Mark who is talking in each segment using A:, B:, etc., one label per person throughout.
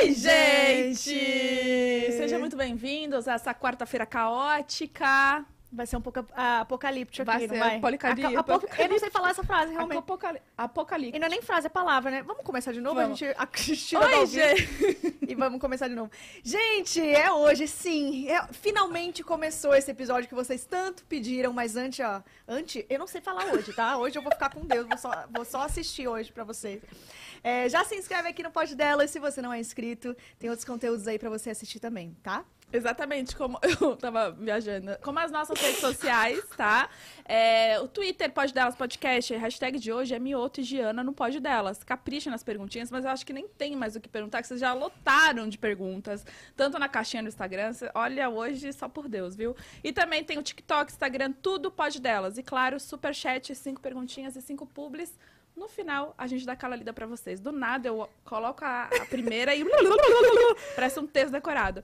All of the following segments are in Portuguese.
A: Oi, gente! Sejam muito bem-vindos a essa quarta-feira caótica.
B: Vai ser um pouco ah, apocalíptico
A: Vai
B: aqui, não
A: ser
B: vai?
A: policardia,
B: Aca- apoca- Eu não sei
A: apocalíptico.
B: falar essa frase, realmente.
A: Apocal- Apocalipse.
B: E não é nem frase, é palavra, né? Vamos começar de novo?
A: Vamos.
B: A gente assistiu
A: Oi, gente!
B: e vamos começar de novo. Gente, é hoje, sim. É- finalmente começou esse episódio que vocês tanto pediram, mas antes, ó, antes, eu não sei falar hoje, tá? Hoje eu vou ficar com Deus, vou só, vou só assistir hoje pra vocês. É, já se inscreve aqui no Pod Delas se você não é inscrito. Tem outros conteúdos aí pra você assistir também, tá?
A: Exatamente como eu tava viajando. Como as nossas redes sociais, tá? É, o Twitter, Pode Delas Podcast, a hashtag de hoje é Mioto e Giana no Pode Delas. Capricha nas perguntinhas, mas eu acho que nem tem mais o que perguntar, que vocês já lotaram de perguntas, tanto na caixinha do Instagram. cê- Olha, hoje só por Deus, viu? E também tem o TikTok, Instagram, tudo Pode Delas. E claro, superchat, cinco perguntinhas e cinco publis. No final, a gente dá aquela lida pra vocês. Do nada, eu coloco a, a primeira e... Parece um texto decorado.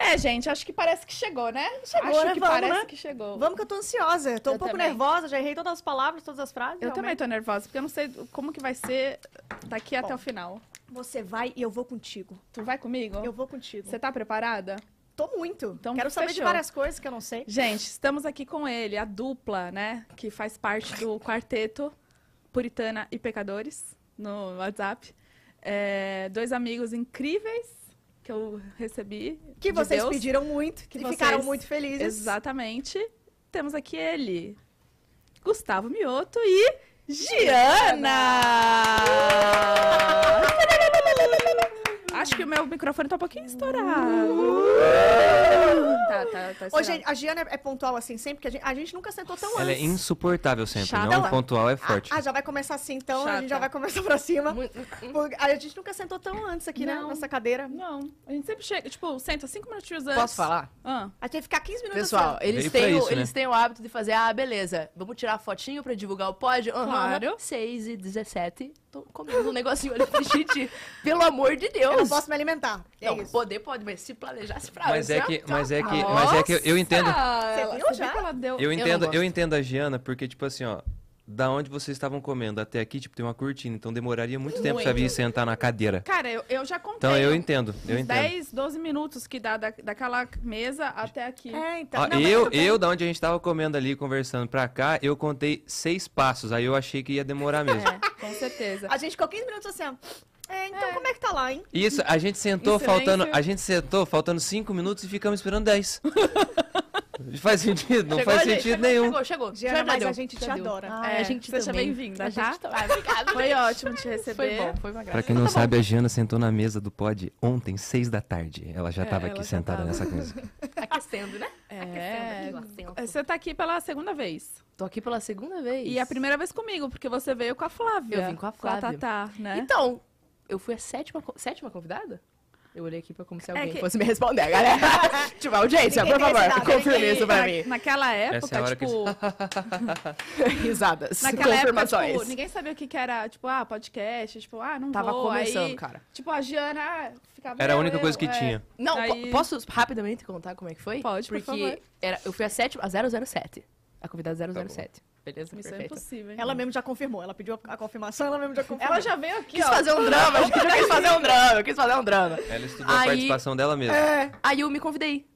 A: É, gente, acho que parece que chegou, né?
B: Chegou,
A: acho
B: né?
A: que
B: Vamos,
A: parece
B: né?
A: que chegou.
B: Vamos que eu tô ansiosa. Tô um
A: Eu
B: pouco
A: também.
B: nervosa, já errei todas as palavras, todas as frases.
A: Eu também
B: realmente.
A: tô nervosa, porque eu não sei como que vai ser daqui até
B: Bom.
A: o final.
B: Você vai e eu vou contigo.
A: Tu vai comigo?
B: Eu vou contigo.
A: Então, Você tá preparada?
B: Tô muito.
A: Então,
B: Quero saber de
A: fechou.
B: várias coisas que eu não sei.
A: Gente, estamos aqui com ele, a dupla, né? Que faz parte do quarteto Puritana e Pecadores no WhatsApp. É, dois amigos incríveis que eu recebi.
B: Que
A: de
B: vocês
A: Deus.
B: pediram muito
A: Que
B: e
A: vocês-
B: ficaram muito felizes.
A: Exatamente. Temos aqui ele, Gustavo Mioto e Giana! Acho que o meu microfone tá um pouquinho estourado. Tá, tá, tá.
B: Ô,
A: estourado.
B: gente, a Giana é pontual assim sempre, que a gente, a gente nunca sentou tão
C: Ela é
B: antes.
C: insuportável sempre,
A: Chata.
C: não pontual é
B: Ah,
C: forte.
B: Ah, já vai começar assim então, a gente já
A: Chata.
B: vai começar pra cima.
D: Muito-
B: Porque A gente nunca sentou tão antes aqui, né?
A: Não.
B: Nossa cadeira.
A: Não, a gente sempre chega, tipo, senta cinco minutinhos antes.
D: Posso falar?
A: Ah,
B: A gente tem que ficar 15 minutos
D: Pessoal,
B: assim.
D: eles
C: Veio pra
D: têm, o,
C: isso, né?
D: eles têm o hábito de fazer, ah, beleza, vamos tirar fotinho pra divulgar o pódio? Aham,
A: Claro.
D: 6 e 17, tô comendo um negocinho ali pra gente, pelo amor de Deus.
B: Eu não posso me alimentar. É
D: Não,
B: isso.
D: poder pode, mas se planejar, se planejar.
C: Mas é que, mas é que, mas é que eu- eu entendo,
A: Nossa,
B: Você viu
A: ela-
B: já?
A: que ela deu?
C: eu entendo, eu,
D: gosto.
C: entendo a Giana, porque tipo assim, ó, da onde vocês estavam comendo até aqui, tipo, tem uma cortina, então demoraria muito tempo pra vir sentar na cadeira.
A: Cara, eu, eu já contei.
C: Então eu
A: uns
C: entendo, eu entendo.
A: 10, 12 minutos que dá da, daquela mesa até aqui.
B: É, então.
C: Ó,
B: Não, mas
C: eu,
B: tudo bem.
C: eu, da onde a gente tava comendo ali, conversando pra cá, eu contei seis passos, aí eu achei que ia demorar mesmo.
A: É, com certeza.
B: A gente ficou 15 minutos assim, ó. É, então como é que tá lá, hein?
C: Isso, a gente sentou
A: Em
C: faltando,
A: silêncio.
C: a gente sentou faltando cinco minutos e ficamos esperando dez. faz sentido, não
D: Chegou,
C: faz
D: gente,
C: sentido
D: chegou,
C: nenhum.
D: Chegou, chegou.
B: Giana,
D: Já
B: mas
D: deu,
B: a gente
D: já
B: te
D: deu.
B: adora.
D: Ah,
A: É,
D: a gente
A: seja
D: também.
A: bem-vinda,
D: A
A: tá?
D: gente também. Obrigada,
A: Foi ótimo te receber.
D: Foi bom, foi uma graça.
C: Pra quem
A: Tá
C: não sabe, a Jana sentou na mesa do pod ontem, seis da tarde. Ela já
A: É,
C: tava
A: ela
C: aqui
A: já
C: sentada
A: tava.
C: nessa mesa.
D: Aquecendo, né?
A: É.
D: Aquecendo aqui o assento.
A: Você tá aqui pela segunda vez.
D: Tô aqui pela segunda vez.
A: E é a primeira vez comigo, porque você veio com a Flávia.
D: Eu vim com a Flávia.
A: Tatá, né?
D: Então, eu fui a sétima, co- sétima convidada? Eu olhei aqui pra como se alguém
A: É que-
D: fosse me responder, galera. tipo, audiência,
B: Ninguém
D: por
B: tem esse
D: favor,
B: dado,
D: confirme
B: ninguém-
D: isso pra mim.
A: Naquela
C: Essa é
A: época,
C: a hora que
A: tipo.
D: Risadas,
A: Naquela época,
D: confirmações.
A: tipo, ninguém sabia o que, que era, tipo, ah, podcast, tipo, ah, não
D: Tava
A: vou.
D: começando,
A: aí,
D: cara.
A: Tipo, a Giana ah, ficava.
C: Era a
A: eu,
C: única
A: eu,
C: coisa que
A: é.
C: tinha.
D: Não, po-
A: Aí-
D: posso rapidamente contar como é que foi?
A: Pode, por
D: Porque Era, eu fui a sétima, a 007. A convidada 007. Beleza,
A: Missão
D: perfeito.
A: É, impossível. hein?
B: Ela mesmo já confirmou. Ela pediu a a confirmação, ela mesmo já confirmou.
A: Ela já veio aqui,
D: Quis
A: ó.
D: fazer um drama, acho que eu quis fazer um drama, eu quis fazer um drama.
C: Ela estudou a
D: Aí-
C: participação dela mesma.
A: é,
D: Aí eu me convidei.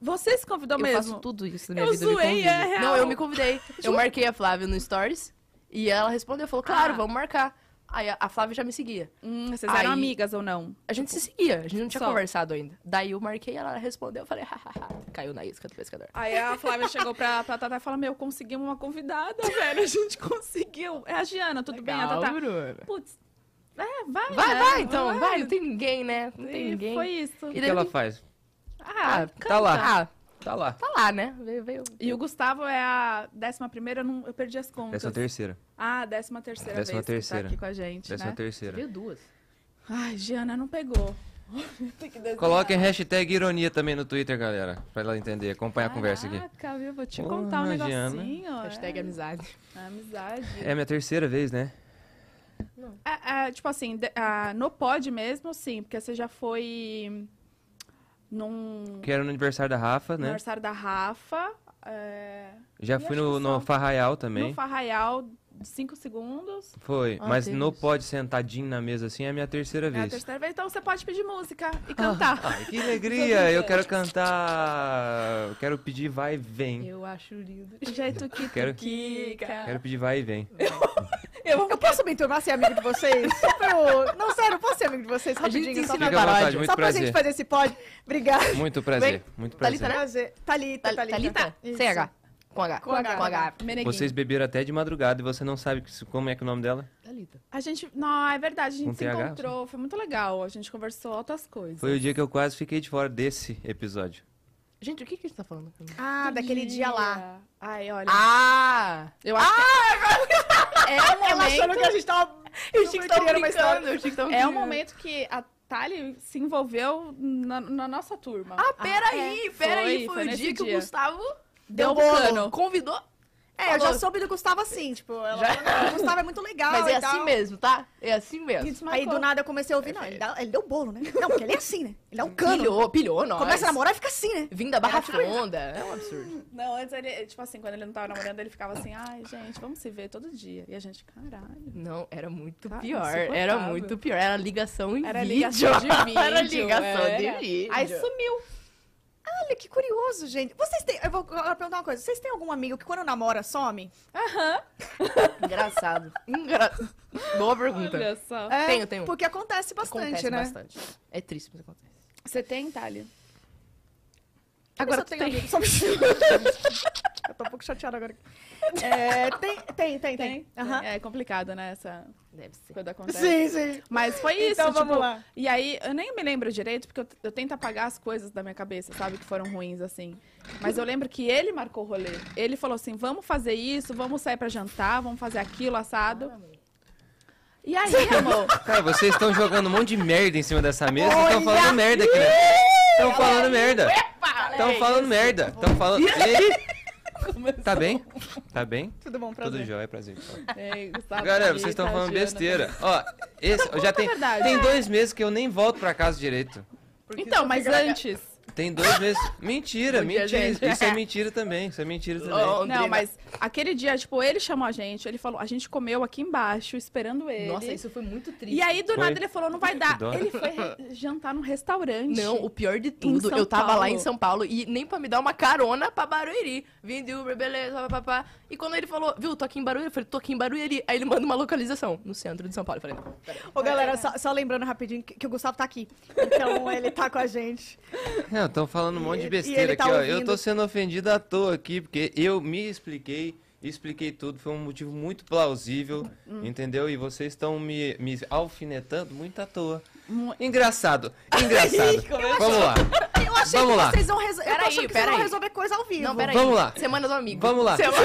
A: Você se convidou
D: Eu
A: Então mesmo.
D: faço tudo isso na minha
A: Eu
D: vida. eu me
A: zoei,
D: convido.
A: é real.
D: Não, eu me convidei. Eu marquei a Flávia no Stories e ela respondeu, falou, claro,
A: Ah.
D: vamos marcar. Aí a, a Flávia já me seguia.
A: Hum, vocês eram
D: Aí-
A: amigas ou não?
D: A gente se seguia, a gente não tinha
A: Só.
D: conversado ainda. Daí eu marquei, ela respondeu, eu falei, hahaha, caiu na isca do pescador.
A: Aí a Flávia chegou pra, pra Tatá e falou: Meu, conseguimos uma convidada, velho. A gente conseguiu. É a Giana, tudo bem? A Tatá. Putz. É, vai.
D: Vai,
A: né?
D: vai, então, vai, não tem ninguém, né? Não tem
A: E
D: ninguém.
A: Foi isso.
D: E
C: O que
D: daí
C: ela
D: eu-
C: faz?
A: Ah,
D: Ah,
A: canta.
C: tá lá.
D: Ah,
C: Tá lá.
D: tá lá, né? Veio, veio.
A: E o Gustavo é a décima primeira, eu, não- eu perdi as contas.
C: Décima terceira.
A: Ah, décima terceira
C: Décima
A: vez
C: terceira.
A: que tá aqui com a gente,
C: Décima
A: né?
C: terceira.
D: Veio duas.
A: Ai, Giana, não pegou. Tem que desenhar.
C: Coloquem hashtag ironia também no Twitter, galera. Pra ela entender, acompanhar a conversa aqui.
A: Caraca, viu? Vou te
C: Porra,
A: contar um
C: Giana.
A: negocinho. é.
D: Hashtag amizade.
A: Amizade.
C: É a minha terceira vez, né?
A: É, é, tipo assim, de- ah, no pod mesmo, sim, porque você já foi num
C: Que era no aniversário da Rafa, né?
A: aniversário da Rafa, é,
C: Já
A: E
C: fui
A: acho
C: no,
A: que
C: no
A: só.
C: Farraial
A: no
C: também.
A: Farraial de 5 segundos.
C: Foi.
D: Ah,
C: mas
D: teve
C: não
D: isso.
C: pode sentadinho na mesa assim, é a minha terceira
A: É a
C: vez.
A: terceira vez, então você pode pedir música e cantar.
C: Ai, que alegria! eu quero cantar. Eu quero pedir vai e vem.
D: Eu acho lindo.
A: Do jeito que
C: Quero-
A: tu quica.
C: Quero pedir vai e vem.
B: Eu, eu posso me tornar ser amigo de vocês? Pro- Não, sério, eu posso ser amigo de vocês
D: A gente
B: rapidinho. só
C: Fica
D: ensina
C: à
D: paródia.
C: vontade, muito
B: só pra gente
C: prazer.
B: fazer esse pod. Obrigada.
C: Muito prazer, muito prazer.
D: Thalita, né?
B: Prazer.
A: Tá,
B: Thalita, Thalita.
D: Thalita?
B: Isso.
D: Sem H. Com H.
B: Com H.
D: Com H.
A: Meneguinho.
C: Vocês beberam até de madrugada e você não sabe que- como é que é o nome dela?
D: Thalita.
A: A gente. Não, é verdade, a gente
C: Com
A: se
C: TH,
A: encontrou. Foi muito legal. A gente conversou outras coisas.
C: Foi o dia que eu quase fiquei de fora desse episódio.
D: Gente, o que que a gente tá falando?
B: Ah, daquele dia lá.
A: Ai, olha.
D: Ah!
A: eu acho que é, é um
B: Ela achando
A: momento.
B: que a gente tava.
D: Eu tinha que estar
B: criando uma história.
D: brincando. Eu tinha que estar
A: É um momento que a Thali se envolveu na, na nossa turma.
D: Ah, peraí, peraí.
A: Foi,
D: Foi,
A: foi
D: o
A: nesse
D: dia, que
A: dia.
D: o Gustavo
A: Deu
D: um
A: bolo.
D: Convidou.
B: É, eu já
D: Falou.
B: soube do Gustavo assim, tipo, ela
D: Já-
B: falou, "Não, o Gustavo é muito legal.
D: Mas é
B: e
D: assim
B: tal."
D: mesmo, tá? É assim
A: E
D: mesmo.
A: desmarcou.
B: Aí do nada eu comecei a ouvir, não, ele, dá- ele deu bolo, né? Não, porque ele é assim, né? Ele dá um cano.
D: Pilhou, pilhou, nós.
B: Começa a namorar e fica assim, né?
D: Vim da Barra Funda. É um absurdo.
A: Não, antes ele, tipo assim, quando ele não tava namorando, ele ficava assim, ai, gente, vamos se ver todo dia. E a gente, caralho.
D: Não, era muito
A: Cara,
D: pior.
A: insuportável.
D: Era muito pior. Tá Era ligação em
A: Era
D: vídeo.
A: ligação de vídeo.
D: era ligação
A: era.
D: de vídeo.
A: Aí sumiu.
B: Olha, que curioso, gente. Vocês têm. Eu vou agora perguntar uma coisa. Vocês têm algum amigo que quando namora some?
D: Engraçado. Engra... Boa pergunta.
A: Olha só.
B: É,
D: Tenho, tenho.
B: Porque acontece bastante,
D: acontece
B: né?
D: bastante. É triste, mas acontece.
A: Você tem, Thali?
B: Agora eu
A: tu
B: tenho
A: tem.
B: amigo. Só me... eu tô um pouco chateada agora. É, tem, tem, tem, tem. Aham.
A: É complicado, né, essa
D: Deve ser.
A: quando acontece.
B: Sim, sim.
A: Mas foi isso,
B: Então, vamos
A: tipo,
B: lá.
A: E aí, eu nem me lembro direito, porque eu, eu tento apagar as coisas da minha cabeça, sabe? Que foram ruins, assim. Mas eu lembro que ele marcou o rolê. Ele falou assim: vamos fazer isso, vamos sair pra jantar, vamos fazer aquilo, assado. E aí, amor?
C: Cara, vocês estão jogando um monte de merda em cima dessa mesa e estão
B: Olha!
C: falando merda aqui, né? Estão falando merda. Estão falando merda. Estão falando. Ih! Tá bem? Tá bem?
B: Tudo bom, prazer. Tá
C: Tudo jóia, é prazer. então.
A: Ei, Gustavo, tá
C: Galera,
A: Thalita,
C: vocês estão falando
A: Jana.
C: besteira. Ó, esse, já tem,
A: a verdade.
B: é.
C: tem dois meses que eu nem volto pra casa direito.
A: Então, mas antes.
C: Tem dois meses. Mentira,
D: Bom dia, gente.
C: mentira. Isso é mentira também. Isso é mentira também.
D: Oh, Andrina.
A: Não, mas aquele dia, tipo, ele chamou a gente, ele falou, a gente comeu aqui embaixo, esperando ele.
D: Nossa, isso foi muito triste.
A: E aí, do
C: Foi.
A: nada, ele falou, não vai
C: Que
A: dar.
C: dó.
A: Ele foi re- jantar num restaurante.
D: Não, o pior de tudo,
A: São
D: eu tava lá
A: Paulo.
D: em São Paulo e nem pra me dar uma carona pra Barueri. Vim de Uber, beleza, papapá. E quando ele falou, viu, tô aqui em Barueri, eu falei, tô aqui em Barueri. Aí ele manda uma localização no centro de São Paulo. Eu falei, não, pera.
B: Ô, galera, só, só lembrando rapidinho que, que o Gustavo tá aqui. Então ele tá com a gente.
C: Não, estão falando um monte
B: E- e
C: de
B: ele
C: besteira aqui,
B: tá
C: ó.
B: ouvindo.
C: Eu tô sendo ofendido à toa aqui, porque eu me expliquei, expliquei tudo, foi um motivo muito plausível,
B: Hum.
C: entendeu? E vocês estão me, me alfinetando muito à toa.
A: Mu-
C: Engraçado, engraçado. Vamos lá,
B: Eu achei
C: Vamos
B: que
C: lá.
B: vocês vão resolver. Eu tô
D: Peraí,
B: achando que vocês
D: peraí.
B: vão resolver coisa ao vivo.
D: Não, peraí.
C: Vamos lá.
D: é Semana do amigo.
C: vamos
B: é
C: lá. é
D: Semana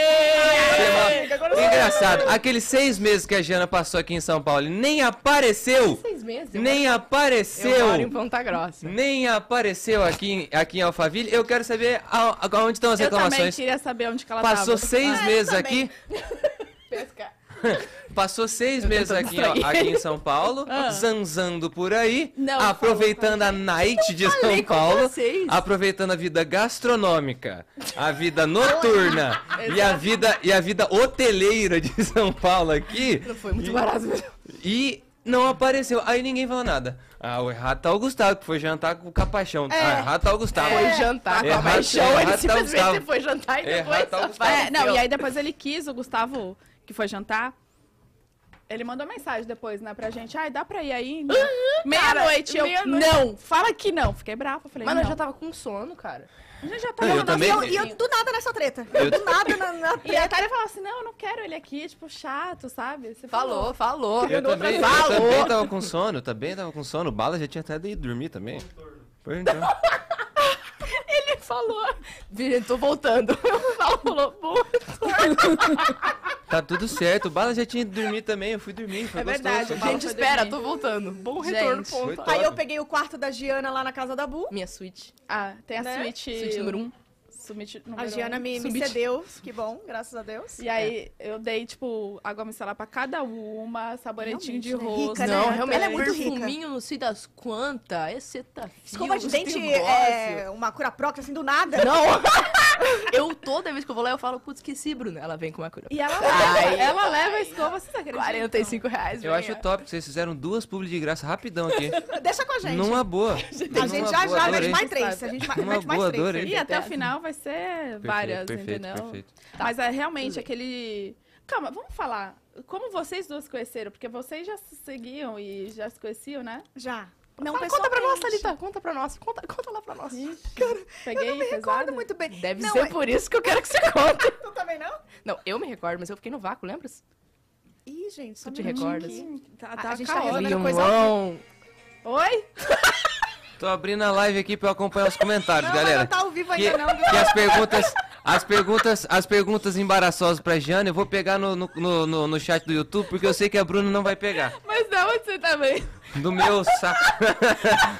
C: Semana- Engraçado, aqueles seis meses que a Jana passou aqui em São Paulo, e nem apareceu,
D: Seis meses.
C: nem
D: eu moro- Eu moro em
C: apareceu,
D: Ponta Grossa.
C: nem apareceu aqui, em- aqui em Alphaville. Eu quero saber a- a- onde estão as
A: Eu também
C: reclamações.
A: queria saber onde que ela
C: Passou
A: tava.
C: seis
B: Ah, eu
C: meses
B: também.
C: aqui. Passou seis meses aqui, ó, aqui em São Paulo, zanzando por aí,
A: Não,
C: aproveitando a night de São Paulo,
D: vocês.
C: aproveitando a vida gastronômica, a vida noturna e a vida e a vida hoteleira de São Paulo aqui.
D: Não foi muito
C: E-
D: barato mesmo.
C: E não apareceu. Aí ninguém falou nada. Ah, o errado tá o Gustavo, que foi jantar com o Capachão. Ah, errado tá o Gustavo.
A: É,
D: Foi jantar com a
C: Errado-
D: paixão, ele
C: errado tá o
D: simplesmente
C: Gustavo.
D: foi jantar e
C: Errado
D: depois
C: tá o
D: só
C: Gustavo.
D: vai.
A: É, não, e aí depois ele quis, o Gustavo, que foi jantar. Ele mandou mensagem depois, né, pra gente. Ai, dá pra ir ainda? Meia-noite. Eu,
D: Uhum. meia-noite.
A: não, fala que não. Fiquei brava, falei,
D: Mano, eu
A: não.
D: já tava com sono, cara.
A: A gente já tá
C: Não, eu
A: no nosso
C: também-
B: E eu,
A: rolê.
B: e eu do nada nessa treta.
C: Eu-
B: Eu do nada na, na
A: E
B: treta.
A: a Thalia falava assim, não, eu não quero ele aqui, tipo, chato, sabe? Você
D: Falou, falou.
C: Eu também, eu
D: falou.
C: também tava com sono, eu também tava com sono. O Bala já tinha até ido dormir também. Pois então.
D: falou. Virei, tô voltando. Falou, voltou.
C: Tá tudo certo. O Bala já tinha ido dormir também. Eu fui dormir. Foi
A: É verdade,
C: gostoso.
A: Bala
D: Gente,
A: foi
D: espera,
A: dormir.
D: tô voltando. Bom retorno,
A: Gente,
C: foi
D: ponto.
C: top.
B: Aí eu peguei o quarto da Giana lá na casa da Bu.
D: Minha suíte.
A: Ah, tem a
B: Né?
A: suíte...
D: Suíte número 1. Um.
A: submit número
B: A Giana
A: um.
B: me, me
D: Subit-
B: cedeu, que bom, graças a Deus.
A: E aí eu dei, tipo, água micelar pra cada uma, sabonetinho de
B: Realmente, né?
A: rosto.
B: Rica, né?
D: Não,
B: Ela é
D: realmente,
B: muito rica.
D: perfuminho, não sei das quantas, É exceta
B: Escova de dente é uma cura própria, assim, do nada.
D: Não! eu, toda vez que eu vou lá, eu falo, putz, esqueci, Bruna. Ela vem com uma cura.
A: E ela
D: Ai.
A: leva, ela leva a escova, vocês acreditam?
D: 45 reais,
C: Eu acho top, vocês fizeram duas publi de graça rapidão aqui.
B: Deixa com a gente.
C: Numa boa.
B: A gente já já mete mais três. A gente ma-
C: Numa
B: mete mais
C: boa,
B: três.
C: adorei.
A: E até o final vai ser várias, entendeu? Mas é realmente
D: Tudo bem.
A: aquele. Calma, vamos falar. Como vocês duas conheceram? Porque vocês já se seguiam e já se conheciam, né?
B: Já.
D: Não, conta pra nós, Thalita. Conta pra nós. Conta, conta lá pra nós.
A: Peguei
B: Eu não me recordo muito bem.
D: Deve
B: Não,
D: ser
B: é-
D: por isso que eu quero que você conte.
B: Tu também não?
D: Não, eu me recordo, mas eu fiquei no vácuo, lembra?
B: Ih, gente, só
D: Tu
B: um
D: te
B: minutinho
D: recordas?
B: aqui.
A: Tá,
B: A-
A: tá
B: a gente tá
A: caótico.
B: resolvendo-
D: Irmão.
B: coisa-
A: Oi?
C: Tô abrindo a live aqui pra eu acompanhar os comentários,
B: Não, mas
C: galera.
B: não tá ao vivo
C: que,
B: ainda, não.
C: que as perguntas. As perguntas, as perguntas embaraçosas pra Jane, eu vou pegar no, no, no, no- no chat do YouTube, porque eu sei que a Bruna não vai pegar.
A: Mas da onde você tá vendo?
C: Do meu saco.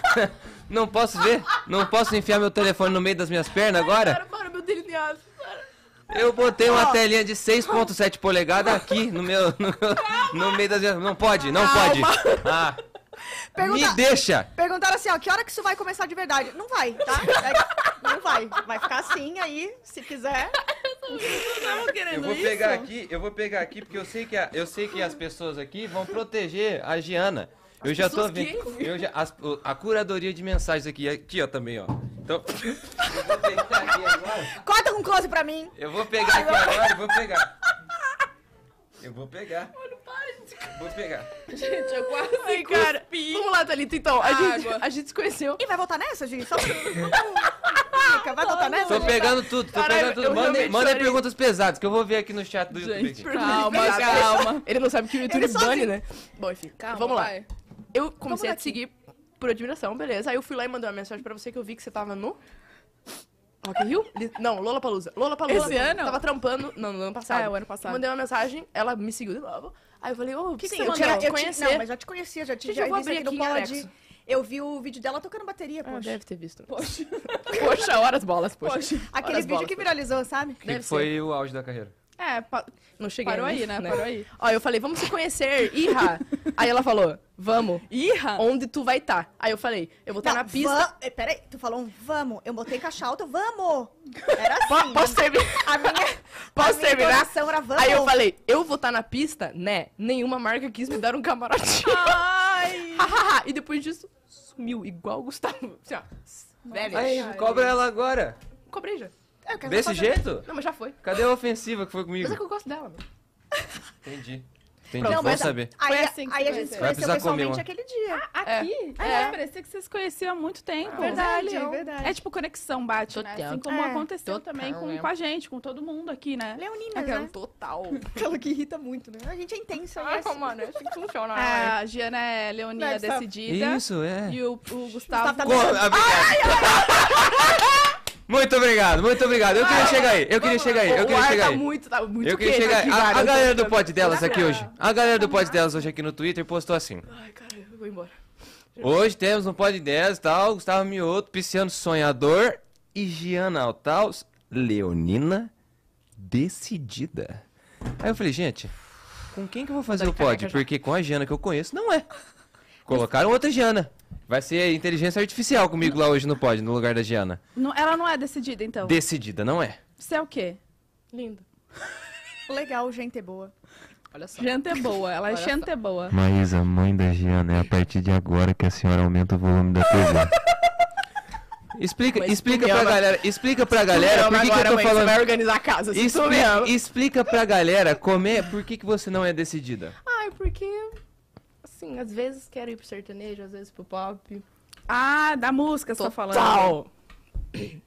C: Não posso ver? Não posso enfiar meu telefone no meio das minhas pernas agora?
D: Para, para, meu delineado. Para.
C: Eu botei uma telinha de 6.7 polegadas aqui no meu. No, no meio das minhas. Não pode, não pode. Ah,
B: Pergunta-
C: me deixa!
B: Perguntaram assim, ó, que hora que isso vai começar de verdade? Não vai, tá? É- não vai. Vai ficar assim aí, se quiser.
A: Tava querendo
C: Eu vou
A: isso?
C: pegar aqui, eu vou pegar aqui porque eu sei que a- eu sei que as pessoas aqui vão proteger a Giana. eu já tô
D: pessoas
C: vendo. Eu já, as- o- a curadoria de mensagens aqui, aqui ó também, ó. Então, eu vou pegar aqui agora.
B: Corta com close pra mim.
C: Eu vou pegar aqui agora, eu vou pegar. Eu vou pegar. Vou pegar.
A: Gente, eu quase
D: Ai, cara. Vamos lá, Thalita, então. A gente, a gente se conheceu.
B: E vai voltar nessa, gente? Só... um Fica, vai voltar nessa?
C: Tô pegando tudo, tô
D: tá- Caralho,
C: pegando
D: eu
C: tudo. Mandem,
D: realmente
C: mandem
D: chorei.
C: perguntas pesadas que eu vou ver aqui no chat do YouTube.
A: Gente,
C: aqui.
A: calma,
D: Ele-
A: calma.
D: Ele não sabe que o YouTube
B: Ele
D: bane,
B: sozinho.
D: né? Bom, enfim,
A: Calma,
D: vamos lá.
A: vai.
D: Eu comecei a te
B: daqui.
D: seguir por admiração, beleza. Aí eu fui lá e mandei uma mensagem pra você que eu vi que você tava no... Rock in Rio? Li- Não, Lola Palusa. Lola Palusa.
A: Esse ano?
D: Tava trampando. Não, no ano passado.
A: Ah, é o ano passado.
D: Mandei uma mensagem, ela me seguiu de novo. Aí eu falei, ô, o que,
B: Sim,
D: que
B: eu,
D: você
B: tinha,
D: mandou?
B: eu te,
D: conhecer.
B: não, mas já te conhecia, já te
D: Gente,
B: já
D: eu vou
B: disse
D: abrir
B: aqui no
D: aqui em
B: pod.
D: anexo.
B: Eu vi o vídeo dela tocando bateria,
D: Ah,
B: poxa.
D: deve ter visto.
A: Poxa.
D: Poxa, horas bolas, poxa.
A: Poxa.
B: Aquele
D: Horas
B: vídeo
D: bolas,
B: que viralizou, sabe?
C: Que
D: Deve
C: foi o auge da carreira.
A: É, pa-
D: Não cheguei
A: parou
D: nisso,
A: aí, né? Parou aí.
D: Ó, eu falei, vamos se conhecer, irra. aí ela falou, vamos.
A: Irra!
D: Onde tu vai estar? Aí eu falei, eu vou estar na pista.
B: va- eh, Peraí, tu falou um vamos. Eu botei em caixa alta, vamos. Era assim.
D: Posso terminar?
B: A minha,
D: Posso
B: a minha
D: terminar?
B: entonação era vamos.
D: Aí eu falei, eu vou estar na pista? Né? Nenhuma marca quis me dar um camarote.
B: Ah.
A: Ai!
D: Hahaha. e depois disso, sumiu, igual o Gustavo. Assim, ó. Velho.
C: Aí, cobra ela agora.
D: Cobrei já.
B: É, Eu quero
C: Desse
B: fazer-
C: jeito?
D: Não, mas já foi.
C: Cadê a ofensiva que foi comigo?
D: Mas é que eu gosto dela, mano.
C: Entendi. Entendi,
B: Não,
C: vamos
B: mas
C: saber.
B: Aí,
A: Foi assim que
B: aí
A: se
B: a gente
A: conheceu.
B: se
C: Vai
B: conheceu
C: precisar comer
B: pessoalmente
C: uma.
B: aquele dia.
A: Aqui?
D: É.
A: É.
D: É.
A: parecia que vocês conheciam há muito tempo.
B: verdade,
A: Entendeu?
B: é verdade.
A: É tipo conexão bate, né?
D: Total.
A: Assim como
B: É,
A: aconteceu
D: total,
A: também com,
D: né?
A: com a gente, com todo mundo aqui, né?
B: Leoninas,
D: Aquela
B: né?
D: é um total.
B: Aquela que irrita muito, né? A gente é intensa. e é
D: Ah,
B: assim.
D: mano, eu acho que funciona.
B: Ah.
D: né?
A: A Giana é leonina
B: Não, Gustavo.
A: decidida.
C: Isso, é.
A: E o, o Gustavo...
B: Gustavo tá
C: Co- obrigado. Muito obrigado, muito obrigado. Eu queria chegar aí, eu queria chegar aí, eu
D: O
C: queria
D: ar
C: chegar
D: tá
C: aí.
D: muito, tá muito
C: Eu queria
D: quente
C: chegar
D: aqui,
C: aí. A-
D: cara.
C: A,
D: Eu tô
C: galera do
D: ficando-
C: pod delas
A: Dá
C: aqui
A: pra-
C: hoje. A galera do pod delas hoje aqui no Twitter postou assim.
D: Ai, cara, eu vou embora.
C: Hoje temos um pod delas, tal, Gustavo Mioto, Pisciano Sonhador e Giana Altaus, Leonina Decidida. Aí eu falei, gente, com quem que eu vou fazer o
D: Dor de
C: pod?
D: careca já.
C: Porque com a Giana que eu conheço, não é. Colocaram outra Giana. Vai ser inteligência artificial comigo lá hoje no pod, no lugar da Giana.
A: Não- ela não é decidida, então.
C: Decidida, não é?
A: Você é o quê?
D: Linda.
B: Legal, gente é boa.
D: Olha só.
A: Janta é boa. Ela é
D: Olha só.
A: janta é boa.
E: Maísa, mãe da Giana, é a partir de agora que a senhora aumenta o volume da TV.
C: Explica,
D: Mas
C: explica
D: tu me
C: pra
D: ama.
C: galera, explica pra galera por que, que eu tô
D: Você vai
C: falando.
D: organizar a casa. Isso
C: Expli-
D: mesmo.
C: explica pra galera como é, por que, que você não é decidida.
D: Ai, porque. Assim, às vezes quero ir pro sertanejo, às vezes pro pop.
A: Ah, da música você tá falando.
D: Total! Uhum.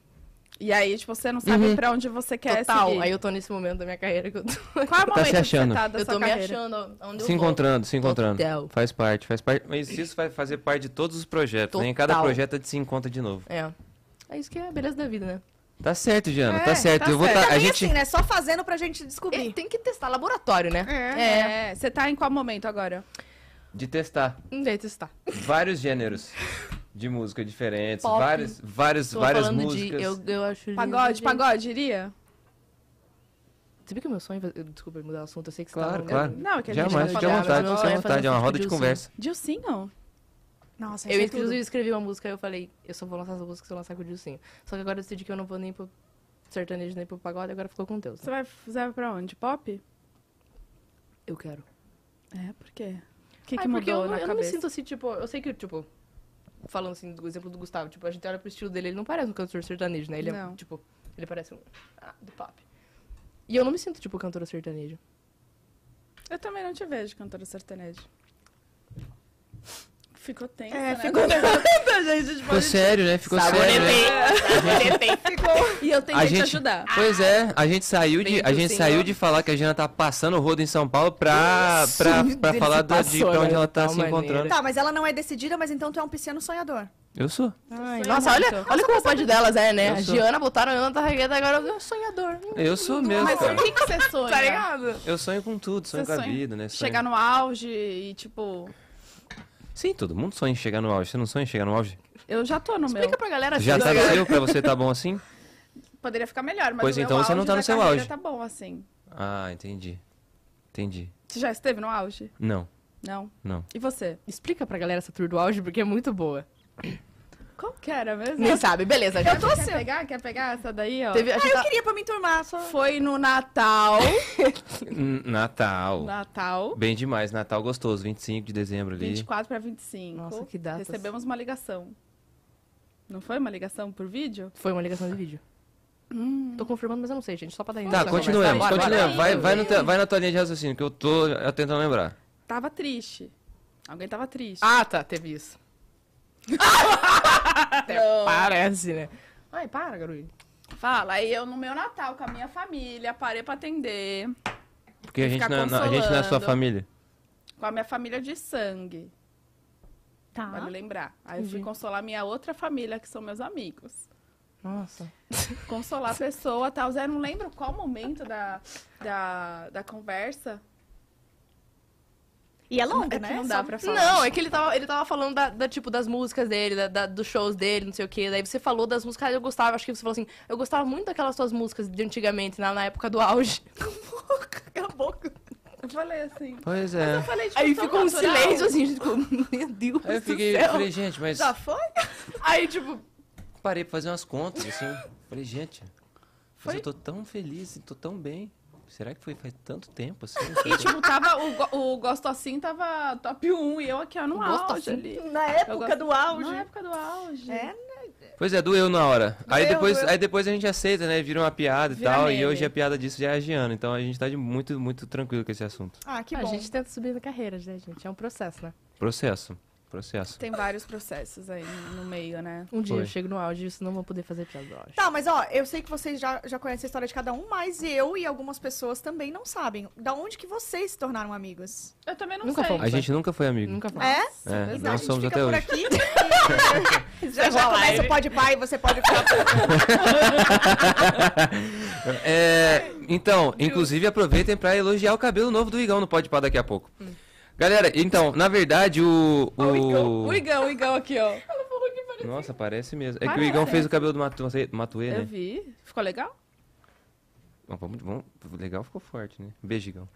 A: E aí, tipo, você não sabe pra onde você quer
D: Total!
A: seguir.
D: Aí eu tô nesse momento da minha carreira que eu tô.
A: Qual é o
C: se
A: momento que você
C: achando.
A: tá da
D: eu
A: sua
D: tô me
A: carreira?
D: achando onde eu
C: se encontrando, se encontrando.
D: Total.
C: Faz parte, faz parte. Mas isso vai fazer parte de todos os projetos, né? Em cada
D: Total.
C: projeto a gente se encontra de novo.
D: vou. É. É isso que é a beleza da vida, né?
C: Tá certo, Giana,
A: É,
C: tá certo.
A: tá
C: eu vou
A: certo.
C: tá- a
B: Também
C: gente
B: assim, né? Só fazendo pra gente
D: E
B: descobrir.
D: É, tem que testar laboratório, né? É.
A: É, você tá em qual momento agora?
D: um
C: de testar
D: Não tem testar.
C: vários gêneros. de música diferentes,
D: Pop.
C: várias, várias,
D: Tô
C: várias
D: falando
C: músicas.
D: de. Eu, eu acho.
A: Pagode,
D: gente.
A: pagode, iria?
D: Você viu que o meu sonho. vai- eu- Desculpa mudar o assunto, eu sei que você tá
C: Claro,
D: no-
C: claro.
A: Não, é que a gente
C: Jamais,
A: não
C: fique à
A: falava,
C: vontade,
D: mas
C: fique à
D: vai fazer
C: vontade. É uma
D: um
C: roda de
D: pedido, sim.
C: conversa.
A: Dilcinho?
B: Nossa,
D: Eu
B: eu
D: inclusive
B: tudo.
D: escrevi uma música e eu falei, eu só vou lançar essa música se eu lançar com o Dilcinho. Só que agora eu decidi que eu não vou nem pro sertanejo nem pro pagode, agora ficou com Deus. né?
A: Você vai, você vai pra onde? Pop?
D: Eu quero.
A: É, por quê? O que,
D: Ai,
A: que
D: porque
A: mudou
D: eu, não,
A: na
D: eu não me
A: cabeça?
D: sinto assim, tipo, eu sei que, tipo, falando assim, do exemplo do Gustavo, tipo, a gente olha pro estilo dele, ele não parece um cantor sertanejo, né? Ele
A: Não.
D: é, tipo, ele parece um. Ah, do pop. E eu não me sinto, tipo, cantora sertaneja.
A: Eu também não te vejo cantora sertaneja. Ficou tenso,
B: É,
A: né?
B: ficou-
A: gente, tipo,
C: Ficou sério, né? Ficou sério. né?
D: Tá
A: E eu tentei
C: A
A: te
C: gente-
A: ajudar.
C: Pois é, a gente saiu de, a
D: Bendito
C: gente
D: Senhor.
C: saiu de falar que a Jana tá passando o rodo em São Paulo pra, pra, pra
D: ele
C: falar
D: se
C: da, de
D: passou,
C: pra onde
D: né,
C: ela
D: de
C: tá
D: tal
C: se
D: maneira.
C: encontrando.
B: Tá, mas ela não é decidida, mas então tu é um pisciano sonhador.
C: Eu sou.
D: Nossa, olha, olha como o pai delas é, né?
C: Eu
D: A
C: sou.
D: Giana botaram a Ana Tarragueta, agora eu sou sonhador. Hum,
C: Eu sou mesmo,
A: Mas
C: cara.
A: o que, que você sonha?
D: Tá ligado?
C: Eu sonho com tudo, sonho
A: Você
C: com a
A: sonha
C: vida, né? Sonho...
A: Chegar no auge e, tipo...
C: Sim, todo mundo sonha em chegar no auge. Você não sonha em chegar no auge?
A: Eu já tô no
D: Explica
A: meu.
D: pra galera
C: Já
D: assim,
C: tá no
D: galera.
C: seu? Pra você tá bom assim?
A: Poderia ficar melhor, mas
C: Pois
A: o meu
C: então, você não
A: auge
C: tá no
A: da
C: seu
A: carreira
C: auge.
A: tá bom, assim.
C: Ah, entendi. Entendi.
A: Você já esteve no auge?
C: Não,
A: Não.
C: não.
A: E você?
D: Explica pra galera essa tour do auge, porque é muito boa.
A: Qual que era mesmo?
D: Nem sabe, beleza. Já
A: Eu tô assim, quer pegar? Quer pegar essa daí, ó?
D: teve, a
B: Ah,
D: gente
B: eu
D: tá-
B: queria pra me enturmar, só...
A: Foi no Natal.
C: N- Natal.
A: Natal.
C: Bem demais, Natal gostoso, 25 de dezembro ali. Tá,
A: 24 pra 25.
D: Nossa, que data.
A: Recebemos uma ligação. Não foi uma ligação por vídeo?
D: Foi uma Hum. ligação de vídeo. Tô confirmando, mas eu não sei, gente. Só pra dar início
C: Tá,
D: na
C: continuemos,
D: conversa. Bora, bora.
C: continuemos. Vai, vai, no teu- vai na tua linha de raciocínio, que eu tô eh, tentando lembrar.
A: Tava triste. Alguém tava triste.
D: Ah, tá, teve isso. Até parece, né? Ai, para, garoto.
A: Fala, aí eu no meu Natal com a minha família, parei pra atender.
C: Porque a gente,
A: ficar
C: não é, não- a gente não é sua
A: consolando.
C: família.
A: Com a minha família de sangue.
B: Tá.
A: Vale lembrar. Aí eu fui
D: Ah. Entendi.
A: consolar minha outra família, que são meus amigos.
D: Nossa.
A: Consolar a pessoa tal. Zé, não lembro qual momento da, da, da conversa.
B: E é longo,
A: É que
B: né?
A: não dá
B: Só-
A: pra falar.
D: Não, é que ele tava, ele tava falando da, da, tipo, das músicas dele, da, da- dos shows dele, não sei o quê. Daí você falou das músicas, ah, eu gostava, acho que você falou assim, eu gostava muito daquelas suas músicas de antigamente, na, na época do auge. Cala a boca.
A: Eu falei assim. Mas
C: Pois
A: eu
C: é.
A: falei de
D: Aí
A: tão
D: ficou um
A: natural.
D: silêncio assim, gente, tipo, meu Deus.
C: Aí eu
D: do
C: fiquei,
D: céu.
C: falei, gente, mas
B: Já foi?
D: Aí, tipo,
C: parei pra fazer umas contas, assim. Falei, gente, mas
A: Foi?
C: eu tô tão feliz, tô tão bem. Será que foi faz tanto tempo assim?
A: E, tipo, tava, o, go- o Gosto Assim tava top 1 e eu aqui, ó, no
D: Gosto
A: auge
D: Assim?
A: ali.
B: Na época
A: gosto-
B: do auge.
A: Na época do auge.
B: É,
C: Pois é, doeu na hora. aí,
B: Doeu,
C: depois,
B: doeu.
C: aí depois a gente aceita, né? Vira uma piada e
A: Vira
C: tal.
A: meme.
C: E hoje a piada disso já é a Giana. Então a gente tá de muito, muito tranquilo com esse assunto.
B: Ah, que
D: a
B: bom.
D: gente tenta subir na carreira, né, gente? É um processo, né?
C: Processo. Processo.
A: Tem vários processos aí no no meio, né?
D: Um dia
C: Foi.
D: eu chego no áudio e vocês não vão poder fazer piada do áudio.
B: Tá, mas ó, eu sei que vocês já, já conhecem a história de cada um, mas eu e algumas pessoas também não sabem. Da onde que vocês se tornaram amigos?
A: Eu também não
D: Nunca
A: sei.
D: fomos.
C: A gente nunca foi amigo.
D: Nunca falei.
B: É?
C: É,
A: verdade.
B: a
C: nós
B: gente
C: somos
B: fica
C: até
B: por
C: hoje.
B: aqui. já já começa o pode pai, você pode ficar.
C: É, então, inclusive aproveitem pra elogiar o cabelo novo do Igão no Pode Pá daqui a pouco. Galera, então, na verdade o.
A: Hum. Ó, O Igão,
C: o...
A: o Igão, o Igão aqui, ó.
C: Nossa, parece mesmo. É que o
A: Parece.
C: Igão fez o cabelo do Matue, Matue
A: Eu
C: né?
A: vi. Ficou legal?
C: Bom, vamos, vamos- legal ficou forte, né? Beijo, Igão.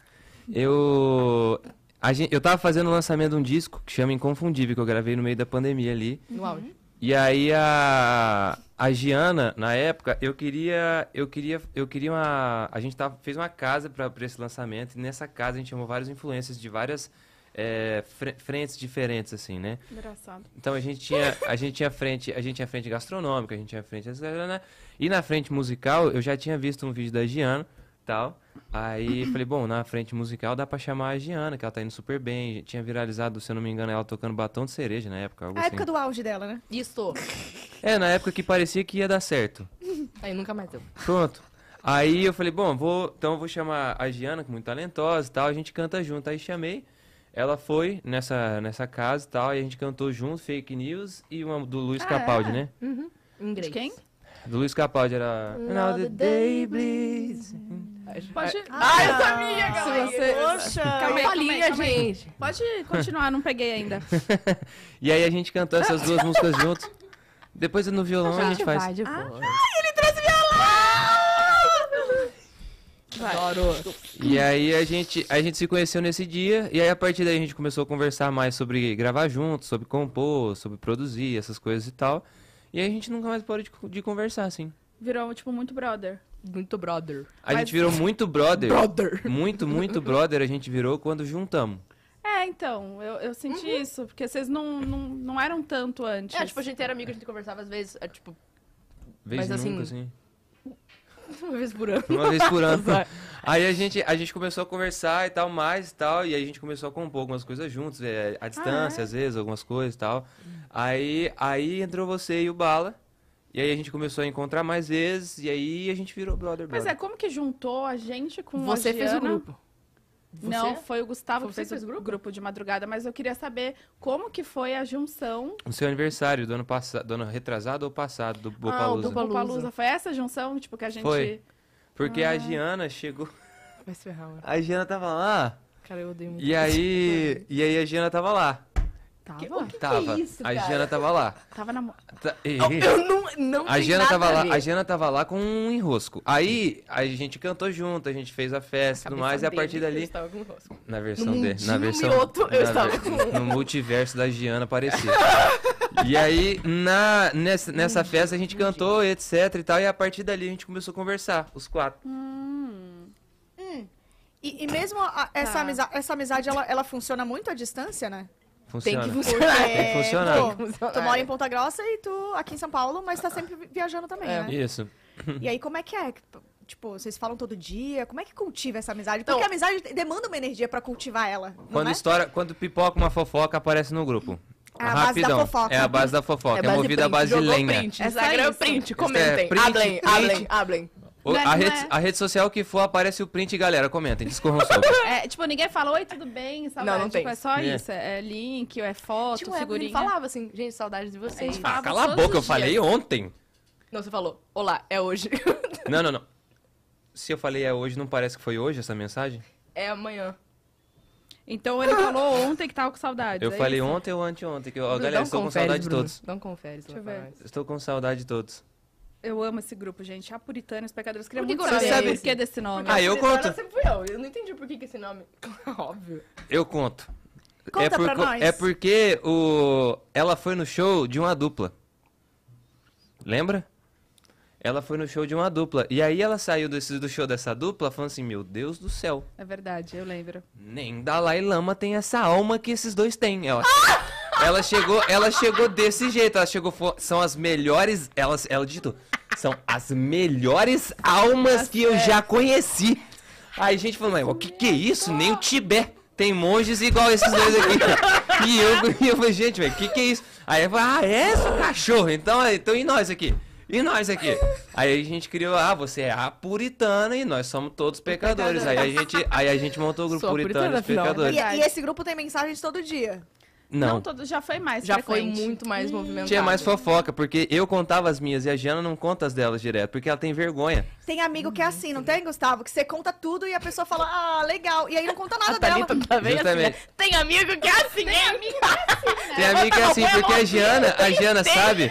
C: Eu. a gen- eu tava fazendo o lançamento de um disco que chama Inconfundível, que eu gravei no meio da pandemia ali.
D: No áudio.
C: E aí a, a Giana, na época, eu queria. Eu queria. Eu queria uma. A gente tava, fez uma casa pra, pra esse lançamento. E nessa casa a gente chamou vários influencers de várias é, fre- frentes diferentes, assim, né?
A: Engraçado.
C: Então a gente tinha, a gente tinha frente, a gente tinha frente gastronômica, a gente tinha frente né? e na frente musical eu já tinha visto um vídeo da Giana, tal. Aí falei, bom, na frente musical dá pra chamar a Giana, que ela tá indo super bem. Tinha viralizado, se eu não me engano, ela tocando batom de cereja na época, algo
B: É A
C: assim.
B: época do auge dela, né?
D: Isso.
C: É, na época que parecia que ia dar certo.
D: Aí nunca mais deu.
C: Pronto. Aí eu falei, bom, vou, então eu vou chamar a Giana, que é muito talentosa e tal, a gente canta junto. Aí chamei, ela foi nessa, nessa casa e tal, e a gente cantou junto, Fake News e uma do
B: Ah,
C: Luiz
B: é?
C: Capaldi, né?
D: Em inglês.
C: Então
A: De quem?
C: Do Luiz Capaldi era.
D: Another day bleeds
A: Pode. Ah,
D: Ai, eu sabia,
A: Se
D: galera.
A: você-
B: Poxa,
A: Calma aí, calma aí,
D: Bolinha,
A: calma aí.
D: gente.
A: Pode continuar, não peguei ainda.
C: E aí a gente cantou essas duas músicas juntos. Depois no violão a gente faz.
D: vai de boa.
A: Vai.
C: E aí a gente, a gente se conheceu nesse dia, e aí a partir daí a gente começou a conversar mais sobre gravar junto, sobre compor, sobre produzir, essas coisas e tal. E aí a gente nunca mais parou de, co- de conversar, assim.
A: Virou, tipo, muito brother.
D: Muito brother.
C: A
A: Mas-
C: gente virou muito brother.
D: Brother.
C: Muito, muito brother a gente virou quando juntamos.
A: É, então, eu, eu senti isso, porque vocês não, não, não eram tanto antes.
D: Uhum. É, tipo, a gente era amigo, a gente conversava às vezes, é, tipo,
C: Vez
D: Mas,
C: nunca,
D: assim,
C: assim.
D: uma vez por ano.
C: Uma vez por ano.
D: Azar.
C: Aí a gente, a gente começou a conversar e tal, mais e tal, e aí a gente começou a compor algumas coisas juntos, é, à distância, às vezes, algumas coisas e tal. Aí, aí entrou você e o Bala, e aí a gente começou a encontrar mais vezes, e aí a gente virou brother,
A: Pois é,
C: brother.
A: como que juntou a gente com
D: Você
A: a
D: fez o
A: Giana?
D: grupo.
A: Não,
D: Você?
A: foi o Gustavo
D: Foi
A: que
D: você
A: fez,
D: que fez
A: o
D: o grupo?
A: grupo de madrugada, mas eu queria saber como que foi a junção
C: No seu aniversário do ano passado, do ano retrasado ou passado, do Bopalusa.
D: do
A: com o
D: Palusa.
A: Palusa. ah, Foi essa junção, tipo, que a gente...
C: Foi. Porque a Giana chegou,
D: Vai se ferrar, mano.
C: a Giana tava lá,
D: Cara, eu odeio muito. Tá,
C: e aí, e aí a Giana tava lá.
D: Tava?
B: Que- o que que
C: Tava,
B: é isso,
C: a
B: cara?
C: Giana tava lá. Tá,
A: Tava na... mo-
C: Ta- Ih.
D: Eu não, não
C: A
D: tem
C: Jana
D: nada
C: tava lá,
D: ver.
C: a Jana tava lá com um enrosco. Aí a gente cantou junto, a gente fez a festa e tudo
D: Cabeça
C: mais, e a
D: dele,
C: partir
D: Eu
C: dali,
D: estava com rosto.
C: na versão
D: No
C: dele, na
D: mundinho
C: versão
D: mioto, eu
C: na
D: estava
C: ver- no multiverso da Giana aparecia. E aí na nessa, nessa festa a gente cantou, etc e tal, e a partir dali a gente começou a conversar, os quatro.
B: E, e mesmo a- essa,
A: Tá.
B: amizade, essa amizade, ela, ela funciona muito à distância, né? É,
D: Tem
C: Funciona.
D: que funcionar.
C: É, Tem que funcionar.
B: pô,
D: que funcionar. É. Ah.
B: tu mora em Ponta Grossa e tu aqui em São Paulo, mas tá sempre vi- viajando também,
D: É.
B: né?
C: Isso.
B: E aí, como é que é? Tipo, vocês falam todo dia? Como é que cultiva essa amizade? Porque
D: Então-
B: a amizade te- demanda uma energia pra cultivar ela, não
C: Quando
B: é?
C: estoura, quando pipoca uma fofoca aparece no grupo.
B: É a base da fofoca.
C: É a base da fofoca, é, movida à base de
D: Jogou
C: lenha.
D: print.
A: É só
D: Instagram
A: isso.
D: print,
C: Isso é
D: comentem.
C: print,
D: hablem,
C: print.
D: hablem, hablem.
C: O-
A: Não é-
C: a,
A: não
C: rede,
A: é.
C: a rede social que for aparece o print, galera, comentem, discorram sobre.
A: É, tipo, ninguém fala, oi, tudo bem, saudade.
D: Não, não tem.
A: Tipo, é só
C: É.
A: isso, é link, é foto,
D: Tinha uma época que ele
A: figurinha.
D: Tipo, falava assim, gente, saudades de vocês.
A: A gente fala-
C: Ah, Cala a
A: todos
C: boca, eu
A: os
C: falei
A: dias.
C: ontem.
D: Não, você falou, olá, é hoje.
C: Não, não, não. Se eu falei é hoje, não parece que foi hoje essa mensagem?
D: é amanhã.
A: Então ele falou ontem que tava com saudades.
C: Eu
A: é
C: falei
A: isso?
C: ontem ou anteontem. Que, eu- ó,
D: Bruno,
C: galera,
D: não
C: estou com
D: confere,
C: saudade de
D: Bruno.
C: todos.
D: Não confere,
A: Deixa eu ver.
C: Estou com saudade de todos.
A: Eu amo esse grupo, gente. A Puritana, os Pecadores. Queria
D: Por que
A: muito
D: que eu
A: saber
D: sabe
A: o
D: esse?
A: porquê desse nome.
C: Ah, eu conto.
D: Sempre fui eu. Eu não entendi por que, que esse nome. Óbvio.
C: Eu conto.
B: Conta
C: é,
B: pra
C: co-
B: nós.
C: é porque o... ela foi no show de uma dupla. Lembra? Ela foi no show de uma dupla. E aí ela saiu desse- do show dessa dupla falando assim, meu Deus do céu.
A: É verdade, eu lembro.
C: Nem Dalai Lama tem essa alma que esses dois têm. Ela, ela chegou, ela chegou desse jeito. Ela chegou, fo- são as melhores, ela, ela digitou, são as melhores almas
D: Tá
C: que eu já conheci. Aí a gente falou, mas o que que é isso? Nem o Tibete tem monges igual esses dois aqui. e eu, e eu falei, gente, velho, o que que é isso? Aí eu falei, ah, é, seu cachorro, então, então e nós aqui? E nós aqui? Aí a gente criou, ah, você é a puritana e nós somos todos pecadores. Aí a gente, aí a gente montou o grupo
D: Sou a
C: puritano dos
D: puritana, afinal. né?
C: pecadores.
B: E, é, e esse grupo tem mensagens todo dia.
A: Não,
C: Não,
A: todo, já foi mais
D: Já foi
A: frequente.
D: muito mais movimentado.
C: tinha mais fofoca, porque eu contava as minhas e a Giana não conta as delas direto, porque ela tem vergonha.
B: Tem amigo que é assim,
D: Uhum.
B: não tem, Gustavo? Que você conta tudo e a pessoa fala, ah, legal. E aí não conta nada
D: A Thalita
B: dela.
D: também assim, né?
C: Justamente.
D: Tem amigo que é assim, né? Tem amigo
C: Tem amiga
A: tá
C: que é assim, porque a Giana, a Giana sabe.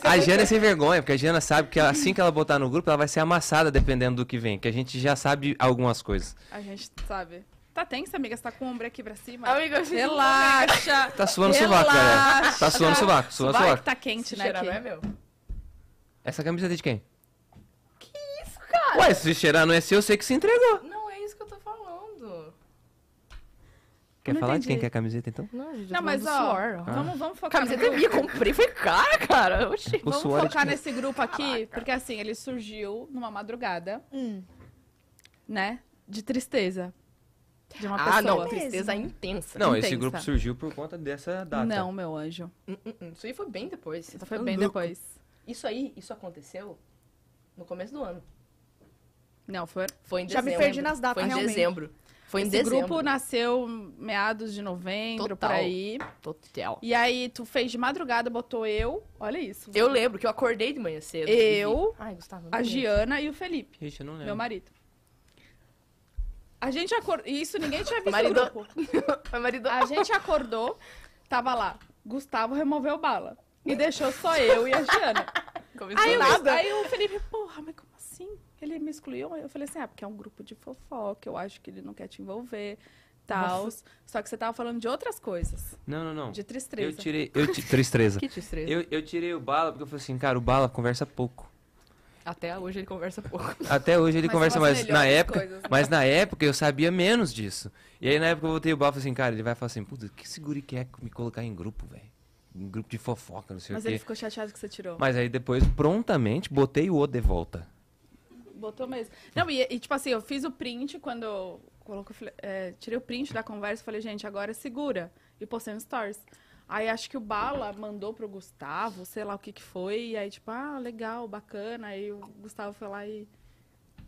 D: que
C: A Jana é sem vergonha, porque a Jana sabe que ela- assim que ela botar no grupo, ela vai ser amassada dependendo do que vem, que a gente já sabe algumas coisas.
A: A gente sabe. Tá tensa, amiga? Você tá com o ombro aqui pra cima?
D: Amiga, eu fiz é
A: Relaxa.
C: Tá suando o sovaco, galera. Tá suando o sovaco, suando o
A: Vai que
C: sovaco.
A: tá quente, né?
D: Cheirar não é
A: Aqui.
D: meu.
C: Essa camiseta é de quem? Que isso, cara? Ué, se cheirar não é seu, eu sei que se entregou.
D: Não é isso que eu tô falando.
C: Quer
A: não
C: falar de quem
A: entendi.
C: que é a camiseta, então?
D: Não, gente,
A: Não, mas ó, vamos, vamos focar.
D: Camiseta
A: no
D: é
A: grupo.
D: minha, comprei, foi cara, cara. Oxi.
C: O
A: Vamos
C: suor é de
A: focar
C: quem?
A: nesse grupo aqui, porque assim, ele surgiu numa madrugada,
B: Hum.
A: né? De tristeza. De uma
D: Ah,
A: pessoa.
D: não, tristeza intensa.
C: Não, esse
A: Intensa.
C: grupo surgiu por conta dessa data.
A: Não, meu anjo.
D: Hum, hum, hum. Isso aí foi bem depois. Você tá
A: Foi
D: ficando
A: bem
D: louco.
A: depois.
D: Isso aí, isso aconteceu no começo do ano.
A: Não, foi.
D: Foi em
B: Já me
D: dezembro.
B: perdi nas datas,
D: Foi em
B: realmente.
D: dezembro. Foi em
A: Esse
D: dezembro.
A: grupo nasceu meados de novembro,
D: Total.
A: por aí.
D: Total.
A: E aí, tu fez de madrugada, botou eu, olha isso.
D: Eu lembro que eu acordei de manhã cedo.
A: Eu,
D: e vi- Ai, Gustavo. não
A: a
D: tem jeito.
A: Giana e o Felipe,
C: É. Ixi, eu não lembro.
A: meu marido. A gente acordou. Isso ninguém tinha visto
D: Marido-
A: no grupo.
D: Meu marido.
A: A gente acordou, tava lá. Gustavo removeu bala. E deixou só eu e a Giana.
D: Começou
A: Aí, eu-
D: nada.
A: aí o Felipe, porra, mas como assim? Ele me excluiu? Eu falei assim, ah, porque é um grupo de fofoca, eu acho que ele não quer te envolver, tal. Só que você tava falando de outras coisas,
C: Não, não, não.
A: de
C: Eu
A: tristeza.
C: tirei. Eu ti- Tristreza.
D: Que tristeza.
C: Eu, eu tirei o Bala porque eu falei assim, cara, o Bala conversa pouco.
D: Até hoje ele conversa pouco.
C: Até hoje ele
A: Mas
C: conversa
A: são as
C: mais. Na
A: melhores
C: época,
A: coisas, né?
C: mas na época eu sabia menos disso. E aí na época eu voltei o bafo assim, cara, ele vai falar assim, puta, que seguro que é me colocar em grupo, velho. Em grupo de fofoca, não sei
A: Mas
C: o quê.
A: ele ficou chateado que você tirou.
C: Mas aí depois, prontamente, botei o O de volta.
A: Botou mesmo. Não, e, e, tipo assim, eu fiz o print quando eu coloco, é, tirei o print da conversa e falei, gente, agora segura. E postei no Stories. Aí acho que o Bala mandou pro Gustavo, sei lá o que que foi. E aí, tipo, ah, legal, bacana. Aí o Gustavo foi lá e,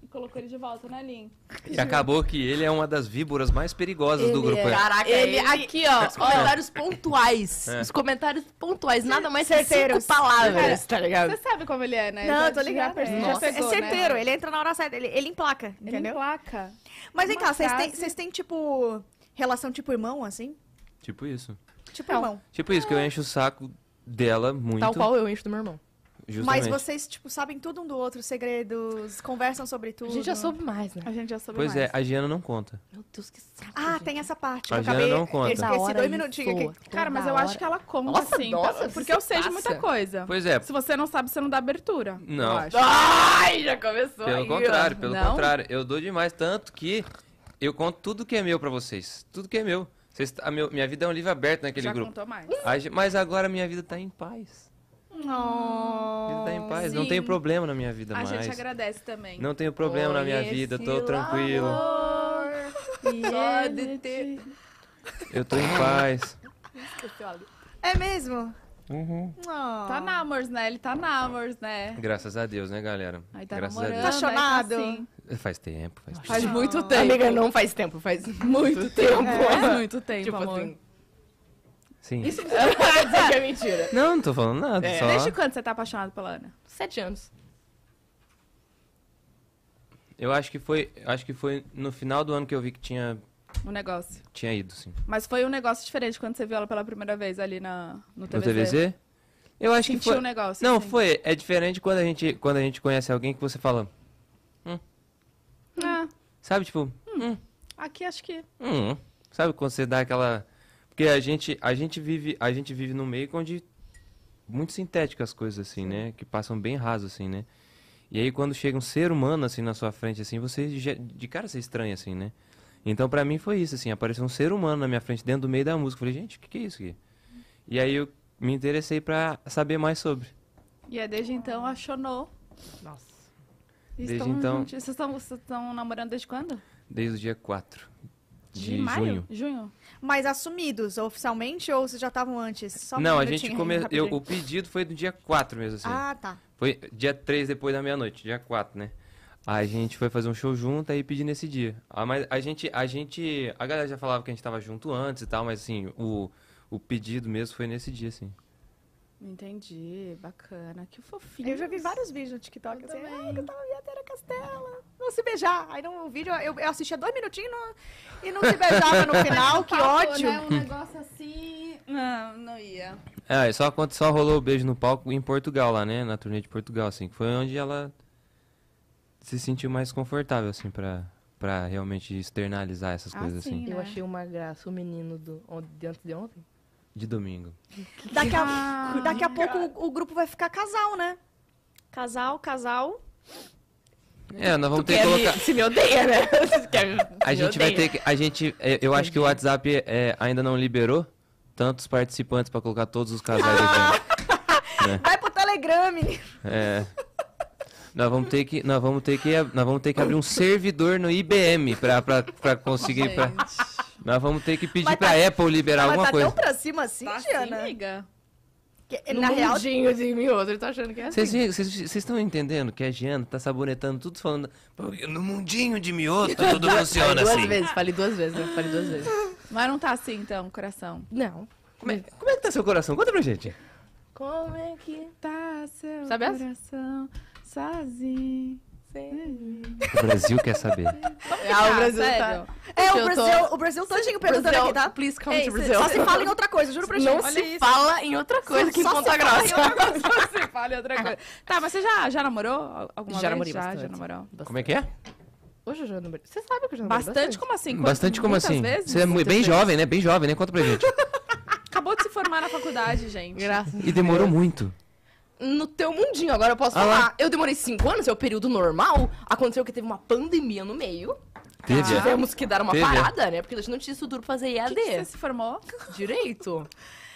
A: e colocou ele de volta né, na linha.
C: E acabou que ele é uma das víboras mais perigosas do grupo. É.
D: Caraca,
A: ele-
D: ele, aqui, ó. Os comentários pontuais.
C: É.
D: Os comentários pontuais. Nada mais que
B: Certeiros.
D: cinco palavras, tá ligado?
A: Você sabe como ele é, né?
B: Não,
A: Já-
B: eu tô ligado.
A: Já, perce- já
D: Nossa,
B: é
A: pegou,
B: certeiro,
A: né?
B: ele é entra na hora certa, ele, ele emplaca,
A: Ele
B: entendeu?
A: placa.
B: Mas vem
A: Uma
B: cá, vocês têm,
A: frase.
B: vocês têm, tipo, relação tipo irmão, assim?
C: Tipo isso.
B: Tipo
A: Não.
B: irmão.
C: Tipo isso,
A: Ah.
C: que eu encho o saco dela muito.
D: Tal qual eu encho do meu irmão.
C: Justamente.
B: Mas vocês, tipo, sabem tudo um do outro, segredos, conversam sobre tudo.
D: A gente já soube mais, né?
A: A gente já soube
C: Pois
A: mais.
C: é, a Giana não conta.
D: Meu Deus, que saco.
B: Ah,
D: gente.
B: tem essa parte. que
C: A
B: eu
C: Jana
B: acabei...
C: não conta.
B: eu Esqueci
D: Toda
B: dois
D: hora
B: minutinhos
D: isso,
B: aqui.
D: toda
A: Cara, mas eu
D: hora.
A: acho que ela conta,
D: Nossa,
A: assim.
D: nossa,
A: pra-
D: você
A: porque eu sei de
D: passa.
A: muita coisa.
C: Pois é.
A: Se você não sabe, você não dá abertura.
C: Não.
A: Ah. eu acho.
D: Ai, já começou
C: Pelo
D: aí, ó.
C: contrário, pelo
A: Não?
C: contrário. Eu dou demais, tanto que eu conto tudo que é meu pra vocês. Tudo que é meu. Vocês, a meu- minha vida é um livro aberto naquele
A: já
C: grupo.
A: contou mais.
C: A ge- mas agora minha vida tá em paz. A vida tá em paz. Não
A: sim.
C: tem problema na minha vida
A: A
C: mais.
A: gente agradece também.
C: Não tenho problema na minha
D: Conheci
C: vida, tô
D: o
C: tranquilo.
D: amor. Só de ter-
C: Eu tô em paz.
B: É mesmo? Uhum.
A: Tá na Amors, né? Ele tá na Amors, né?
C: Graças a Deus, né, galera?
A: Aí tá
C: Graças
A: namorando.
C: a
B: Apaixonado.
A: aí tá assim.
C: Deus. Faz tempo, faz tempo.
A: Faz muito tempo.
D: Amiga, não faz tempo, faz muito tempo.
A: Faz muito tempo,
D: Tipo
A: amor.
D: assim.
C: Sim.
A: Isso
D: Vai dizer que é mentira.
C: Não, não tô falando nada,
D: é.
C: só.
A: Desde quando você tá apaixonado pela Ana?
D: Sete anos.
C: Eu acho que foi, acho que foi no final do ano que eu vi que tinha
A: O negócio.
C: tinha ido, sim.
A: Mas foi um negócio diferente quando você viu ela pela primeira vez ali na, no
C: No
A: TVZ.
C: TVZ? é. Eu acho que
A: Sentiu
C: foi.
A: um negócio.
C: Não,
A: assim.
C: foi. É diferente quando a gente quando a gente conhece alguém que você fala, "Hum."
A: Ah,
C: sabe, tipo,
A: aqui acho que.
C: Hum, sabe quando você dá aquela. Porque a gente, a gente vive, a gente vive num meio onde muito sintéticas as coisas assim, né? Que passam bem raso assim, né? E aí quando chega um ser humano assim na sua frente assim, você já- de cara você estranha assim, né? Então pra mim foi isso assim, apareceu um ser humano na minha frente dentro do meio da música. Eu falei, gente, o que que é isso aqui? E aí eu me interessei pra saber mais sobre.
A: E é desde então achonou.
D: Nossa.
A: E
C: Desde
A: estão
C: então-
A: juntos. Vocês estão- vocês estão namorando desde quando?
C: Desde o dia 4 de,
A: maio?
C: junho.
A: Junho.
B: Mas assumidos oficialmente ou vocês já estavam antes? Só um
C: Não, a
B: minutinho,
C: gente começou.
B: rapidinho.
C: O pedido foi do dia 4 mesmo, assim.
B: Ah, tá.
C: Foi dia 3 depois da meia-noite, dia 4, né? A gente foi fazer um show junto aí pedi nesse dia. Ah, mas a gente, a gente. A galera já falava que a gente tava junto antes e tal, mas assim, o, o pedido mesmo foi nesse dia, assim.
A: Entendi, bacana. Que fofinho.
B: Eu já vi vários vídeos no TikTok assim, ai, que eu tava via Tera Castela, não se beijar. Aí no vídeo eu, eu assistia dois minutinhos não- e não se beijava no final, que ódio.
A: Né? Um negócio assim. Não, não ia.
C: É, só quando só rolou o beijo no palco em Portugal lá, né? Na turnê de Portugal, assim, que foi onde ela se sentiu mais confortável, assim, pra, pra realmente externalizar essas
A: Ah,
C: coisas,
A: sim.
C: assim.
A: Eu
D: Eu
A: achei
D: achei uma graça o menino do, de antes de ontem.
C: De domingo.
B: Daqui a,
A: Ah,
B: daqui a pouco o, o grupo vai ficar casal, né? Casal, casal.
C: É, nós vamos ter que colocar.
D: Se me odeia, né?
C: Assim.
D: Tu quer me-
C: A
D: me
C: gente vai
D: odeia.
C: ter que. A gente, é, eu acho que o WhatsApp é, ainda não liberou tantos participantes pra colocar todos os casais
B: Ah!
C: aqui.
B: Vai pro Telegram, menino.
C: É. Nós vamos ter que, nós vamos ter que, nós vamos ter que abrir um servidor no IBM pra, pra, pra conseguir. pra-
A: tá assim,
C: nós vamos ter que pedir
B: Mas
C: pra Apple liberar
B: Mas
C: alguma
B: tá
C: coisa.
B: tão pra cima assim,
A: Tá
B: Diana.
A: assim, amiga.
B: Que-
D: No
B: na real,
D: mundinho de mim outro, ele tá achando que é assim.
C: Vocês vi- vocês- vocês estão entendendo que a Giana tá sabonetando tudo falando. "Porque No mundinho de mioto tudo funciona
D: duas
C: assim.
D: vezes, falei duas vezes, né? Falei duas vezes.
A: Mas não tá assim, então, coração.
D: Não.
C: Como é, como é que tá seu coração? Conta pra gente.
D: Como é que...
A: Tá seu
D: Sabe essa?
A: coração sozinho.
D: Sim.
E: O Brasil quer saber.
D: Ah, o Brasil
A: É, sério.
D: tá...
B: É,
D: Gente,
B: o
D: eu tô-
B: Brasil, o Brasil todinho perguntando
D: Brasil,
B: aqui, tá?
D: please come
A: Ei,
D: to
A: cê-
D: Brazil.
B: Só se fala em outra coisa, juro pra gente.
D: Não
B: Olha
D: se
B: isso.
D: fala em outra coisa que em
B: só se
D: Ponta
B: fala em
D: Grossa.
B: outra coisa.
A: Você fala em outra coisa. Tá, mas você já, já namorou al- alguma
D: Já
A: vez?
D: namorei
A: já,
D: bastante.
A: já namorou.
C: Como é que é?
D: Hoje eu já namorei. Você sabe que eu já namorei
A: Bastante, como assim? Quanto-
C: Bastante como
A: muitas
C: assim?
A: Vezes?
C: Você é mu- bem jovem, né? Bem jovem, né? Conta pra gente.
A: Acabou de se formar na faculdade, gente.
D: Graças
C: E demorou muito.
D: no teu mundinho. Agora eu posso
C: Ah lá.
D: falar. Eu demorei cinco anos, é o período normal. Aconteceu que teve uma pandemia no meio.
C: Teve? é?
D: Tivemos que dar uma
C: Teve, é.
D: parada, né? Porque a gente não tinha estrutura pra fazer
A: O que, que você
D: IAD.
A: se formou?
D: Direito.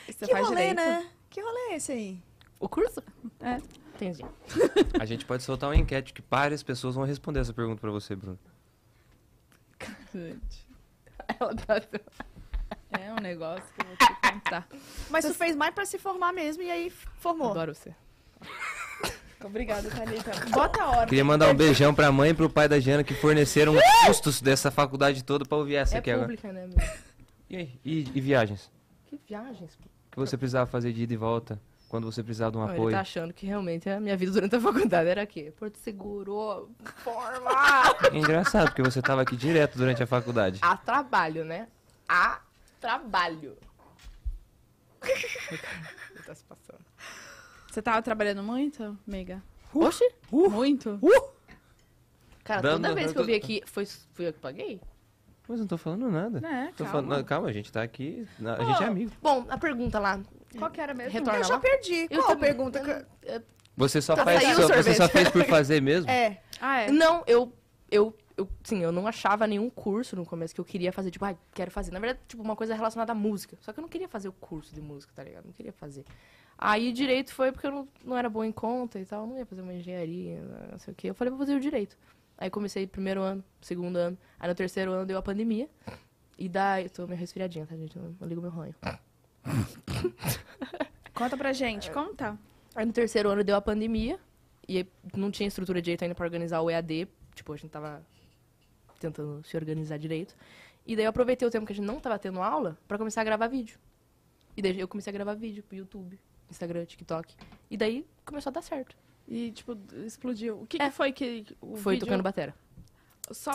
A: Você
B: Que
A: faz
B: rolê,
A: direito?
B: né? Que rolê é esse aí?
D: O curso?
A: É.
D: Entendi.
C: A gente pode soltar uma enquete que várias pessoas vão responder essa pergunta pra você, Bruno.
D: Ela tá...
A: É um negócio que eu vou te contar.
B: Mas tu fez mais pra se formar mesmo e aí formou. Então,
D: Adoro você.
A: Obrigada, Thalita. Bota a hora.
C: Queria mandar um beijão pra mãe e pro pai da Jana que forneceram os custos dessa faculdade toda pra ouvir essa
D: é
C: aqui agora.
D: pública, né, amiga?
C: E, aí? e, e viagens?
D: Que viagens. pô.
C: O que você precisava fazer de ida e volta quando você precisava de um
D: Não, ele
C: apoio?
D: tá achando que realmente a minha vida durante a faculdade era aqui. Porto Seguro, forma.
C: É engraçado, porque você tava aqui direto durante a faculdade.
D: a trabalho, né? A trabalho. Ele tá se passando.
A: Você tava trabalhando muito, amiga?
D: Oxi.
A: Uh! Muito?
D: Cara,
C: Dando-
D: toda vez que eu
C: dando-
D: vim aqui, foi, fui eu que paguei?
C: Mas eu não tô falando nada.
A: É,
C: Tô
A: calma.
C: falando- não, calma, a gente tá aqui. na- A gente é amigo.
D: Bom, a pergunta lá.
A: Uh! Qual que era mesmo?
D: Retorna
B: Eu já
D: lá.
B: perdi.
D: Eu
B: Qual a
D: também.
B: pergunta? que-
C: Você só,
D: Tá
C: faz,
D: saindo
C: só- você
D: sorvete.
C: só fez por fazer mesmo?
B: É.
A: Ah, é.
D: Não, eu, eu, eu, sim, eu não achava nenhum curso no começo que eu queria fazer, tipo, ah, quero fazer. Na verdade, tipo, uma coisa relacionada à música. Só que eu não queria fazer o curso de música, tá ligado? Não queria fazer. Aí direito foi porque eu não, não era boa em conta e tal, não ia fazer uma engenharia, não sei o quê. Eu falei, vou fazer o direito. Aí comecei primeiro ano, segundo ano. Aí no terceiro ano deu a pandemia. E daí, eu tô meio resfriadinha, tá, gente? Eu não- não ligo meu ranho.
A: Conta pra gente, conta.
D: Aí no terceiro ano deu a pandemia e aí não tinha estrutura direito ainda pra organizar o EAD. Tipo, a gente tava tentando se organizar direito. E daí eu aproveitei o tempo que a gente não tava tendo aula pra começar a gravar vídeo. E daí eu comecei a gravar vídeo pro YouTube, Instagram, TikTok. E daí começou a dar certo.
A: E, tipo, explodiu. O que,
D: É.
A: que foi que. O
D: Foi
A: vídeo...
D: tocando batera.
A: Só.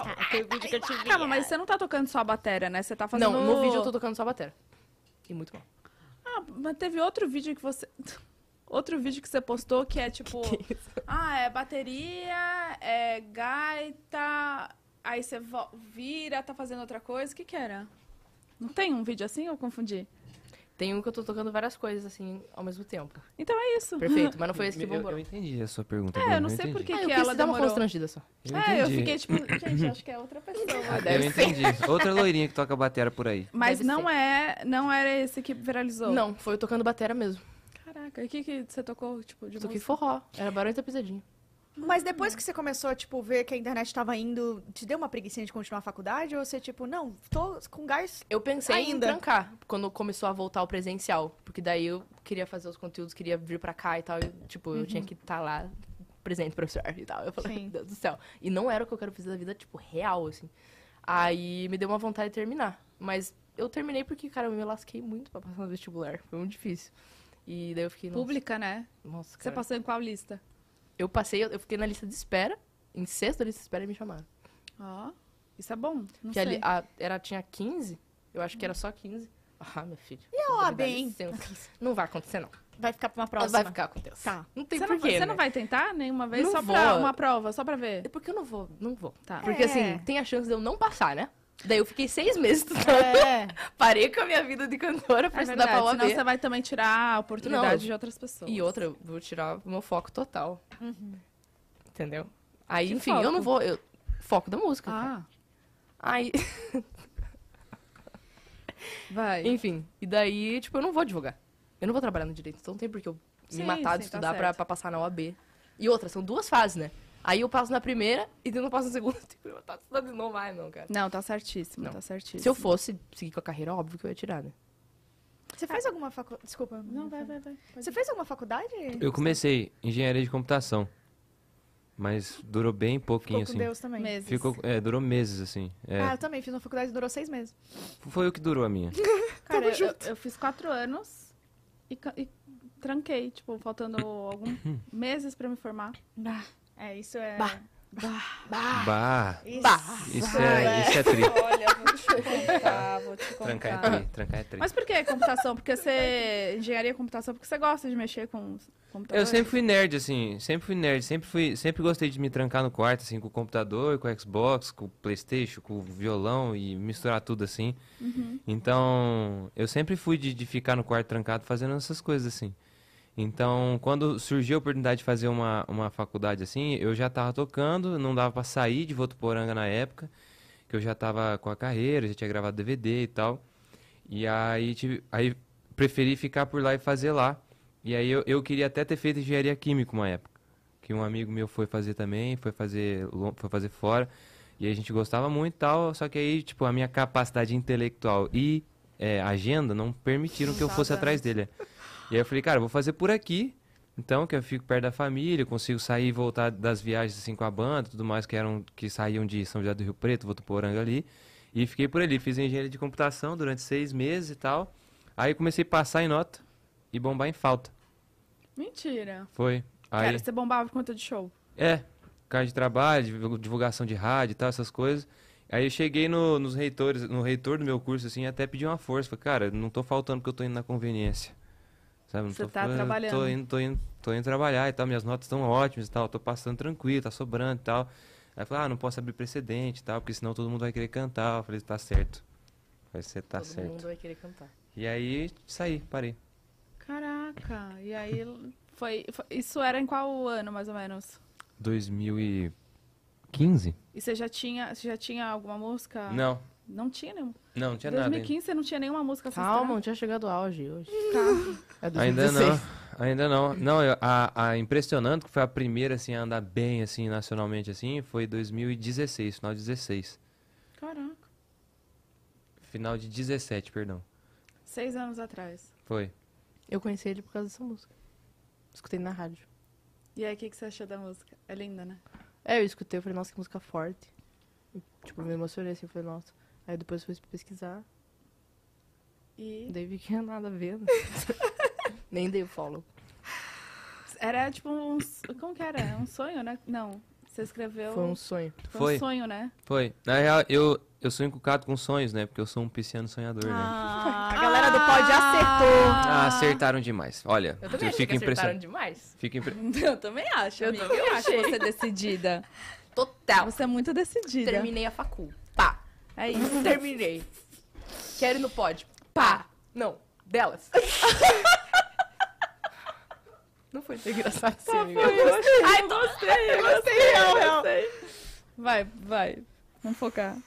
A: Calma, mas você não tá tocando só a bateria, né? Você tá fazendo.
D: Não, no vídeo eu tô tocando só batera. E muito bom.
A: Ah, mas teve outro vídeo que você. Outro vídeo que você postou que é tipo. ah, é bateria, é gaita, aí você vo- vira, tá fazendo outra coisa. O que que era? Não tem um vídeo assim? Eu confundi.
D: Tem um que eu tô tocando várias coisas, assim, ao mesmo tempo.
A: Então é isso.
D: Perfeito, mas não foi esse que
C: Eu, eu
D: bombou.
C: entendi a sua pergunta.
A: É,
C: Bruno,
A: eu não sei
C: entendi.
A: por que
D: Ah,
A: que
D: quis
A: ela
D: dar uma
A: demorou.
D: constrangida só.
A: é, eu
C: entendi.
A: fiquei tipo, gente, acho que é outra pessoa.
C: Eu entendi. Outra loirinha que toca batera por aí.
A: Mas
D: Ah, Deve
A: não
D: ser.
A: é, não era esse que viralizou.
D: Não, foi eu tocando batera mesmo.
A: Caraca, e o que, que você tocou, tipo, de
D: Eu toquei
A: música?
D: forró. Era barulho da pisadinha.
B: Mas depois que você começou a, tipo, ver que a internet tava indo, te deu uma preguiça de continuar a faculdade? Ou você, tipo, não, tô com gás...
D: Eu pensei
B: Ainda.
D: em trancar quando começou a voltar o presencial. Porque daí eu queria fazer os conteúdos, queria vir pra cá e tal. E, tipo, eu tinha que estar lá presente, professor e tal. Eu falei,
B: Sim.
D: meu Deus do céu. E não era o que eu quero fazer da vida, tipo, real, assim. Aí me deu uma vontade de terminar. Mas eu terminei porque, cara, eu me lasquei muito pra passar no vestibular. Foi muito difícil. E daí eu fiquei. nossa,
A: Pública, né?
D: Nossa,
A: Você
D: cara.
A: passou em qual lista?
D: Eu passei, eu- eu fiquei na lista de espera. Em sexta lista de espera e me chamaram.
A: Ó, isso é bom. Não
D: Que
A: sei.
D: ali, a- era, tinha 15, eu acho que era só 15. Ah, meu filho. E
B: a OAB, hein?
D: Não vai acontecer, não.
B: Vai ficar pra uma
D: Ela
B: próxima.
D: Vai ficar com Deus.
B: Tá.
D: Não tem
A: Você, não,
D: porquê,
A: você
D: né?
A: não vai tentar nenhuma vez?
D: Não
A: só
D: vou.
A: pra uma prova, só pra ver?
D: É porque eu não vou, não vou.
A: Tá.
D: Porque
B: É.
D: assim, tem a chance de eu não passar, né? Daí eu fiquei seis meses estudando.
B: É.
D: Parei com a minha vida de cantora pra
A: É
D: estudar pra
A: verdade,
D: OAB.
A: senão você vai também tirar a oportunidade
D: Não.
A: de outras pessoas.
D: E outra, eu vou tirar o meu foco total. Entendeu? Aí,
A: Que
D: enfim,
A: foco?
D: eu não vou. Eu... Foco da música. cara.
A: Ah,
D: Aí,
A: vai.
D: enfim. E daí, tipo, eu não vou divulgar. Eu não vou trabalhar no direito. Então não tem porque eu
A: Sim,
D: me matar de
A: sim, tá
D: estudar pra,
A: certo.
D: pra passar na OAB. E outra, são duas fases, né? Aí eu passo na primeira e daí eu não passo na segunda. Tipo, eu tá estudando de novo, ai não, cara.
A: Não, tá certíssimo,
D: Não.
A: tá certíssimo.
D: Se eu fosse seguir com a carreira, óbvio que eu ia tirar, né?
B: Você fez alguma faculdade... Desculpa.
A: Não, vai, vai, vai.
B: Você fez alguma faculdade?
C: Eu comecei engenharia de computação. Mas durou bem
B: Ficou
C: pouquinho,
B: com
C: assim.
B: Deus também.
A: Meses.
C: Ficou, é, durou meses, assim. É,
B: Ah, eu também fiz uma faculdade que durou seis meses.
C: Foi o que durou a minha.
A: Cara,
B: Tamo
A: eu,
B: junto.
A: eu- eu fiz quatro anos e, ca- e tranquei, tipo, faltando alguns meses pra me formar.
B: É, isso é...
D: Bah.
A: Ah!
C: Bah.
B: Bah.
C: Isso é, isso é tri.
A: Olha, vou te contar, vou te contar.
C: Trancar é tri, trancar é tri.
A: Mas por que computação? Porque você. Engenharia e computação, porque você gosta de mexer com os
C: Eu
A: computadores?
C: sempre fui nerd, assim, sempre fui nerd, sempre fui, sempre gostei de me trancar no quarto, assim, com o computador, com o Xbox, com o Playstation, com o violão e misturar tudo, assim. Então, eu sempre fui de, de ficar no quarto trancado fazendo essas coisas, assim. Então, quando surgiu a oportunidade de fazer uma, uma faculdade, assim, eu já tava tocando, não dava pra sair de Votuporanga na época, que eu já tava com a carreira, já tinha gravado DVD e tal. E aí, tive, aí preferi ficar por lá e fazer lá. E aí eu, eu queria até ter feito engenharia química uma época. Que um amigo meu foi fazer também, foi fazer, lo- foi fazer fora. E a gente gostava muito e tal. Só que aí, tipo, a minha capacidade intelectual e é, agenda não permitiram que eu fosse atrás dele. E aí eu falei, cara, eu vou fazer por aqui. Então, que eu fico perto da família, eu consigo sair e voltar das viagens assim com a banda, tudo mais que eram que saíam de São José do Rio Preto, Votuporanga ali. E fiquei por ali, fiz engenharia de computação durante seis meses e tal. Aí comecei a passar em nota e bombar em falta.
A: Mentira.
C: Foi. Aí,
A: Cara, você bombava por conta de show.
C: É, carga de trabalho, divulga- divulgação de rádio e tal, essas coisas. Aí eu cheguei no, nos reitores, no reitor do meu curso, assim, até pedi uma força. Falei, cara, não tô faltando porque eu tô indo na conveniência. Sabe? Não
A: Você
C: tô,
A: tá
C: fa- eu Tô
A: trabalhando.
C: indo, tô indo, tô indo trabalhar e tal, minhas notas estão ótimas e tal, tô passando tranquilo, tá sobrando e tal. Aí eu falei, ah, não posso abrir precedente e tal, porque senão todo mundo vai querer cantar. Eu falei, tá certo. Eu Falei, você tá
D: Todo
C: certo.
D: mundo vai querer cantar.
C: E aí, saí, parei.
A: Caraca. E aí foi, foi- Isso era em qual ano, mais ou menos?
C: 2015?
A: E você já tinha. Você já tinha alguma música?
C: Não,
A: Não tinha nenhuma.
C: não, não tinha nada ainda.
A: 2015 você não tinha nenhuma música
D: Calma,
A: sustentando?
D: não tinha chegado ao auge hoje. É
C: Ainda
D: 2016.
C: não, ainda não. Não, eu- a, a impressionante que foi a primeira assim a andar bem assim nacionalmente assim, foi 2016, final de 16.
A: Caraca.
C: Final de 17, perdão.
A: Seis anos atrás.
C: Foi.
D: Eu conheci ele por causa dessa música. Escutei na rádio.
A: E aí, o que, que você achou da música? É linda, né?
D: É, eu escutei, eu falei, nossa, que música forte. E, tipo, me emocionei assim, eu falei, nossa. Aí depois fui pesquisar,
A: E
D: daí vi que não nada a ver. né? Nem dei o follow.
A: era tipo um. Como que era? Um sonho, né? Não. Você escreveu.
D: Foi um sonho.
A: foi um
C: Foi.
A: sonho, né?
C: Foi. Na real, eu eu sou encucado com sonhos, né? Porque eu sou um pisciano sonhador, né?
A: Ah,
B: A galera do pod acertou.
C: Ah, acertaram demais. Olha, eu, fico impressionado.
D: demais.
C: Fico impre-
A: Eu também acho,
D: Eu
A: amiga.
D: também
A: eu acho
D: achei.
A: você é decidida.
D: Total.
A: Você é muito decidida.
D: Terminei a facu. Pá.
A: É isso.
D: Terminei. Quero ir no pod. Pá. Não. Delas. não foi tão engraçado assim, amiga.
A: Ai, gostei, gostei, real, real. Vai, vai. Vamos focar.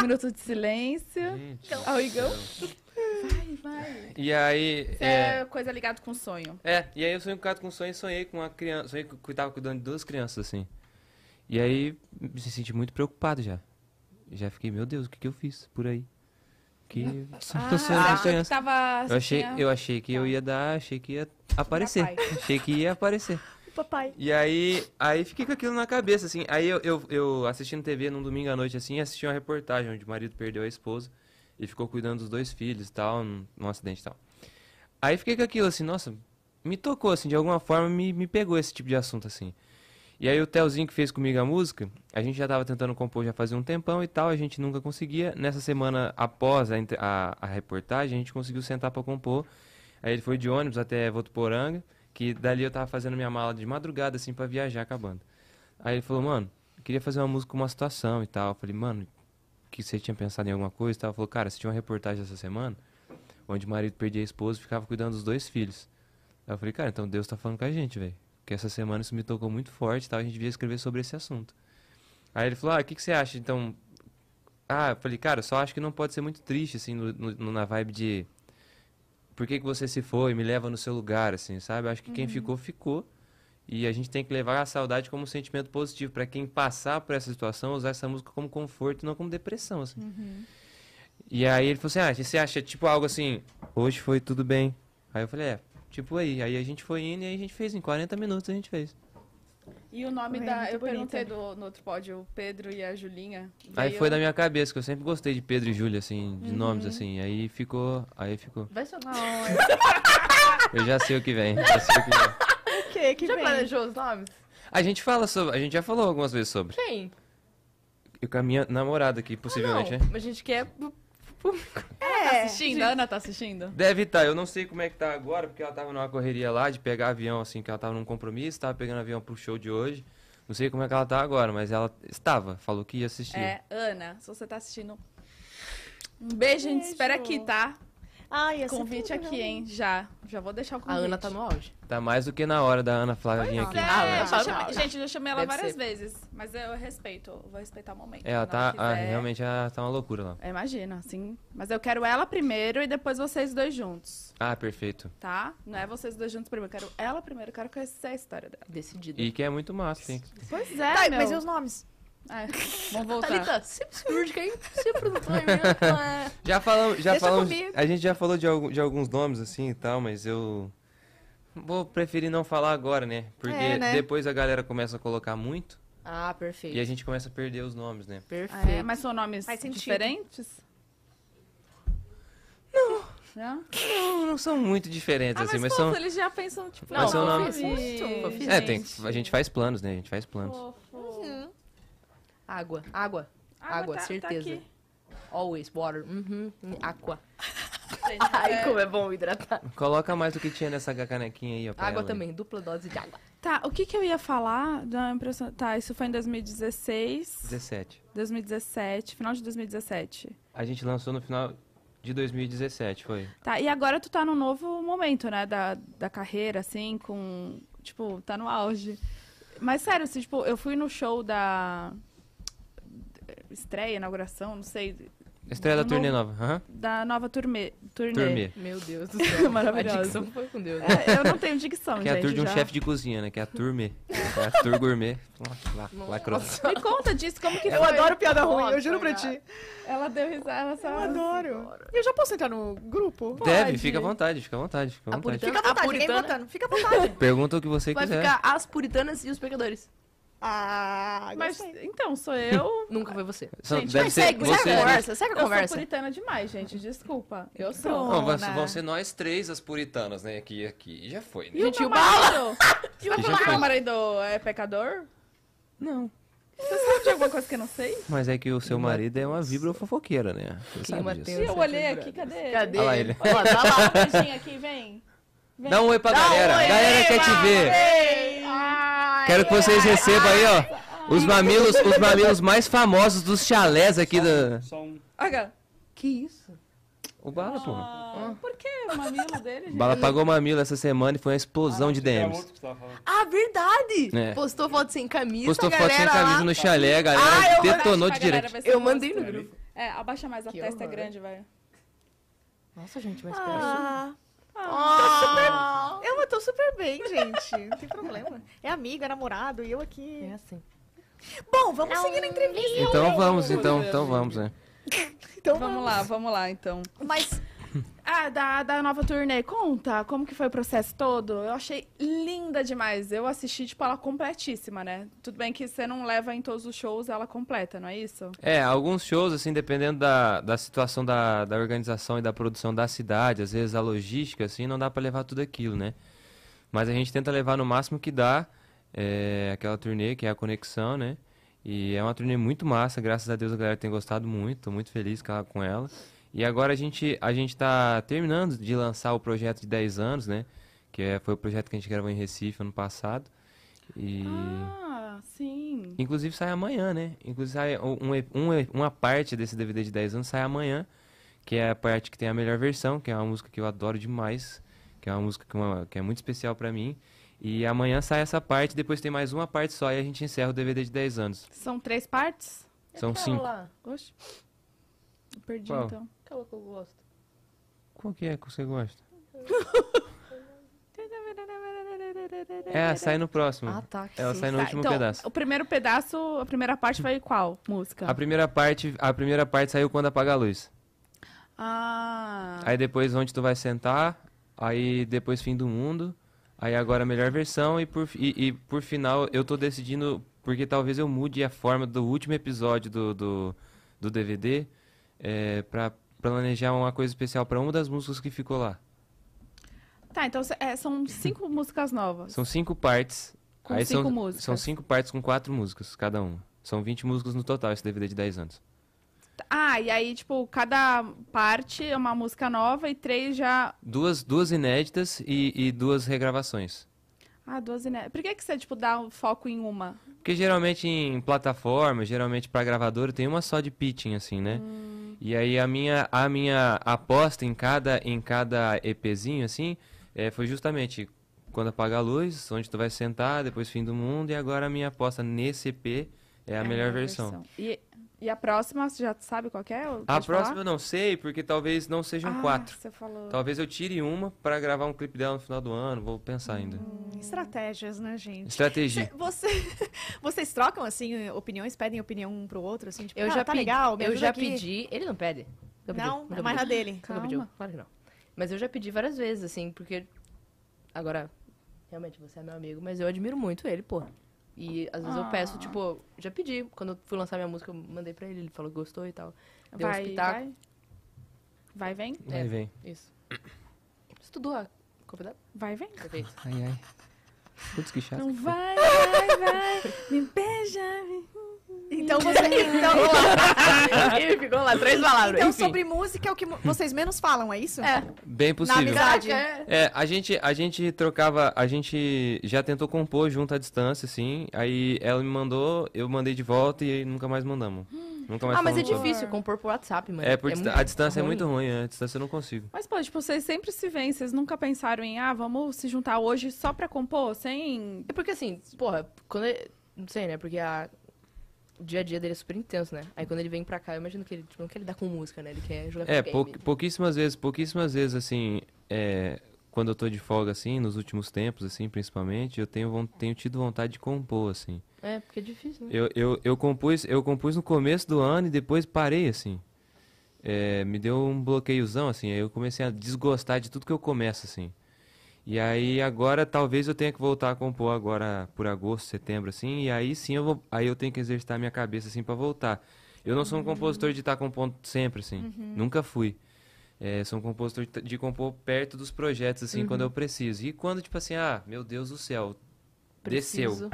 A: Minuto de silêncio.
C: Gente.
A: Então, Ao Igão. Vai, vai.
C: E aí,
A: Isso
C: é...
A: é coisa ligada com sonho.
C: É, e aí eu sou encucado com sonho e sonhei com uma criança, sonhei que eu tava cuidando de duas crianças, assim. E aí me senti muito preocupado já. Já fiquei, meu Deus, o que que eu fiz por aí? Que tô sonhando com
A: ah, achou que
C: criança.
A: tava...
C: Eu achei,
A: tinha-
C: eu achei que eu ia dar, achei que ia aparecer.
D: pai.
C: Achei que ia aparecer.
B: Papai.
C: E aí, aí fiquei com aquilo na cabeça, assim. Aí eu, eu, eu assistindo TV num domingo à noite, assim, assisti uma reportagem onde o marido perdeu a esposa e ficou cuidando dos dois filhos e tal, num, num acidente e tal. Aí fiquei com aquilo, assim, nossa, me tocou, assim, de alguma forma me, me pegou esse tipo de assunto, assim. E aí o Telzinho que fez comigo a música, a gente já tava tentando compor já fazia um tempão e tal, a gente nunca conseguia. Nessa semana após a, entre- a, a reportagem, a gente conseguiu sentar pra compor. Aí ele foi de ônibus até Votuporanga, que dali eu tava fazendo minha mala de madrugada, assim, pra viajar com a banda. Aí ele falou, mano, eu queria fazer uma música com uma situação e tal. Eu falei, mano, que você tinha pensado em alguma coisa e tal? Ele falou, cara, você tinha uma reportagem essa semana, onde o marido perdia a esposa e ficava cuidando dos dois filhos. Aí eu falei, cara, então Deus tá falando com a gente, velho. Porque essa semana isso me tocou muito forte e tal, a gente devia escrever sobre esse assunto. Aí ele falou, ah, o que, que você acha, então... Ah, eu falei, cara, eu só acho que não pode ser muito triste, assim, no- no- na vibe de por que, que você se foi, me leva no seu lugar, assim, sabe? Eu Acho que quem ficou, ficou. E a gente tem que levar a saudade como um sentimento positivo para quem passar por essa situação, usar essa música como conforto, e não como depressão, assim. E aí ele falou assim, ah, você acha tipo algo assim, hoje foi tudo bem. Aí eu falei, é, tipo aí. Aí a gente foi indo e aí a gente fez, em 40 minutos a gente fez.
A: E o nome
B: Ué,
A: da...
B: muito
A: Eu perguntei
B: bonita.
A: do, no outro pódio, o Pedro e a Julinha.
C: Aí
A: Veio-
C: foi da minha cabeça, que eu sempre gostei de Pedro e Júlia, assim, de nomes, assim. Aí ficou, aí ficou.
D: Vai sonar.
C: Eu já sei o que vem, já sei o que vem.
B: O que que
D: Já
B: vem?
D: planejou os nomes?
C: A gente fala sobre. A gente já falou algumas vezes sobre.
D: Quem?
C: Eu com a minha namorada aqui, possivelmente,
D: não.
C: né?
D: A gente quer.
A: Tá
B: É.
A: assistindo? A Ana tá assistindo?
C: Deve estar, eu não sei como é que tá agora, porque ela tava numa correria lá de pegar avião, assim, que ela tava num compromisso, tava pegando avião pro show de hoje. Não sei como é que ela tá agora, mas ela estava, falou que ia assistir.
A: É, Ana, se você tá assistindo. Um beijo, a gente
B: Beijo.
A: espera aqui, tá?
B: Ai, esse
A: Convite
B: tudo,
A: aqui,
B: né?
A: hein? Já. Já vou deixar o
D: A
A: convite.
D: Ana tá no auge.
C: Tá mais do que na hora da Ana Flávia vir aqui.
A: É,
D: Ah,
A: eu
D: ela
A: já
D: tá
A: chamei-
D: na-
A: gente, eu já chamei ela
D: Deve
A: várias
D: ser.
A: vezes. Mas eu respeito, eu vou respeitar o momento.
C: É, Ela
A: Quando ela
C: tá. ah,
A: quiser.
C: realmente ela tá uma loucura lá.
A: É, Imagina, assim. Mas eu quero ela primeiro e depois vocês dois juntos,
C: Ah, perfeito.
A: tá? Não é vocês dois juntos primeiro. Eu quero ela primeiro, eu quero conhecer a história dela.
D: Decidida.
C: E que é muito massa, hein?
A: Pois é,
B: Tá,
A: meu.
B: mas e os nomes?
A: É, vamos voltar.
D: Thalita, sempre cirúrgica, hein? Sempre no planejamento.
C: Já falamos. Já
D: Deixa
C: falamos
D: comigo.
C: a gente já falou de, algu- de alguns nomes assim e tal, mas eu. Vou preferir não falar agora, né? Porque
B: É, né?
C: depois a galera começa a colocar muito
D: Ah,
C: e a
D: perfeito.
C: gente começa a perder os nomes, né?
D: Perfeito.
A: É, mas são nomes
B: Faz sentido.
A: diferentes? Não.
C: Não, não são muito diferentes,
A: Ah,
C: assim,
A: mas,
C: mas
A: fofo,
C: são.
A: eles já pensam, tipo...
C: Mas são
A: "Ai,
C: nomes-
A: gente,
D: Fofinhos.
C: É, tem, a gente faz planos, né? A gente faz planos.
A: fofo.
D: Água, água. Água,
A: tá- tá
D: certeza.
A: aqui.
D: Always water. Uhum. Aqua.
A: Gente,
D: Ai, como é bom hidratar.
C: Coloca mais do que tinha nessa canequinha aí, ó. pra
D: Água
C: ela aí.
D: também, dupla dose de água.
A: Tá, o que que eu ia falar? Dá uma impressão... Tá, isso foi em 2016,
C: 17.
A: 2017, final de 2017.
C: A gente lançou no final de 2017, foi.
A: Tá, e agora tu tá num novo momento, né, da, da carreira, assim, com... Tipo, tá no auge. Mas sério, assim, tipo, eu fui no show da... Estreia, inauguração, não sei,
C: A estreia da
A: Não-
C: turnê nova. Aham.
A: da nova turnê. Turnê.
C: Turnê.
D: Meu Deus do céu.
A: Maravilhosa.
D: A dicção foi com Deus. né?
A: É, eu não tenho dicção,
C: Que é
A: gente.
C: a tour de um
A: já.
C: chefe de cozinha, né? Que é a turme. É a tour gourmet. Lá- lá- Lacrou.
A: Me conta disso, como que
B: Eu
A: foi?
B: adoro piada ruim, eu
D: Nossa,
B: juro pra
D: cara.
B: ti.
A: Ela deu risada, ela só...
B: Eu adoro. Eu já posso entrar no grupo?
C: Deve, fica à vontade, fica à vontade, fica à
D: A
C: vontade.
B: Fica à
D: puritana-
B: vontade,
D: A
B: ninguém
D: puritana-
B: votando. Fica à vontade.
C: Pergunta o que você
D: Vai
C: quiser.
D: ficar as puritanas e os pecadores.
B: Ah,
A: Mas,
B: gostei.
A: então, sou eu...
D: Nunca foi você.
C: São-
A: Gente,
C: deve
A: mas
C: ser
A: segue,
C: vocês,
A: segue
C: né?
A: a
D: conversa, segue a
A: Eu sou
D: conversa.
A: puritana demais, gente, desculpa. Eu sou.
C: Não, vão,
A: né?
C: vão ser nós três as puritanas, né? Aqui, aqui. Já foi, né?
A: E o
D: Gente, e
A: meu
D: o
A: marido? E
C: Que
A: o
C: já
A: meu
C: foi.
A: marido é pecador?
C: Não.
A: Você sabe de alguma coisa que eu não sei?
C: Mas é que o seu marido é uma vibra fofoqueira, né? Você
D: Clima
C: sabe
A: E
D: tenso.
C: disso.
A: eu olhei aqui, cadê ele?
D: Cadê?
C: Olha lá ele.
D: Olha lá, tá
A: Dá
D: lá.
A: um beijinho aqui, vem. Vem.
C: Dá um oi pra galera.
D: oi,
C: galera
D: oi,
C: quer te ver.
A: Ei!
C: Quero que vocês recebam aí, ó. Os mamilos, os mamilos mais famosos dos chalés aqui da.
F: Só um.
A: Olha,
D: Que isso?
C: O Bala, porra.
A: ah, por que o mamilo dele, gente?
C: Bala pagou mamilo essa semana e foi uma explosão um de
F: Acho que era
C: DMs.
F: outro que você tava falando.
D: Ah, verdade!
C: É.
D: Postou foto sem camisa,
C: Postou
D: a
C: foto
D: é galera
C: sem camisa
D: lá.
C: no chalé, a galera
D: Ah, eu
C: detonou
A: Acho
C: de
A: que a galera
C: direito.
A: vai ser
D: Eu
A: boa.
D: mandei no grupo.
A: É, abaixa mais, a
D: Que
A: testa é
D: horror.
A: grande, vai.
D: Nossa, gente, mas
B: Ah,
D: Ah,
B: eu tô super bem, gente. Não tem problema. É amiga, é namorado e eu aqui.
D: É assim.
B: Bom, vamos seguir na entrevista.
C: Então vamos, então, então vamos, né?
B: Então
A: Vamos lá, vamos lá, então.
B: Mas
A: Ah, da, da nova turnê, conta como que foi o processo todo. Eu achei linda demais. Eu assisti, tipo, ela completíssima, né? Tudo bem que você não leva em todos os shows ela completa, não é isso?
C: É, alguns shows, assim, dependendo da, da situação da, da organização e da produção da cidade, às vezes a logística, assim, não dá pra levar tudo aquilo, né? Mas a gente tenta levar no máximo que dá é, aquela turnê, que é a Conexão, né? E é uma turnê muito massa, graças a Deus a galera tem gostado muito, tô muito feliz com ela. com ela. E agora a gente, a gente tá terminando de lançar o projeto de 10 anos, né? Que é- foi o projeto que a gente gravou em Recife ano passado. E...
A: Ah, sim.
C: Inclusive sai amanhã, né? Inclusive sai um, e- um e- uma parte desse DVD de 10 anos sai amanhã, que é a parte que tem a melhor versão, que é uma música que eu adoro demais, que é uma música que, uma- que é muito especial pra mim. E amanhã sai essa parte, depois tem mais uma parte só e a gente encerra o DVD de 10 anos.
A: São três partes?
C: São cinco.
D: Lá.
A: Oxe. Eu Perdi,
C: Qual?
A: então.
D: Aquela que eu gosto.
C: Qual que é que você gosta? É, sai no próximo.
D: Ah, tá. que
C: Ela
D: sim.
C: sai no
A: Tá,
C: último
A: então,
C: pedaço.
A: O primeiro pedaço, a primeira parte foi qual música?
C: A primeira parte, a primeira parte saiu quando apaga a luz.
A: Ah.
C: Aí depois onde tu vai sentar, aí depois fim do mundo, aí agora a melhor versão e por, fi- e, e por final eu tô decidindo, porque talvez eu mude a forma do último episódio do, do, do DVD é, pra planejar uma coisa especial pra uma das músicas que ficou lá.
A: Tá, então cê- é, são cinco músicas novas.
C: São cinco partes.
A: Com
C: Aí
A: cinco
C: são,
A: músicas.
C: São cinco partes com quatro músicas, cada uma. São 20 músicas no total, esse DVD de 10 anos.
A: Ah, e aí, tipo, cada parte é uma música nova e três já.
C: Duas, duas inéditas e, e duas regravações.
A: Ah, duas inéditas. Por que, que você, tipo, dá um foco em uma?
C: Porque geralmente em plataforma, geralmente pra gravadora, tem uma só de pitching, assim, né? E aí a minha, a minha aposta em cada, em cada EPzinho, assim, eh, foi justamente quando apagar a luz, onde tu vai sentar, depois fim do mundo, e agora a minha aposta nesse EP é
A: É,
C: a melhor versão.
A: E, e a próxima, você já sabe qual que é? Ou
C: A
A: pode falar?
C: próxima eu não sei, porque talvez não sejam
A: ah,
C: quatro. Então-
A: Você falou.
C: Talvez eu tire uma pra gravar um clipe dela no final do ano, vou pensar ainda.
B: Hum. Estratégias, né, gente?
C: Estratégia.
B: Cê- Você, vocês trocam, assim, opiniões? Pedem opinião um pro outro, assim? Tipo,
D: Eu
B: "Ah,
D: já
B: tá
D: pedi.
B: legal, me
D: eu
B: ajuda
D: já
B: aqui."
D: pedi. Ele não pede. Nunca pediu,
B: Não,
D: nunca
B: é mais na
D: pediu.
B: dele.
D: Nunca
A: Calma.
D: pediu, claro que não. Mas eu já pedi várias vezes, assim, porque. Agora, realmente, você é meu amigo, mas eu admiro muito ele, pô. E às vezes eu peço,
A: Ah.
D: tipo, já pedi. Quando eu fui lançar minha música, eu mandei pra ele, ele falou que gostou e tal. Deu um
A: Vai,
D: espetáculo.
A: vai. Vai, vem.
C: Aí vem.
D: Isso. Estudou a convidada?
A: Vai, vem.
D: Perfeito.
C: Ai, ai. Putz, que chato.
A: Então vai, vai, vai. Me beija. me-
B: Então, você, então,
D: ele ficou lá, três palavras.
B: então
D: enfim.
B: sobre música é o que mu- vocês menos falam, é isso?
D: É.
C: Bem
B: Na
C: possível.
B: amizade.
D: É.
C: É, a gente, a gente trocava, a gente já tentou compor junto à distância, assim, aí ela me mandou, eu mandei de volta e aí nunca mais mandamos. Nunca mais
D: Ah, mas é
C: falamos sobre.
D: difícil compor por WhatsApp, mano.
C: É, porque
D: muito
C: a distância
D: ruim.
C: é muito ruim, é, a distância eu não consigo.
A: Mas, pô, tipo, vocês sempre se veem. Vocês nunca pensaram em, ah, vamos se juntar hoje só pra compor? Sem.
D: É porque assim, porra, quando ele. Não sei, né? Porque a- o dia a dia dele é super intenso, né? Aí quando ele vem pra cá, eu imagino que ele tipo, não quer lidar com música, né? Ele quer jogar
C: É,
D: videogame.
C: pou- pouquíssimas vezes, pouquíssimas vezes, assim, é, quando eu tô de folga, assim, nos últimos tempos, assim, principalmente, eu tenho, von- tenho tido vontade de compor, assim.
D: É, porque é difícil, né?
C: Eu, eu, eu, compus, eu compus no começo do ano e depois parei, assim. É, me deu um bloqueiozão, assim. Aí eu comecei a desgostar de tudo que eu começo, assim. E aí agora talvez eu tenha que voltar a compor agora por agosto, setembro, assim. E aí sim eu vou, aí eu tenho que exercitar minha cabeça, assim, pra voltar. Eu não sou um compositor de estar compondo sempre, assim. Nunca fui. É, sou um compositor de, de compor perto dos projetos, assim, quando eu preciso. E quando, tipo assim, ah, meu Deus do céu, desceu.
D: Preciso.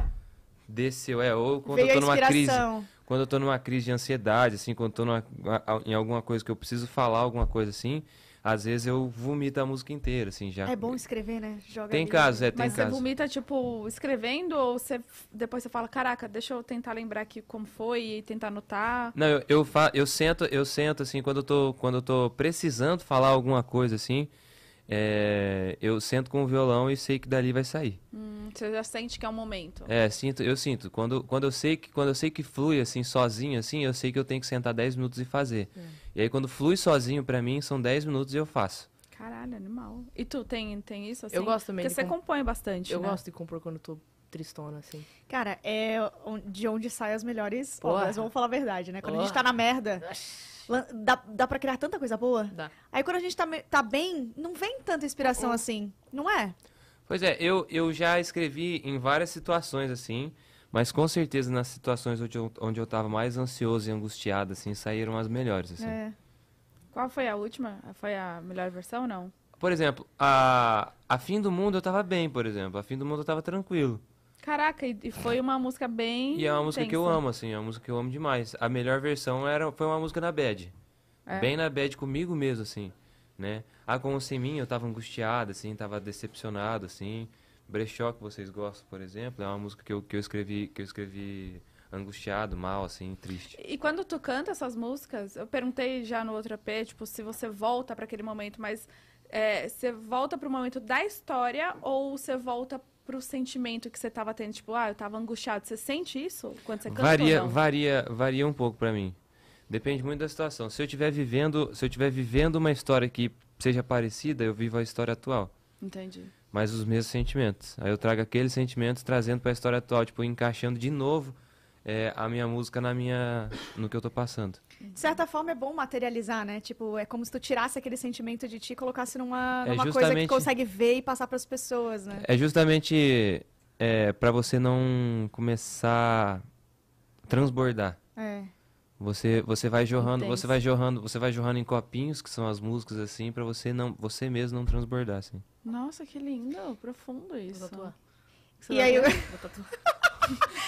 C: Desceu, é, ou quando
B: Veio
C: eu
B: a
C: tô numa crise.
B: inspiração.
C: Quando eu tô numa crise de ansiedade, assim, quando eu tô numa- a- a- em alguma coisa que eu preciso falar, alguma coisa assim, às vezes eu vomito a música inteira, assim, já.
B: É bom escrever, né? Joga
C: Tem
B: ali.
C: casos, é, tem
A: Mas você
C: casos.
A: vomita, tipo, escrevendo? Ou você depois você fala, caraca, deixa eu tentar lembrar aqui como foi e tentar anotar?
C: Não, eu, eu, fa... eu sento, eu sento, assim, quando eu tô, quando eu tô precisando falar alguma coisa, assim, é, eu sento com o violão e sei que dali vai sair.
A: Hum, Você já sente que é o momento.
C: É, sinto, eu sinto. Quando, quando eu sei que quando eu sei que flui assim sozinho assim, eu sei que eu tenho que sentar 10 minutos e fazer.
B: É.
C: E aí quando flui sozinho pra mim, são 10 minutos e eu faço.
A: Caralho, animal. E tu tem, tem isso assim?
D: Eu gosto também
A: Porque
D: de
A: você
D: comp-
A: compõe bastante.
D: Eu
A: né?
D: gosto de compor quando eu tô tristona, assim.
B: Cara, é on- de onde saem as melhores
D: Porra.
B: obras, vamos falar a verdade, né? Quando a gente
D: Porra.
B: tá na merda, lan- dá, dá pra criar tanta coisa boa.
D: Dá.
B: Aí quando a gente tá, me- tá bem, não vem tanta inspiração assim, não é?
C: Pois é, eu, eu já escrevi em várias situações assim, mas com certeza nas situações onde eu, onde eu tava mais ansioso e angustiado, assim, saíram as melhores, assim.
B: É.
A: Qual foi a última? Foi a melhor versão ou não?
C: Por exemplo, a, a Fim do Mundo eu tava bem, por exemplo. A Fim do Mundo eu tava tranquilo.
A: Caraca, e, e foi uma música bem.
C: E é uma música que eu
A: intensa.
C: amo, assim, é uma música que eu amo demais. A melhor versão era, foi uma música na bad.
A: É.
C: Bem na bad comigo mesmo, assim, né? A com Você em Mim eu tava angustiado, assim, tava decepcionado, assim. Brechó, que vocês gostam, por exemplo, é uma música que eu, que eu escrevi, que eu escrevi angustiado, mal, assim, triste.
A: E quando tu canta essas músicas, eu perguntei já no outro EP, tipo, se você volta pra aquele momento, mas é, você volta pro momento da história ou você volta pro sentimento que você tava tendo, tipo, ah, eu tava angustiado. Você sente isso quando você canta
C: Varia,
A: ou não?
C: varia, varia um pouco pra mim. Depende muito da situação. Se eu estiver vivendo, se eu tiver vivendo uma história que seja parecida, eu vivo a história atual.
A: Entendi.
C: mas os mesmos sentimentos. Aí eu trago aqueles sentimentos trazendo pra história atual, tipo, encaixando de novo é, a minha música na minha no que eu tô passando.
B: De certa forma é bom materializar, né? Tipo, é como se tu tirasse aquele sentimento de ti e colocasse
D: É,
B: numa, numa coisa que
C: justamente-
B: tu consegue ver e passar pras pessoas, né?
C: É justamente é, para você não começar a transbordar.
B: É.
C: Você você vai jorrando,
A: Intenso.
C: você vai jorrando, você vai jorrando em copinhos, que são as músicas assim, pra você não você mesmo não transbordar assim.
A: Nossa, que lindo, profundo isso.
D: Vou tatuar.
B: E aí, eu-
D: Vou tatuar.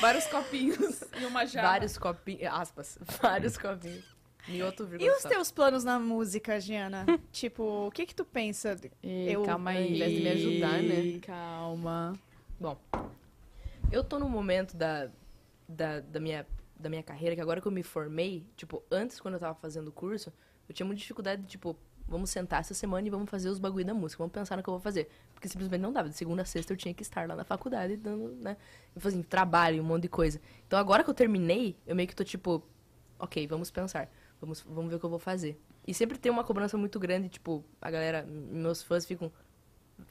A: Vários copinhos e uma jarra.
D: Vários copinhos, aspas, vários copinhos. Mioto,
B: E os teus planos na música, Giana? tipo, o que que tu pensa?
A: E,
B: Eu-
A: calma
D: ao
A: aí.
D: invés de me ajudar, né?
A: Calma.
D: Eu tô num momento da, da, da, minha, da minha carreira que agora que eu me formei, tipo, antes quando eu tava fazendo o curso, eu tinha muita dificuldade de, tipo, vamos sentar essa semana e vamos fazer os bagulho da música, vamos pensar no que eu vou fazer. Porque simplesmente não dava. De segunda a sexta eu tinha que estar lá na faculdade dando, né? Eu fazia trabalho, um monte de coisa. Então agora que eu terminei, eu meio que tô tipo, ok, vamos pensar. Vamos, vamos ver o que eu vou fazer. E sempre tem uma cobrança muito grande, tipo, a galera, meus fãs ficam.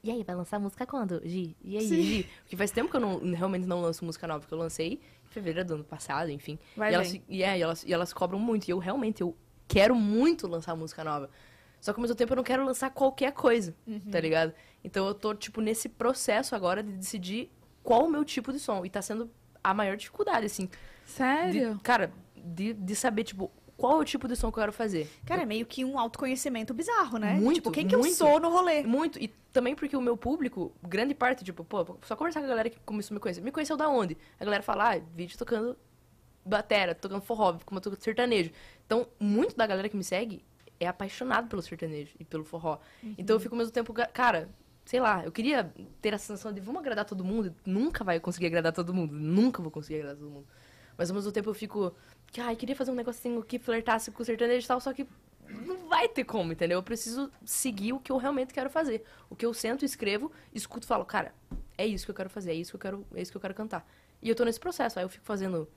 D: E aí, vai lançar música quando, Gi? E aí, Gi? Porque faz tempo que eu não, realmente não lanço música nova, porque eu lancei em fevereiro do ano passado, enfim.
A: Vai
D: e, elas,
A: bem.
D: e, é, e elas, e elas cobram muito. E eu realmente, eu quero muito lançar música nova. Só que ao mesmo tempo eu não quero lançar qualquer coisa,
A: Uhum.
D: tá ligado? Então eu tô, tipo, nesse processo agora de decidir qual o meu tipo de som. E tá sendo a maior dificuldade, assim.
A: Sério?
D: De, cara, de, de saber, tipo, qual é o tipo de som que eu quero fazer.
B: Cara, é meio que um autoconhecimento bizarro, né?
D: Muito,
B: tipo, quem que eu
D: muito.
B: sou no rolê?
D: Muito. E também porque o meu público, grande parte, tipo, pô, só conversar com a galera que começou a me conhecer. Me conheceu da onde? A galera fala, ah, vídeo tocando batera, tocando forró, como eu toco sertanejo. Então, muito da galera que me segue é apaixonado pelo sertanejo e pelo forró. Então eu fico ao mesmo tempo, ga- cara, sei lá, eu queria ter a sensação de vamos agradar todo mundo, nunca vai conseguir agradar todo mundo, nunca vou conseguir agradar todo mundo. Mas ao mesmo tempo eu fico, que, ai, queria fazer um negocinho que flertasse com o sertanejo e tal, só que não vai ter como, entendeu? Eu preciso seguir o que eu realmente quero fazer. O que eu sento, escrevo, escuto e falo, cara, é isso que eu quero fazer, é isso que eu quero, é isso que eu quero cantar. E eu tô nesse processo, aí eu fico fazendo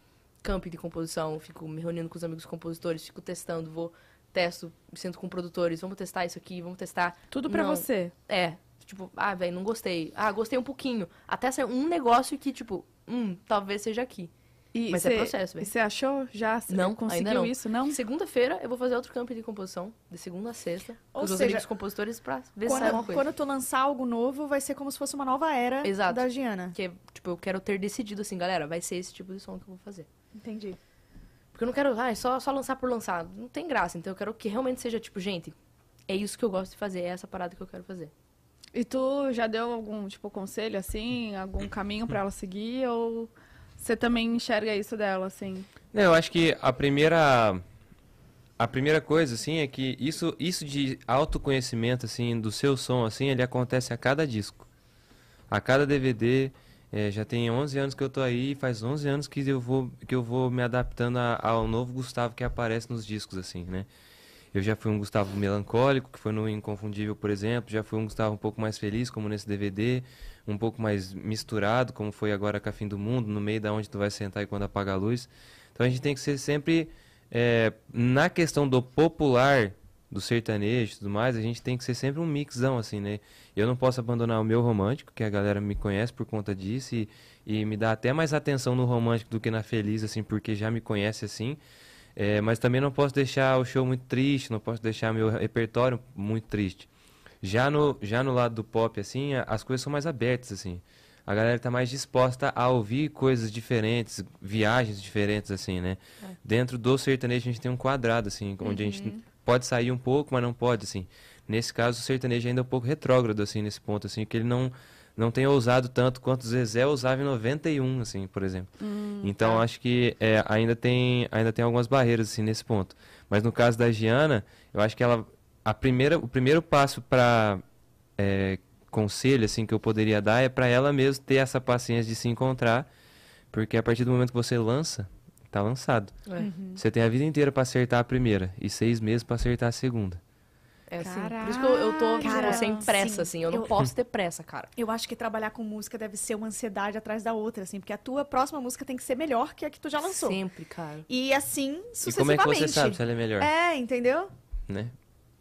D: camping de composição, fico me reunindo com os amigos compositores, fico testando, vou testo, me sento com produtores, vamos testar isso aqui, vamos testar.
A: Tudo pra
D: Não.
A: você.
D: É, tipo, ah, velho, não gostei. Ah, gostei um pouquinho. Até sair um negócio que, tipo, hum, talvez seja aqui.
A: E
D: Mas é
A: E
D: processo, velho.
A: você achou? Já Cê
D: Não,
A: conseguiu
D: ainda não.
A: isso,
B: Então
A: não?
D: Segunda-feira eu vou fazer outro campo de composição, de segunda a sexta,
B: Ou
D: com os meus
B: seja,
D: amigos compositores pra ver se sai uma
B: Quando,
D: coisa.
B: quando tu lançar algo novo, vai ser como se fosse uma nova era
D: Exato.
B: da Giana.
D: Porque, tipo, eu quero ter decidido assim, galera, vai ser esse tipo de som que eu vou fazer.
B: Entendi.
D: Porque eu não quero, ah, é só, só lançar por lançar. Não tem graça. Então eu quero que realmente seja, tipo, gente, é isso que eu gosto de fazer, é essa parada que eu quero fazer.
A: E tu já deu algum, tipo, conselho, assim? Algum caminho pra ela seguir? Ou você também enxerga isso dela, assim?
C: Não, eu acho que a primeira a primeira coisa assim é que isso isso de autoconhecimento assim do seu som assim, ele acontece a cada disco. A cada DVD, eh, já tem 11 anos que eu tô aí, e faz 11 anos que eu vou que eu vou me adaptando a- ao novo Gustavo que aparece nos discos assim, né? Eu já fui um Gustavo melancólico, que foi no Inconfundível, por exemplo, já fui um Gustavo um pouco mais feliz, como nesse DVD, um pouco mais misturado, como foi agora com a Fim do Mundo, no meio da onde tu vai sentar e quando apaga a luz. Então a gente tem que ser sempre, é, na questão do popular, do sertanejo e tudo mais, a gente tem que ser sempre um mixão, assim, né? Eu não posso abandonar o meu romântico, que a galera me conhece por conta disso e, e me dá até mais atenção no romântico do que na feliz, assim, porque já me conhece assim. É, mas também não posso deixar o show muito triste, não posso deixar meu repertório muito triste. Já no, já no lado do pop, assim, a- as coisas são mais abertas, assim. A galera tá mais disposta a ouvir coisas diferentes, viagens diferentes, assim, né? Dentro do sertanejo a gente tem um quadrado, assim, onde a gente pode sair um pouco, mas não pode, assim. Nesse caso, o sertanejo ainda é um pouco retrógrado, assim, nesse ponto, assim, que ele não, não tem ousado tanto quanto o Zezé ousava em 91, assim, por exemplo. então,
B: Tá.
C: acho que é, ainda, tem, ainda tem algumas barreiras, assim, nesse ponto. Mas no caso da Giana, eu acho que ela... A primeira, o primeiro passo para conselho, assim, que eu poderia dar é para ela mesmo ter essa paciência de se encontrar, porque a partir do momento que você lança, tá lançado.
D: É,
B: Uhum.
C: Você tem a vida inteira para acertar a primeira e seis meses para acertar a segunda.
D: é assim. Por isso que eu, eu tô tipo,
B: Caraca.
D: sem pressa,
B: Sim.
D: assim. Eu não
B: Eu-
D: posso ter pressa, cara.
B: Eu acho que trabalhar com música deve ser uma ansiedade atrás da outra, assim, porque a tua próxima música tem que ser melhor que a que tu já lançou.
D: Sempre, cara.
B: E assim
C: E como é
B: sucessivamente.
C: que você sabe se ela é melhor,
B: É, entendeu?
C: né?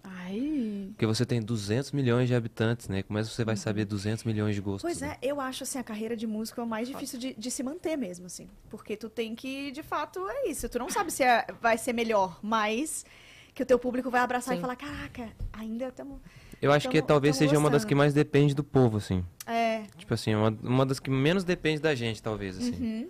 A: Ai,
C: Porque você tem 200 milhões de habitantes, né? Como é que você vai saber 200 milhões de gostos?
B: Pois
C: né?
B: é, eu acho assim, a carreira de músico é o mais difícil de, de se manter mesmo, assim. Porque tu tem que, de fato, é isso. Tu não sabe se é- vai ser melhor, mas que o teu público vai abraçar e
D: Sim.
B: falar, caraca, ainda estamos...
C: Eu
D: Então
C: acho que
B: Tamo-
C: talvez
B: tamo
C: seja uma das
B: gostando.
C: que mais depende do povo, assim.
B: É,
C: Tipo assim, uma, uma das que menos depende da gente, talvez, assim.
D: Uhum,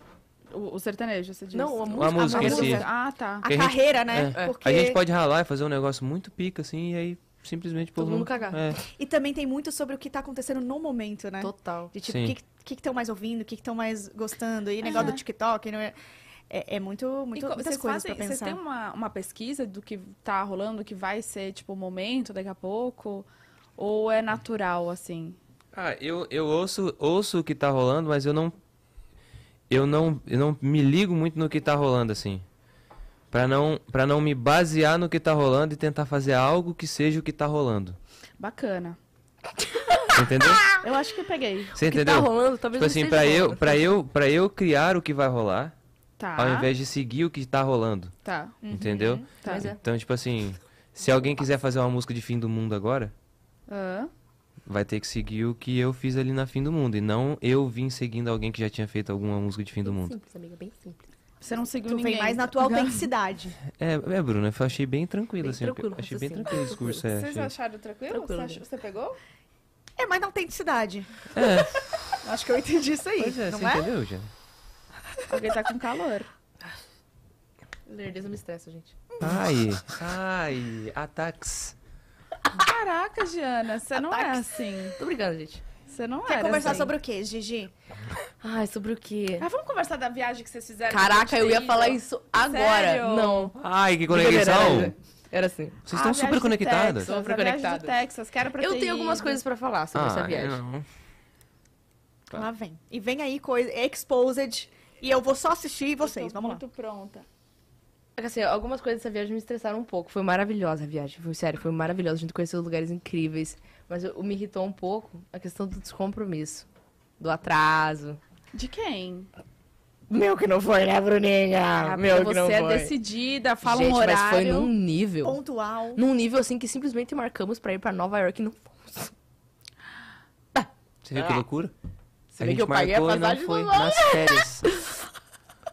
A: o, o sertanejo, você disse.
D: Não, a
C: A música
D: a
C: em
D: música.
C: si.
A: Ah, tá.
B: a
C: Que a gente-
B: carreira, né?
D: é.
C: A gente pode ralar e fazer um negócio muito pica, assim, e aí simplesmente o
D: Todo
C: povo
D: mundo
C: não-
D: cagar.
C: É.
B: E também tem muito sobre o que tá acontecendo no momento, né?
D: Total.
B: De tipo, o
C: Sim.
B: que que estão mais ouvindo, o que estão mais gostando, e negócio
A: É.
B: do TikTok, não é? É, é muito, muito,
A: E co-
B: muitas
A: vocês
B: coisas
A: fazem,
B: pra
A: vocês
B: pensar.
A: têm um uma, uma pesquisa do que tá rolando, que vai ser, tipo, o momento daqui a pouco? Ou é natural, assim?
C: Ah, eu, eu ouço, ouço o que tá rolando, mas eu não. Eu não, eu não me ligo muito no que tá rolando, assim. Pra não, pra não me basear no que tá rolando e tentar fazer algo que seja o que tá rolando.
A: Bacana.
C: Você Entendeu?
A: Eu acho que eu peguei.
C: Você
D: O que tá
C: entendeu?
D: rolando,
C: Tipo
D: talvez não
C: assim,
D: esteja
C: pra eu,
D: tá rolando.
C: pra, eu, pra eu criar o que vai rolar,
A: Tá.
C: ao invés de seguir o que tá rolando.
A: Tá.
C: Entendeu?
A: Tá.
D: Mas é.
C: Então, tipo assim, se alguém quiser fazer uma música de fim do mundo agora,
A: Hã?
C: vai ter que seguir o que eu fiz ali na fim do mundo. E não eu vim seguindo alguém que já tinha feito alguma música de fim do mundo.
D: Simples, amiga, bem simples.
A: Você não seguiu
B: Tu
A: ninguém.
B: vem mais na tua autenticidade.
C: É, é, Bruno, eu achei bem tranquilo,
D: Bem
C: assim.
D: tranquilo,
C: eu achei bem
D: assim,
C: tranquilo o discurso. É,
A: Vocês
C: achei-
A: acharam tranquilo?
D: Tranquilo,
A: você, achou-
D: né?
A: você pegou?
B: É mais na autenticidade.
C: É,
B: Acho que eu entendi isso aí,
C: pois é,
B: não
C: você
B: é?
C: entendeu, já?
A: Alguém tá com calor.
D: Lerdeza me estressa, gente.
C: Ai, ai, ataques.
A: Caraca, Giana, você não é assim.
D: Tô brincando, gente.
A: Você não
B: Quer
A: era
B: conversar
A: assim.
B: sobre o quê, Gigi?
D: Ai, sobre o quê?
A: Ah, vamos conversar da viagem que vocês fizeram?
D: Caraca, eu ia falar isso agora.
A: Sério?
D: Não.
C: Ai, que
D: Brincadeira,
C: conexão!
D: era- Era assim.
C: Vocês
A: Ah,
C: estão super conectadas.
D: Texas.
A: Super conectadas.
D: Superconectadas.
A: Texas, quero pra
D: Eu
A: ter
D: tenho algumas
A: ido.
D: coisas pra falar sobre essa viagem.
C: Ah, não. Tá.
B: Lá vem. E vem aí coisa, exposed, e eu vou só assistir
A: Eu
B: vocês,
A: tô
B: vamos lá.
A: muito pronta.
D: É que, Assim, algumas coisas dessa viagem me estressaram um pouco. Foi maravilhosa a viagem, foi sério, foi maravilhosa. A gente conheceu lugares incríveis. Mas eu- me irritou um pouco a questão do descompromisso, do atraso.
A: De quem?
D: Meu que não foi, né, Bruninha?
A: Porque você é decidida, fala
D: Gente,
A: um horário.
D: mas foi num nível.
B: Pontual.
D: Num nível assim que simplesmente marcamos pra ir pra Nova York e não fomos.
C: Você viu que loucura?
D: Você vê que eu paguei a
C: marcou e não
D: passagem
C: foi
D: do
C: nas férias.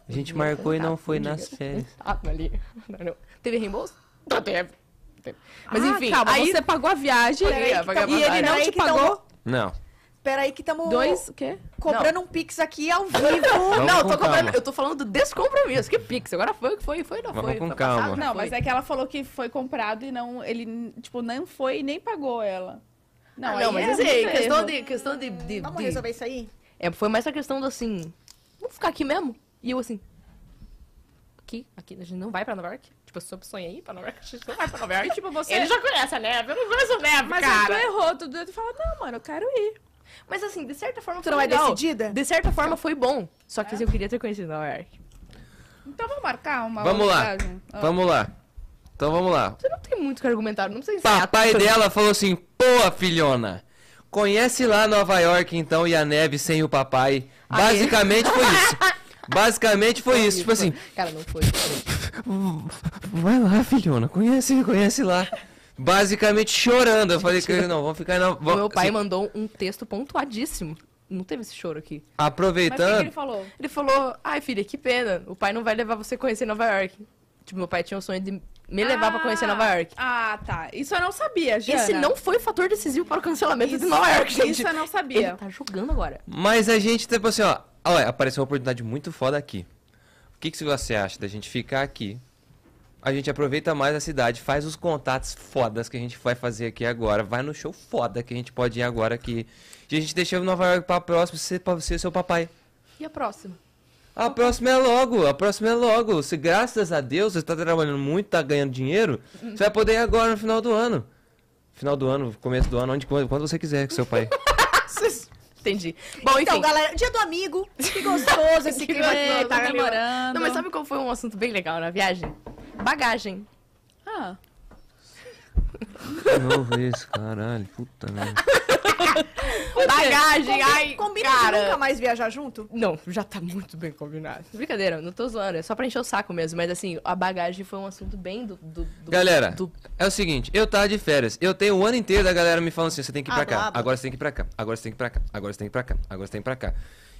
C: A gente marcou e não foi nas férias.
D: Ah, ali. Não, não. Teve reembolso? Não teve. Teve. Mas
A: Ah,
D: enfim,
A: calma,
D: aí
A: você pagou a viagem
D: Paguei,
A: e
D: paguei a
A: ele não te
B: Peraí
D: passagem.
B: que tamo-
A: pagou
C: Não.
B: Peraí que estamos
A: dois, o quê?
B: cobrando um pix aqui ao vivo.
C: Vamos
D: não,
C: com calma.
D: eu tô comprando, eu tô falando do descompromisso. Que pix, agora foi o que foi, foi, não
C: Vamos
D: foi.
C: com
D: tá passado,
C: calma.
A: Não,
D: foi.
A: mas é que ela falou que foi comprado e não, ele, tipo, não foi e nem pagou ela. Não,
D: Não,
A: aí
D: mas
A: é
D: assim,
A: muito
D: questão
A: erro.
D: de. Questão de, de-
B: Vamos
D: de-
B: resolver isso aí?
D: É, foi mais a questão do assim. Vamos ficar aqui mesmo? E eu assim. Aqui, aqui, a gente não vai pra Nova York? Tipo, eu soube sonhar ir pra Nova York, a gente não vai pra Nova York.
A: E, tipo, você...
D: Ele já conhece a neve, eu não conheço a neve,
A: Mas então- aí tu
D: cara.
A: errou, tu, tu fala, não, mano, eu quero ir.
D: Mas assim, de certa forma
B: Tu
D: foi
B: não é
D: legal.
B: decidida?
D: De certa forma foi bom. Só
A: É?
D: que assim, eu queria ter conhecido Nova York.
A: Então vamos marcar uma
C: Vamos
A: outra
C: lá.
A: viagem? Ah.
C: Vamos lá. Então vamos lá.
D: Você não tem muito o que argumentar, não é precisa ensaiar
C: Papai
D: tanto.
C: dela falou assim: Pô, filhona, conhece lá Nova York então e a neve sem o papai. Basicamente foi isso. Basicamente foi
D: É
C: isso. Tipo assim,
D: Cara, não foi.
C: vai lá, filhona, conhece, conhece lá. Basicamente chorando. Eu falei que não, vamos ficar na.
D: O meu
C: vamos-
D: pai
C: assim,
D: mandou um texto pontuadíssimo. Não teve esse choro aqui.
A: Mas o que que
C: Aproveitando.
A: ele falou?
D: Ele falou: Ai, filha, que pena. O pai não vai levar você a conhecer Nova York. Tipo, meu pai tinha o sonho de me levar pra conhecer Nova York.
A: Ah, tá. Isso eu não sabia, Giana.
D: Esse não foi o fator decisivo para o cancelamento de Nova York, gente.
A: Isso eu não
D: Ele
A: sabia.
D: tá jogando agora.
C: Mas a gente, tipo assim, ó. Olha, apareceu uma oportunidade muito foda aqui. O que, que você acha da gente ficar aqui? A gente aproveita mais a cidade, faz os contatos fodas que a gente vai fazer aqui agora. Vai no show foda que a gente pode ir agora aqui. E a gente deixa Nova York pra próxima ser pra você e seu papai.
D: E a próxima?
C: A próxima é logo, a próxima é logo. Se graças a Deus você tá trabalhando muito, tá ganhando dinheiro, você vai poder ir agora no final do ano. Final do ano, começo do ano, onde, quando quando você quiser com seu pai.
D: Entendi. Bom,
B: Então,
D: enfim.
B: galera, dia do amigo. Que gostoso esse
D: Que
B: clima.
D: gostoso.
B: aqui,
A: tá
B: tá
D: Não,
A: namorando.
D: não, mas sabe qual foi um assunto bem legal na viagem? Bagagem.
A: Ah,
C: De novo isso, caralho, puta merda.
D: Bagagem,
B: Combi-
D: ai,
B: Combina
D: cara.
B: de nunca mais viajar junto?
D: Não, já tá muito bem combinado. Brincadeira, não tô zoando, é só pra encher o saco mesmo. Mas assim, a bagagem foi um assunto bem do. do, do-
C: Galera,
D: do-
C: é o seguinte, eu tava de férias, eu tenho o ano inteiro da galera me falando assim, você tem que ir pra
B: Ah,
C: cá,
B: brabo.
C: agora você tem que ir pra cá, agora você tem que ir pra cá, agora você tem que ir pra cá, agora você tem que ir pra cá.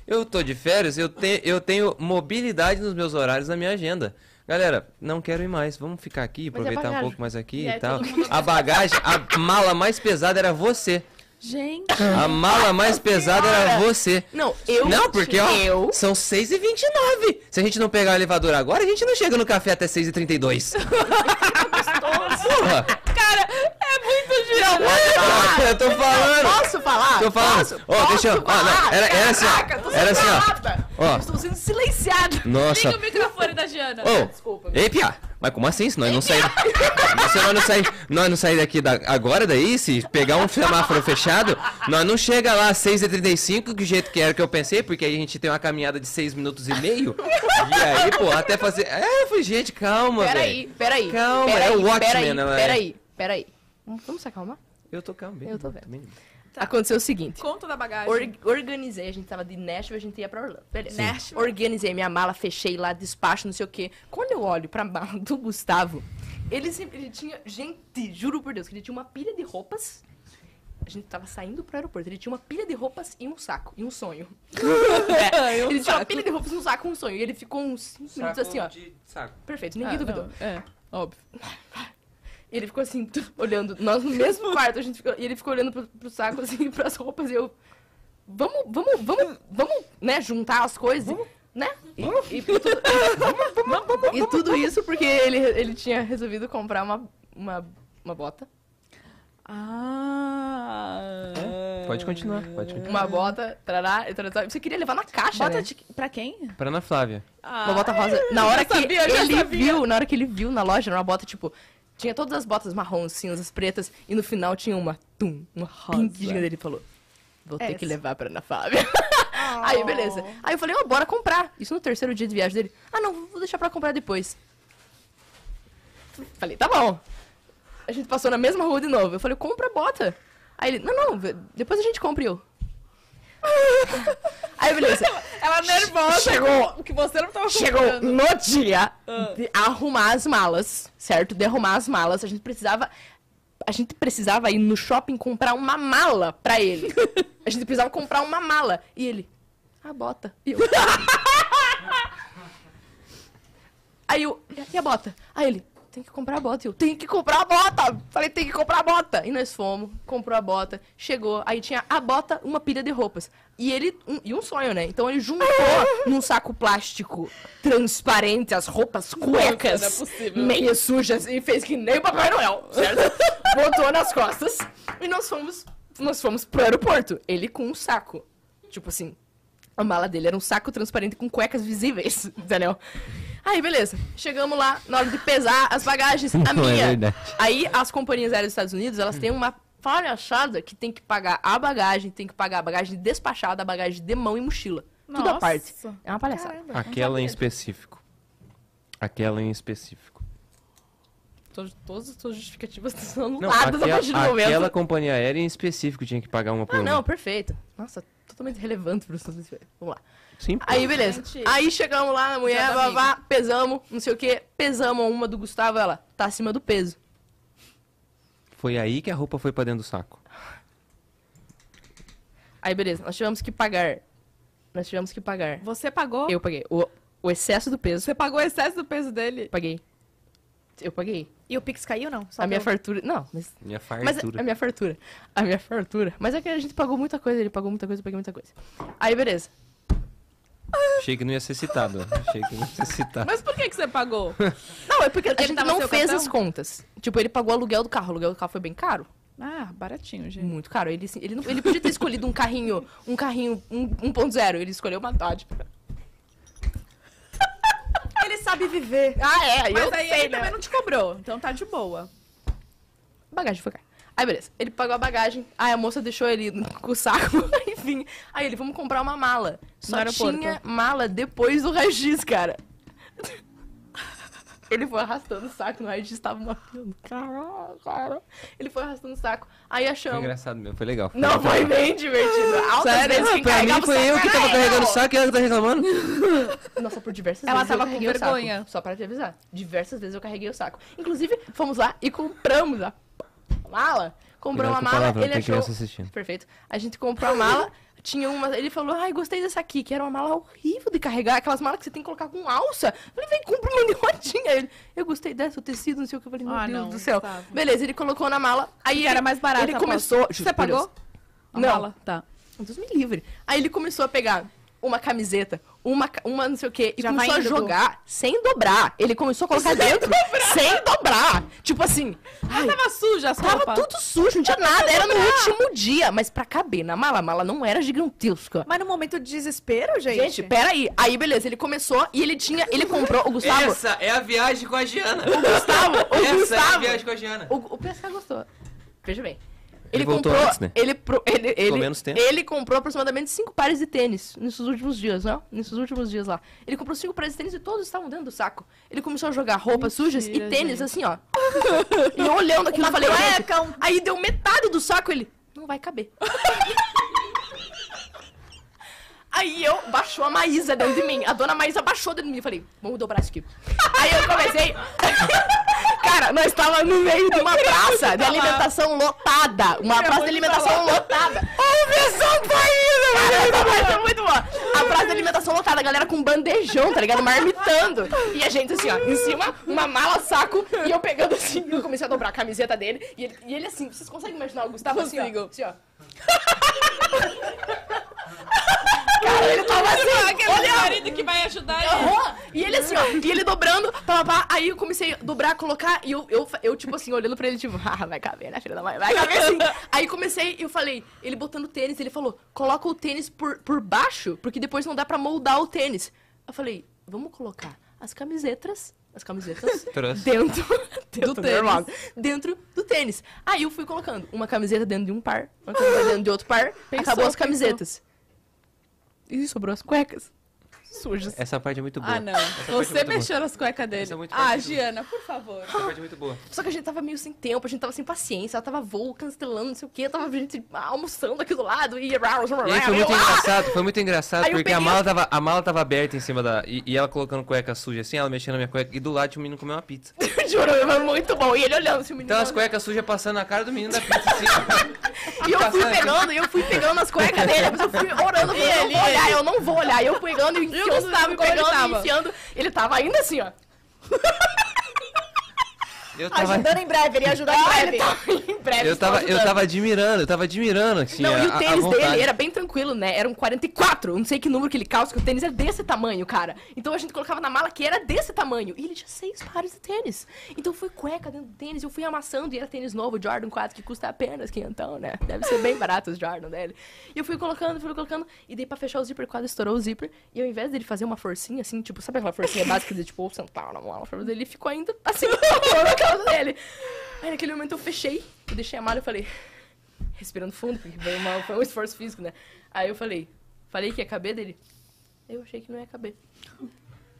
C: Eu tô de férias, eu, te, eu tenho mobilidade nos meus horários na minha agenda. Galera, não quero ir mais, vamos ficar aqui,
D: Mas é
C: aproveitar um
D: bagagem.
C: pouco mais aqui
A: E
C: e,
A: aí
C: tal.
A: todo mundo-
C: A bagagem, a mala mais pesada era você.
A: gente.
C: A mala mais pesada era você.
D: Não, eu.
C: Não, porque ó,
D: Eu.
C: são 6h29. Se a gente não pegar o elevador agora, a gente não chega no café até 6h32. Porra!
A: Cara, é muito
D: muito, Giana.
C: Eu tô falando.
D: Posso falar?
C: Tô falando.
D: Posso?
C: Ó,
D: Posso
C: deixa eu- ó, não,
D: falar?
C: era- era assim, ó.
D: Caraca, tô sendo
C: Era assim, ó.
D: calada.
C: Ó.
D: Eu Estou sendo silenciada.
C: Nossa.
A: Liga o microfone da Giana.
C: Ô,
D: Desculpa.
C: Ei, Pia! Mas como assim? Se nós não sair. Se nós não sair, nós não sair daqui da- agora daí, se pegar um semáforo fechado, nós não chega lá às 6h35, do jeito que era que eu pensei, porque aí a gente tem uma caminhada de 6 minutos e meio. E aí, pô, até fazer. É, eu falei, gente, calma,
D: Peraí,
C: velho.
D: peraí.
C: Calma,
D: peraí,
C: é o Watchmen,
D: Peraí,
C: né, velho?
D: peraí, peraí. Vamos se acalmar?
C: Eu tô calmo, bem,
D: Eu tô
C: bem, bem.
D: Aconteceu o seguinte.
A: Conta da bagagem.
D: Or- organizei, a gente tava de Nashville, a gente ia pra Orlando. Beleza.
A: Sim. Nashville.
D: Organizei minha mala, fechei lá, despacho, não sei o quê. Quando eu olho pra mala do Gustavo, ele, sempre, ele tinha. Gente, juro por Deus, que ele tinha uma pilha de roupas. A gente tava saindo pro aeroporto. Ele tinha uma pilha de roupas e um saco, e um sonho. É, ele tinha uma pilha de roupas, um saco e um sonho. E ele ficou uns 5 minutos assim, ó. Perfeito, ninguém
A: Ah,
D: duvidou.
A: não, É, óbvio.
D: E ele ficou assim, olhando. Nós no mesmo quarto, a gente ficou, e ele ficou olhando pro, pro saco, assim, pras roupas. E eu. Vamos, vamos, vamos, vamos, né? Juntar as coisas, né? E, e, tudo, e tudo isso porque ele, ele tinha resolvido comprar uma, uma, uma bota.
A: Ah.
C: Pode continuar, pode continuar.
D: Uma bota, trará, e trará. Você queria levar na caixa,
A: Bota
D: né?
A: de... pra quem?
C: Pra Ana Flávia.
A: Ah,
D: Uma bota rosa. Na hora
A: sabia, eu
D: que
A: já
D: ele
A: sabia.
D: viu, na hora que ele viu na loja, era uma bota, tipo, tinha todas as botas marrons, cinzas, pretas, e no final tinha uma tum, uma pink gigante. Ele falou, vou ter
B: Essa.
D: que levar pra Ana Fábia. Aí, beleza.
A: Oh.
D: Aí eu falei, ó, bora comprar. Isso no terceiro dia de viagem dele. Ah, não, vou deixar pra comprar depois. Falei, tá bom. A gente passou na mesma rua de novo. Eu falei, compra a bota. Aí ele, não, não, ve- depois a gente compra e eu. "Ah." Aí, beleza.
A: Ela é nervosa.
D: Chegou.
A: Que você não tava
D: Chegou
A: comprando.
D: no dia de arrumar as malas, certo? De arrumar as malas. A gente precisava. A gente precisava ir no shopping comprar uma mala pra ele. A gente precisava comprar uma mala. E ele. A bota. E eu. Aí eu. E a bota? Aí ele. Tem que comprar a bota. E eu. Tem que comprar a bota! Falei, tem que comprar a bota! E nós fomos, comprou a bota, chegou. Aí tinha a bota, uma pilha de roupas. E ele. um- e um sonho, né? Então ele juntou num saco plástico transparente as roupas cuecas.
A: não é possível.
D: Meio sujas e fez que nem o Papai Noel, certo? Botou nas costas e nós fomos. Nós fomos pro aeroporto. Ele com um saco. Tipo assim, a mala dele era um saco transparente com cuecas visíveis, entendeu? Aí, beleza. Chegamos lá, na hora de pesar as bagagens, a
E: Não, é
D: minha.
E: verdade.
D: Aí, as companhias aéreas dos Estados Unidos, elas têm uma palhaçada que tem que pagar a bagagem, tem que pagar a bagagem despachada, a bagagem de mão e mochila. Tudo
A: Nossa.
D: à parte. É uma palhaçada.
C: Aquela em específico. Aquela em específico.
D: Todas, todas as suas justificativas estão
C: Não,
D: anuladas a partir do
C: aquela,
D: momento.
C: aquela companhia aérea em específico tinha que pagar uma por
D: Ah,
C: uma.
D: não, perfeito. Nossa, totalmente relevante para os Estados Unidos. Vamos lá.
C: Sim, pô.
D: Aí, beleza.
A: Gente.
D: Aí chegamos lá na mulher,
A: Já tá
D: babá, pesamos, não sei o que, pesamos uma do Gustavo, ela tá acima do peso.
C: Foi aí que a roupa foi pra dentro do saco.
D: Aí, beleza, nós tivemos que pagar. Nós tivemos que pagar.
A: Você pagou?
D: Eu paguei. O, o excesso do peso,
A: Você pagou o excesso do peso dele?
D: eu paguei. Eu paguei.
B: E o Pix caiu, não? Só
D: a minha
B: deu-
D: fartura. Não, mas.
C: Minha é
D: Mas é
C: fartura.
D: a minha fartura. A minha fartura. Mas é que a gente pagou muita coisa, ele pagou muita coisa, eu paguei muita coisa. Aí, beleza.
C: Achei que não ia ser citado. Achei que não ia ser citado.
A: Mas por que, que você pagou?
D: Não, é
A: Porque
D: porque, a
A: ele
D: gente
A: tava
D: não
A: sem o
D: fez
A: cartão?
D: as contas. Tipo, ele pagou o aluguel do carro. O aluguel do carro foi bem caro.
A: Ah, baratinho,
C: É.
A: gente.
D: Muito caro. Ele, assim, ele, não- ele podia ter escolhido um carrinho, um carrinho um- 1.0. Ele escolheu uma Dodge.
B: Ele sabe viver.
D: Ah, é.
A: Mas
D: eu
A: aí
D: sei,
A: ele
D: né?
A: também não te cobrou, então tá de boa.
D: Bagagem foi cara. Aí, beleza. Ele pagou a bagagem. Aí, a moça deixou ele com o saco. Enfim. Aí, ele, vamos comprar uma mala.
A: No
D: Só
A: aeroporto.
D: tinha mala depois do raio-x, cara. Ele foi arrastando o saco. No raio-x tava uma fila. Caralho, cara. Ele foi arrastando o saco. Aí,
C: Foi
D: achamos.
C: engraçado mesmo, foi legal.
D: Não,
C: legal.
D: foi bem divertido. Altas vezes
C: pra
D: que
C: mim
D: carregava o
C: foi
D: saco
C: eu que
D: era
C: tava
D: eu.
C: carregando o saco e ela que tá reclamando.
D: Nossa, por diversas
A: Ela
D: vezes. eu
A: tava com
D: carreguei o
A: vergonha.
D: Saco, só pra te avisar. Diversas vezes eu carreguei o saco. Inclusive, fomos lá e compramos a mala. Comprou
C: Cuidado
D: uma
C: com a
D: mala,
C: palavra,
D: ele
C: tem
D: achou.
C: criança assistindo.
D: Perfeito. A gente comprou a mala, tinha uma. Ele falou, ai, gostei dessa aqui, que era uma mala horrível de carregar, aquelas malas que você tem que colocar com alça. Eu falei, vem, compra uma de rodinha. Ele, eu gostei dessa, o tecido, não sei o que. Eu falei, meu
A: Ah,
D: Deus
A: não,
D: do céu.
A: Gustavo.
D: Beleza, ele colocou na mala. Aí
A: E
D: ele-
A: era mais barato.
D: Ele
A: aposto.
D: começou.
A: Você pagou?
D: Não.
A: Tá.
D: Deus me livre. Aí ele começou a pegar uma camiseta, uma, ca- uma não sei o quê. E
B: Já vai
D: começou a
B: indo pro-
D: jogar sem dobrar. Ele começou a colocar dentro sem dobrar. Tipo assim, ai,
A: Ah, Tava suja a sua
D: tava
A: roupa.
D: tudo sujo, não tinha nada. Era no último dia, mas pra caber na mala, a mala não era gigantesca.
B: Mas no momento de desespero, gente.
D: Gente, peraí. Aí, beleza, ele começou e ele tinha. Ele comprou. O Gustavo.
C: Essa é a viagem com a Giana.
D: Gustavo, o
C: Essa é a
D: Gustavo.
C: viagem com a Giana.
D: O, o PSK gostou. Veja bem.
C: Ele
D: Ele,
C: voltou
D: comprou.
C: antes, né?
D: Ele, pro- ele, ele,
C: menos tempo.
D: ele comprou aproximadamente cinco pares de tênis nesses últimos dias, né? Nesses últimos dias lá. Ele comprou cinco pares de tênis e todos estavam dentro do saco. Ele começou a jogar roupas sujas e tênis assim, ó. e eu olhando aquilo, eu falei, "Gente",
B: cueca, um-
D: Aí deu metade do saco, ele. Não vai caber. Aí eu baixou a Maísa dentro de mim. A dona Maísa baixou dentro de mim. Eu falei, vamos dobrar isso aqui. Aí eu comecei. Cara, nós estávamos no meio de uma praça de alimentação lotada. Uma praça de alimentação lotada. Ô, versão tá indo, muito boa. A praça de alimentação lotada, a galera com bandejão, tá ligado? Marmitando. E a gente assim, ó, em cima, uma mala, saco, e eu pegando assim, eu comecei a dobrar a camiseta dele. E ele, e ele assim, vocês conseguem imaginar o Gustavo assim, ó, assim, ó. Cara, ele tava assim,
A: Aquele
D: olhando.
A: marido que vai ajudar ele.
D: Aham. E ele assim, ó, e ele dobrando, pá, pá, pá. aí eu comecei a dobrar, colocar, e eu, eu, eu tipo assim, olhando pra ele, tipo, ah, vai caber, né, filha da mãe, vai caber assim. Aí comecei, eu falei, ele botando o tênis, ele falou, coloca o tênis por, por baixo, porque depois não dá pra moldar o tênis. Eu falei, vamos colocar as camisetas, as camisetas
C: Trouxe.
D: dentro, dentro do tênis. dentro do tênis. Aí eu fui colocando uma camiseta dentro de um par, uma camiseta dentro de outro par, acabou
A: pensou.
D: as camisetas. E sobrou as cuecas sujas.
C: Essa parte é muito boa.
A: Ah, não. Você mexeu nas cuecas dele.
C: Essa é muito
A: Ah,
C: parte do-
A: Giana, por favor.
C: Essa parte é muito boa.
D: Só que a gente tava meio sem tempo, a gente tava sem paciência, ela tava voo, cancelando, não sei o quê, tava a gente ah, almoçando aqui do lado e.
C: E aí foi muito
D: Eu, ah!
C: engraçado, foi muito engraçado,
D: Aí eu
C: porque a,
D: peguei-
C: mala tava, a mala tava aberta em cima da. E, e ela colocando cueca suja assim, ela mexendo na minha cueca, e do lado tinha um menino comendo uma pizza.
D: Eu Juro, foi muito bom. E ele olhando assim, o menino.
C: Então as cuecas sujas passando na cara do menino da pizza assim.
D: E eu fui
C: passando assim.
D: pegando, e eu fui pegando as cuecas dele, mas eu fui orando, falando, eu não vou olhar, eu não vou olhar. E eu fui pegando, e enfiando, eu
A: Gustavo,
D: fui
A: como ele
D: pegando, e
A: tava?
D: enfiando. Ele tava ainda assim, ó.
C: Eu tava.
B: Ajudando em breve, ele ia ajudar em
D: Ah,
B: breve.
D: ele tava em breve.
C: Eu tava, eu
D: ajudando.
C: tava admirando, eu tava admirando, assim,
D: Não,
C: a,
D: e o
C: a
D: tênis
C: vontade.
D: dele era bem tranquilo, né? Era um 44, eu não sei que número que ele calça, que o tênis era desse tamanho, cara. Então a gente colocava na mala que era desse tamanho. E ele tinha seis pares de tênis. Então foi cueca dentro do tênis, eu fui amassando e era tênis novo, Jordan 4, que custa apenas quinhentão, né? Deve ser bem barato os Jordan dele. E eu fui colocando, fui colocando, e daí pra fechar o zíper, quase estourou o zíper. E ao invés dele fazer uma forcinha, assim, tipo, sabe aquela forcinha básica de, tipo, sentar na mala, ele ficou ainda assim, na calça dele. Aí naquele momento eu fechei, eu deixei a mala e falei respirando fundo, porque foi, uma- foi um esforço físico, né? Aí eu falei, falei que ia caber dele. Eu achei que não ia caber.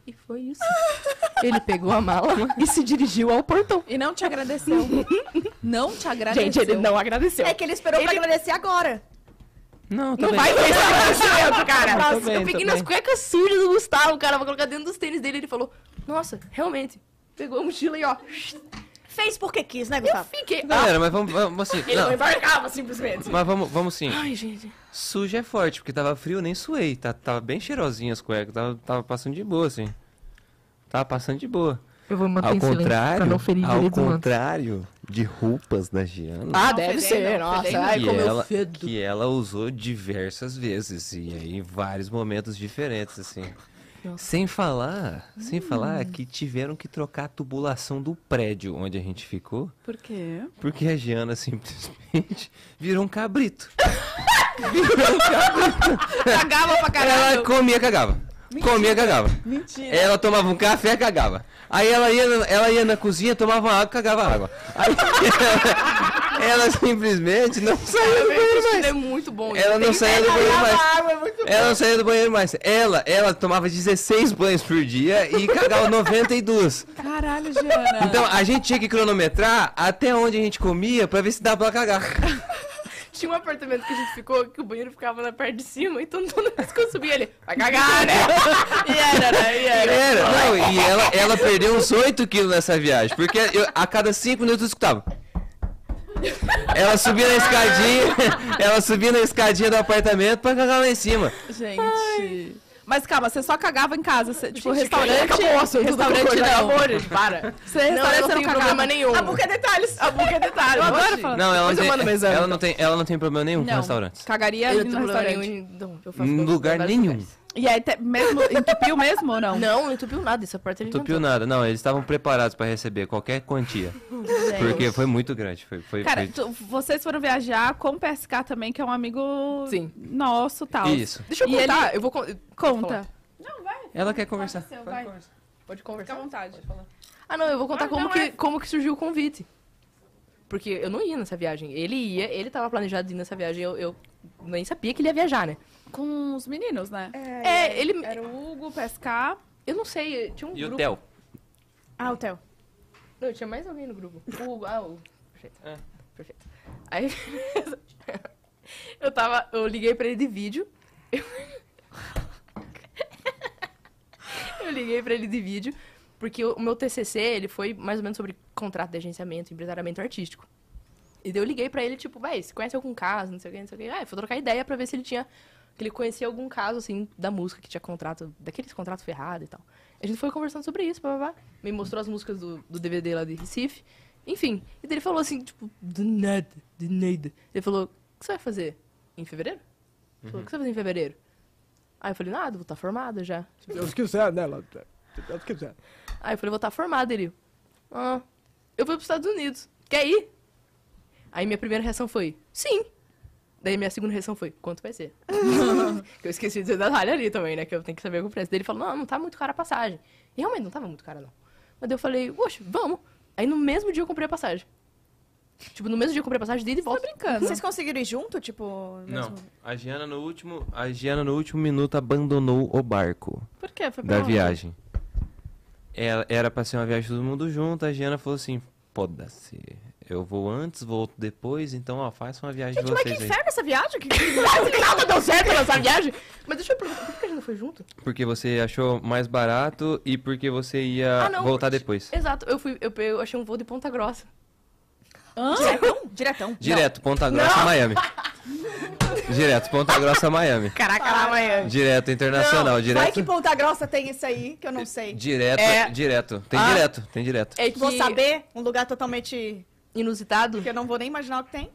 D: E foi isso. Ele pegou a mala e se dirigiu ao portão.
A: E não te agradeceu. não te agradeceu.
D: Gente, ele não agradeceu.
B: É que ele esperou pra
D: Ele-
B: agradecer agora.
C: Não, tá
D: Não
C: também.
D: vai ter esse agradecimento, cara.
C: Tô bem,
D: eu peguei
C: tô
D: nas
C: bem.
D: cuecas sujas do Gustavo, cara. Vou colocar dentro dos tênis dele. Ele falou, nossa, realmente. Pegou a mochila e ó.
B: Fez porque quis, né,
D: Eu
B: Gustavo?
D: fiquei.
C: Galera, mas vamos, vamos assim.
D: Ah, ele
C: não,
D: não embarcava simplesmente.
C: mas vamos, vamos sim.
D: Ai, gente.
C: Sujo é forte, porque tava frio, eu nem suei. tá- Tava, bem cheirosinha as cuecas. Tava, tava passando de boa, assim. Tava passando de boa.
D: Eu vou
C: Ao contrário, ao contrário de roupas da Giana.
D: Ah,
A: Não,
D: deve
A: fedei
D: ser,
A: não, fedei
D: nossa.
A: não.
D: Ai,
C: que
D: como eu
C: ela,
D: fedo.
C: que ela usou diversas vezes, e aí em vários momentos diferentes, assim. Sem falar, sem falar
D: Hum.
C: que tiveram que trocar a tubulação do prédio onde a gente ficou,
A: Por quê?
C: porque a Giana simplesmente virou um cabrito. virou um cabrito.
A: Cagava pra
C: Ela
A: caralho.
C: comia, cagava. Comia, cagava.
A: Mentira.
C: Ela tomava um café, cagava. Aí ela ia, na- ela ia na cozinha, tomava água, cagava água. Aí ela simplesmente não saía do banheiro mais.
D: Ele é muito bom.
C: Ela não saía do banheiro mais.
B: água, é muito
C: Ela não saía do banheiro mais. Ela, ela tomava 16 banhos por dia e cagava 92.
A: Caralho, Giana.
C: Então a gente tinha que cronometrar até onde a gente comia pra ver se dava pra cagar.
D: Tinha um apartamento que a gente ficou, que o banheiro ficava na parte de cima, então toda vez que eu subia ele, vai cagar, né? E era, né? E era.
C: Era, não, e ela, ela perdeu uns 8 quilos nessa viagem, porque eu- a cada 5 minutos eu escutava. Ela subia na escadinha, ela subia na escadinha do apartamento pra cagar lá em cima.
A: Gente. Mas calma, você só cagava em casa. Você, tipo,
D: Gente,
A: restaurante.
D: acabou o assunto do
A: restaurante
D: cocô, já
A: não.
D: acabou, gente, para.
A: Você restaurante você
D: eu não Ah,
A: não
D: tenho
A: cagava. Ah,
D: problema nenhum.
B: A boca é detalhes.
D: A boca é detalhe.
A: Eu adoro
D: oxe.
A: falar.
C: Não, ela
D: Depois eu
C: não,
D: mando meu
C: tem,
D: exame,
C: ela
D: tá?
C: não Tá, tem, ela não tem problema nenhum com
A: Não,
C: restaurantes.
A: cagaria no
D: Eu não tenho problema
A: restaurante.
D: nenhum. em- Não, eu faço
C: Em
D: cocô
C: lugar
D: vários
C: nenhum.
D: lugares.
A: E aí, te- mesmo, entupiu mesmo ou não?
D: Não, não entupiu nada, isso a porta ele
C: Tupiu nada. Não, eles estavam preparados pra receber qualquer quantia.
D: inventou.
C: Porque foi muito grande. Foi, foi,
A: Cara,
C: foi-
A: tu- vocês foram viajar com o PSK também, que é um amigo
D: Sim.
A: nosso tal.
C: Isso.
D: Deixa eu
A: E ele-
D: contar, eu vou... con-
A: Conta.
C: Ela quer conversar.
A: Seu, vai.
D: Pode
A: Fica à
D: conversar?
A: vontade.
D: Ah, não, eu vou contar
A: Ah,
D: como,
A: não,
D: que,
A: é.
D: como que surgiu o convite. Porque eu não ia nessa viagem. Ele ia, ele tava planejado de ir nessa viagem, eu, eu nem sabia que ele ia viajar, né?
A: Com os meninos, né?
D: É, ele...
A: Era o Hugo, o PSK.
D: Eu não sei, tinha um
C: E
D: grupo...
C: o Theo?
B: Ah, o Theo.
D: Não, tinha mais alguém no grupo. O Hugo. Ah, o Hugo. Perfeito.
C: É.
D: Perfeito. Aí, beleza. Eu tava. Eu liguei pra ele de vídeo. Eu, Eu liguei pra ele de vídeo. Porque o meu TCC, ele foi mais ou menos sobre contrato de agenciamento, empresariamento artístico. E daí eu liguei pra ele, tipo, vai, você conhece algum caso, não sei o que, não sei o que. Ah, eu fui trocar ideia pra ver se ele tinha... Que ele conhecia algum caso, assim, da música, que tinha contrato... Daqueles contratos ferrados e tal. A gente foi conversando sobre isso, papapá. Me mostrou as músicas do, do DVD lá de Recife. Enfim. E daí ele falou assim, tipo, do nada, do nada. Ele falou, o que você vai fazer? Em fevereiro? Ele falou, o que você vai fazer em fevereiro? Aí eu falei, nada, vou estar formada já.
F: Deus quiser, né? Ela- Deus quiser.
D: Aí eu falei, vou estar formada. Ele, ah, eu vou para os Estados Unidos. Quer ir? Aí minha primeira reação foi, sim. Daí minha segunda reação foi, quanto vai ser? que eu esqueci de dizer da Ralha ali também, né? Que eu tenho que saber o preço. Daí ele falou, não, não tá muito cara a passagem. E realmente não tava muito cara, não. Mas daí eu falei, oxe, vamos. Aí no mesmo dia eu comprei a passagem. Tipo, no mesmo dia eu comprei a passagem de ida e volta.
A: tá brincando.
B: Vocês conseguiram ir junto, tipo?
C: Não.
B: mesmo?
C: A Giana, no último, a Giana, no último minuto, abandonou o barco.
A: Por quê? Foi pra
C: da
A: onde?
C: viagem. Ela- era pra ser uma viagem todo mundo junto, a Giana falou assim, foda-se. Eu vou antes, volto depois, então ó, faça uma viagem
B: Gente,
C: de
B: mas que
C: vocês aí.
B: inferno essa viagem? Que...
D: Nada deu certo nessa viagem. Mas deixa eu perguntar, por que a gente não foi junto?
C: Porque você achou mais barato e porque você ia
D: Ah, não,
C: voltar
D: porque-
C: depois.
D: Exato, eu fui, eu, eu achei um voo de Ponta Grossa.
A: Hã?
B: Diretão? Diretão.
C: Direto, Ponta Grossa, Miami. Direto, Ponta Grossa, Miami.
D: Caraca, lá amanhã.
C: Direto, internacional,
B: Vai
C: direto.
B: que Ponta Grossa tem isso aí, que eu não sei.
C: Direto,
D: É.
C: direto. Tem
D: Ah.
C: direto, tem direto.
D: É que
B: Vou saber um lugar totalmente
D: inusitado?
B: que eu não vou nem imaginar o que tem.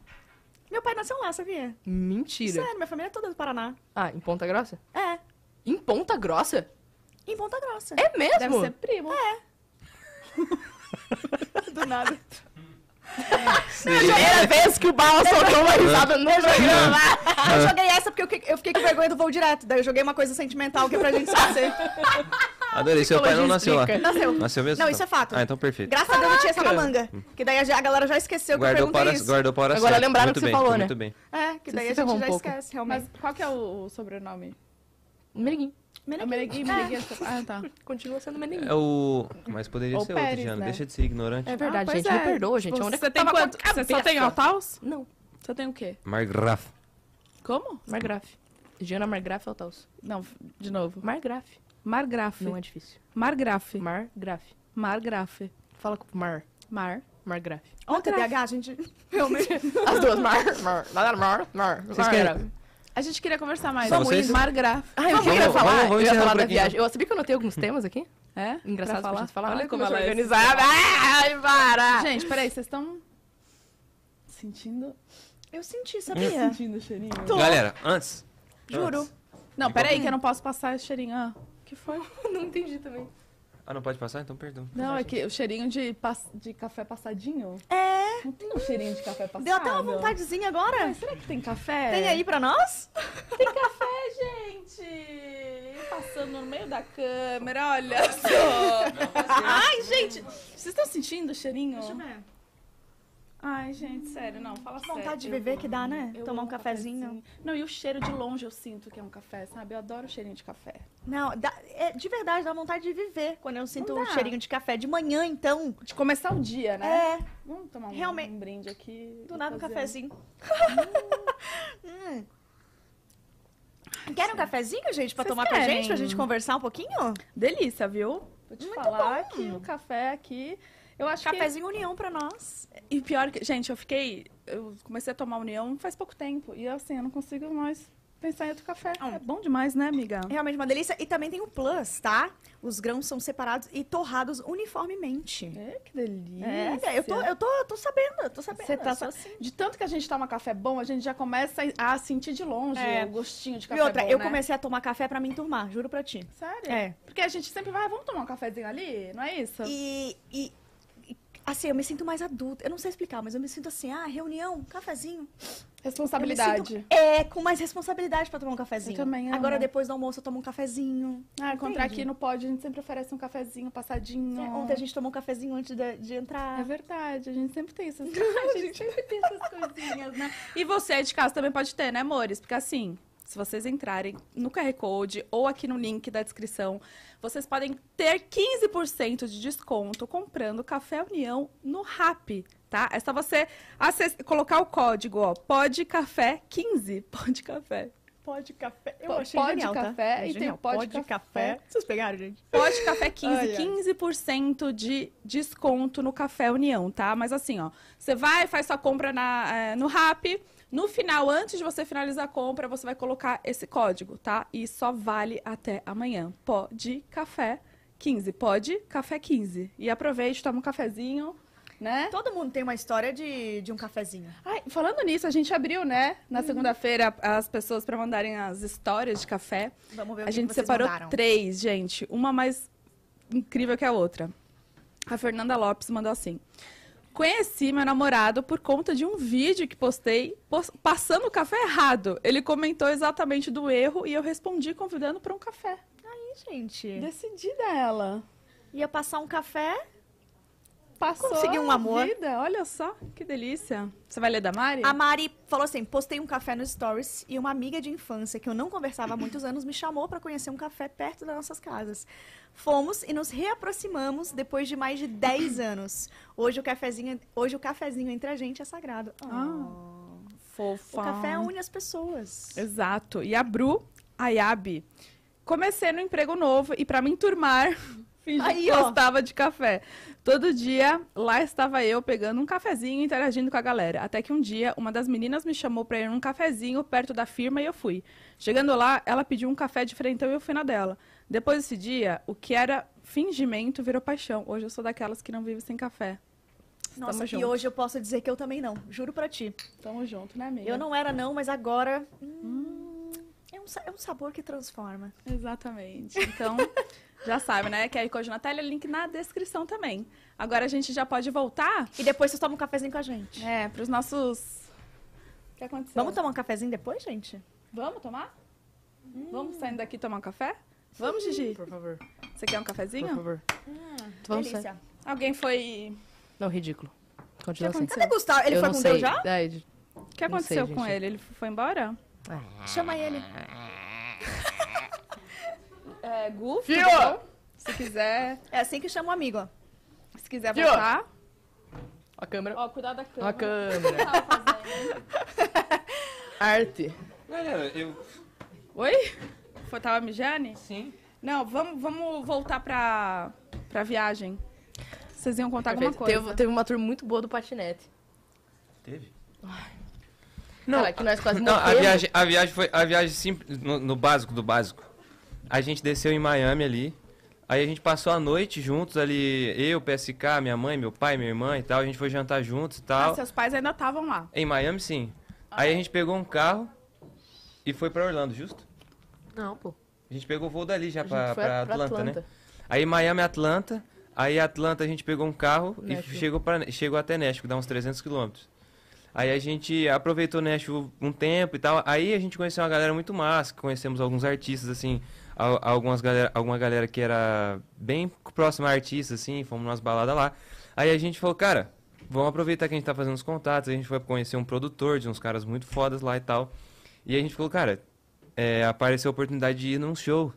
B: Meu pai nasceu lá, sabia?
D: Mentira.
B: Sério, minha família é toda do Paraná.
D: Ah, em Ponta Grossa?
B: É,
D: Em Ponta Grossa?
B: em Ponta Grossa.
D: É mesmo?
A: Deve ser primo.
B: É. Do nada.
D: Primeira vez que o Bala soltou uma risada no programa.
B: Ah, Eu joguei essa porque eu, que- eu fiquei com vergonha do voo direto. Daí eu joguei uma coisa sentimental que é pra gente esquecer.
C: Adorei, seu pai não nasceu lá.
D: explica.
B: Nasceu.
C: Nasceu mesmo?
B: Não, isso é fato.
C: Ah, então perfeito.
B: Graças a Deus eu tinha essa na manga. Que daí a, já- a galera já esqueceu que eu
C: Guardou
B: perguntei
C: para,
B: isso.
C: guardou para
D: Agora
C: certa.
D: lembraram
C: Muito
D: que você
C: bem,
D: falou,
C: muito
D: né?
C: bem.
B: É, que
D: Você
B: daí
D: se
B: a gente
D: ferrou um
B: já
D: pouco.
B: esquece, realmente.
A: Mas qual que é o, o sobrenome?
D: Meneguim.
A: É Meregui, Meregui. Ah, tá.
D: Continua sendo Meneguim.
C: É o. Mas poderia
A: Ou
C: ser
A: Pérez,
C: outro, Diana.
A: né?
C: Deixa de ser ignorante.
D: É verdade,
A: Ah, pois
D: gente.
A: é.
D: Me perdoa, gente. Onde é que
A: Você
D: eu
A: tem
D: tava com a
A: quanto? Você só
D: cabeça?
A: tem Altaus?
D: Não,
A: Você tem o quê?
C: Margraf.
A: Como?
D: Margraf. Giana Margraf Altaus.
A: Não, de novo.
D: Margraf.
A: Margraf.
D: Não é difícil.
A: Margraf.
D: Margraf.
A: Margraf.
D: Fala com Mar.
A: Mar.
D: Margraf.
B: Ontem, BH, a gente realmente...
D: As duas. Mar. Mar. Nada, Mar. Mar.
C: Vocês querem-
A: A gente queria conversar mais.
C: Só vocês?
A: Margraf.
D: Ah, eu
C: Vamos,
D: queria
C: vamos,
D: falar.
C: vamos
D: eu ia
C: encerrar
D: falar
C: por
D: da
C: aqui,
D: viagem. Eu sabia que eu anotei alguns temas aqui?
A: É?
D: Engraçado
A: pra
D: pra
A: falar.
D: gente falar.
A: Olha como ela
D: eu
A: é
D: sou organizada. Ai,
B: Ah.
D: para!
A: Gente, peraí, vocês estão sentindo,
B: Eu senti,
C: Hum.
B: sabia?
A: sentindo o cheirinho?
C: Galera, antes.
B: Juro.
A: Não, peraí, que eu não posso passar o cheirinho. Ah, o que foi?
D: Não entendi também.
C: Ah, não pode passar? Então perdão.
A: Não, é que o cheirinho de, pas- de café passadinho.
B: É,
A: Não tem um cheirinho de café passado.
B: deu até uma vontadezinha agora.
A: Será que tem café?
B: Tem aí pra nós?
A: Tem café, gente! Passando no meio da câmera, olha só!
B: é.
A: Ai, gente! Vocês estão sentindo o cheirinho?
B: ver.
A: Ai, gente, sério, não, fala sério.
B: Vontade de
A: Eu
B: beber que dá, né?
A: Eu
B: Tomar um
A: amo
B: cafezinho.
A: Não, e o cheiro de longe eu sinto que é um café, sabe? Eu adoro o cheirinho de café.
B: Não, dá- é, de verdade, dá vontade de viver quando eu sinto
A: Não
B: o
A: dá.
B: cheirinho de café. De manhã, então.
A: De começar o dia, né?
B: É,
A: Vamos tomar um,
B: Realmente.
A: um brinde aqui.
B: do nada um
A: fazer
B: cafezinho. Hum. Querem um cafezinho, gente, pra
A: Vocês
B: tomar com a
A: querem?
B: gente? Pra gente conversar um pouquinho?
A: Delícia, viu? Vou te
B: Muito
A: falar
B: bom.
A: que o café aqui. Eu acho Tá.
B: Cafezinho União pra nós.
A: que. E pior que. Gente, eu fiquei. Eu comecei a tomar União faz pouco tempo. E assim, eu não consigo mais
D: pensar em outro café.
A: É bom demais, né, amiga?
B: É realmente uma delícia. E também tem o plus, tá? Os grãos são separados e torrados uniformemente.
A: É, que delícia.
B: É, eu tô, eu tô, eu tô sabendo, eu tô sabendo.
A: Você tá
B: eu sou
A: só...
B: assim.
A: De tanto que a gente toma café bom, a gente já começa a sentir de longe
B: É.
A: o gostinho de café
B: E outra,
A: bom,
B: eu
A: né?
B: comecei a tomar café pra me enturmar, juro pra ti.
A: Sério?
B: É.
A: Porque a gente sempre vai, "Ah, vamos tomar um cafezinho ali, não é isso?
B: E, e- e, assim, eu me sinto mais adulta. Eu não sei explicar, mas eu me sinto assim, ah, reunião, cafezinho. Eu me
A: Responsabilidade.
B: sinto- é, com mais responsabilidade pra tomar um cafezinho.
A: Eu também amo.
B: Agora, depois do almoço, eu tomo um cafezinho.
A: Ah, encontrar
B: Entendi.
A: aqui no pod, a gente sempre oferece um cafezinho passadinho.
B: É, ontem a gente tomou um cafezinho antes de, de entrar.
A: É verdade, a gente sempre tem essas A gente sempre tem essas coisinhas, né? E você aí de casa também pode ter, né, amores? Porque assim, se vocês entrarem no QR Code ou aqui no link da descrição, vocês podem ter 15% de desconto comprando Café União no Rap. Tá? É só você acess- colocar o código, ó, pode café 15, pode café.
B: Pode café. Eu
A: Po-
B: achei
A: pode
B: genial, tá?
A: café
B: É
A: e tem
B: genial.
A: pode
B: café. Vocês pegaram, gente?
A: Pode Café 15,
B: Ai, ai.
A: 15% de desconto no Café União, tá? Mas assim, ó, você vai, faz sua compra na, eh, no Rap. No final, antes de você finalizar a compra, você vai colocar esse código, tá? E só vale até amanhã. Pode Café 15. Pode Café 15. E aproveite, toma um cafezinho, né?
B: É, Todo mundo tem uma história de, de um cafezinho.
A: Ai, falando nisso, a gente abriu, né? Na segunda-feira, as pessoas para mandarem as histórias de café.
B: Vamos ver o
A: A
B: que
A: gente
B: que vocês
A: separou
B: mandaram.
A: três, gente. Uma mais incrível que a outra. A Fernanda Lopes mandou assim. Conheci meu namorado por conta de um vídeo que postei pos- passando o café errado. Ele comentou exatamente do erro e eu respondi convidando para um café.
B: Ih, gente.
A: Decidida ela.
B: Ia passar um café.
A: Passou
B: Conseguiu um
A: a
B: amor.
A: vida. Olha só, que delícia. Você vai ler da Mari?
B: A Mari falou assim: postei um café nos stories e uma amiga de infância que eu não conversava há muitos anos me chamou pra conhecer um café perto das nossas casas. Fomos e nos reaproximamos depois de mais de 10 anos. Hoje o cafezinho, hoje o cafezinho entre a gente é sagrado.
A: Ah,
B: Oh.
A: Fofa.
B: O café é um une as pessoas.
A: Exato. E a Bru Ayabe. Comecei no emprego novo e pra me enturmar, fingi
B: Aí,
A: que
B: ó.
A: gostava de café. Todo dia, lá estava eu pegando um cafezinho e interagindo com a galera. Até que um dia, uma das meninas me chamou pra ir num cafezinho perto da firma e eu fui. Chegando lá, ela pediu um café de frentão e eu fui na dela. Depois desse dia, o que era fingimento virou paixão. Hoje eu sou daquelas que não vive sem café.
B: Nossa,
A: Tamo
B: e
A: junto.
B: hoje eu posso dizer que eu também não. Juro pra ti.
A: Tamo junto, né, amiga?
B: Eu não era não, mas agora hum, é, um, sa- é um sabor que transforma.
A: Exatamente. Então, já sabe, né? QR Code na tela, link na descrição também. Agora a gente já pode voltar
B: E depois vocês tomam um cafezinho com a gente.
A: é, pros nossos. O que aconteceu?
B: Vamos tomar um cafezinho depois, gente?
A: Vamos tomar? Vamos saindo daqui tomar um café? Vamos, Gigi?
F: Por favor,
A: Você quer um
F: por
A: cafezinho?
F: favor.
A: Ah, é.
D: Vamos sair.
B: Delícia.
A: Alguém foi.
D: Não, ridículo. Continua
A: Que
D: assim.
B: Cadê Gustavo? Ele
D: eu
B: foi
D: não
B: com
D: sei.
B: Deus já?
D: É, de-
A: O que
D: Não sei,
A: aconteceu com
D: gente.
A: ele? Ele foi embora?
B: Chama ele.
A: É, Gu,
D: Gio!
A: tudo bom? se quiser,
B: É assim que chama o amigo, ó.
A: se quiser
D: Gio!
A: voltar.
D: A câmera.
A: Ó, cuidado da
D: A
A: câmera.
D: câmera. Arte.
C: Galera, eu.
A: Oi? Foi, tava mijane?
C: Sim.
A: Não, vamos, vamos voltar pra, pra viagem. Vocês iam contar Tá alguma
D: Perfeito.
A: coisa.
D: Teve, teve uma tour muito boa do patinete.
C: Teve?
D: Não. Cara, que nós quase
C: Não, a
D: morremos.
C: viagem, a viagem foi a viagem simples, no, no básico do básico. A gente desceu em Miami ali. Aí a gente passou a noite juntos ali, eu, PSK, minha mãe, meu pai, minha irmã e tal. A gente foi jantar juntos e
A: Ah,
C: tal.
A: seus pais ainda estavam lá.
C: Em Miami, sim. Aí a gente pegou um carro e foi pra Orlando, justo?
D: Não, pô.
C: A gente pegou o voo dali já
D: A gente
C: pra,
D: foi
C: pra
D: pra
C: Atlanta, né?
D: Atlanta.
C: Aí Miami, Atlanta. Aí Atlanta a gente pegou um carro
D: Nashville.
C: e chegou, pra, chegou até Nashville, dá uns 300 quilômetros. Aí a gente aproveitou Nashville um tempo e tal. Aí a gente conheceu uma galera muito massa, conhecemos alguns artistas, assim, al- algumas galera, alguma galera que era bem próxima a artista, assim, fomos umas baladas lá. Aí a gente falou, cara, vamos aproveitar que a gente tá fazendo os contatos, a gente foi conhecer um produtor de uns caras muito fodas lá e tal. E a gente falou, cara, é, apareceu a oportunidade de ir num show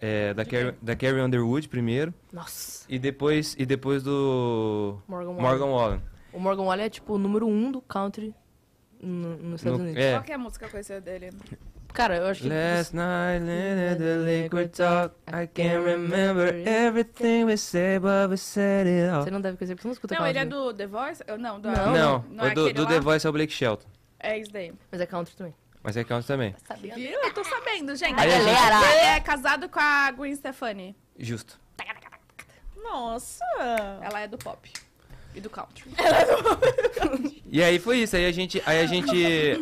C: é, da, Carrie, da Carrie Underwood primeiro
D: Nossa.
C: e depois, e depois do
D: Morgan Wallen.
C: Morgan Wallen.
D: O Morgan Wallen é, tipo, o número um do country no- nos Estados
C: No-
D: Unidos.
C: é.
A: Qual que é a música conhecida dele?
D: Cara, eu acho que...
C: Last night in the liquor talk, I can't remember everything we said, but we said it all.
D: Você não deve conhecer, porque você não escuta
A: Não, ele é
D: country.
A: do The Voice? Eu- Não, do-
D: Não.
C: Não,
A: não é
C: o do,
A: aquele
C: do
A: lá?
C: The Voice é o Blake Shelton.
A: É isso daí.
D: Mas é country também.
C: Mas é Counts também.
D: Sabia?
A: Viu? Eu tô sabendo, gente.
C: Aí a gente-
A: Ele é casado com a Gwen Stefani.
C: Justo.
B: Nossa!
A: Ela é do pop. E do country.
C: E aí foi isso. Aí a gente, aí a gente,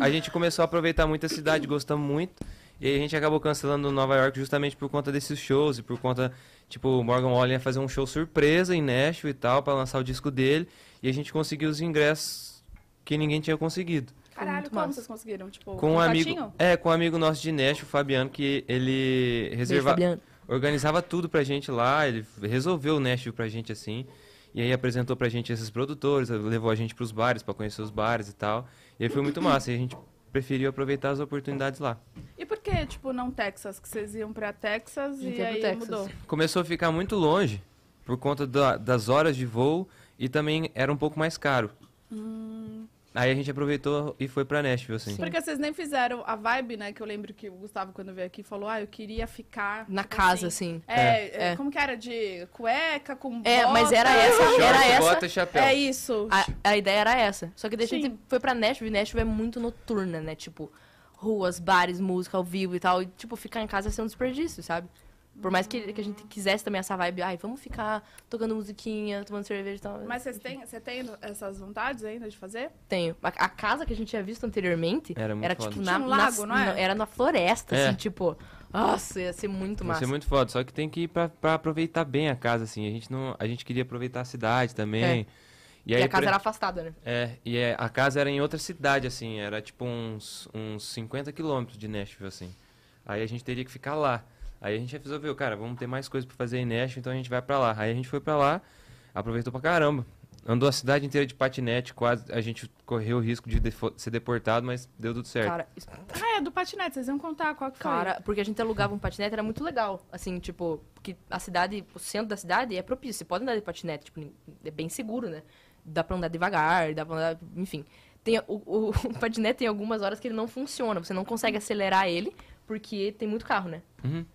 C: a gente começou a aproveitar muito a cidade, gostamos muito. E aí a gente acabou cancelando Nova York justamente por conta desses shows e por conta, tipo, o Morgan Wallen ia fazer um show surpresa em Nashville e tal pra lançar o disco dele, e a gente conseguiu os ingressos que ninguém tinha conseguido.
A: Caralho,
D: muito
A: como
D: massa.
A: vocês conseguiram? Tipo,
C: Com um amigo,
A: contatinho?
C: é, com um amigo nosso de Nashville, o Fabiano, que ele
D: Beijo,
C: reservava
D: Fabiano.
C: organizava tudo pra gente lá, ele resolveu o Nashville pra gente assim. E aí apresentou pra gente esses produtores, levou a gente pros bares pra conhecer os bares e tal. E aí foi muito massa, e a gente preferiu aproveitar as oportunidades lá.
A: E por que, tipo, não Texas? Que vocês iam pra Texas
D: gente
A: e
D: ia pro
A: aí
D: Texas.
A: mudou.
C: Começou a ficar muito longe por conta da- das horas de voo e também era um pouco mais caro. Aí a gente aproveitou e foi pra Nashville assim.
A: Porque vocês nem fizeram a vibe, né? Que eu lembro que o Gustavo, quando veio aqui, falou: Ah, eu queria ficar.
D: Na
A: tipo
D: casa, assim.
A: É, é,
D: É.
A: como que era? De cueca, com
D: É, mas
A: bota?
D: era essa, era
C: Short,
D: essa.
C: bota e chapéu.
A: É isso.
D: A, a ideia era essa. Só que daí a
A: Sim.
D: gente foi pra Nashville. Nashville é muito noturna, né? Tipo, ruas, bares, música ao vivo e tal. E, tipo, ficar em casa ia ser um desperdício, sabe? Por mais que, que a gente quisesse também essa vibe, ai, vamos ficar tocando musiquinha, tomando cerveja e tal.
A: Mas vocês têm, você tem essas vontades ainda de fazer?
D: Tenho. A, a casa que a gente tinha visto anteriormente
C: Era muito foda.
D: tipo
A: Tinha
D: na,
A: um
D: na-
A: lago, não era?
D: na- Era na floresta,
C: É.
D: assim, tipo. Nossa, ia ser muito
C: Vai
D: massa.
C: ser muito foda, só que tem que ir pra, pra aproveitar bem a casa, assim. A gente, não, a gente queria aproveitar a cidade também.
D: É. E,
C: aí,
D: a casa
C: pre-
D: era afastada, né?
C: É, e é- a casa era em outra cidade, assim, era tipo uns, uns 50 quilômetros de Nashville, assim. Aí a gente teria que ficar lá. Aí a gente resolveu, cara, vamos ter mais coisa pra fazer em Nashville, então a gente vai pra lá. Aí a gente foi pra lá, aproveitou pra caramba. Andou a cidade inteira de patinete, quase a gente correu o risco de defo- ser deportado, mas deu tudo certo.
D: Cara, isso-
A: Ah, é do patinete, vocês iam contar qual que foi.
D: Cara, porque a gente alugava um patinete, era muito legal. Assim, tipo, porque a cidade, o centro da cidade é propício. Você pode andar de patinete, tipo, é bem seguro, né? Dá pra andar devagar, dá pra andar. Enfim. Tem, o, o- o patinete tem algumas horas que ele não funciona. Você não consegue acelerar ele, porque tem muito carro, né?
C: Uhum.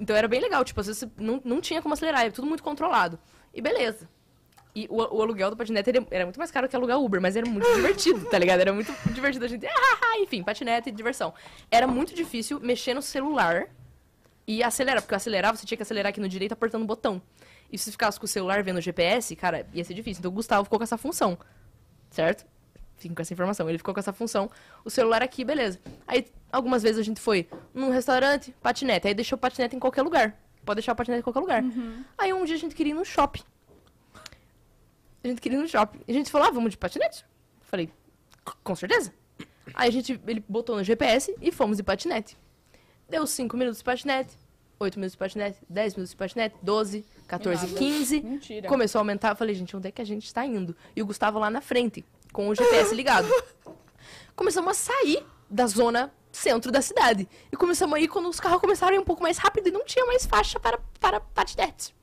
D: Então era bem legal, tipo, às vezes você não, não tinha como acelerar, era tudo muito controlado. E beleza. E o, o aluguel do patinete ele era muito mais caro que alugar Uber, mas era muito divertido, tá ligado? Era muito divertido a gente. Ah, enfim, patinete e diversão. Era muito difícil mexer no celular e acelerar, porque acelerar, você tinha que acelerar aqui no direito apertando o botão. E se você ficasse com o celular vendo o GPS, cara, ia ser difícil. Então o Gustavo ficou com essa função, certo? Fiquem com essa informação. Ele ficou com essa função. O celular aqui, beleza. Aí, algumas vezes a gente foi num restaurante, patinete. Aí deixou o patinete em qualquer lugar. Pode deixar o patinete em qualquer lugar. Aí um dia a gente queria ir no shopping. A gente queria ir no shopping. E a gente falou, ah, vamos de patinete? Falei, com certeza. Aí a gente, ele botou no GPS e fomos de patinete. Deu 5 minutos de patinete, 8 minutos de patinete, 10 minutos de patinete, 12, 14,
A: Milagre.
D: 15.
A: Mentira.
D: Começou a aumentar, eu falei, gente, onde é que a gente tá indo? E o Gustavo lá na frente, com o GPS ligado. Começamos a sair da zona centro da cidade. E começamos a ir quando os carros começaram a ir um pouco mais rápido e não tinha mais faixa para, para patinete.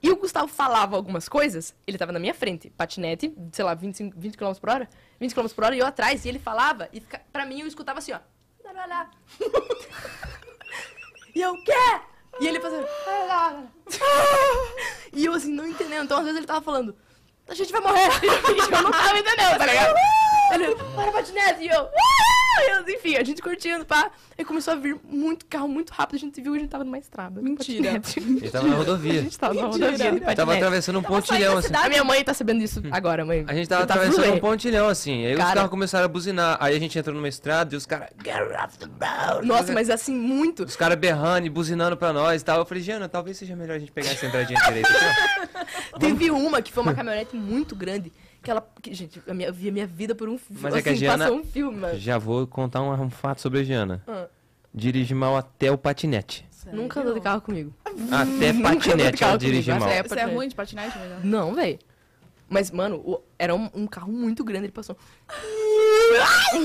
D: E o Gustavo falava algumas coisas, ele tava na minha frente, patinete, sei lá, 25, 20 km por hora, 20 km por hora, e eu atrás, e ele falava, e fica, pra mim eu escutava assim, ó. "Larará". e eu, quê? E ele fazendo. "Larará". e eu assim, não entendendo. Então às vezes ele tava falando, a gente vai morrer. E eu não tava entendendo, tá ligado? Ele, para patinete, e eu. "Ah!" E eu, Enfim, a gente curtindo, pá. Aí começou a vir muito carro, muito rápido. A gente viu que a gente tava numa estrada.
A: Mentira.
D: Patinete.
C: Ele tava na rodovia.
D: A gente tava na rodovia de
C: Ele tava
D: patinete.
C: atravessando um
D: Saindo
C: pontilhão,
D: da
C: assim.
D: cidade, minha mãe tá sabendo disso agora, mãe.
C: A gente tava
D: Eu
C: atravessando
D: zoando.
C: um pontilhão, assim. Aí os
D: Cara.
C: carros começaram a buzinar. Aí a gente entrou numa estrada e os caras. "Get off the road!"
D: Nossa, mas assim, muito.
C: Os caras berrando e buzinando pra nós e tal. Eu falei, Jana, talvez seja melhor a gente pegar essa entradinha direita aqui.
D: Teve uma que foi
C: Hum.
D: uma caminhonete muito grande. Que ela. que, gente, eu, minha, eu vi a minha vida por um filme.
C: Mas é que a Giana-
D: Passou um filme,
C: ó.
D: mano.
C: Já vou contar um, um fato sobre a Jana.
D: Ah.
C: Dirige mal até o patinete.
D: Nunca andou de carro comigo.
C: Até
D: Nunca andou de
C: patinete
D: carro
C: ela dirige
D: comigo,
C: mal.
D: essa é a
A: Você é
D: patinete.
A: ruim de patinete, melhor?
D: Não, velho. Mas, mano, o- era um, um carro muito grande, ele passou. Ai,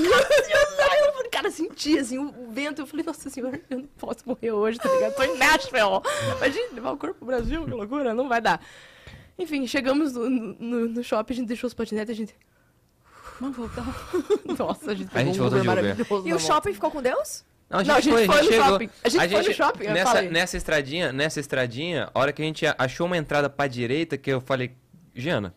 D: cara, eu falei, cara, senti assim o, o vento. Eu falei, nossa senhora, eu não posso morrer hoje, tá ligado? Tô em Nashville. Imagina levar o corpo pro Brasil, que loucura, não vai dar. Enfim, chegamos no, no, no shopping, a gente deixou os patinetes, a gente.
A: Vamos voltar.
D: Nossa, a gente
C: A
D: pegou
C: gente
D: um
C: voltou
D: Uber
C: de Uber.
D: maravilhoso.
B: E
D: na
B: o
D: volta.
B: shopping ficou com Deus?
C: Não,
D: Não, a gente foi no shopping. A gente foi no shopping, eu
C: Nessa,
D: falei.
C: nessa estradinha, nessa estradinha, a hora que a gente achou uma entrada pra direita, que eu falei, Jana,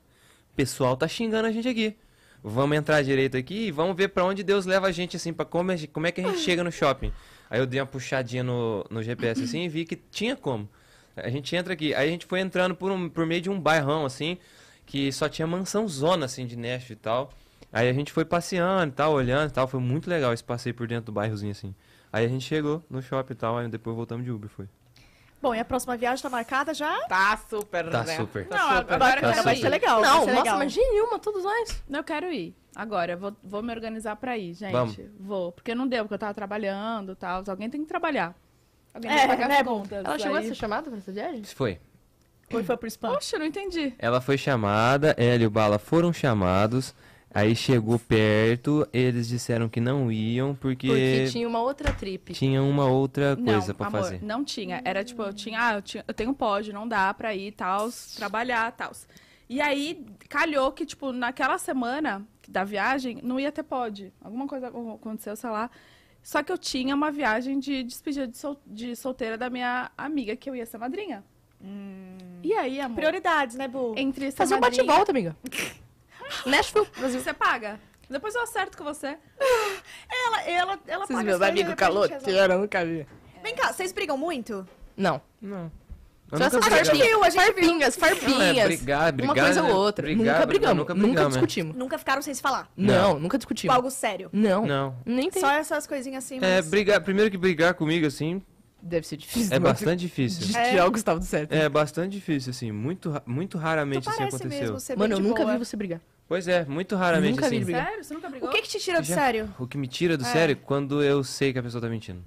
C: pessoal tá xingando a gente aqui. vamos entrar direito aqui e vamos ver pra onde Deus leva a gente, assim, pra como, a gente- como é que a gente chega no shopping. Aí eu dei uma puxadinha no, no GPS, assim, e vi que tinha como. A gente entra aqui. Aí a gente foi entrando por, um- por meio de um bairrão, assim, que só tinha mansão zona, assim, de Nashville e tal. Aí a gente foi passeando e tal, olhando e tal. Foi muito legal esse passeio por dentro do bairrozinho, assim. Aí a gente chegou no shopping e tal, aí depois voltamos de Uber, foi.
B: Bom, e a próxima viagem tá marcada já?
G: Tá super,
C: Tá
G: né?
C: super.
A: Não, agora
B: Agora
A: eu quero
B: vai
A: ir.
B: ser legal. vai
D: Não,
B: ser
D: nossa,
B: legal.
D: mas nenhuma, todos nós.
A: Não, Eu quero ir. Agora, eu vou, vou me organizar pra ir, gente.
C: Vamos.
A: Vou. Porque não deu, porque eu tava trabalhando e tal. Alguém tem que trabalhar. Alguém tem
B: É,
A: que pagar
B: né,
A: as
B: bom.
A: contas.
D: Ela chegou a
A: aí-
D: ser chamada pra essa viagem?
C: Isso foi.
B: Foi, foi pro spam.
A: Poxa, eu não entendi.
C: Ela foi chamada, ela e o Bala foram chamados. Aí chegou perto, eles disseram que não iam porque,
D: Porque
C: tinha...
D: tinha uma outra trip.
C: uma outra coisa
A: não,
C: pra
A: amor,
C: fazer.
A: não tinha. Era tipo, eu tinha, ah, eu, tinha, eu tenho pódio, não dá pra ir e tal, trabalhar e tal. E aí, calhou que, tipo, naquela semana da viagem, não ia ter pod. Alguma coisa aconteceu, sei lá. Só que eu tinha uma viagem de despedida de, sol- de solteira da minha amiga, que eu ia ser madrinha. E aí, amor?
B: Prioridades, né, Bu?
A: Entre ser
D: Hum. Fazer um
A: madrinha-
D: bate-volta, amiga. Nashville, Brasil.
A: Você paga. Depois eu acerto com você.
B: Ela, ela, ela Tá paga é
G: Vocês meus
B: as coisas,
G: amigos
B: depois a gente resolve.
G: caloteiro, eu nunca vi.
B: Vem cá, vocês brigam muito?
D: Não.
C: Eu
D: Só
C: nunca
D: essas
C: brigava.
B: A gente viu, a gente viu.
D: Farpinhas,
C: Não, é
D: farpinhas.
C: brigar, brigar,
D: uma coisa
C: né?
D: ou outra.
C: Brigar,
D: nunca
C: brigar,
D: brigamos.
C: nunca
D: Nunca,
C: brigamos, é.
D: discutimos.
B: Nunca ficaram sem se falar.
D: Não,
C: Não.
D: nunca
B: Tipo,
D: discutimos.
B: algo sério.
D: Não.
C: Não.
D: Nem tem.
B: Só essas coisinhas assim,
C: É,
B: mas...
C: brigar, primeiro que brigar comigo, assim,
D: Deve ser difícil.
C: é
D: mas-
C: bastante difícil.
D: De tirar o Gustavo do certo.
C: É bastante difícil, assim, muito, ra- muito
B: Tu
C: raramente assim
B: parece
C: aconteceu.
B: mesmo ser
D: Mano, eu
B: bem de
D: nunca
B: boa.
D: vi você brigar.
C: Pois é, muito raramente
D: Nunca vi
C: assim.
D: brigar.
A: Sério? Você nunca brigou?
B: O que que te tira do
C: Já-
B: sério?
C: O que me tira do
B: É.
C: sério é quando eu sei que a pessoa tá mentindo.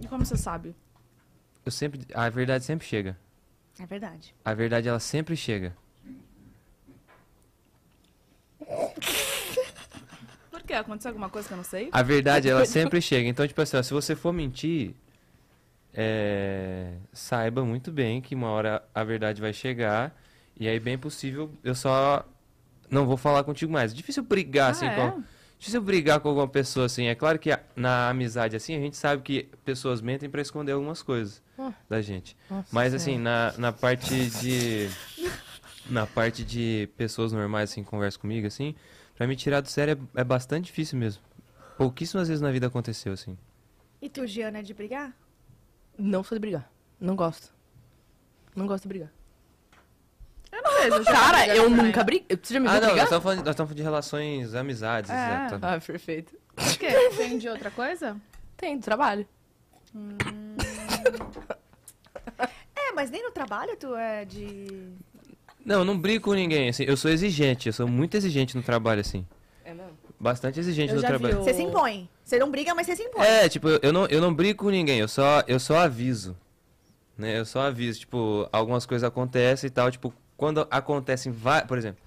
A: E como você sabe?
C: Eu sempre, a verdade sempre chega.
B: É verdade.
C: A verdade ela sempre chega.
A: Por quê? Aconteceu alguma coisa que eu não sei?
C: A verdade, ela sempre chega. Então, tipo assim, ó, se você for mentir, é, saiba muito bem que uma hora a verdade vai chegar. E aí, bem possível, eu só não vou falar contigo mais. É difícil brigar, assim,
A: Ah,
C: com...
A: é?
C: Difícil brigar com alguma pessoa, assim. É claro que a- na amizade, assim, a gente sabe que pessoas mentem pra esconder algumas coisas
A: Hum.
D: Ah.
C: da gente.
D: Nossa
C: Mas,
D: Senhora.
C: assim, na, na parte de... Na parte de pessoas normais, assim, que conversam comigo, assim, pra me tirar do sério é, é bastante difícil mesmo. Pouquíssimas vezes na vida aconteceu, assim.
B: E tu, Giana, é de brigar?
D: Não sou de brigar. Não gosto. Não gosto de brigar.
A: é? Eu não vejo. tá
D: Cara, eu
A: também.
D: nunca briguei. Você já me viu
C: Ah, não, nós
D: brigar?
C: estamos falando, nós estamos falando de relações, amizades, tá
A: É.
C: exato.
D: Ah, perfeito.
A: Por quê? Tem de outra coisa?
D: Tem, do trabalho.
B: É, mas nem no trabalho tu é de...
C: Não, eu não brigo com ninguém, assim. Eu sou exigente, eu sou muito exigente no trabalho, assim.
D: É mesmo?
C: Bastante exigente
A: Eu
C: no
A: já vi
C: trabalho.
A: o-
B: Você se impõe. Você não briga, mas você se impõe.
C: É, tipo, eu- eu não, eu não brigo com ninguém, eu só, eu só aviso. Né? Eu só aviso, tipo, algumas coisas acontecem e tal, tipo, quando acontecem, va- por exemplo,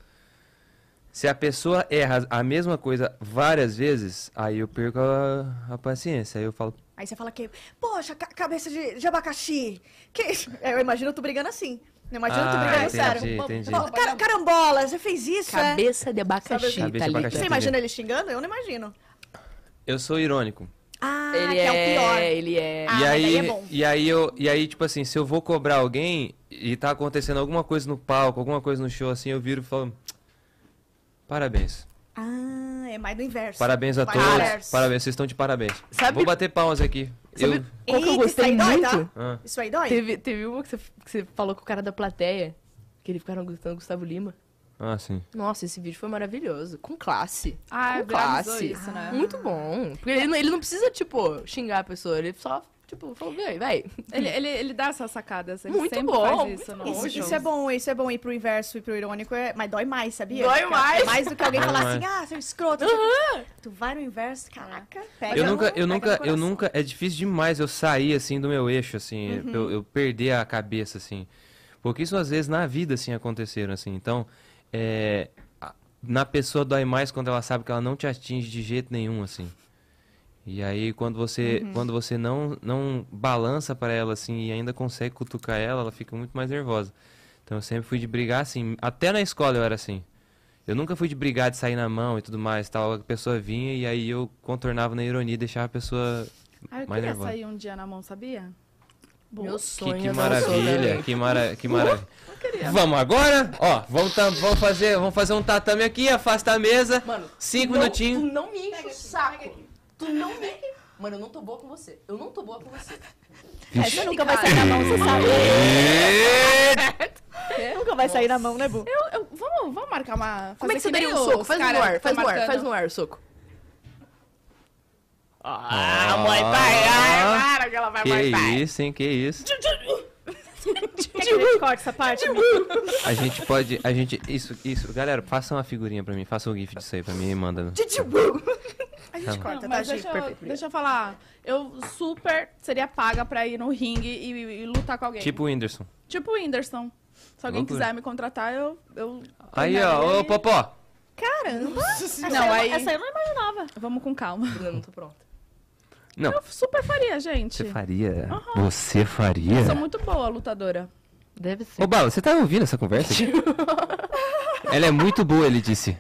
C: se a pessoa erra a mesma coisa várias vezes, aí eu perco a, a paciência, aí eu falo,
B: Aí você fala que... Poxa, ca- cabeça de, de abacaxi. Que... É, Eu imagino tu brigando assim. Não imagino tu
C: Ah,
B: brigando
C: entendi,
B: sério.
C: entendi.
B: Fala, "Cara- Carambola, você fez isso, é?
D: Cabeça de abacaxi, tá
C: Cabeça de
D: Thalita.
C: abacaxi.
B: Você imagina ele xingando? Eu não imagino.
C: eu sou irônico.
B: Ah,
D: Ele
B: que é, o pior.
D: é, ele é.
B: Ah,
C: e
B: mas
C: aí,
B: daí é bom.
C: e aí eu, e aí tipo assim, se eu vou cobrar alguém e tá acontecendo alguma coisa no palco, alguma coisa no show assim, eu viro e falo parabéns.
B: Ah, é mais do inverso.
C: Parabéns a todos.
B: Parabéns.
C: Parabéns, vocês estão de parabéns.
D: Sabe-
C: Vou bater palmas aqui.
D: Sabe
C: Eu
D: qual que eu
B: Eita,
D: gostei
B: isso aí dói,
D: muito?
B: tá?
C: Ah,
B: Isso aí dói?
D: Teve, teve uma que você, que você falou com o cara da plateia, que ele ficaram gostando do Gustavo Lima.
C: ah, sim.
D: Nossa, esse vídeo foi maravilhoso. Com classe.
A: Ah,
B: Um
D: com
A: viralizou
D: classe.
A: isso,
B: Ah,
A: né?
D: Muito bom. Porque ele, não- ele não precisa, tipo, xingar a pessoa. Ele só, tipo, falou, vai, vai.
A: Ele, ele, ele dá essas sacadas. Ele
D: Muito
A: sempre
D: bom,
A: faz isso.
D: muito
A: no-
B: Isso,
A: nos
B: isso
A: shows.
B: é bom, isso é bom ir pro inverso e pro irônico, é- mas dói mais, sabia?
D: Dói
B: Fica-
D: mais.
B: Mais do que alguém
C: Dói
B: falar
C: mais.
B: assim, ah, seu escroto. Tu vai no inverso, caraca, pega
C: Eu
B: no-
C: nunca, eu
B: pega no
C: nunca, eu
B: coração.
C: nunca. É difícil demais eu sair assim do meu eixo, assim,
B: Uhum.
C: eu, eu perder a cabeça, assim. Porque isso às vezes na vida assim aconteceram, assim. Então, é, a- na pessoa dói mais quando ela sabe que ela não te atinge de jeito nenhum, assim. E aí quando você,
B: Uhum.
C: quando você não, não balança pra ela assim e ainda consegue cutucar ela, ela fica muito mais nervosa. Então eu sempre fui de brigar assim, até na escola eu era assim. Eu nunca fui de brigar, de sair na mão e tudo mais, tal. A pessoa vinha e aí eu contornava na ironia, e deixava a pessoa
A: Ah, eu
C: mais
A: queria
C: nervosa.
A: sair um dia na mão, sabia?
D: Meu
C: Que,
D: sonho
C: que
D: é dar um soco
C: maravilha,
D: nele.
C: que, mara... que maravilha. Vamos agora? Ó, vamos, tam- vamos, fazer, vamos fazer um tatame aqui, afasta a mesa.
D: Mano,
C: cinco
D: tu não-
C: minutinhos.
D: Tu não me enche o saco. Tu não me. Mano, eu não tô boa com você. Eu não tô boa com você.
A: É, você nunca vai sair na mão, você sabe.
D: É,
B: Nunca vai sair na mão, né, Bu?
A: Eu- eu- vamos, vamos marcar uma.
D: Como é que você
A: fazer
D: daria
A: nem
D: um
A: os
D: soco? Faz no
A: cara
D: ar,
A: que
D: faz
A: tá
D: no ar,
A: marcando.
D: faz no ar o soco.
C: Ah, mãe, pai, ah, para que ela vai Que isso, hein, que isso.
B: Quer que a gente corte essa parte?
C: A gente pode, a gente, isso, isso. Galera, faça uma figurinha pra mim, faça um gif disso aí pra mim e manda.
B: A gente
A: Não,
B: corta, tá,
A: mas
B: gente?
A: deixa, eu,
B: Perfeito.
A: deixa eu falar. Eu super seria paga pra ir no ringue e, e lutar com alguém.
C: Tipo o Whindersson.
A: Tipo o Whindersson. Se alguém
C: Loucura.
A: quiser me contratar, eu. eu
C: Aí,
A: treinaria
C: ó, ô,
A: e-
C: Popó.
B: Caramba! Essa
A: Não,
B: eu
A: aí-
B: essa eu não imaginava.
A: Vamos com calma.
D: Bruna, eu não tô pronta.
C: Não,
A: Eu super faria, gente.
C: você faria.
E: Você faria?
A: Eu sou é muito boa lutadora.
D: Deve ser.
C: Ô, Bala, você tá ouvindo essa conversa aqui? Ela é muito boa, ele disse.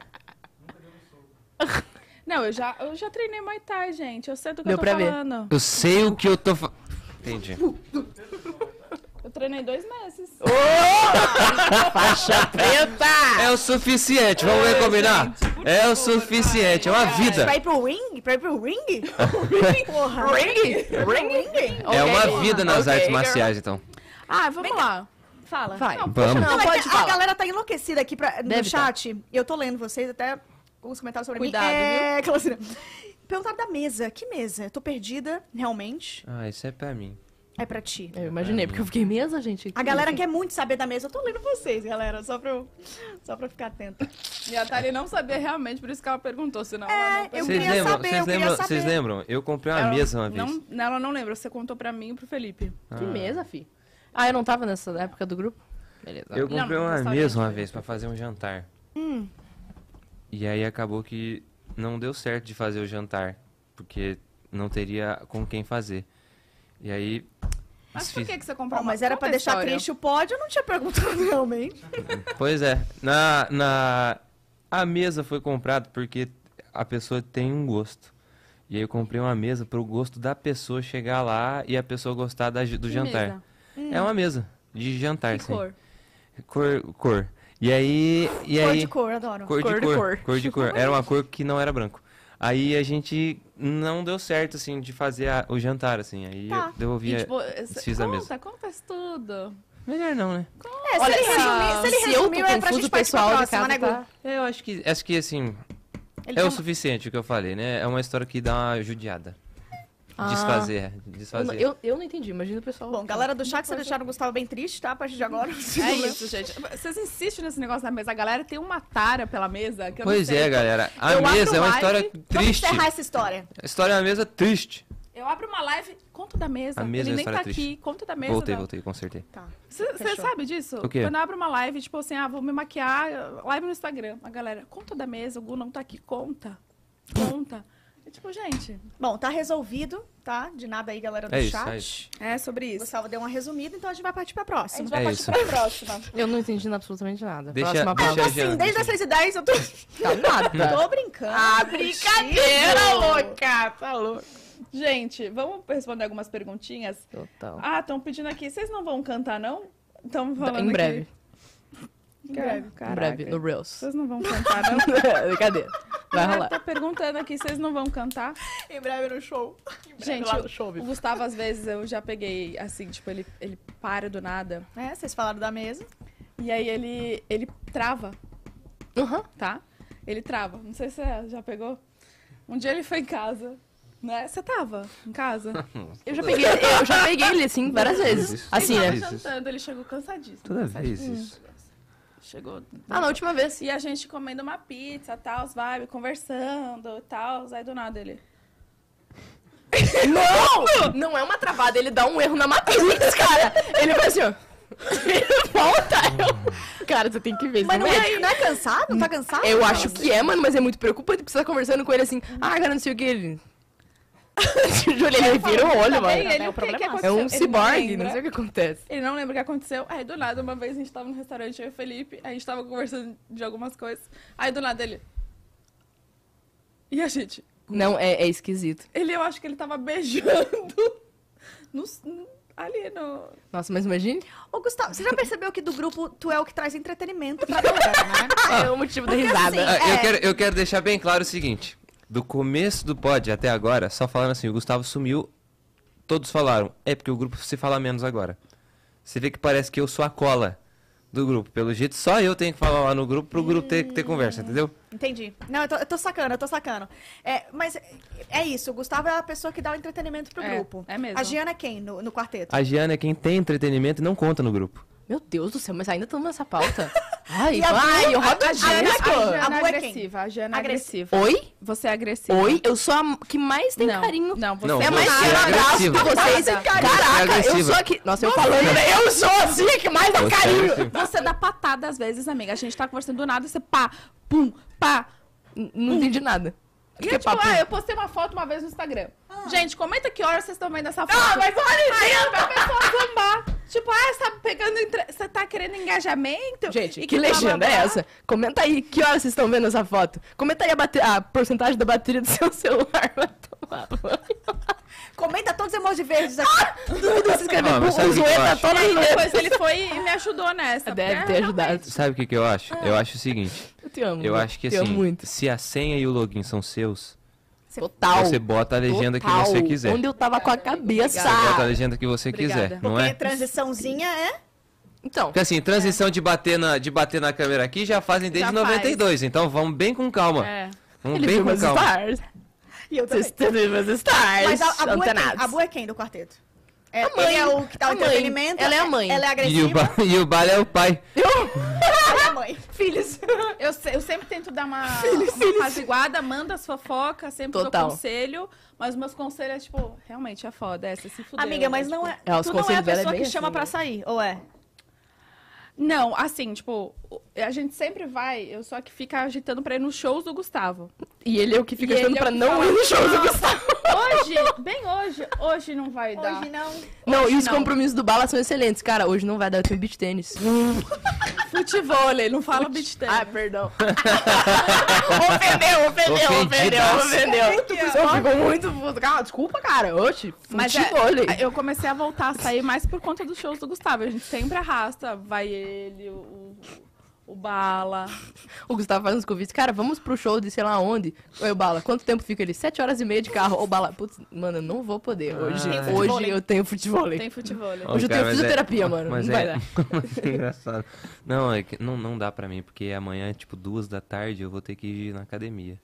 A: Não, eu já, eu já treinei Muay Thai, gente. Eu sei do que
D: Deu
A: eu tô
D: pra ver.
A: falando.
C: Eu sei o que eu tô fa... Entendi.
A: Eu treinei dois meses.
C: É o suficiente, vamos recombinar. É o suficiente, é uma vida.
B: Pra ir pro ring? Pra ir pro ring? Porra!
D: Ring!
B: Ring?
C: É uma
D: Ok,
C: vida nas
D: ok,
C: artes
D: girl.
C: marciais, então.
A: Ah, vamos lá.
B: Fala.
D: Vai.
A: Não,
C: Vamos.
B: Não,
D: Não,
B: mas
D: pode
B: a- a
D: falar.
B: galera tá enlouquecida aqui pra, no
D: Deve
B: chat. Eu tô lendo vocês até alguns comentários sobre
D: Cuidado,
B: mim. É, aquela assim. Perguntaram da mesa. Que mesa? Eu tô perdida, realmente.
C: Ah, isso é pra mim.
B: É pra ti.
D: Eu imaginei, porque eu fiquei mesa, gente.
B: A galera quer muito saber da mesa. Eu tô lendo vocês, galera, só pra, eu- só pra eu ficar atenta.
A: E a Thalia não sabia realmente, por isso que ela perguntou, senão ela não
B: É, Eu
C: Vocês
B: queria
C: lembram?
B: saber, eu
C: Vocês
B: queria
C: lembram?
B: saber.
C: Vocês lembram? Eu comprei uma
A: Ela
C: mesa uma vez.
A: não, Ela não lembra, você contou pra mim e pro Felipe.
D: Que mesa, fi? Ah, eu não tava nessa época do grupo? Beleza.
C: Eu comprei
A: Não,
C: uma
A: restaurante, Hum.
C: mesa uma
A: né?
C: vez pra fazer um jantar. E aí acabou que não deu certo de fazer o jantar, porque não teria com quem fazer. E aí
A: Mas por
C: desfiz-
A: que, que você comprou
B: Bom,
A: uma
B: mas era pra
A: Conta a
B: deixar
A: história.
B: triste o pódio, eu não tinha perguntado realmente.
C: Pois é. Na, na... A mesa foi comprada porque a pessoa tem um gosto. E aí eu comprei uma mesa pro gosto da pessoa chegar lá e a pessoa gostar da, do jantar.
A: mesa? Hum.
C: É uma mesa de jantar,
A: Que
C: É, sim.
A: cor?
C: Cor, cor. E aí... E
B: Cor
C: aí...
B: de cor, adoro.
C: Cor de
D: Cor
C: cor,
D: de cor.
C: cor de cor. Era uma cor que não era branco. Aí a gente não deu certo, assim, de fazer a- o jantar, assim. Aí
B: Tá.
C: eu devolvi.
A: E,
C: a-
A: tipo, esse-
C: desfiz a
A: conta,
C: mesa.
A: conta isso tudo.
C: Melhor não, né?
B: É, se
D: Olha,
B: ele
D: se-
B: resumir, se ele
D: se eu tô
B: resumiu, é pra
D: confuso,
B: gente partir
D: o
B: pra
D: pessoal de
B: próxima,
D: casa
B: né, Gu?
D: tá-
C: É, Eu acho que, acho que assim,
B: Ele tá
C: é
B: tem
C: o
B: uma-
C: suficiente o que eu falei, né? É uma história que dá uma judiada.
D: Ah.
C: Desfazer,
D: Eu, não-
C: desfazer.
D: eu, eu não entendi, imagina o pessoal.
B: Bom, galera do chat, vocês deixaram o Gustavo bem triste, tá? A partir de agora.
A: É isso, gente. Vocês insistem nesse negócio da mesa. A galera tem uma tara pela mesa. Que eu não
C: Pois
A: sei.
C: é, galera. A
A: Eu
C: mesa
A: abro
C: é uma
A: live,
C: história
B: Vamos
C: triste.
B: encerrar essa história.
C: A história da mesa é triste.
A: Eu abro uma live, conta da mesa.
C: A
A: Ele
C: mesa é uma
A: nem
C: história
A: tá
C: triste.
A: aqui, conta da mesa.
C: Voltei,
A: da-
C: voltei, consertei.
A: Você
B: Fechou.
A: sabe disso?
C: O quê?
A: Quando eu abro uma live, tipo assim, ah, vou me maquiar, live no Instagram. A galera, conta da mesa, o Gu não tá aqui, conta. Conta. É tipo, gente,
B: Bom, tá resolvido, tá? De nada aí, galera do
C: É isso,
B: chat.
C: é isso.
A: é sobre
B: O
A: isso.
B: Gustavo deu uma resumida, então a gente vai partir
A: A
B: pra
A: gente
B: próxima.
A: vai
C: É
A: partir
C: isso.
A: pra próxima.
D: Eu não entendi absolutamente nada.
C: Deixa-
D: Próxima
C: deixa-
D: palavra.
B: Assim, desde as 6h10 eu tô...
D: Tá nada.
B: tô brincando.
D: É Ah, brincadeira,
B: louca! Tá louca.
A: Gente, vamos responder algumas perguntinhas?
D: Total.
A: Ah, estão pedindo aqui, vocês não vão cantar, não? Estão falando
D: Em breve.
A: aqui. Em breve,
D: Em
A: caraca.
D: breve, no Reels.
A: Vocês não vão cantar, não?
D: Brincadeira. Vai
A: Ela
D: rolar.
A: tá perguntando aqui, vocês não vão cantar?
B: Em breve no show.
A: Gente,
D: lá no show,
A: o
D: viu?
A: Gustavo, às vezes, eu já peguei, assim, tipo, ele, ele para do nada.
B: É, vocês falaram da mesa.
A: E aí ele, ele trava,
D: Aham.
A: tá? Ele trava. Não sei se você já pegou. Um dia ele foi em casa, né? Você tava em casa?
D: Eu já peguei, eu já peguei ele assim várias vezes. Assim,
A: ele
D: né?
A: tava jantando, ele chegou cansadíssimo.
C: Toda vez isso.
A: Chegou.
D: Ah, na última vez.
A: E a gente comendo uma pizza, tal, os vibe, conversando e tal. Aí do nada ele.
D: Não! Não é uma travada, ele dá um erro na matriz, cara. Ele faz assim, ó. Ele volta.
C: Uhum.
D: Eu- Cara, você tem que ver.
B: Mas
D: isso
B: não
D: é-
B: é, não é cansado? Não tá cansado?
D: Eu acho que é, mano, mas é muito preocupante. Porque você tá conversando com ele assim, ah, cara, não sei o que. Ele. Júlia, ele vira o olho,
A: Também
D: mano.
A: "Tá ele, o que, que
D: É
A: aconteceu? Ele
D: um
A: não
D: ciborgue,
A: lembra.
D: não sei o que acontece.
A: Ele não lembra o que aconteceu. Aí do nada, uma vez a gente tava no restaurante, eu e o Felipe, a gente tava conversando de algumas coisas. Aí do nada ele. E a gente?
D: Não, é, é esquisito.
A: Ele, eu acho que ele tava beijando. Não, s- não- ali no.
D: Nossa, mas imagine.
B: Ô, Gustavo, você já percebeu que do grupo tu é o que traz entretenimento pra galera, né?
D: é o motivo da
B: porque
D: risada.
B: assim-
C: Ah, eu,
B: É.
C: quero, eu quero deixar bem claro o seguinte: do começo do pod até agora, só falando assim, o Gustavo sumiu, todos falaram. É porque o grupo se fala menos agora. Você vê que parece que eu sou a cola do grupo. Pelo jeito, só eu tenho que falar lá no grupo pro grupo ter, ter conversa, entendeu?
B: Entendi. Não, eu tô, eu tô sacando, eu tô sacando. É, mas é isso, o Gustavo é a pessoa que dá o entretenimento pro
A: É,
B: grupo.
A: é mesmo.
B: A Giana é quem no, no quarteto?
C: A Giana é quem tem entretenimento e não conta no grupo.
D: Meu Deus do céu, mas ainda estamos nessa pauta. Ai,
B: a
D: vai,
B: Bruna-
D: eu rodo
B: a- a
D: o disco.
A: Jana
B: Bruna- a
A: é
B: Bu é quem?
A: agressiva. A Jana é
B: Agressiva.
A: agressiva.
D: Oi?
A: Você é agressiva.
D: Oi? Eu sou a que mais tem
A: não,
D: carinho.
A: Não, você
C: Não,
A: é
D: É
C: você
A: mais
D: mais que
C: é
D: eu abraço de
C: agressiva.
D: vocês.
A: Você é
D: Caraca, eu
C: agressiva.
D: sou aqui. Nossa, eu falando, né? Eu sou assim, que mais dá
C: Você é
D: carinho.
C: agressiva.
A: Você dá patada às vezes, amiga. A gente tá conversando do nada, você pá, pum, pá.
D: N- Não entendi nada.
A: E
D: Que
A: eu, tipo,
D: papo.
A: ah, eu postei uma foto uma vez no Instagram. Gente, comenta que hora vocês estão vendo essa foto.
D: Ah, mas olha,
A: Aí a pessoa zombar. Tipo, ah, você tá pegando. entre- Você tá querendo engajamento?
D: Gente,
A: E
D: que
A: blá, blá,
D: legenda é
A: blá.
D: essa? Comenta aí, que horas vocês estão vendo essa foto? Comenta aí a, bate- a porcentagem da bateria do seu celular. Vai tomar banho.
B: Comenta todos os emojis verdes aqui.
D: Tudo se escrever
C: Ah,
D: com
C: mas sabe o que eu
D: zoeta
C: acho?
D: toda
A: Aí depois
D: letra.
A: ele foi e me ajudou nessa.
D: Deve
A: porque é,
D: ter
A: realmente-
D: ajudado.
C: Sabe o que, que eu acho? Eu acho o seguinte:
D: Eu te amo.
C: eu
D: né?
C: acho que
D: Te amo
C: assim,
D: muito.
C: se a senha e o login são seus,
D: Total.
C: você bota a legenda
D: total.
C: que você quiser.
D: Onde tá? eu tava com a cabeça.
C: Você bota a legenda que você
A: Obrigada.
C: quiser, não
B: Porque
C: é?
B: transiçãozinha é.
D: Então,
C: Porque assim, transição de, bater na, de bater na câmera aqui já fazem desde
A: Já faz.
C: 92, então vamos bem com calma.
A: É.
C: Vamos
D: ele
C: um bem
D: viu
C: com
D: meus
C: calma.
D: stars.
B: E eu também.
D: Vocês estão vendo meus stars.
B: Mas a, a, Bu é quem?
D: antenados.
B: a Bu é quem do quarteto? É,
D: A mãe.
B: ele é o que dá o
D: A mãe.
B: entretenimento.
D: Ela é a mãe.
B: Ela é
C: E
B: agressiva.
C: o, ba... e o Bale é o pai.
B: Ela é a mãe.
D: Filhos.
A: Eu, se- eu sempre tento dar uma, uma apaziguada, manda as fofocas, sempre
D: Total.
A: dou conselho. Mas meus conselhos é tipo, realmente é foda, essa se fudeu.
B: Amiga, mas
A: né?
B: não
A: Tipo,
B: é.
D: É, os
B: tu não é a
D: conselhos dela é
B: pessoa que
D: bem
B: chama
D: assim,
B: pra
D: né?
B: sair, ou é?
A: Não, assim, tipo, o- a gente sempre vai, eu só que fica agitando pra ir nos shows do Gustavo.
D: E ele é o que
A: E
D: fica
A: ele
D: achando
A: é o
D: pra
A: que
D: não
A: fala,
D: ir no show do
A: "Não,
D: Gustavo.
A: Hoje, bem hoje, hoje não vai dar.
B: Hoje não.
D: Não, e os
A: não.
D: compromissos do Bala são excelentes. Cara, hoje não vai dar, eu tenho beat tênis.
A: Futevôlei, não fala beat tênis.
D: Ah, perdão. ofendeu, ofendeu, ofendeu,
C: Ofendidaço.
D: ofendeu. Não, ficou muito puto. Calma, desculpa, cara. Oxe,
A: Mas
D: mas
A: é-
D: futebol.
A: eu comecei a voltar a sair mais por conta dos shows do Gustavo. A gente sempre arrasta, vai ele, o, o- o Bala.
D: O Gustavo faz uns convites. Cara, vamos pro show de sei lá onde. Oi, o Bala, quanto tempo fica ele? Sete horas e meia de carro. Ô, Bala, putz, mano, eu não vou poder hoje.
C: Ah, Tem
D: hoje
B: futevôlei.
D: eu tenho futebol.
A: Tem futevôlei.
D: Hoje
C: Cara,
D: eu tenho
C: mas é-
D: fisioterapia, mano.
C: Mas
D: não
C: é...
D: vai dar.
C: mas é engraçado. Não, é que não, não dá pra mim, porque amanhã, tipo, duas da tarde, eu vou ter que ir na academia.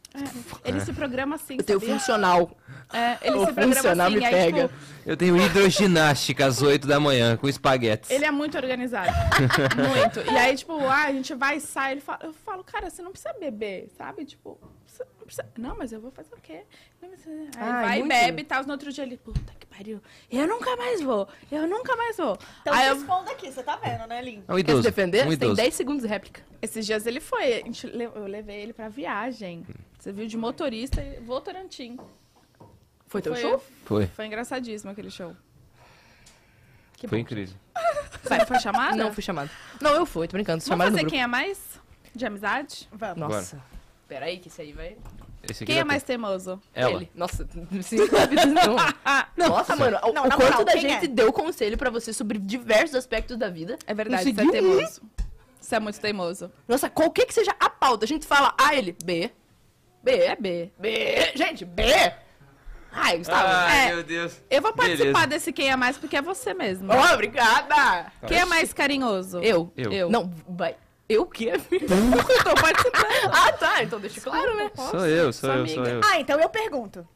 A: Ele se programa assim,
D: Eu tenho
A: sabia?
D: funcional.
C: Um
A: É, ele se
D: O
A: programa
D: funcional
A: assim,
D: me
A: aí,
D: pega.
A: tipo,
C: Eu tenho hidroginástica às 8 da manhã, com espaguetes.
A: ele é muito organizado. muito. E aí, tipo, ah, a gente vai, sai, ele fala, eu falo, cara, você não precisa beber, sabe? Tipo, você não precisa. Não, mas eu vou fazer o quê? Não precisa. Aí
D: Ai,
A: vai,
D: Ah, é muito.
A: bebe e tal, no outro dia ele, puta que pariu. Eu nunca mais vou. Eu nunca mais vou.
B: Então
A: aí eu
B: responda aqui, você tá vendo, né, Lin?
C: É um
D: Quer se
C: idoso.
D: defender?
C: Um
D: Você tem
C: idoso.
D: 10 segundos de réplica.
A: Esses dias ele foi. a gente le- eu levei ele pra viagem. Você viu de motorista e Votorantim.
D: Foi teu
A: Foi-
D: show?
C: Foi.
A: Foi engraçadíssimo aquele show.
D: Que
C: Foi
D: bom.
C: incrível.
A: Vai, foi chamada?
D: Ah, Não fui chamado. Não, eu fui, tô brincando.
A: Vamos
D: Chamaram no
A: fazer
D: grupo.
A: quem é mais? De amizade?
B: Vamos.
D: Nossa. Pera aí, que isso aí vai.
C: Esse aqui
A: Quem
C: já
A: é mais teimoso?
C: tem. Ela.
D: Ele. Nossa, sim, na vida não. Nossa, mano, o,
B: Não,
D: o
B: na
D: quanto
B: moral,
D: da
B: quem
D: gente
B: é?
D: deu conselho pra você sobre diversos aspectos da vida.
A: É verdade, você é
D: Consegui.
A: teimoso. Você é muito teimoso.
D: Nossa, qualquer que seja a pauta, a gente fala, ah, ele, B. B.
A: É B.
D: B. Gente, B. Ai, Gustavo.
C: Ai,
A: É.
C: meu Deus.
A: Eu vou participar
C: Beleza.
A: desse quem é mais porque é você mesmo.
D: Ó, obrigada.
C: Tá.
A: Quem é mais carinhoso?
D: Eu.
C: Eu.
D: Não, vai. Eu que? eu tô participando. Ah, tá. Então deixa claro, né?
C: Sou eu, sou
A: Sua
C: eu, sou
A: amiga.
C: eu.
B: Ah, então eu pergunto.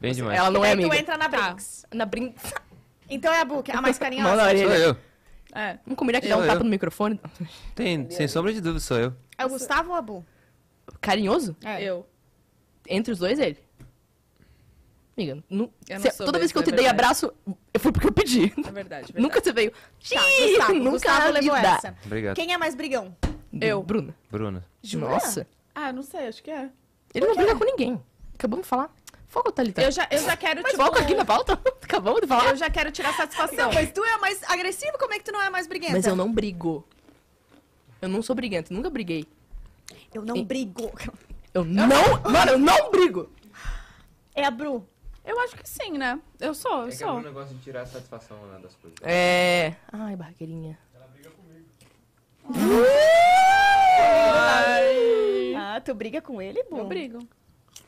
C: Bem demais.
D: Ela não é
B: Aí tu
D: amiga.
B: entra na
A: Tá.
B: Brinks.
D: Na brin...
B: Então é a Bu, que é a mais
D: Mão na
B: carinhosa.
C: Sou
D: orelha.
C: eu.
A: É.
D: Vamos combinar que dá
C: Eu,
D: um tapa
C: eu.
D: no microfone.
C: Tem, sem sombra de dúvida, sou eu.
B: É o Gustavo ou a Bu?
D: Carinhoso?
B: É.
A: Eu.
D: Entre os dois, ele. Amiga, nu-
A: Eu não
D: cê-
A: sou
D: toda vez
A: mesmo,
D: que eu
A: é
D: te dei
A: verdade.
D: abraço, eu fui porque eu pedi.
A: É verdade. verdade.
D: Nunca você veio.
B: Tá,
D: "Ih,
B: Gustavo.
D: nunca
B: Gustavo
D: na
B: levou
D: vida."
B: essa.
C: Obrigado.
B: Quem é mais brigão?
D: Eu. Bruna.
C: Bruna.
B: Jura?
D: Nossa.
A: Ah, não sei, acho que é.
D: Ele não briga com ninguém. Acabamos de falar. Foco, Thalita.
A: Eu já, eu já quero,
D: Tá. Mas
A: tipo,
D: foco aqui na pauta. Acabamos de falar.
A: Eu já quero tirar satisfação.
B: Não, mas tu é a mais agressiva, como é que tu não é a mais briguenta?
D: Mas eu não brigo. Eu não sou briguento. Nunca briguei.
B: Eu não brigo.
D: Eu não... Mano, eu não brigo.
B: É a Bru.
A: Eu acho que sim, né? Eu sou, eu
C: É que é
A: sou.
C: um negócio de tirar a satisfação né, das coisas.
D: É. Ai, barqueirinha.
B: Ah, tu briga com ele,
A: Eu
B: Bruno?
A: brigo.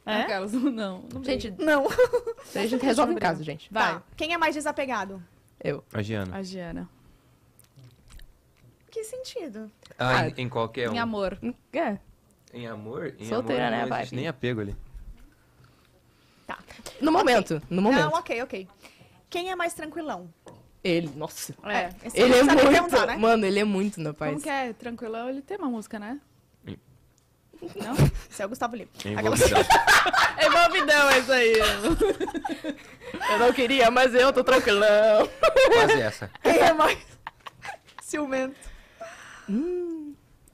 B: É?
A: Aquelas, não, não brigo.
D: Gente,
B: Não.
D: a gente resolve em casa, gente.
B: Vai. Quem é mais desapegado?
D: Eu.
C: A Giana.
A: A Giana.
B: Que sentido?
C: Ah,
D: Ah,
C: em, em qualquer um.
A: Em amor.
D: É.
C: Em amor? Em
D: Solteira,
C: amor,
D: né,
C: não
D: a
C: existe
D: vibe?
C: nem apego ali.
D: No momento. No Um momento.
B: Não, ok, ok. Quem é mais tranquilão?
D: Ele, nossa.
A: É.
B: esse
D: Ele
B: não
D: é
B: sabe
D: muito.
B: perguntar, né?
D: Mano, ele é muito, meu pai.
A: Como que é? Tranquilão, ele tem uma música, né?
B: Esse é o Gustavo Lima.
C: Envolvidão.
A: É movidão isso aí.
D: Eu não queria, mas eu tô tranquilão.
C: Quase essa.
B: Quem é mais ciumento?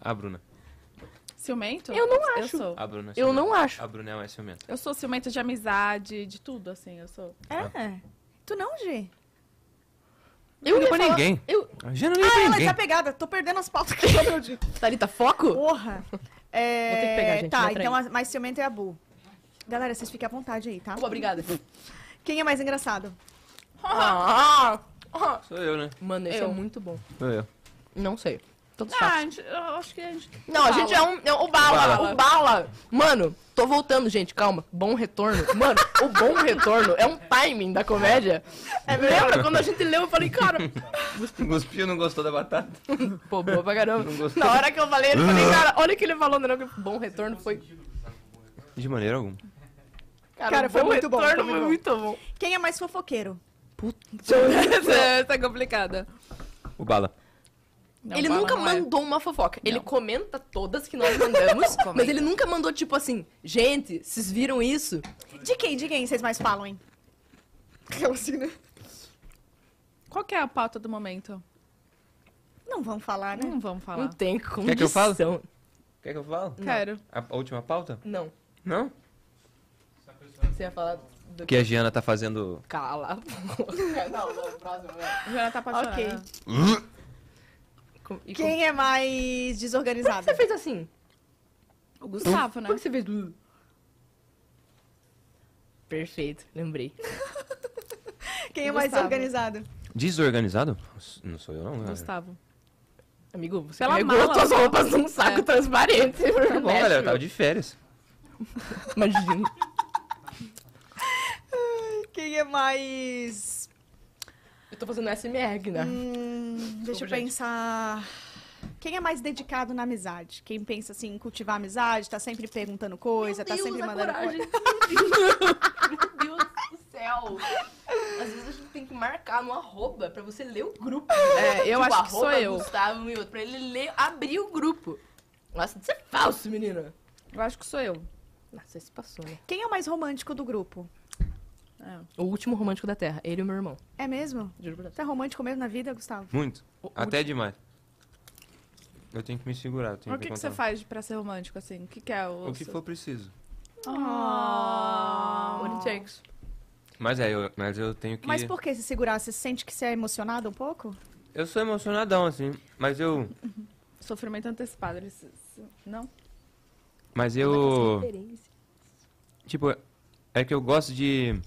C: A Bruna.
A: Ciumento?
D: Eu não
A: Eu
D: acho.
A: sou.
C: A Bruna. é
D: Eu
C: ciumenta.
D: não acho.
C: A Bruna é mais ciumenta.
A: Eu sou ciumento de amizade, de tudo, assim, eu sou.
B: É. Tu não, Gi?
D: Eu
C: ligo
D: ia
C: pra
D: falar-
C: ninguém.
D: Eu...
C: A Giana não
B: Ah,
C: liga pra
B: ela é
C: ninguém.
B: desapegada. Tô perdendo as pautas que eu meu dia.
D: Thalita, foco?
B: Porra. É,
D: Vou ter que pegar, gente,
B: Tá,
D: meu trem.
B: então a mais ciumenta é a Bu. Galera, vocês fiquem à vontade aí, tá?
D: Boa, obrigada.
B: Quem é mais engraçado?
D: Ah, ah.
C: Sou eu, né?
D: Mano, esse
A: Eu.
D: é muito bom.
C: Sou eu.
D: Não sei. Todos
A: Ah, a
D: chatos.
A: gente, eu acho que a gente.
D: Não, a gente é um. é um- o bala,
C: Bala.
D: o bala. Mano, tô voltando, gente, calma. Bom retorno. Mano, o bom retorno é um timing da comédia.
A: É
D: Lembra quando a gente leu, eu falei, cara.
C: Cuspiu, não gostou da batata?
D: Pô, boa pra caramba.
C: Não gostei.
D: Na hora que eu falei, ele
C: Ah.
D: falei, cara, olha o que ele falou, não, que bom retorno foi.
C: De maneira alguma.
D: Cara,
B: Cara,
D: o
B: foi
D: bom
B: muito bom,
D: retorno
B: foi
D: foi
B: muito
D: muito bom.
B: Quem é mais fofoqueiro?
A: essa, essa é complicada.
C: O Bala.
A: Não,
D: ele
A: bala
D: nunca
A: não é.
D: mandou uma fofoca. Ele comenta todas que nós mandamos, mas ele nunca mandou tipo assim, gente, vocês viram isso?
B: De quem, de quem vocês mais falam, hein? Eu assim, né?
A: Qual que é a pauta do momento?
B: Não vão falar, né?
D: Hum.
A: Não vamos falar.
D: Não tem condição.
C: que eu fale? Quer que eu falo?
A: Quero.
C: A, a última pauta?
D: Não.
C: Não?
D: Você ia falar do
C: Que a Giana tá fazendo...
D: Cala. a boca. Não, não, próximo.
A: A Giana tá apaixonada.
B: Ok.
D: Com- e com-
B: Quem é mais
D: Por que
B: desorganizado?
D: você fez assim?
A: O Gustavo, né?
D: Por que você fez. Perfeito, lembrei.
B: Quem é mais
A: Gustavo.
B: desorganizado?
C: Desorganizado? Não sou eu, não. galera.
A: Gustavo.
D: Amigo, você
A: Pela
D: carregou
A: mala.
D: suas roupas num saco
A: É.
D: transparente.
C: Tá bom, galera. Eu tava de férias.
D: Imagina.
B: Quem é mais.
D: Eu tô fazendo SMR, né?
B: Hum, deixa eu
D: gente.
B: pensar. Quem é mais dedicado na amizade? Quem pensa assim, em cultivar a amizade, tá sempre perguntando coisa, tá sempre mandando coisa.
D: Meu Deus do céu. Às vezes a gente tem que marcar no arroba pra você ler o grupo.
A: É, eu
D: Tipo,
A: acho que sou
D: arroba
A: eu.
D: Gustavo Mioto, pra ele ler, abrir o grupo. Nossa, isso é falso, menina.
A: Eu acho que sou eu.
D: Nossa, isso passou, né?
B: Quem é o mais romântico do grupo?
A: É.
D: O último romântico da Terra. Ele e o meu irmão.
B: É mesmo?
D: Juro por Deus.
B: Tá romântico mesmo na vida, Gustavo?
C: Muito.
D: O-
C: Até demais. Eu tenho que me segurar. eu tenho
A: O que, que você
C: controlar.
A: faz pra ser romântico, assim? O que, que é o.
C: O que
A: seu-
C: for preciso.
A: Ah.
D: What it takes.
C: Mas é, eu, mas eu tenho que...
B: Mas por que se segurar? Você sente que você é emocionado um pouco?
C: Eu sou emocionadão, assim. Mas eu...
A: Sofrimento antecipado. Ele... se- se- Não?
C: Mas
B: é
C: eu... Tipo, é que eu gosto de.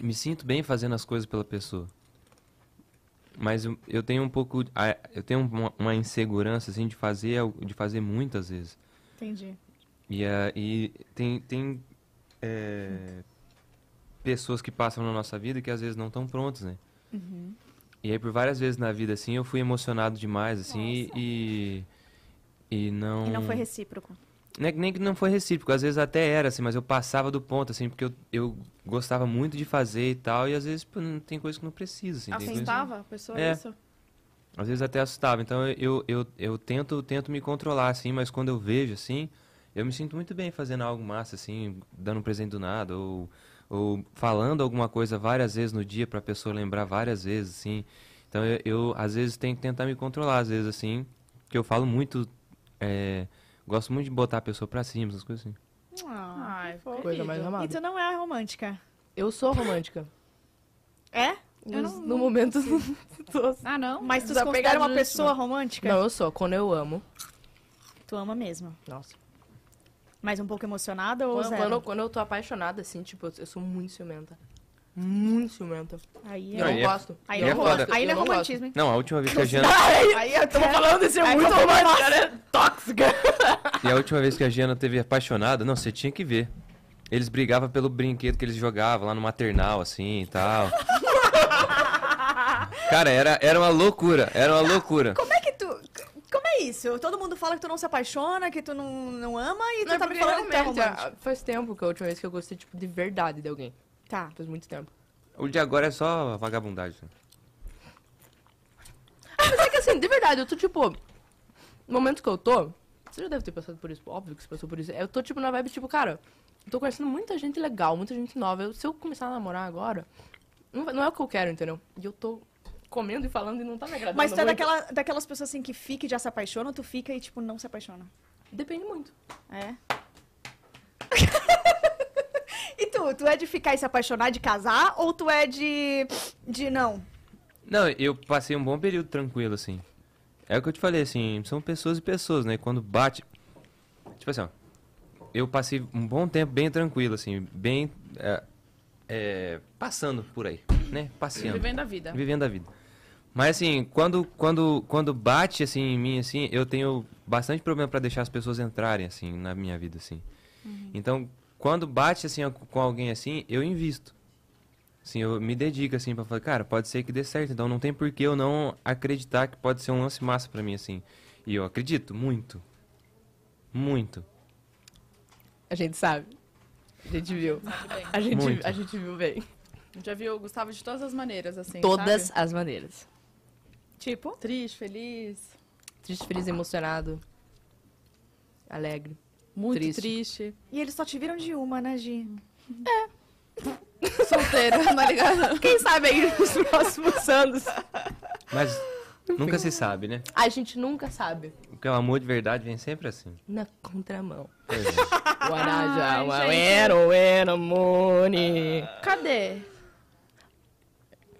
C: Me sinto bem fazendo as coisas pela pessoa. Mas eu, eu tenho um pouco. a- Eu tenho uma, uma insegurança, assim, de fazer, al- de fazer muitas vezes.
B: Entendi.
C: E, a- e tem. tem é, pessoas que passam na nossa vida que às vezes não estão prontas, né?
B: Uhum.
C: E aí, por várias vezes na vida, assim, eu fui emocionado demais, assim, e. E não.
B: E não foi recíproco.
C: Não é que nem que não foi recíproco, às vezes até era, assim, mas eu passava do ponto, assim, porque eu, eu gostava muito de fazer e tal, e às vezes pô, não tem coisa que não precisa, assim, tem coisa-
A: Assustava a pessoa
C: É.
A: isso?
C: às vezes até assustava. Então eu, eu, eu tento tento me controlar, assim, mas quando eu vejo, assim, eu me sinto muito bem fazendo algo massa, assim, dando um presente do nada, ou, ou falando alguma coisa várias vezes no dia pra pessoa lembrar várias vezes, assim. Então eu, eu, às vezes, tenho que tentar me controlar, às vezes, assim, porque eu falo muito. é, gosto muito de botar a pessoa pra cima, essas coisas assim.
B: Ah.
A: Ai,
D: Coisa mais
B: E tu
D: amada.
B: não é romântica?
D: Eu sou romântica.
B: É?
A: Eu não-
D: No momento, tô
A: Ah, não?
B: Mas tu se
D: Desapegado
B: considera uma
D: disso,
B: pessoa romântica?
D: Não, eu sou. Quando eu amo.
B: Tu ama mesmo.
D: Nossa.
B: Mas um pouco emocionada ou
D: Quando,
B: zero?
D: quando, eu- quando eu tô apaixonada, assim, tipo, eu, eu sou muito ciumenta. Muito ciumenta.
B: Aí
D: Eu
C: Não,
B: é...
D: não
C: e é-
D: gosto.
B: Aí
C: e
B: não
C: é
B: é
C: foda.
B: romantismo. Aí não é romantismo, hein?
C: Não, a última vez que a Giana.
D: Ai,
B: Aí eu tô falando
D: isso é
B: Aí
D: muito
B: quando eu faço-
D: romântica, né? Tóxica.
C: E a última vez que a Giana teve apaixonada, não, você tinha que ver. Eles brigavam pelo brinquedo que eles jogavam lá no maternal, assim e tal. Cara, era, era uma loucura, era uma loucura.
B: Como é que tu... Como é isso? Todo mundo fala que tu não se apaixona, que tu não, não ama e tu
D: Não, é
B: tá
D: porque
B: me falando que tu é
D: realmente,
B: romântico.
D: ah, faz tempo que a última vez que eu gostei, tipo, de verdade de alguém. Ah,
B: Tá.
D: Faz muito tempo.
C: O de agora é só vagabundagem.
D: Mas é que assim, de verdade, eu tô tipo. No momento que eu tô, você já deve ter passado por isso, óbvio que você passou por isso. Eu tô tipo na vibe, tipo, cara, eu tô conhecendo muita gente legal, muita gente nova. Eu- se eu começar a namorar agora, não, vai- não é o que eu quero, entendeu? E eu tô comendo e falando e não tá me agradando.
B: Mas tu é
D: muito.
B: daquela, daquelas pessoas assim que fica e já se apaixona, ou tu fica e, tipo, não se apaixona?
D: Depende muito.
B: É. e tu? Tu é de ficar e se apaixonar, de casar, ou tu é de... de não?
C: Não, eu passei um bom período tranquilo, assim. É o que eu te falei, assim, são pessoas e pessoas, né? Quando bate. Tipo assim, ó. Eu passei um bom tempo bem tranquilo, assim, bem. é, é, passando por aí, né? Passeando.
A: Vivendo a vida.
C: Vivendo a vida. Mas assim, quando, quando, quando bate assim em mim, assim, eu tenho bastante problema pra deixar as pessoas entrarem assim na minha vida, assim. Então, quando bate assim com alguém assim, eu invisto. Assim, eu me dedico assim para falar, cara, pode ser que dê certo, então não tem por que eu não acreditar que pode ser um lance massa pra mim assim. E eu acredito muito. Muito.
D: A gente sabe. A gente viu.
A: Tudo bem.
D: A gente,
C: Muito.
D: a gente viu bem.
A: Já viu o Gustavo de todas as maneiras, assim.
D: Todas
A: sabe?
D: as maneiras.
B: Tipo?
A: Triste, feliz,
D: Triste, feliz, emocionado. Alegre.
A: muito
D: Triste.
A: triste.
B: E eles só te viram de uma, né, Gi?
A: Solteiro, tá ligado?
D: Quem sabe aí nos próximos anos?
C: Mas nunca se sabe, né?
D: A gente nunca sabe.
C: Porque o amor de verdade vem sempre assim.
D: Na contramão.
C: Pois é.
D: Guarajá,
A: Ai, gente.
D: Ero, Ero, Mone.
A: Cadê?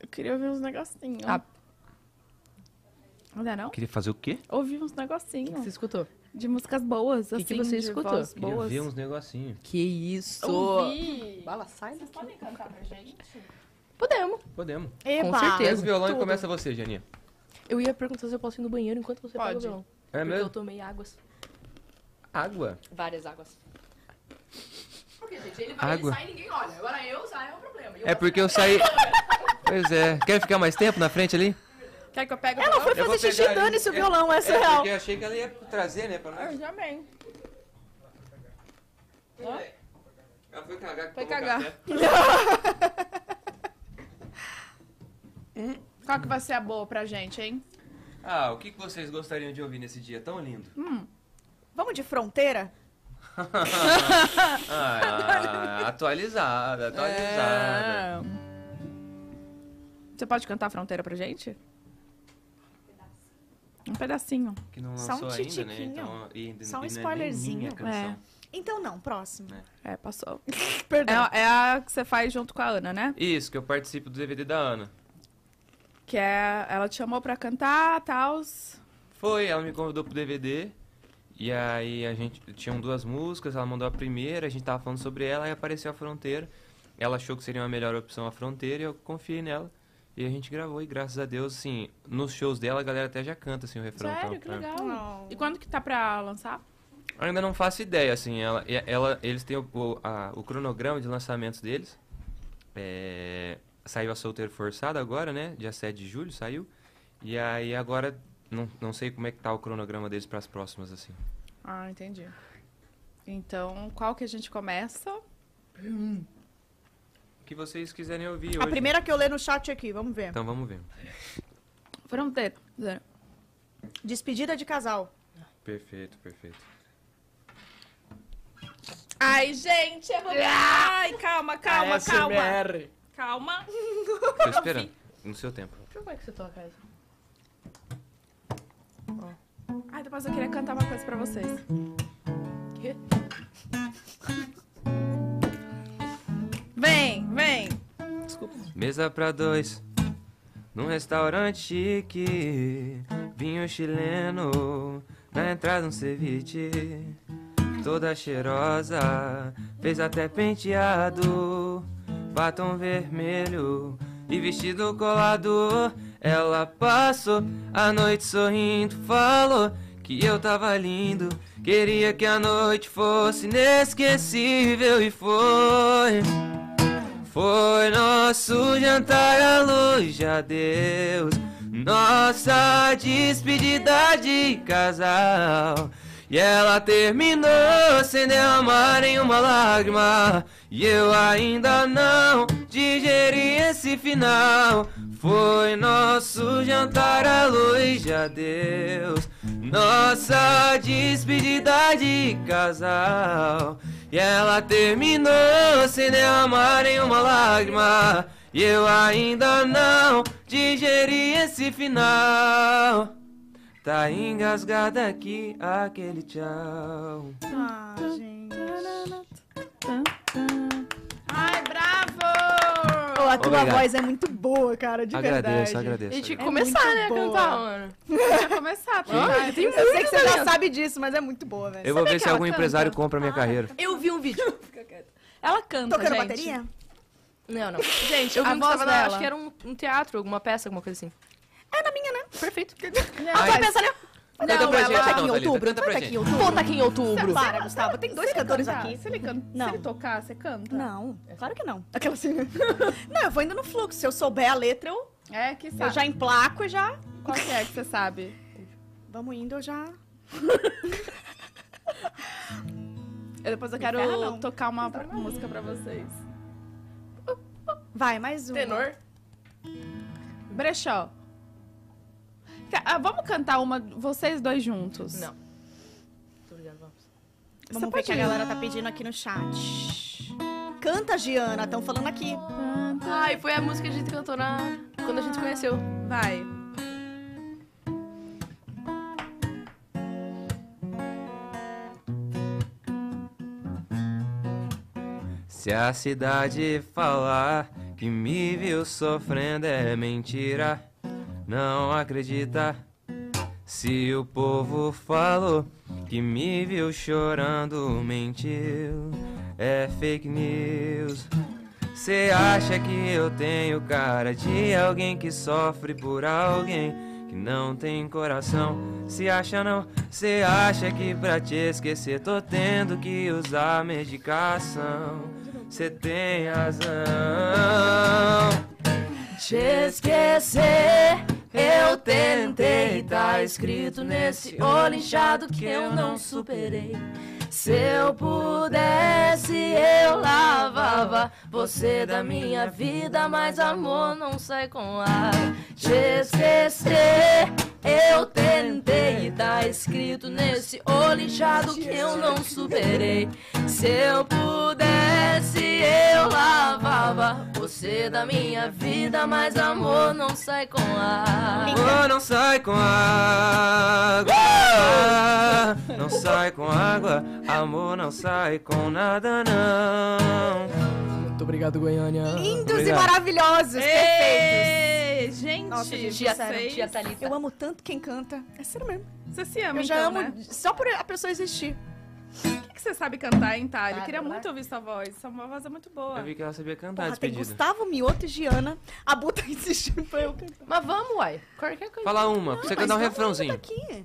A: Eu queria ouvir uns negocinhos.
D: Ah.
A: Não é não?
C: Queria fazer o quê?
A: Ouvi uns
D: O que
A: negocinhos
D: você escutou?
A: de músicas boas,
D: que
A: assim,
D: que você
A: de
D: escutou? um-
A: vozes
C: Queria
A: boas.
C: ver uns negocinhos.
D: Que isso?
A: Ouvi.
D: Bala, sai daqui.
A: Podem cantar pra gente?
D: Podemos.
C: Podemos.
B: Eba!
D: certeza.
C: Pega o violão
D: Tudo.
C: e começa você, Janinha.
D: Eu ia perguntar se eu posso ir no banheiro enquanto você pega o
A: Pode.
D: violão.
C: É
D: porque eu
C: mesmo?
D: tomei águas.
C: Água?
D: Várias águas. Porque, gente, ele,
C: vai- ele Água. sai
D: e ninguém olha. Agora eu saio é um problema.
C: É porque eu saí. Pois é. Quer ficar mais tempo na frente ali?
A: Quer que eu pegue o
B: Ela foi
A: violão?
C: Eu vou
B: fazer xixi
C: pegar
B: dane-se o
C: ali.
B: violão, essa é real.
C: eu achei que ela ia trazer, né? Pra
A: Ah, já bem.
C: Ela foi cagar.
A: Foi tomou cagar. café. Qual que vai ser a boa pra gente, hein?
C: Ah, o que que vocês gostariam de ouvir nesse dia tão lindo?
B: Vamos de fronteira?
C: Ah, atualizada, atualizada.
A: É. Você pode cantar a fronteira pra gente? Um pedacinho.
C: Que não
B: Só um
C: lançou ainda, né?
B: titiquinho.
C: Então, e, ainda-
B: Só um
C: e não é nem
B: spoilerzinho.
C: minha canção.
A: É.
B: Então não, próximo.
A: É, passou.
B: Perdão.
A: É, é a que você faz junto com a Ana, né?
C: Isso, que eu participo do DVD da Ana.
A: Que é. Ela te chamou pra cantar, tal.
C: Foi, ela me convidou pro DVD. E aí a gente tinham duas músicas, ela mandou a primeira, a gente tava falando sobre ela e apareceu a fronteira. Ela achou que seria uma melhor opção a fronteira e eu confiei nela. E a gente gravou e graças a Deus, assim, nos shows dela a galera até já canta assim o refrão.
A: Sério,
C: então,
A: que
C: é.
A: legal.
B: Não.
A: E quando que tá pra lançar?
C: Ainda não faço ideia, assim, ela, e- ela- eles têm o, o- a- o cronograma de lançamentos deles. É, saiu a Solteiro Forçado agora, né? Dia 7 de julho saiu. E aí agora, não, não sei como é que tá o cronograma deles pras próximas, assim.
A: Ah, entendi. Então, qual que a gente começa?
C: O que vocês quiserem ouvir
D: É,
C: hoje.
B: A primeira que eu ler no chat aqui, vamos ver.
C: Então vamos ver.
A: Fronteira.
B: Despedida de casal.
C: Perfeito, perfeito.
A: Ai, gente, eu vou. Ai, calma, calma, calma.
F: SMR.
A: Calma.
C: Tô esperando. No seu tempo.
D: Como é que você toca essa?
A: Ai, depois eu queria cantar uma coisa pra vocês.
D: Quê?
A: Vem, vem.
C: Mesa pra dois, num restaurante chique. Vinho chileno, na entrada um ceviche. toda cheirosa, fez até penteado, batom vermelho e vestido colado. Ela passou a noite sorrindo, falou que eu tava lindo. Queria que a noite fosse inesquecível e foi. Foi nosso jantar à luz de adeus, nossa despedida de casal. E ela terminou sem derramar nenhuma lágrima. E eu ainda não digeri esse final. Foi nosso jantar à luz de adeus, nossa despedida de casal. E ela terminou sem derramar nenhuma lágrima. E eu ainda não digeri esse final. Tá engasgada aqui aquele tchau.
B: Ah, gente.
A: Ai, bravo!
B: Pô, a tua
C: Obrigado.
B: voz é muito boa, cara, de
C: agradeço,
B: verdade.
D: A
C: agradeço.
D: gente tinha que
B: É
D: começar,
B: muito
D: né, a
B: boa.
D: cantar, mano.
A: Deixa eu começar, tá?
D: Olha, tem
B: Eu sei
D: muito
B: que você já sabe disso, mas é muito boa, velho.
H: Eu vou
A: Sabia
H: ver
A: que
H: se
A: ela
H: algum
A: canta?
H: empresário compra minha carreira.
D: Eu vi um vídeo.
A: Ela canta,
B: Tocando
A: gente.
B: bateria?
D: Não, não.
A: Gente,
D: Eu vi
A: a
D: um que
A: voz
D: tava na,
A: dela.
D: acho que era um, um teatro, alguma peça, alguma coisa assim.
B: É na minha, né?
D: Perfeito.
A: Ai,
B: tá
D: Vai pensar, né?
H: Canta pra gente,
B: vai estar tá aqui
H: então,
B: em
H: Thalita,
B: outubro.
H: canta
B: Vai
H: pra
B: estar aqui em
H: gente.
B: outubro.
D: Volta aqui em outubro.
B: Para, Gustavo. tá, Tem dois cantores aqui.
A: Se ele, can...
B: Não.
A: se ele tocar, você canta?
B: Não, claro que não. Aquela assim. não, eu vou indo no fluxo. Se eu souber a letra, eu,
A: É, que
B: eu
A: sabe.
B: já emplaco e já.
A: Qual que é que você sabe?
B: Vamos indo, eu já.
A: Eu depois eu
B: Me
A: quero
B: ferra, não.
A: tocar uma música pra vocês.
B: Vai, mais um.
D: Tenor.
A: Brechó. Ca- ah, vamos cantar uma, vocês dois juntos.
D: Não. Tô brincando, vamos.
B: Vamos ver o que a galera tá pedindo aqui no chat. Canta, Giana, estão falando aqui.
D: Ai, foi a música que a gente cantou na... quando a gente se conheceu.
A: Vai.
C: Se a cidade falar que me viu sofrendo é mentira, não acredita. Se o povo falou que me viu chorando, mentiu, é fake news. Cê acha que eu tenho cara de alguém que sofre por alguém que não tem coração? Se acha não, cê acha que pra te esquecer tô tendo que usar medicação? Cê tem razão. Te esquecer, eu tentei. Tá escrito nesse olho inchado que eu não superei. Se eu pudesse, eu lavava você da minha vida, mas amor não sai com ar. Te esquecer, eu tentei. Tá escrito nesse olho inchado que eu não superei. Se eu pudesse, eu lavava você da minha vida, mas amor não sai com ar. Amor não sai com água. Não sai com água. Amor não sai com nada, não. Muito obrigado, Goiânia.
B: Lindos e maravilhosos, perfeitos.
A: Ei, gente,
B: Nossa, gente,
A: vocês-
B: sério,
D: tia Thalita.
B: Eu amo tanto quem canta. É sério mesmo.
A: Você se ama,
B: Eu já
A: então,
B: amo
A: né?
B: só por a pessoa existir.
A: O que você sabe cantar, hein, Thali?
D: Nada,
A: Queria
D: né?
A: muito ouvir sua voz. Sua voz é muito boa.
C: Eu vi que ela sabia cantar
B: Porra, tem
C: Tá despedida.
B: Gustavo, Mioto e Giana. A Bu tá insistindo pra eu cantar.
D: Mas vamos, uai. Qualquer coisa.
C: Fala uma, pra você
B: Mas
C: cantar um
B: todo mundo
C: refrãozinho.
B: tá aqui.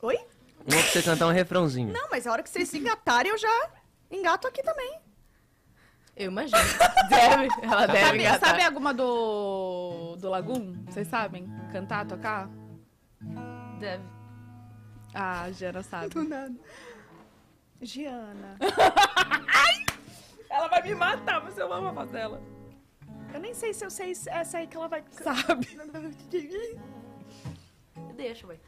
B: Oi?
C: Uma pra você cantar um refrãozinho.
B: Não, mas a hora que vocês se engatarem, eu já engato aqui também.
D: Eu imagino. Deve. Ela
C: É,
D: deve
A: Sabe,
D: engatar.
A: sabe alguma do. do Lagoon? Vocês sabem? Cantar, tocar?
D: Deve.
A: Ah, a Jana sabe.
B: Do nada. Giana.
A: Ela vai me matar, mas eu amo a voz dela.
B: Eu nem sei se eu sei se- essa aí que ela vai.
A: Sabe?
D: Deixa, uai.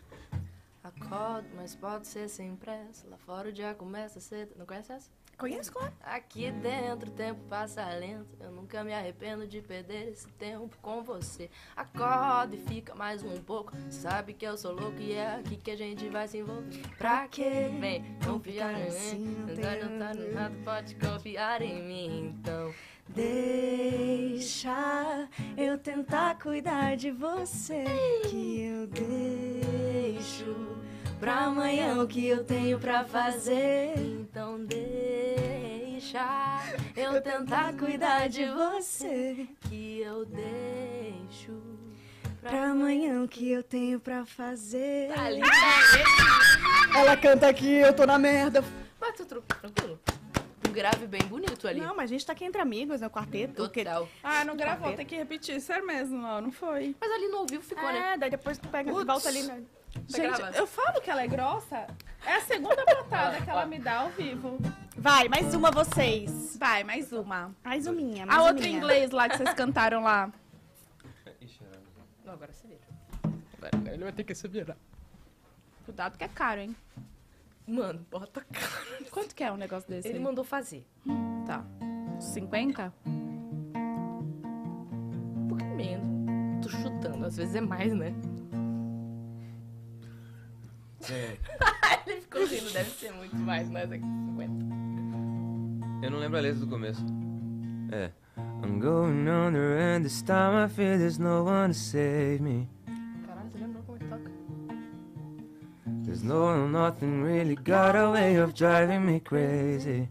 D: Acordo, mas pode ser sem pressa. Lá fora o dia começa cedo. Não conhece essa?
B: Conheço claro.
D: Aqui dentro o tempo passa lento. Eu nunca me arrependo de perder esse tempo com você. Acorda e fica mais um pouco. Sabe que eu sou louco e é aqui que a gente vai se envolver. Pra quê? Vem, confiar em
B: assim,
D: mim.
B: não
D: Não
B: tem
D: tá, não tá, não
B: nada.
D: nada, pode confiar em mim. Então,
B: Deixa eu tentar cuidar de você que eu deixo
G: Pra amanhã o que eu tenho pra fazer. Então deixa eu tentar cuidar de você. Que eu deixo. Pra amanhã Ah! o que eu tenho pra fazer.
B: Tá né? Ela canta aqui, eu tô na merda.
D: Mas tudo tranquilo. Um grave bem bonito ali.
B: Não, mas a gente tá aqui entre amigos, é o quarteto.
D: Total.
A: Ah, não gravou,
B: Vamos
A: tem que repetir. Sério mesmo, ó, não foi.
D: Mas ali no ouvido ficou, né?
B: É, daí depois tu pega,
A: Putz.
B: volta ali. né?
A: Gente,
D: gravando.
A: eu falo que ela é grossa. É a segunda patada que ela me dá ao vivo.
B: Vai, mais uma vocês.
A: Vai, mais uma.
B: Mais uma minha, mais
A: A
B: uma
A: outra em
B: minha.
A: inglês lá que vocês cantaram lá.
D: Não, agora você vira.
F: Ele vai ter que se virar.
A: Cuidado que é caro, hein?
D: Mano, bota a cara.
A: Quanto que é um negócio desse?
D: Ele
A: aí?
D: mandou fazer.
A: Tá. 50?
D: Um pouquinho menos. Tô chutando, às vezes é mais, né? Ele ficou rindo, deve ser muito mais,
G: né?
D: mas é que 50.
C: Eu não lembro a letra do começo. É. I'm going under and this time I feel there's no one to save me.
D: Caralho, você lembrou como é que toca?
C: There's no nothing really got a way of driving me crazy.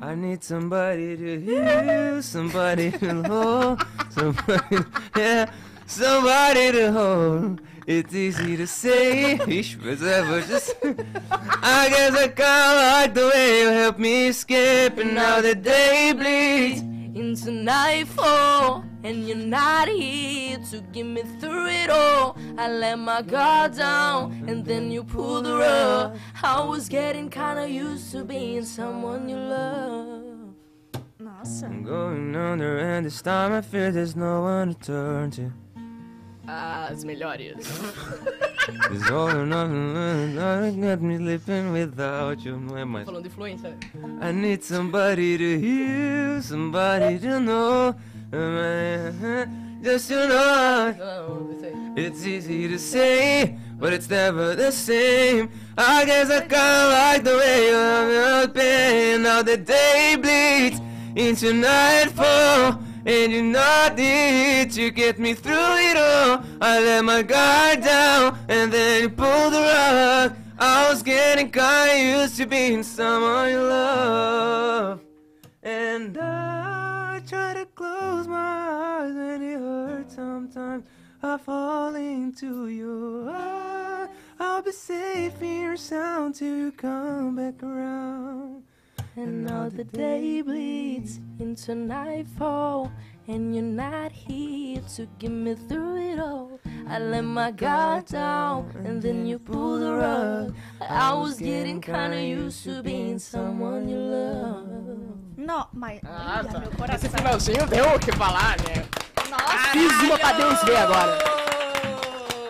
C: I need somebody to heal, somebody to hold, somebody, yeah, somebody to hold. It's easy to say, Ixi, mas é, vou just. I guess I kinda like the way you help me escape, and now the day bleeds.
G: Into nightfall, and you're not here to get me through it all. I let my guard down, and then you pulled the rug. I was getting kinda used to being someone you love.
B: Nossa.
C: I'm going under, and this time I fear there's no one to turn to.
D: Ah, As melhores.
C: There's all or nothing, nothing, nothing got me living without you. Não é mais.
D: Falando de
G: né?
D: influência.
C: I need somebody to heal, somebody to know. Just to know
G: Ah,
D: Não, não sei.
C: it's easy to say, but it's never the same. I guess I kinda like the way you have your pain. Now the day bleeds into nightfall, and you're not it to get me through it all. I let my guard down, and then you pulled the rug. I was getting kinda used to being someone you love. And I try to close my eyes and it hurts sometimes. I fall into you. I, I'll be safe in your sound till you come back around.
G: And now the day bleeds into nightfall, and you're not here to get me through it all. I let my guard down, and then you pull the rug. I was getting kinda used to being someone you love.
B: Não, mas. Olha,
D: tá.
B: meu coração.
D: finalzinho deu o que falar, né?
B: Nossa.
D: Fiz uma pra Deus ver agora.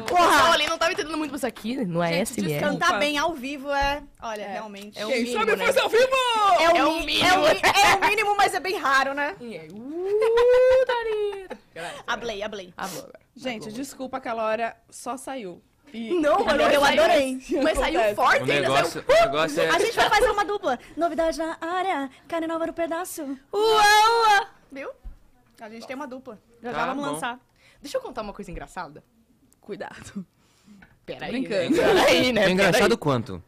D: Porra! O pessoal ali não
G: tá
D: tava entendendo muito isso aqui, não é
A: Gente,
D: SMR.
A: descansa.
B: Cantar tá bem ao vivo é. Olha, realmente.
D: É o
A: Quem
D: mínimo,
A: sabe
D: né?
A: faz ao vivo!
B: É o,
D: É o
B: mi-
D: mínimo.
B: é o mi- é o mínimo, mas é bem raro, né?
D: E
G: É
D: aí, uh, Darina. Caralho.
B: Ablei, ablei.
D: Ah, bom, agora.
A: Gente, desculpa, aquela hora só saiu.
B: Não,
D: Olha,
B: eu
D: saiu-
B: adorei.
D: Mas saiu forte
C: O
D: ainda, saiu...
C: negócio, o negócio é.
B: A gente vai fazer uma dupla.
G: Novidade na área, carne nova no pedaço.
B: Viu? A gente tem uma dupla. Já
C: Tá
B: já vamos
C: bom.
B: lançar.
D: Deixa eu contar uma coisa engraçada.
A: Cuidado.
D: Peraí,
A: Brincando.
D: Né? Peraí, né?
C: É
D: Peraí.
C: engraçado quanto?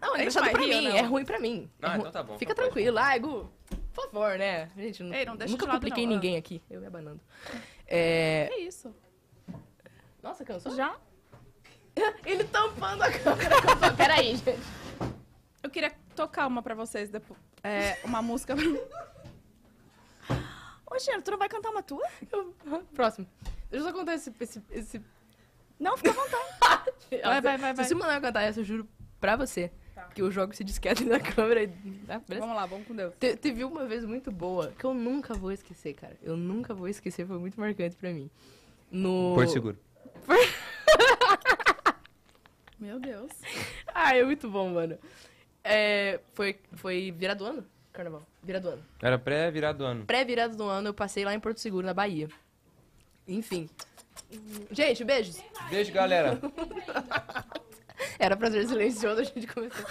D: Não, é engraçado pra
A: Maria ou
D: mim,
A: não?
D: é ruim pra mim.
C: Ah,
D: É ru-
C: então tá bom,
D: Fica
C: então pode.
D: tranquilo, ai, Gu. Por favor, né? Gente,
A: Ei, não deixa
D: nunca
A: de lado,
D: compliquei
A: não, ah.
D: ninguém aqui. Eu me abanando. É...
A: É isso.
D: Nossa, cansou?
A: Já?
D: Ele tampando a câmera. cansou. Peraí, gente.
A: Eu queria tocar uma pra vocês depois. É, uma música.
B: Ô, Gino, tu não vai cantar uma tua?
D: Eu- Aham, Próximo. Deixa eu só contar esse... esse, esse...
B: Não, fica à vontade.
A: Vai, vai, vai,
D: Se
A: vai. Tá.
D: você mandar eu cantar essa, eu juro pra você. Que eu jogo esse disquete na câmera e... Ah, beleza?
A: vamos lá, vamos com Deus.
D: Te- teve uma vez muito boa que eu nunca vou esquecer, cara. Eu nunca vou esquecer, foi muito marcante pra mim. No.
C: Porto Seguro.
A: Meu Deus.
D: Ah, é muito bom, mano. É, foi, foi virado do ano? Carnaval. Virado do ano.
C: Era pré-virado do ano.
D: Pré-virado do ano, eu passei lá em Porto Seguro, na Bahia. Enfim. Gente, beijos.
C: Beijo, galera.
D: Era pra ser silencioso, a gente começou.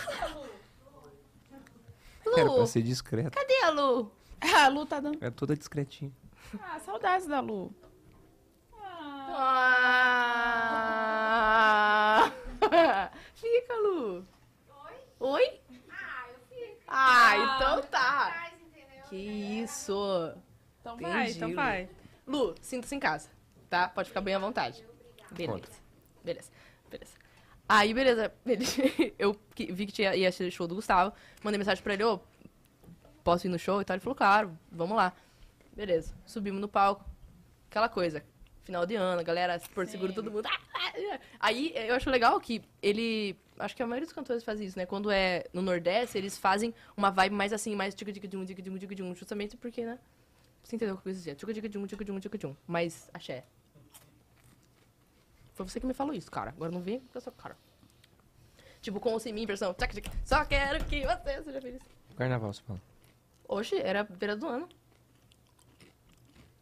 C: Era pra
D: Lu,
C: ser discreto.
D: cadê a Lu?
A: A Lu tá dando.
C: Era toda discretinha.
A: Ah, saudades da Lu.
D: Ah. Ah, então tá.
A: então vai.
D: Lu, sinta-se em casa, tá? Pode ficar bem à vontade. Beleza.
C: Conta.
D: Beleza, beleza. Aí, beleza, ele- eu que- vi que tinha, ia ser o show do Gustavo, mandei mensagem pra ele, ô, posso ir no show e tal? Ele falou, claro, vamos lá. Beleza, subimos no palco, aquela coisa, final de ano, a galera, Porto Seguro, todo mundo... "Ah, ah, ah". Aí, eu acho legal que ele... Acho que a maioria dos cantores faz isso, né? Quando é no Nordeste, eles fazem uma vibe mais assim, mais tica-tica-dum, tica-tica-dum, tica-tum, justamente porque, né? Você entendeu o que eu quis dizer? Tchuca, tchuca, tchum, tchuca, tchum, tchuca, tchum. Mas, axé. Foi você que me falou isso, cara. Agora não vem com a sua cara. Tipo, com ou sem mim, versão. tchac, tchac. Só quero que você seja feliz.
C: Carnaval, você fala.
D: Hoje era a beira do ano.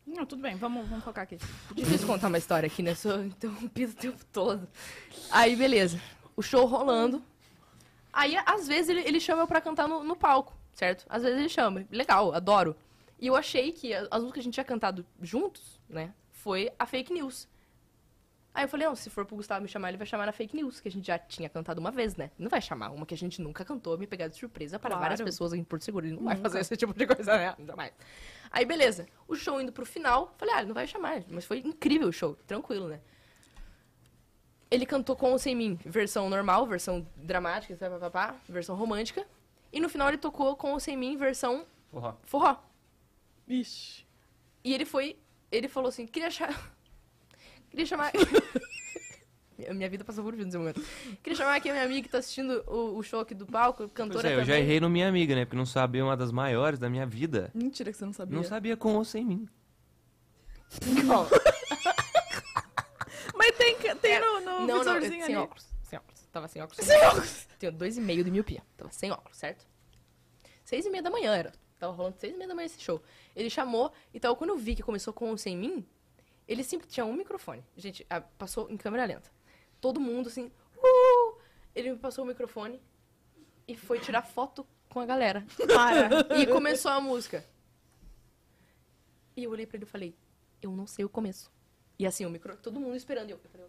A: Não, tudo bem, vamos, vamos focar aqui.
D: Difícil contar uma história aqui, né? Sou interrompida o tempo todo. Aí, beleza. O show rolando. Aí, às vezes, ele, ele chama eu pra cantar no, no palco, certo? Às vezes ele chama. Legal, adoro. E eu achei que a- as músicas que a gente tinha cantado juntos, né? Foi a fake news. Aí eu falei, não, se for pro Gustavo me chamar, ele vai chamar na fake news, que a gente já tinha cantado uma vez, né? Ele Não vai chamar uma que a gente nunca cantou, me pegar de surpresa para várias pessoas em Porto Seguro. Ele não vai fazer esse tipo de coisa, né? Jamais. Aí, beleza. O show indo pro final, falei, ah, ele não vai chamar. Mas foi incrível o show, tranquilo, né? Ele cantou com ou sem mim, versão normal, versão dramática, pá, pá, pá, pá, versão romântica. E no final ele tocou com ou sem mim, versão
C: Forró.
D: forró.
F: Ixi.
D: E ele foi. Ele falou assim: queria chamar. Queria chamar. Minha- Minha vida passou por vídeo nesse momento. Queria chamar aqui a minha amiga que tá assistindo o, o show aqui do palco,
C: Pois
D: cantora
C: é, eu já
D: também."
C: errei no Minha Amiga, né? Porque não sabia uma das maiores da minha vida.
A: Mentira que você não sabia.
C: Não sabia com ou sem mim.
D: Bom,
A: Mas tem, que- tem no, no
D: Não, não,
A: visorzinho ali.
D: sem óculos. Sem óculos. Tava sem óculos. Sem óculos. Tenho dois e meio de miopia. Tava sem óculos, certo? Seis e meia da manhã era. Tava rolando seis e meia da manhã esse show. Ele chamou, então quando eu vi que começou com o Sem Mim, ele sempre tinha um microfone. Gente, ah, passou em câmera lenta. Todo mundo assim, uh! Ele me passou o microfone e foi tirar foto com a galera. Para. E começou a música. E eu olhei pra ele e falei, eu não sei o começo. E assim, o micro, todo mundo esperando. E eu, eu falei,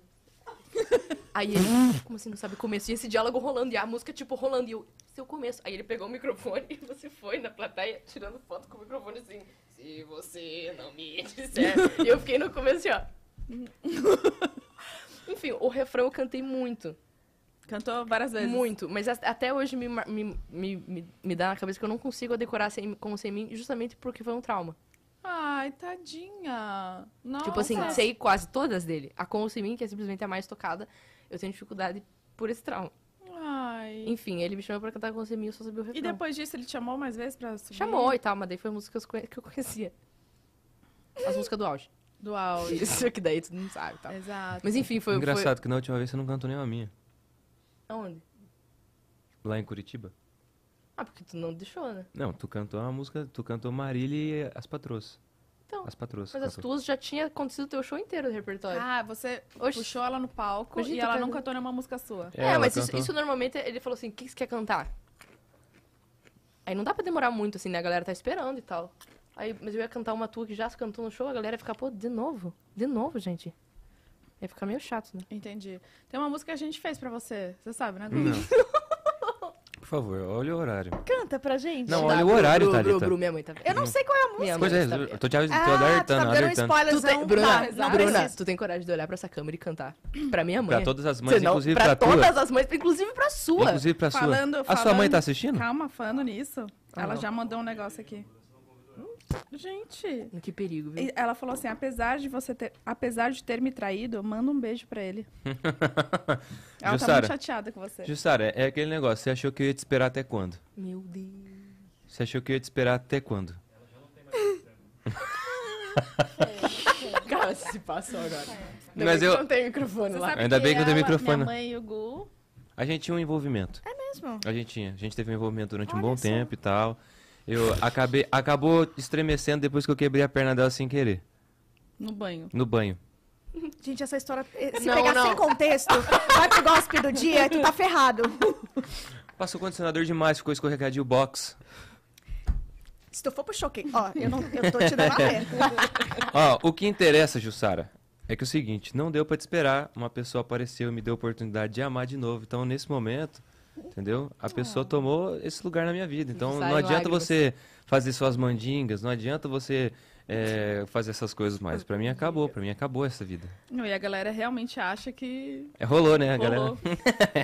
D: Aí ele, como assim, não sabe o começo? E esse diálogo rolando, e a música, tipo, rolando, e eu, seu começo. Aí ele pegou o microfone e você foi na plateia, tirando foto com o microfone assim, se você não me disser. e eu fiquei no começo, assim, ó. Enfim, o refrão eu cantei muito,
A: Cantou várias vezes.
D: muito. Mas a- até hoje me, mar- me, me, me, me dá na cabeça que eu não consigo decorar sem, como sem mim, justamente porque foi um trauma.
A: Ai, tadinha. Nossa.
D: Tipo assim, sei quase todas dele. A com ou sem mim, que é simplesmente a mais tocada, eu tenho dificuldade por esse trauma.
A: Ai.
D: Enfim, ele me chamou pra cantar com sem mim, eu só sabia o refrão.
A: E depois disso, ele te chamou mais vezes pra subir?
D: Chamou e tal, mas daí foi músicas que eu conhe- que eu conhecia. As músicas do auge.
A: Do áudio.
D: Isso que daí tu não sabe, e
A: Então.
D: tal.
A: Exato.
D: Mas enfim, foi...
C: Engraçado que na última vez você não cantou nenhuma minha.
D: Foi... Aonde?
C: Lá em Curitiba.
D: Ah, porque tu não deixou, né?
C: Não, tu cantou uma música, tu cantou Marília e As Patroas.
D: Então,
C: As Patroas.
D: Mas as
C: cantou.
D: tuas já tinha acontecido o teu show inteiro de repertório.
A: Ah, você
D: Oxi.
A: puxou ela no palco
D: Hoje
A: e
D: tu
A: ela
D: canta-
A: não cantou nenhuma música sua.
D: é,
C: ela
D: mas isso,
C: cantou.
D: isso normalmente ele falou assim, o que que você quer cantar? Aí não dá pra demorar muito, assim, né? A galera tá esperando e tal. Aí, mas eu ia cantar uma tua que já se cantou no show, a galera ia ficar, pô, de novo? De novo, gente? Ia ficar meio chato, né?
A: Entendi. Tem uma música que a gente fez pra você. Você sabe, né, Gu?
C: Não. Por favor, olha o horário.
B: Canta pra gente.
C: Não,
D: dá,
C: olha o
D: Bru,
C: horário,
D: Bru, Bru,
C: Thalita.
D: Bru, minha mãe tá vendo.
B: Eu não sei qual é a música.
D: Minha
C: Pois é,
D: mãe tá
C: eu
D: vendo.
C: tô te avisando, tô
B: Ah, tu
C: alertando,
B: tá me dando um
C: alertando.
B: spoilerzão.
D: Tu tem,
B: Tá,
D: Bruna,
B: não
D: Bruna,
B: precisa.
D: tu tem coragem de olhar pra essa câmera e cantar. Pra minha mãe.
C: Pra todas as mães,
D: Você não-
C: inclusive
D: pra
C: pra, tua.
D: todas as mães, inclusive pra sua.
C: Inclusive pra sua.
A: Falando-
C: a sua
A: falando-
C: mãe tá assistindo?
A: Calma, falando nisso.
D: Ah,
A: ela
D: não.
A: já mandou um negócio aqui. Hum, Gente.
D: Que perigo, viu?
A: E Ela falou assim: apesar de você ter. Apesar de ter me traído, manda um beijo pra ele. Ela tá
C: Jussara.
A: muito chateada com você.
C: Jussara, é é aquele negócio, você achou que eu ia te esperar até quando?
D: Meu Deus.
C: Você achou que eu ia te esperar até quando?
D: Cara, se passou agora. Ainda
C: Mas
D: bem que
C: eu-
D: Não tem microfone
A: Você
D: lá.
A: sabe
C: Ainda bem que eu dei
A: ela,
C: microfone.
A: Minha mãe e o Gu.
C: A gente tinha um envolvimento.
B: mesmo?
C: A gente tinha. A gente teve um envolvimento durante um bom tempo e tal. Eu acabei. Acabou estremecendo depois que eu quebrei a perna dela sem querer.
A: No banho.
C: No banho.
B: Gente, essa história. eh, Se
D: Não,
B: pegar
D: não.
B: sem contexto, vai pro gossip do dia, tu tá ferrado.
C: Passou condicionador demais, ficou escorregadio box.
B: Se tu for pro choque. Ó, eu, não, eu tô te dando a pé.
C: Ó, o que interessa, Jussara, é que é o seguinte, não deu pra te esperar. Uma pessoa apareceu e me deu a oportunidade de amar de novo. Então, nesse momento, entendeu? A pessoa tomou esse lugar na minha vida. Então,
D: Jussara
C: não
D: em
C: adianta
D: lágrimas.
C: você fazer suas mandingas, não adianta você é, fazer essas coisas mais. Pra mim acabou, pra mim acabou essa vida.
A: Não, e a galera realmente acha que
C: É, rolou, né, a galera?
A: rolou.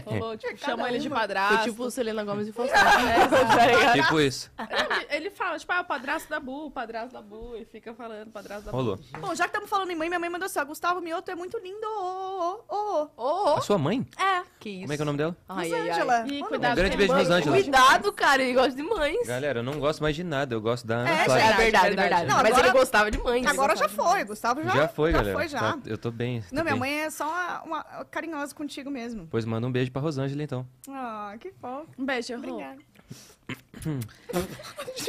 A: Rolou, tipo, chamam ele de
D: Foi
A: padrasto.
D: tipo Selena Gomes e Faustão. É,
C: Tipo isso.
A: Ele, ele fala, tipo, ah, o padrasto da Bu, o padrasto da Bu, e fica falando padrasto da Bu.
C: Rolou.
B: Bom, já que estamos falando em mãe, minha mãe mandou assim, ó, Gustavo Mioto é muito lindo, ô, ô, ô, ô.
D: Ô,
C: A sua mãe?
B: É,
D: que isso.
C: Como é que é o nome dela?
D: Ai, ai, ai.
B: Rosângela.
A: Ih,
B: Manda
A: cuidado.
C: Um grande
A: tem
C: beijo,
A: mãe.
C: Rosângela.
D: Cuidado, cara, ele gosta de mães.
C: Galera, eu não gosto mais de nada, eu gosto da Ana
B: É,
C: Clara.
D: é verdade, é
A: verdade.
D: verdade.
B: Não,
D: Mas
B: agora-
D: ele gostava de mães.
B: Agora
D: ele
B: já foi, Gustavo já,
C: Já foi, galera.
B: foi, já.
C: Tá- eu tô bem. tô
B: Não, minha
C: bem.
B: mãe é só uma, uma carinhosa contigo mesmo.
C: Pois manda um beijo pra Rosângela, então.
B: Ah, que fofo.
A: Um beijo, Rô.
B: Obrigada.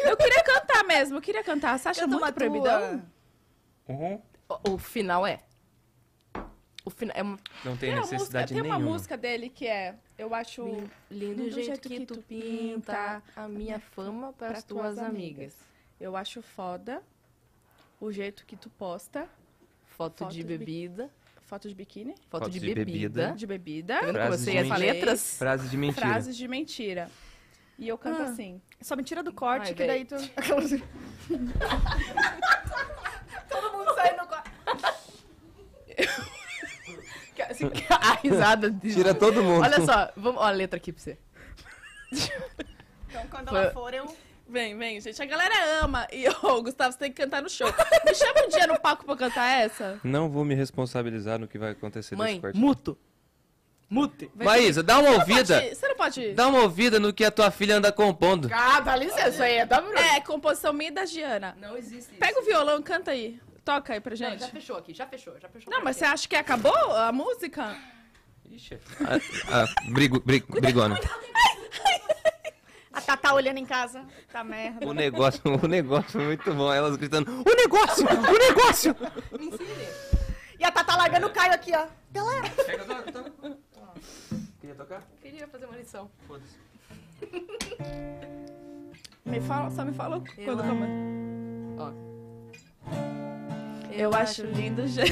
A: Eu queria cantar mesmo, eu queria cantar. Você acha
B: Canta uma
A: muito proibidão?
B: tua.
D: gostava. O, o final é. O final é um
C: Não tem
A: Tem, uma música,
C: necessidade
A: tem uma
C: nenhuma.
A: música dele que é, eu acho...
D: lindo jeito que tu pinta a minha fama para as tuas amigas.
A: Eu acho foda o jeito que tu posta
D: Foto de
A: Foto de
D: bebida,
A: foto de biquíni,
D: foto de bebida.
A: de bebida,
D: Tá vendo como eu
C: Frases
D: sei
C: de
D: as
C: mentira.
D: letras?
C: Frase de mentira.
A: frases de mentira. E eu canto assim.
B: Só me tira do corte,
D: Ai,
B: que daí tu... Todo mundo sai no corte.
D: A risada de...
C: Tira todo mundo.
D: Olha só, vamos... ó a letra aqui pra você.
B: Então, quando
D: ela
B: for, eu...
A: Vem, vem, gente. A galera ama. E, ô, Gustavo, você tem que cantar no show. Me chama um dia no palco pra eu cantar essa.
C: Não vou me responsabilizar no que vai acontecer
D: Mãe,
C: nesse corte.
D: muto. Mute.
C: Maísa, dá uma ouvida.
A: Pode- Você não pode...
C: Dá uma ouvida no que a tua filha anda compondo.
D: Ah, dá licença, isso aí é da Bruna.
A: É, composição minha e da Giana.
D: Não existe
A: Pega o violão, canta aí. Toca aí pra
D: Não, já
A: gente.
D: fechou aqui, já fechou, já fechou.
A: Não, mas você acha que acabou a música?
C: Ah, brigo, brigo, brigona.
B: A Tatá olhando em casa. Tá merda.
C: O negócio, o negócio foi muito bom. Elas gritando, o negócio, o negócio.
B: E a Tatá largando o Caio aqui, ó.
C: Queria tocar?
D: Queria fazer uma lição.
A: Me fala, só me fala quando
D: a-
A: começa. Eu acho lindo, gente.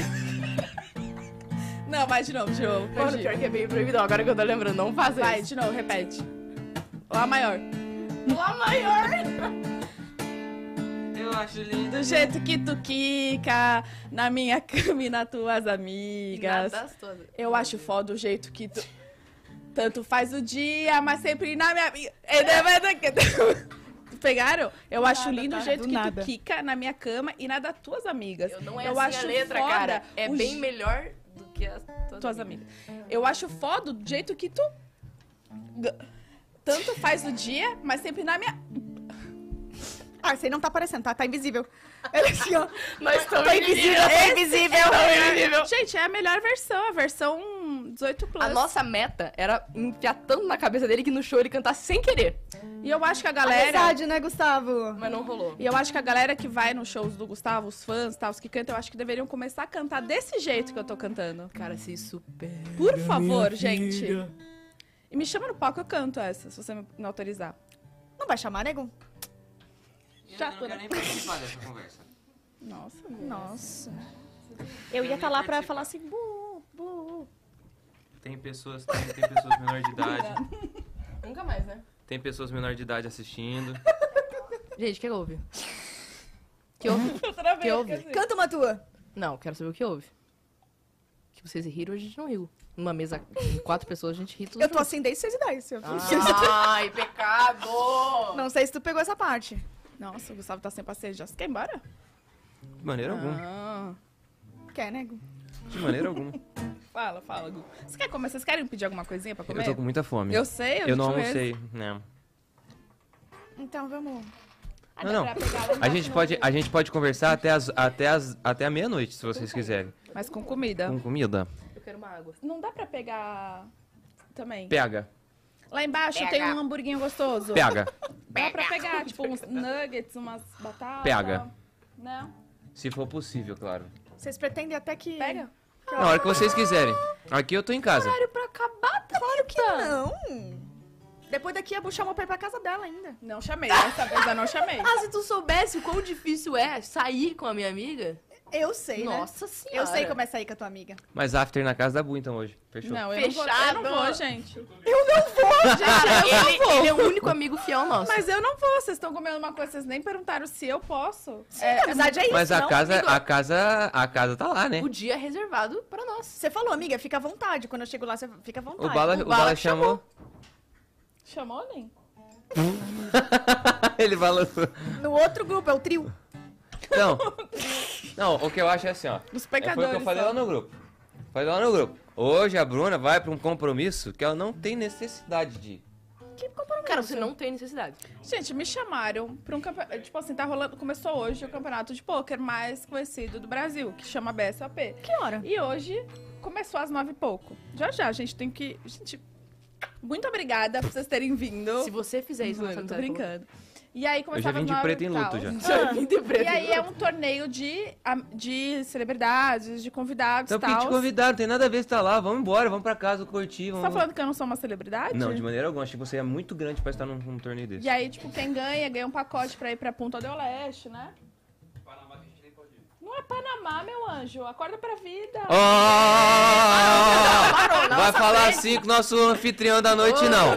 A: Não, vai de novo, de novo.
D: Mano,
A: perdi.
D: pior que é bem proibido. Agora que eu tô lembrando, não faça
A: Vai,
D: isso.
A: de novo, repete. Lá maior. Lá maior.
C: Eu acho lindo.
A: Do jeito que tu quica na minha cama e nas tuas amigas.
D: Nada das todas.
A: Eu acho foda o jeito que tu. Tanto faz o dia, mas sempre na minha. É, né, mas é que- Pegaram? Eu acho lindo o jeito
B: do
A: que
B: nada.
A: tu quica na minha cama e na das tuas amigas.
D: Eu não é assim a letra, cara. É
A: o
D: bem
A: je-
D: melhor do que as tuas,
A: tuas amigas. Eu acho foda o jeito que tu. g- Tanto faz o dia, mas sempre na minha.
B: Ah, você não tá aparecendo, tá? Tá invisível. Ela assim, ó.
D: Nós estamos
B: Tá invisível, tá
D: É
B: invisível.
A: Gente, é a melhor versão, a versão 18 plus.
D: A nossa meta era enfiar tanto na cabeça dele que no show ele cantasse sem querer.
A: E eu acho que a
B: É
A: galera.
B: verdade, né, Gustavo?
D: Mas não rolou.
A: E eu acho que a galera que vai nos shows do Gustavo, os fãs, tá, os que cantam, eu acho que deveriam começar a cantar desse jeito que eu tô cantando.
D: Cara, se super.
A: Por favor, gente. E me chama no palco, eu canto essa, se você me me autorizar.
B: Não vai chamar, nego?
A: Chato, né?
C: participar dessa conversa.
A: Nossa,
B: Nossa. Eu ia estar lá pra falar assim, bu, bu.
C: Tem pessoas, tem, tem pessoas menor de idade.
D: Nunca mais, né?
C: Tem pessoas menor de idade assistindo.
D: Gente, o que houve? Que houve?
A: outra vez.
D: Que houve?
A: assim.
B: Canta uma tua.
D: Não, quero saber o que houve. Que vocês riram, a gente não riu. Numa mesa com quatro pessoas, a gente ri tudo.
B: Eu tô
D: junto.
B: assim desde 6 e 10. eu-
D: Ai, pecado!
B: Não sei se tu pegou essa parte.
A: Nossa, o Gustavo tá sem paciência. Já se quer ir embora?
C: De maneira alguma.
A: Ah.
B: Quer, nego?
C: De maneira alguma.
A: Fala, fala, Gu. Você quer comer? Vocês querem pedir alguma coisinha pra comer?
C: Eu tô com muita fome.
A: Eu sei, eu,
C: Eu não
A: te conheço.
C: almocei, né?
B: Então vamos.
A: Ah,
C: Não,
A: dá
C: não.
A: pra pegar lá
C: A
A: embaixo,
C: gente
A: não.
C: pode, a gente pode conversar até as, até as, até a meia-noite, se vocês quiserem.
A: Mas com comida.
C: Com comida?
D: Eu quero uma água.
A: Não dá pra pegar também.
C: Pega,
A: Lá embaixo tem um hamburguinho gostoso.
C: pega.
A: Dá pra pegar, tipo, uns nuggets, umas batatas.
C: Pega.
A: Não?
C: Se for possível, claro.
B: Vocês pretendem até que.
A: Pega.
C: Na hora que vocês quiserem. Aqui eu tô em casa.
D: É pra acabar,
B: Claro que não. Ah. Depois daqui a Bu chamou pra ir pra casa dela ainda.
A: Não chamei. Essa vez eu não chamei.
D: Ah, se tu soubesse o quão difícil é sair com a minha amiga.
B: Eu sei, né?
D: Nossa senhora.
B: Eu sei como é sair com a tua amiga.
C: Mas after na casa da Bu, então, hoje. Fechou.
A: Não, eu
D: Fechado.
A: não vou, eu não vou, gente.
D: Cara, ele, ele é o único amigo fiel nosso.
A: Mas eu não vou, vocês estão comendo uma coisa, vocês nem perguntaram se eu posso.
B: Sim, a amizade é isso,
C: Mas a
B: não?
C: casa,
B: Amigo,
C: a casa, a casa tá lá, né?
D: O dia é reservado pra nós.
B: Você falou, amiga, fica à vontade. Quando eu chego lá, você fica à vontade.
C: O Bala, o Bala chamou.
A: Chamou nem?
C: Ele balançou.
B: No outro grupo, é o trio.
C: Não. Não, o que eu acho é assim, ó.
A: Os
C: É, foi o
A: pecadores.
C: que eu falei
A: só.
C: lá no grupo. Falei lá no grupo. Hoje a Bruna vai pra um compromisso que ela não tem necessidade de. ir.
D: Cara, você não tem necessidade.
A: Gente, me chamaram pra um campeonato. Tipo assim, tá rolando. Começou hoje o campeonato de pôquer mais conhecido do Brasil, que chama BSOP.
B: Que hora?
A: E hoje começou às nove e pouco. Já já, gente tem que. Gente, muito obrigada por vocês terem vindo.
D: Se você fizer isso,
A: Mano,
D: você não
A: tô
D: tá
A: brincando. E aí
C: Eu
A: começava
C: já vim
A: às
C: de
A: nove
C: preto em
A: tal.
C: luto já.
D: Ah.
A: E aí é um torneio de, am- de celebridades, de convidados e
C: Então por que
A: tal.
C: te convidaram? Não tem nada a ver se tá lá. Vamos embora, vamos pra casa curtir.
A: Você
C: Vamos...
A: tá falando que eu não sou uma celebridade?
C: Não, de maneira alguma. Achei que você é muito grande pra estar num, num torneio desse.
A: E aí, tipo, quem ganha, ganha um pacote pra ir pra Punta del Leste, né? Panamá que a gente nem pode ir. Não é Panamá, meu anjo. Acorda pra vida.
C: Oh! Vai falar assim com o nosso anfitrião da noite, não.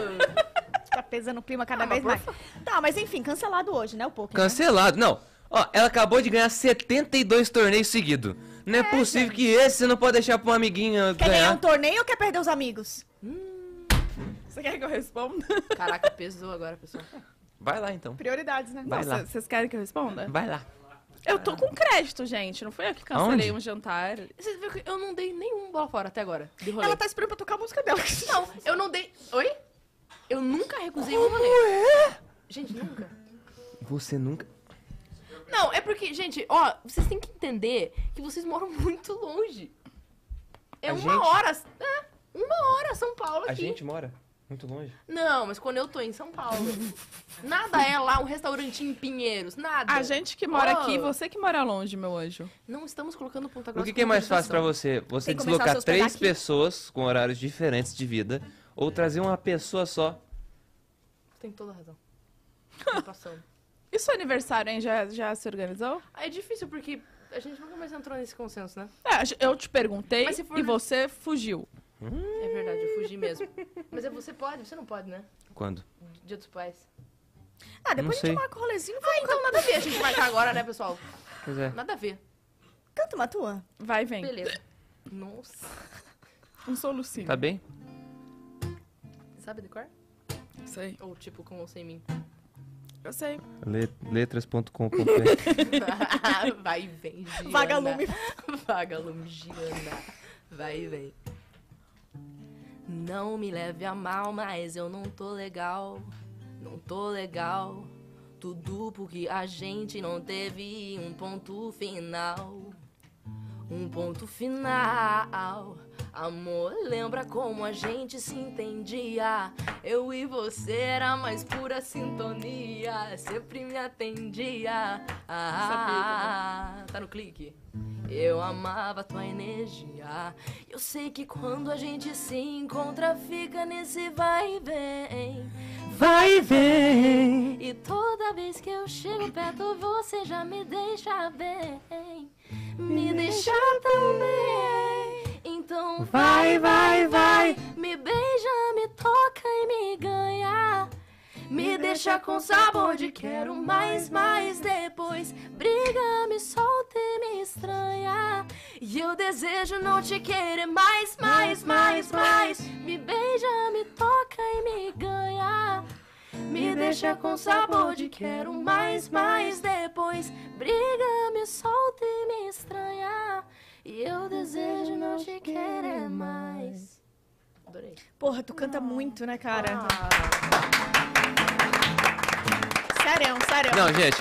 B: Tá pesando o clima
A: Ah,
B: cada vez mais. Tá, mas enfim, cancelado hoje, né? O pouco.
C: Cancelado. Não. Ó, ela acabou de ganhar 72 torneios seguidos. Não é, possível que esse você não pode deixar pra um amiguinho
B: Quer ganhar
C: ganhar.
B: um torneio ou quer perder os amigos?
A: Hum, Você quer que eu responda?
D: Caraca, pesou agora, pessoal.
C: Vai lá então.
B: Prioridades, né?
C: Vai lá.
A: Nossa, vocês querem que eu responda?
C: Vai lá.
A: Eu tô com crédito, gente. Não fui eu que cancelei
C: Aonde?
A: um jantar.
D: Você viu que eu não dei nenhum bola fora até agora. De rolê.
B: Ela tá esperando pra tocar a música dela.
D: Não, eu não dei. Oi? Eu nunca recusei um rolê.
B: é?
D: Gente, nunca.
C: Você nunca.
D: Não, é porque, gente, ó, vocês têm que entender que vocês moram muito longe. É
C: A
D: uma
C: gente-
D: hora. É, uma hora, São Paulo
C: A
D: aqui.
C: gente mora muito longe.
D: Não, mas quando eu tô em São Paulo, nada é lá um restaurantinho em Pinheiros, nada.
A: A gente que mora
D: Oh.
A: aqui, você que mora longe, meu anjo.
D: Não estamos colocando Ponta
C: O
D: Grossa
C: que, que é
D: como
C: mais fácil pra
D: organização.
C: você? Você
B: Tem que começar a se
C: deslocar
B: hospedar
C: três
B: aqui.
C: pessoas com horários diferentes de vida ou trazer uma pessoa só?
D: Tem toda a razão. Tô passando.
A: E seu aniversário, hein? Já, já se organizou?
D: Ah, É difícil porque a gente nunca mais entrou nesse consenso, né?
A: É, eu te perguntei
D: Mas se for-
A: e você fugiu.
D: É verdade, eu fugi mesmo. Mas é você pode, você não pode, né?
C: Quando?
D: Dia dos pais.
B: Ah, depois
C: Não
B: a
C: sei.
B: gente marca o rolezinho.
D: Ah, então nada a ver a gente marcar agora, né, pessoal?
C: Pois é.
D: Nada a ver.
B: Canta uma tua.
A: Vai, vem.
D: Beleza. Nossa.
A: Um solucinho.
C: Tá bem?
D: Sabe decorar?
A: Sei.
D: Ou tipo, com ou sem mim.
A: Eu sei.
C: Letras.com.br
D: Vai e vem, Giana.
B: Vagalume.
D: Vagalume, Giana. Vai e vem. Não me leve a mal, mas eu não tô legal. Não tô legal. Tudo porque a gente não teve um ponto final. Um ponto final. Amor, lembra como a gente se entendia? Eu e você era mais pura sintonia. Sempre me atendia. Ah, tá no clique. Eu amava tua energia. Eu sei que quando a gente se encontra, fica nesse vai e vem. Vai e vem. E toda vez que eu chego perto, você já me deixa bem. Me deixa também. Então vai, vai, vai. Me beija, me toca e me ganha. Me deixa com sabor de quero mais, mais depois. Briga, me solta e me estranha. E eu desejo não te querer mais, mais, mais, mais. Me beija, me toca e me ganha. Me deixa com sabor de quero mais, mais depois. Briga, me solta e me estranha. E eu desejo não te querer mais. Adorei.
B: Porra, tu canta muito, né, cara? Sério, sério.
C: Não, gente.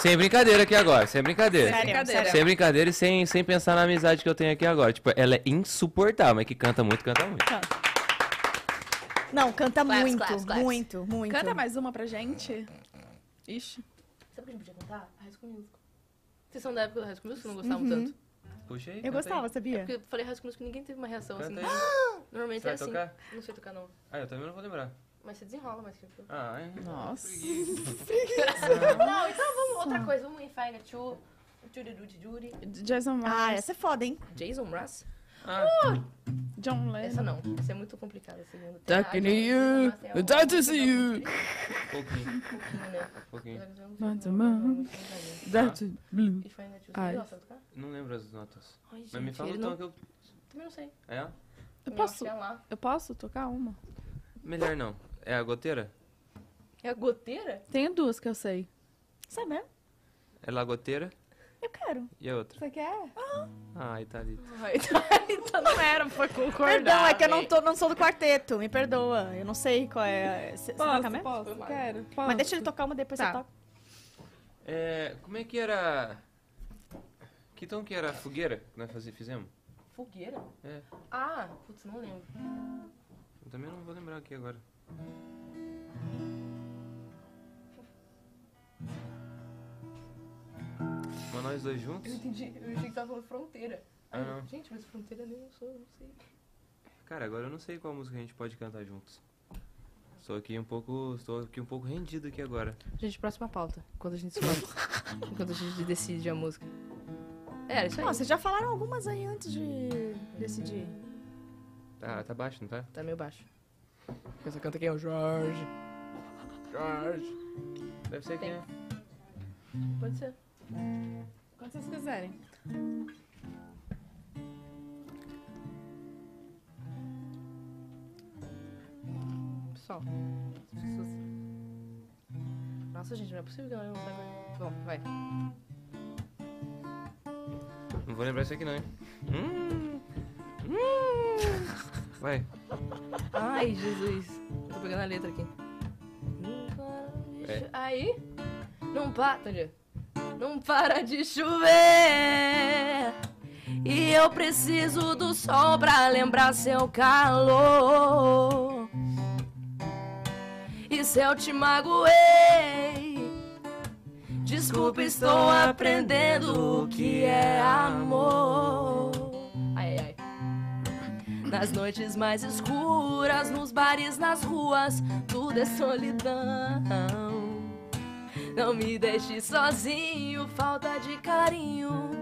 C: Sem brincadeira aqui agora. Sem
A: é
C: brincadeira.
B: Sério, sério.
C: Sem brincadeira e sem, sem pensar na amizade que eu tenho aqui agora. Tipo, ela é insuportável, mas que canta muito, canta muito.
B: Tá. Não, canta
D: Claps,
B: muito,
D: claps, claps.
B: muito, muito.
A: Canta mais uma pra gente. Ixi.
D: Sabe o que a gente podia cantar? High School Musical. Vocês são da época do High School Musical que não gostavam tanto?
C: Puxa aí.
B: Eu gostava, sabia?
D: É Porque eu falei High School Musical e ninguém teve uma reação assim.
C: Canta aí.
D: Normalmente
C: Você
D: é
C: vai
D: assim.
C: tocar?
D: Não sei tocar não.
C: Ah, eu também não vou lembrar.
D: Mas você desenrola mais que eu.
C: Ah, é.
A: Nossa.
D: Não, então vamos outra coisa. Vamos em Fine Two.
A: Jason
B: Ah,
A: Mraz,
B: essa é foda, hein?
D: Jason Mraz?
A: John
D: Essa
A: Lennon.
D: não. Essa é muito complicada. a Segunda.
F: Talking to you,
D: Talking
F: talking to you.
B: Um
C: Pouquinho,
B: né?
C: pouquinho.
F: That's it, blue.
D: Ai.
A: Ai.
C: Não lembro as notas.
D: Ai,
C: Mas me
D: gente,
C: fala
D: ele
C: o
D: não...
C: tom que eu...
D: Também não sei.
C: É?
A: Eu posso,
D: É, lá.
A: eu posso tocar uma?
C: Melhor não. É a goteira?
D: é a goteira?
A: Tenho duas que eu sei.
B: Sabe mesmo?
C: É lá a goteira
B: Eu quero.
C: e a outra.
B: Você quer?
C: Ai, tá ali.
D: Ai, tá- então não era pra concordar.
B: Perdão, é que eu não,
D: véi.
B: tô, não sou do quarteto. Me perdoa. Eu não sei qual é. Você
A: Posso,
B: toca mesmo?
A: posso,
D: Foi
A: quero, posso.
B: Mas deixa ele tocar uma depois
A: Tá.
B: você toca.
C: É, como é que era... Que tom que era a fogueira que nós fazi- fizemos?
D: Fogueira?
C: É.
D: Ah, putz, não lembro.
C: Eu também não vou lembrar aqui agora. Mas nós dois juntos?
D: Eu entendi, eu achei que tava falando fronteira.
C: Ah, não.
D: Gente, mas fronteira nem eu sou, não sei.
C: Cara, agora eu não sei qual música a gente pode cantar juntos. Estou aqui um pouco, estou aqui um pouco rendido aqui agora.
D: Gente, próxima pauta. Quando a gente escolhe. Quando a gente decide a música. É, isso aí.
B: Não, vocês já falaram algumas aí antes de decidir.
C: Tá, tá baixo, não tá?
D: Tá meio baixo. Quem só canta quem é o Jorge.
C: Deve ser quem é.
D: Pode ser.
A: Quando vocês quiserem.
D: Pessoal. as pessoas- Nossa, gente, não é possível que ela não saiba. Bom, vai.
C: Não vou lembrar isso aqui não, hein? Hum. Hum. Vai.
D: Ai, Jesus. Tô pegando a letra aqui. Não para de
C: É.
D: cho- Aí. Não para. Não para de chover. E eu preciso do sol pra lembrar seu calor. E se eu te magoei? Desculpa, estou aprendendo o que é amor. Ai, ai, ai. Nas noites mais escuras, nos bares, nas ruas, tudo é solidão. Não me deixe sozinho, falta de carinho.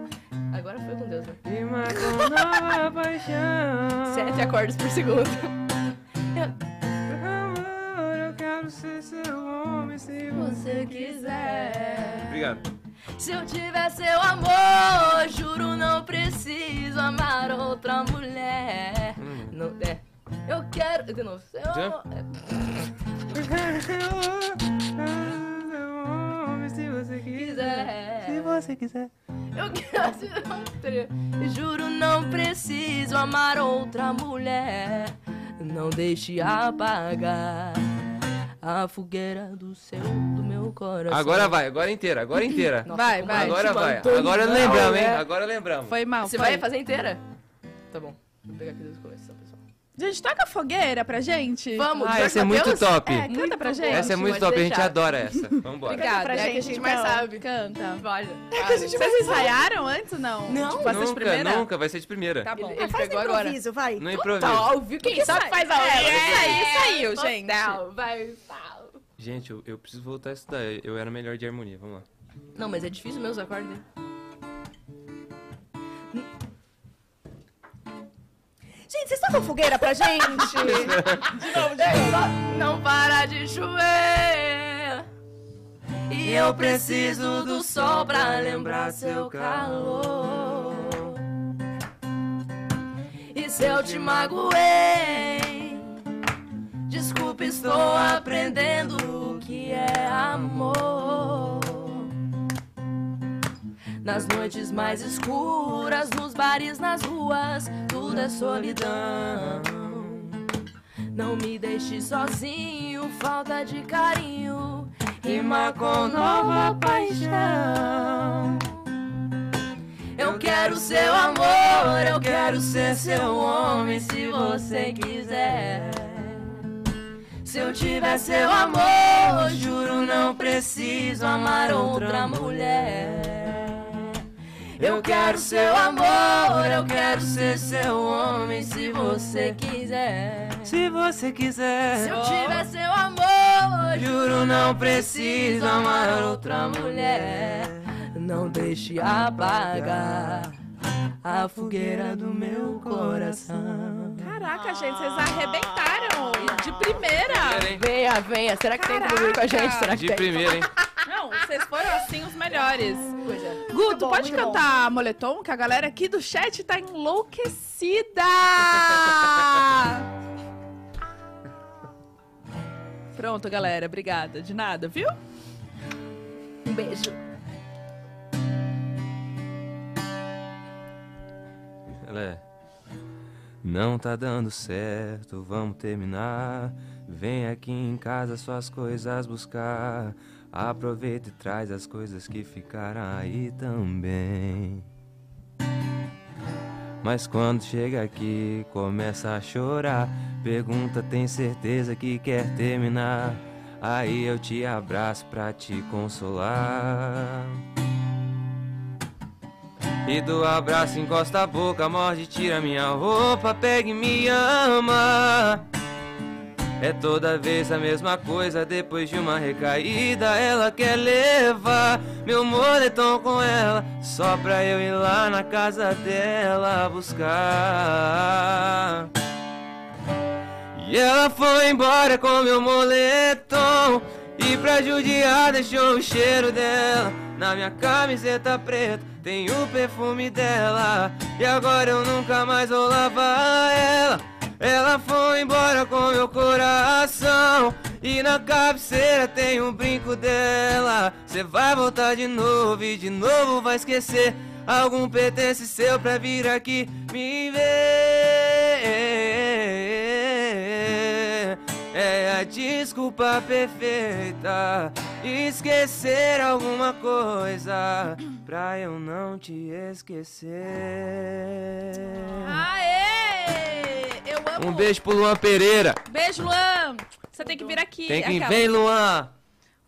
D: Agora foi com Deus, né?
C: E magoa paixão.
D: Sete acordes por segundo.
C: Amor, eu quero ser seu homem se
D: você quiser.
C: Obrigado.
D: Se eu tiver seu amor, juro não preciso amar outra mulher.
C: Hum.
D: Não é. Eu quero. De novo, seu
C: Já?
D: amor. É.
C: Eu quero ser seu homem se você
D: quiser.
C: você quiser.
D: Eu quero ser outra. Juro, não preciso amar outra mulher. Não deixe apagar a fogueira do seu, do meu coração.
C: Agora vai, agora inteira, agora inteira.
D: Nossa,
A: Vai,
D: como
A: vai.
D: eu
C: Agora
D: te
C: vai. é.
D: abandono.
C: Agora lembramos, hein?
D: né?
C: Agora lembramos.
A: Foi mal,
D: Você
A: foi.
D: vai fazer inteira? Tá bom. Vou pegar aqui desde o começo, pessoal.
A: Gente, toca fogueira pra gente.
D: Vamos,
C: Ah,
D: Jorge
C: essa é muito
D: Mateus?
C: top.
A: É, canta pra gente.
C: Essa é muito
D: pode
C: top, a gente
D: deixar.
C: adora essa. Vambora.
A: Obrigada,
B: pra
A: é a que a
B: gente,
A: gente mais
B: então.
A: sabe. Canta.
D: Vale.
A: Vocês ensaiaram antes ou não?
D: Não.
A: Tipo, essa de
C: Nunca,
A: primeira?
C: nunca, vai ser de primeira.
A: Tá bom.
D: Ele- ele-
B: Ah, faz no
D: pegou agora. Tá,
B: improviso, vai.
C: No improviso.
D: óbvio, quem sabe faz a
A: É,
D: hora.
A: saiu, saiu, gente.
D: Total, vai, vai.
C: Gente, eu, eu preciso voltar a estudar. eu- Eu era melhor de harmonia, vamos lá.
D: Não, mas é difícil mesmo os acordes. hein?
B: Gente, vocês tocam fogueira pra gente?
D: É, Não para de chover. E eu preciso do sol pra lembrar seu calor. E se eu te magoei? Desculpa, estou aprendendo o que é amor. Nas noites mais escuras, nos bares, nas ruas, tudo é solidão. Não me deixe sozinho, falta de carinho Rima com nova paixão Eu quero seu amor, eu quero ser seu homem se você quiser Se eu tiver seu amor, juro não preciso amar outra mulher eu quero seu amor, eu quero ser seu homem se você quiser.
C: Se você
D: Se
C: quiser,
D: eu tiver seu amor,
C: juro não
D: preciso amar outra mulher.
G: Não deixe apagar a fogueira do meu coração.
A: Caraca, gente, vocês arrebentaram de primeira.
C: hein?
D: Venha, venha. Será que tem como vir com a gente? Será que
C: De
D: tem?
C: primeira, hein?
A: Não, vocês foram assim os melhores.
D: é.
A: Guto,
B: bom,
A: pode
B: muito
A: cantar moletom, que a galera aqui do chat tá enlouquecida. Pronto, galera, obrigada. De nada, viu?
D: Um beijo.
C: Ela é. Não tá dando certo, vamos terminar. Vem aqui em casa suas coisas buscar. Aproveita e traz as coisas que ficaram aí também. Mas quando chega aqui, começa a chorar. Pergunta, tem certeza que quer terminar? Aí eu te abraço pra te consolar. E do abraço encosta a boca, morde, tira minha roupa, pega e me ama. É toda vez a mesma coisa, depois de uma recaída, ela quer levar meu moletom com ela, só pra eu ir lá na casa dela buscar. E ela foi embora com meu moletom. E pra judiar deixou o cheiro dela Na minha camiseta preta tem o perfume dela E agora eu nunca mais vou lavar ela Ela foi embora com meu coração E na cabeceira tem o brinco dela Cê vai voltar de novo e de novo vai esquecer Algum pertence seu pra vir aqui me ver é a desculpa perfeita Esquecer alguma coisa Pra eu não te esquecer
A: Aê! Eu amo.
C: Um beijo pro Luan Pereira
A: Beijo, Luan. Você tem que vir aqui.
C: Tem que
A: Aquela-
C: vem Luan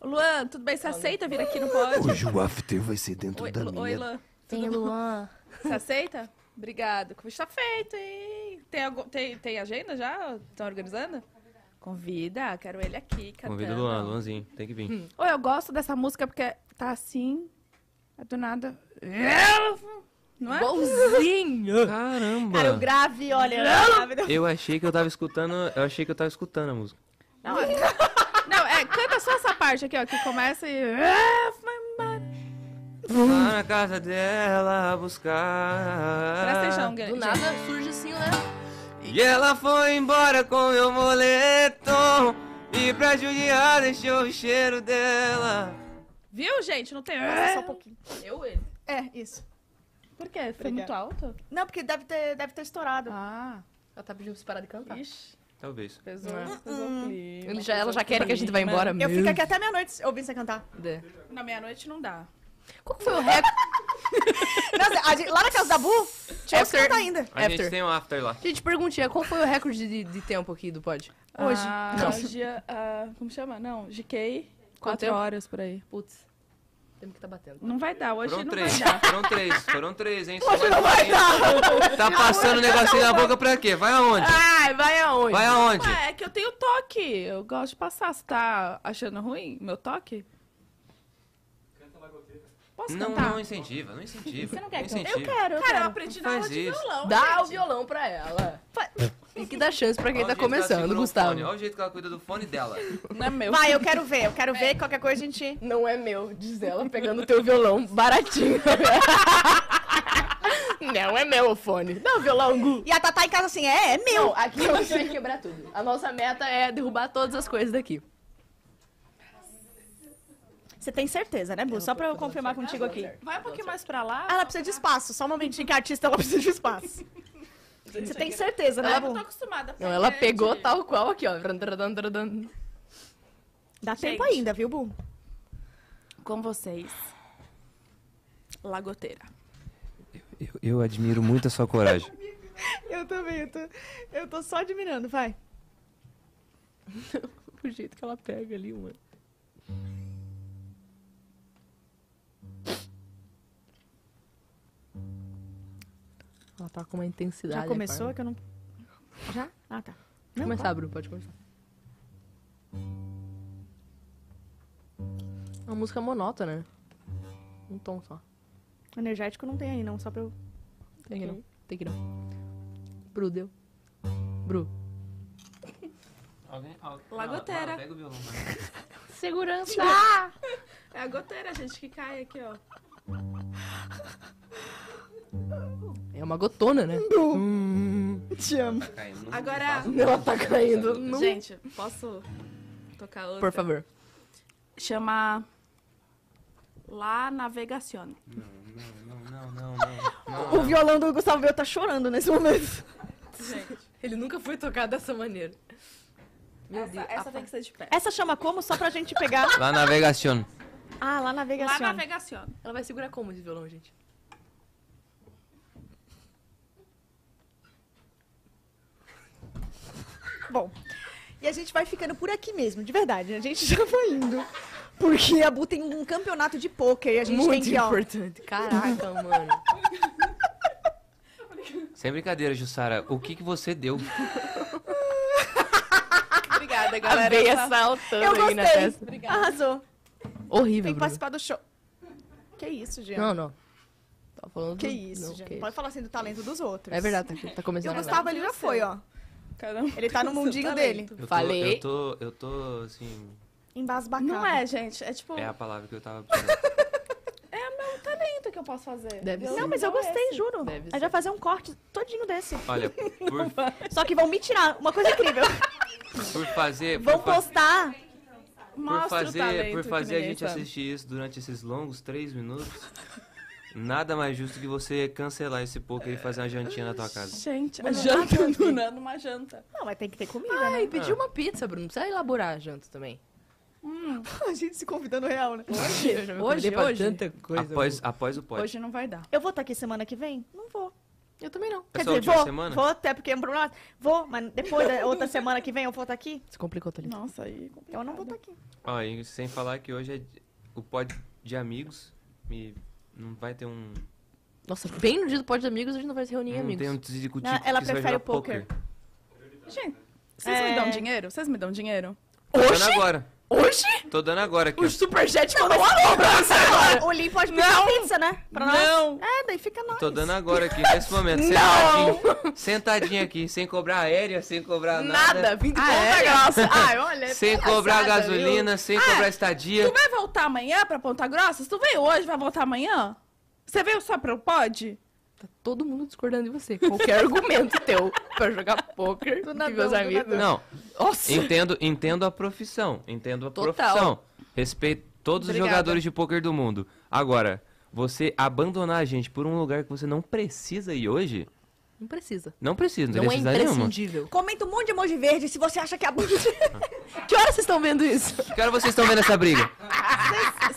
A: Luan, tudo bem? Você aceita vir aqui no pod?
E: Hoje o after vai ser dentro
A: Oi,
E: da
A: Lu-
E: minha.
A: Oi, Luan.
D: Tem Luan.
A: Você aceita? Obrigado. O convite tá feito, hein? Tem, algu- tem, tem agenda já? Estão organizando? Convida, quero ele aqui. Cantando.
C: Convida o Luan, Luanzinho, tem que vir
B: Hum.
A: Ô, eu gosto dessa música porque tá assim, é do nada. Não é?
D: Golzinho.
C: Caramba
B: Cara, o grave, olha. grave.
C: Eu achei que eu tava escutando Eu achei que eu tava escutando a música
A: Não, é, não, é, canta só essa parte aqui, ó, que começa e.
B: Hum.
C: Lá na casa dela buscar
A: Presta atenção,
D: Do
A: gente.
D: nada surge assim, né?
C: E ela foi embora com meu moletom E pra judiar deixou o cheiro dela
A: Viu, gente? Não tem.
B: Nossa, só um pouquinho.
D: Eu, ele.
B: É, isso.
A: Por quê? Foi
B: Obrigada.
A: muito alto?
B: Não, porque deve ter, deve ter estourado.
A: Ah,
D: Ela tá pedindo pra você parar de cantar.
A: ixi.
C: Talvez
A: Pesou,
D: Não.
A: pesou o clima,
D: Ele já, ela
A: pesou
D: já
A: o
D: quer que a gente vá
A: clima.
D: embora
B: Eu
D: mesmo.
B: fico aqui até meia-noite ouvindo você cantar.
A: Na meia-noite não dá.
D: Qual que foi o recorde?
B: Nossa, a gente- lá na casa da Bu, tinha que
D: After.
B: cantar ainda.
C: A gente
D: After.
C: tem um after lá
D: Gente, perguntinha, qual foi o recorde de, de tempo aqui do pod?
B: Hoje.
A: Ah,
D: Não.
A: hoje, ah, como chama? Não, GK.
D: Quanto
A: Quatro
D: tempo?
A: horas por aí.
D: Putz, temos que tá batendo.
A: Não vai dar, hoje
C: Foram
A: não
C: três,
A: vai dar.
C: foram três, foram três, hein? Hoje não vai dar! Tá passando o negocinho na boca pra quê? Vai aonde?
D: Ai, vai aonde?
C: Vai aonde?
A: Ué, é que eu tenho toque. Eu gosto de passar. Você tá achando ruim meu toque? Posso
C: Não,
A: cantar?
C: não incentiva, não incentiva.
A: Você não quer que tá eu-
C: incentiva.
B: Eu quero, eu
A: Cara, eu
B: quero.
A: aprendi
C: Não
A: na aula
C: faz
A: de
C: isso.
A: violão.
D: Dá o violão pra ela. Tem que dar chance pra quem
C: Olha o
D: tá
C: jeito que ela
D: começando,
C: segurou o
D: Gustavo.
C: fone, Olha o jeito que ela cuida do fone dela.
A: Não é meu.
B: Vai, eu É. quero ver, eu quero ver. Qualquer coisa a gente.
D: Não é meu, diz ela, pegando o teu violão baratinho. Não é meu o fone. Dá o violão, Gu.
B: E a Tatá em casa assim, é, é meu.
D: Não, aqui eu sei quebrar tudo. A nossa meta é derrubar todas as coisas daqui.
B: Você tem certeza, né, Bu? Só pra eu confirmar contigo aqui. Ah,
A: Vai um pouquinho mais pra lá.
B: Ela precisa de espaço. Só um momentinho que a artista ela precisa de espaço. Você tem certeza, né,
A: Eu não tô
B: Bu?
A: acostumada.
D: Não, ela
A: gente.
D: pegou tal qual aqui, ó. Dran, dran, dran, dran.
B: Dá tempo
A: Gente.
B: ainda, viu, Bu?
A: Com vocês. Lagoteira.
C: Eu, eu admiro muito a sua coragem.
B: Eu também, eu tô, eu tô só admirando, vai.
D: O jeito que ela pega ali, mano. Ela tá com uma intensidade.
B: Já começou
D: Vamos
B: que eu não. Já? Ah, tá. Não,
D: começar, Bruno, pode começar. Uma música monótona, né? Um tom só.
B: Energético não tem aí, não, só pra eu.
D: Tem que não. Tem que não. Bru, deu. Bru.
C: Alguém, alguém,
A: Lagoteira. Laura,
C: Ah, pega o violão.
D: Segurança!
A: É a goteira, gente, que cai aqui, ó.
D: É uma gotona, né?
B: Te amo.
A: Agora-
D: Ela tá caindo. Não.
A: Gente, posso tocar outra?
D: Por favor.
A: Chama La Navegación.
C: Não, não, não, não.
B: O violão do Gustavo Bel tá chorando nesse momento.
A: Gente,
D: Ele nunca foi tocado dessa maneira.
A: Tá, essa, é essa tem que ser de pé.
B: Essa chama como? Só pra gente pegar.
C: La navegación.
B: Ah, lá na
A: La
B: navegação.
A: Navegación.
D: Ela vai segurar como esse violão, gente?
B: Bom, e a gente vai ficando por aqui mesmo, de verdade. A gente já foi indo. Porque a Bu tem um campeonato de pôquer e a gente tem
D: Muito
B: que, ó.
D: importante. Caraca, mano.
C: Sem brincadeira, Jussara. O que, que você deu?
A: Obrigada,
D: A
A: galera.
D: veia
A: Essa-
D: saltando
B: Eu
D: aí na testa.
B: gostei. Arrasou.
D: Horrível,
B: Tem que
D: Bru.
B: participar do show. Que isso, Jean.
D: Não, não. Tava Tá falando
B: Que
D: do-
B: isso,
D: não,
B: Jean.
D: que
B: Pode falar assim do talento dos outros.
D: É verdade, tá, aqui, tá
B: E o
D: começando agora.
B: Gustavo ali já foi, ó.
A: Caramba.
B: Ele tá no mundinho dele.
C: Eu tô,
D: Falei.
C: Eu tô, eu tô, assim,
B: Embasbacado.
A: Não é, gente. É tipo,
C: é a palavra que eu tava precisando.
A: o que eu posso fazer?
D: Deve
A: Eu-
D: ser.
B: Não, mas eu
A: Então é
B: gostei, juro.
D: Deve
B: A gente vai
D: ser.
B: fazer um corte todinho desse.
C: Olha, por,
B: Só que vão me tirar. Uma coisa incrível.
C: por fazer... por
B: Vão
C: fa-
B: postar.
A: Mostra
C: Por
A: o talento
C: fazer, por
A: que
C: fazer a
A: ninguém
C: gente
A: sabe.
C: assistir isso durante esses longos três minutos, nada mais justo que você cancelar esse poker e fazer uma jantinha na tua casa.
A: Gente, a janta do Nando, uma janta.
B: Não, mas tem que ter comida,
D: Ai,
B: né?
D: pediu uma pizza, Bruno. Não precisa elaborar junto também. Ah,
B: A gente se convidando real, né?
D: Hoje,
A: hoje,
D: hoje,
A: hoje.
D: tanta coisa.
C: Após, após o pote.
A: Hoje não vai dar.
B: Eu vou estar aqui semana que vem? Não vou.
D: Eu também não.
B: Quer
C: Essa é
B: dizer,
C: última
B: vou.
C: semana?
B: Vou até porque é um problema. Vou, mas depois da outra semana que vem eu vou estar aqui?
D: Se complicou, tá Thalita.
A: Nossa, aí é complicado.
B: Eu não vou estar aqui.
C: Ó, e sem falar que hoje é de- o pote de amigos e não vai ter um...
D: Nossa, bem no dia do pódio de amigos, a gente não vai se reunir,
C: Não
D: amigos.
C: tem um tico
B: Não, ela prefere o poker.
C: poker.
A: Gente, vocês
B: É.
A: me dão dinheiro? Vocês me dão dinheiro?
C: Tô dando agora.
D: Hoje?
C: Tô dando agora aqui. ó.
D: O Superchat mandou uma cobrança agora.
B: O Lin pode pedir pizza, né? Pra
A: Não.
B: nós. É, daí fica nós.
C: Tô dando agora aqui, nesse momento, sentadinho. Sentadinho aqui, sem cobrar aérea, sem cobrar nada.
D: Nada,
B: Ah,
D: 20
B: é?
D: conta grossa. Ai, olha. é
C: Sem
D: palhaçada,
C: cobrar
D: viu?
C: gasolina, sem cobrar estadia.
A: Tu vai voltar amanhã pra Ponta Grossa? Se tu veio hoje, vai voltar amanhã? Você veio só pra eu pod?
D: Tá todo mundo discordando de você. Qualquer argumento teu pra jogar poker com
B: nadão,
D: meus
B: do
D: amigos.
B: nadão.
C: Não,
D: Nossa.
C: entendo, entendo a profissão, entendo a
D: Total.
C: profissão. Respeito todos
D: Obrigada.
C: os jogadores de pôquer do mundo. Agora, você abandonar a gente por um lugar que você não precisa ir hoje,
D: Não precisa.
C: não precisa, não, tem
D: Não é
C: necessidade nenhuma.
D: imprescindível.
B: Comenta um monte de emoji verde se você acha que é a Bu.
D: Que horas vocês estão vendo isso?
C: Que hora vocês estão vendo essa briga?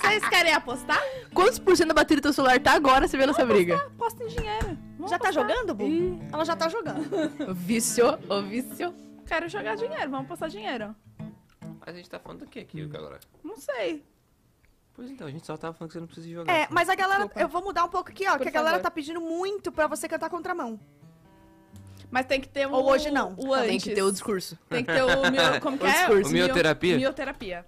A: Vocês querem apostar?
D: Quantos por cento da bateria do teu celular tá agora você vê nessa briga?
A: Aposta em dinheiro. Vamos
B: Já tá
A: apostar.
B: jogando, Bu? Ela já tá jogando.
D: Vício, ô vício.
A: Quero jogar dinheiro, vamos apostar dinheiro.
C: Mas a gente tá falando do que aqui agora?
A: Não sei.
C: Pois então, a gente só tava falando que você não precisa jogar.
B: É, mas a galera. Eu vou mudar um pouco aqui, ó. que a galera
A: favor.
B: tá pedindo muito pra você cantar contramão.
A: Mas tem que ter o.
B: Ou hoje não.
A: O antes.
D: Tem que ter o discurso.
A: Tem que ter o mio... Como que
D: O
A: é?
D: discurso.
C: O mioterapia?
A: Mioterapia.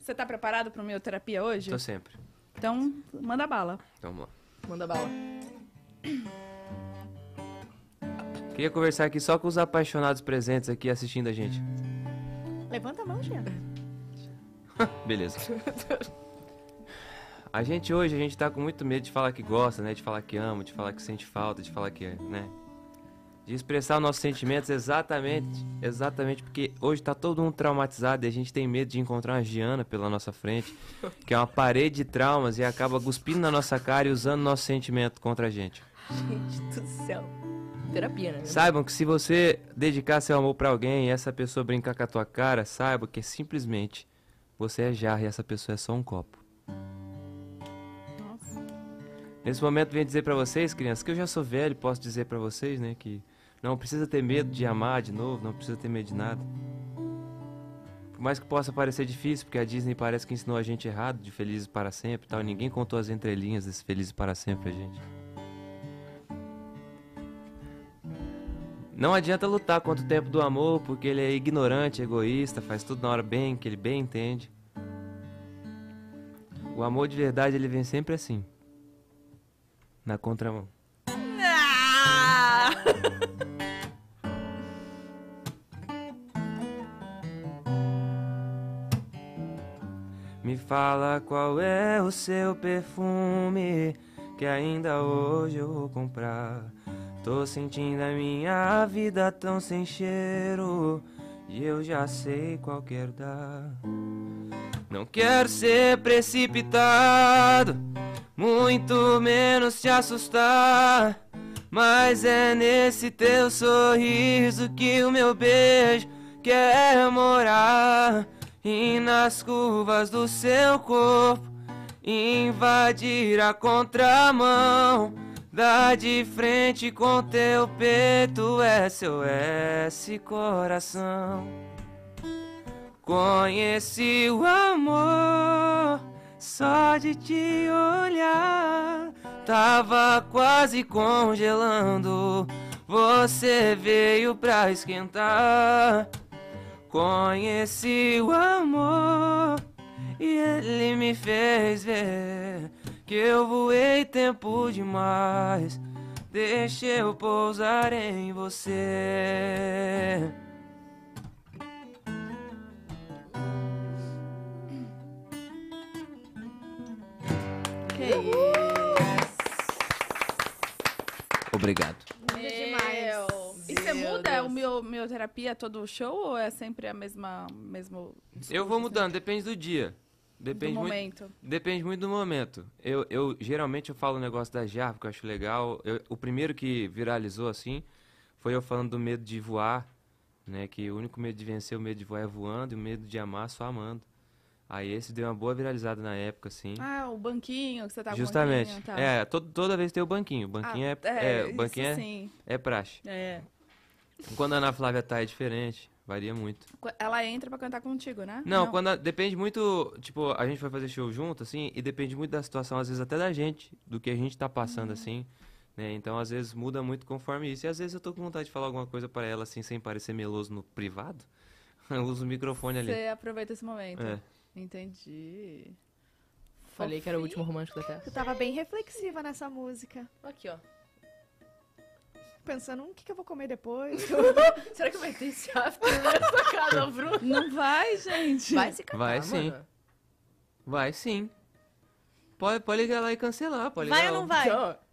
A: Você tá preparado pro mioterapia hoje?
C: Tô sempre.
A: Então, manda bala.
C: Então, vamos lá.
D: Manda bala.
C: Queria conversar aqui só com os apaixonados presentes aqui assistindo a gente.
B: Levanta a mão, Jean.
C: Beleza. A gente hoje, a gente tá com muito medo de falar que gosta, né? De falar que ama, de falar que sente falta, de falar que, né? De expressar os nossos sentimentos exatamente, exatamente porque hoje tá todo mundo traumatizado e a gente tem medo de encontrar uma Giana pela nossa frente, que é uma parede de traumas e acaba cuspindo na nossa cara e usando nosso sentimento contra a gente.
D: Gente do céu. Terapia, né?
C: Saibam que se você dedicar seu amor pra alguém e essa pessoa brincar com a tua cara, saiba que simplesmente você é jarra e essa pessoa é só um copo.
A: Nossa.
C: Nesse momento venho dizer pra vocês, crianças, que eu já sou velho, posso dizer pra vocês, né, que não precisa ter medo de amar de novo, não precisa ter medo de nada. Por mais que possa parecer difícil, porque a Disney parece que ensinou a gente errado de Felizes para Sempre e tal, ninguém contou as entrelinhas desse Felizes para Sempre pra gente. Não adianta lutar contra o tempo do amor, porque ele é ignorante, egoísta, faz tudo na hora bem, que ele bem entende. O amor de verdade, ele vem sempre assim. Na contramão.
A: Ah!
C: Me fala qual é o seu perfume que ainda hoje eu vou comprar. Tô sentindo a minha vida tão sem cheiro e eu já sei qual quero dar. Não quero ser precipitado, muito menos te assustar. Mas é nesse teu sorriso que o meu beijo quer morar. E nas curvas do seu corpo invadir a contramão. Dá de frente com teu peito, SOS coração. Conheci o amor só de te olhar. Tava quase congelando. Você veio pra esquentar. Conheci o amor e ele me fez ver que eu voei tempo demais. Deixa eu pousar em você.
A: Que isso.
C: Obrigado.
A: Meu. E você muda o meu, meu terapia todo show ou é sempre a mesma mesmo
C: Eu vou mudando, depende do dia. Depende
A: do
C: muito,
A: momento?
C: Depende muito do momento. Eu, eu geralmente eu falo o negócio da jarra, porque eu acho legal. Eu- o primeiro que viralizou assim foi eu falando do medo de voar, né? Que o único medo de vencer o medo de voar é voando e o medo de amar só amando. Aí esse deu uma boa viralizada na época, assim.
A: Ah, o banquinho que você tá com o
C: Justamente.
A: banquinho, tá.
C: É, todo, toda vez tem o banquinho. O banquinho é,
A: Ah,
C: é, o
A: isso
C: banquinho é,
A: sim.
C: é praxe.
A: É.
C: Quando a Ana Flávia tá é diferente, varia muito.
A: Qu- Ela entra pra cantar contigo, né?
C: Não, quando a- depende muito, tipo, a gente vai fazer show junto, assim, e depende muito da situação, às vezes até da gente, do que a gente tá passando, assim, né? Então, às vezes muda muito conforme isso. E às vezes eu tô com vontade de falar alguma coisa pra ela, assim, sem parecer meloso no privado. Eu uso o microfone ali.
A: Você aproveita esse momento.
C: É.
A: Entendi.
D: Falei que era o último romântico da Terra.
B: Eu tava bem reflexiva nessa música.
D: Aqui, ó.
B: Pensando, hum, o que, que eu vou comer depois?
D: Será que vai ter esse after nessa casa, Bruno?
A: Não vai, gente.
D: Vai se catar,
C: Vai sim.
D: mano.
C: Vai sim. Pode, pode ligar lá e cancelar, pode
B: vai
C: ligar
B: ou
C: lá.
B: não vai?
D: Tchau.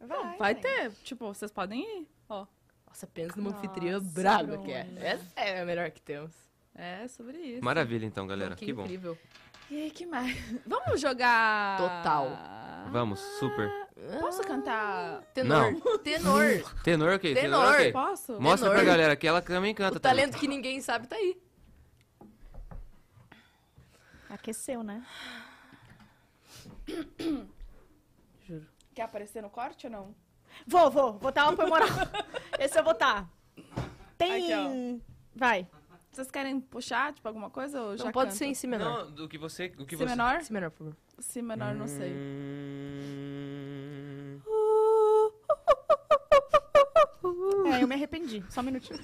B: Vai,
A: Vai
B: gente.
A: ter. Tipo, vocês podem ir. Ó.
D: Nossa, pensa numa anfitriã
A: Nossa,
D: braba que é.
A: Bruno.
D: Essa é a melhor que temos.
A: É sobre isso.
C: Maravilha, então, galera. Que, bom.
D: incrível.
A: E aí, que mais? Vamos jogar.
D: Total.
C: Vamos, super.
A: Posso cantar?
D: Tenor. Tenor.
C: Tenor, ok?
D: Tenor.
C: ok?
A: Posso?
C: Mostra pra
D: Tenor.
C: galera que ela também canta.
D: o
C: também.
D: talento que ninguém sabe tá aí.
B: Aqueceu, né?
A: Quer aparecer no corte ou não?
B: Vou, vou. Vou dar uma foi moral. Esse eu vou tá. Tem... vai.
A: Vocês querem puxar, tipo, alguma coisa? Ou
D: Não
A: já
D: pode
A: canto?
D: ser em si menor.
C: Não, do que você... Do que
A: Si
C: você...
A: menor?
D: Si menor, por favor.
A: Si menor, não sei.
C: Hum.
B: É, eu me arrependi. Só um minutinho.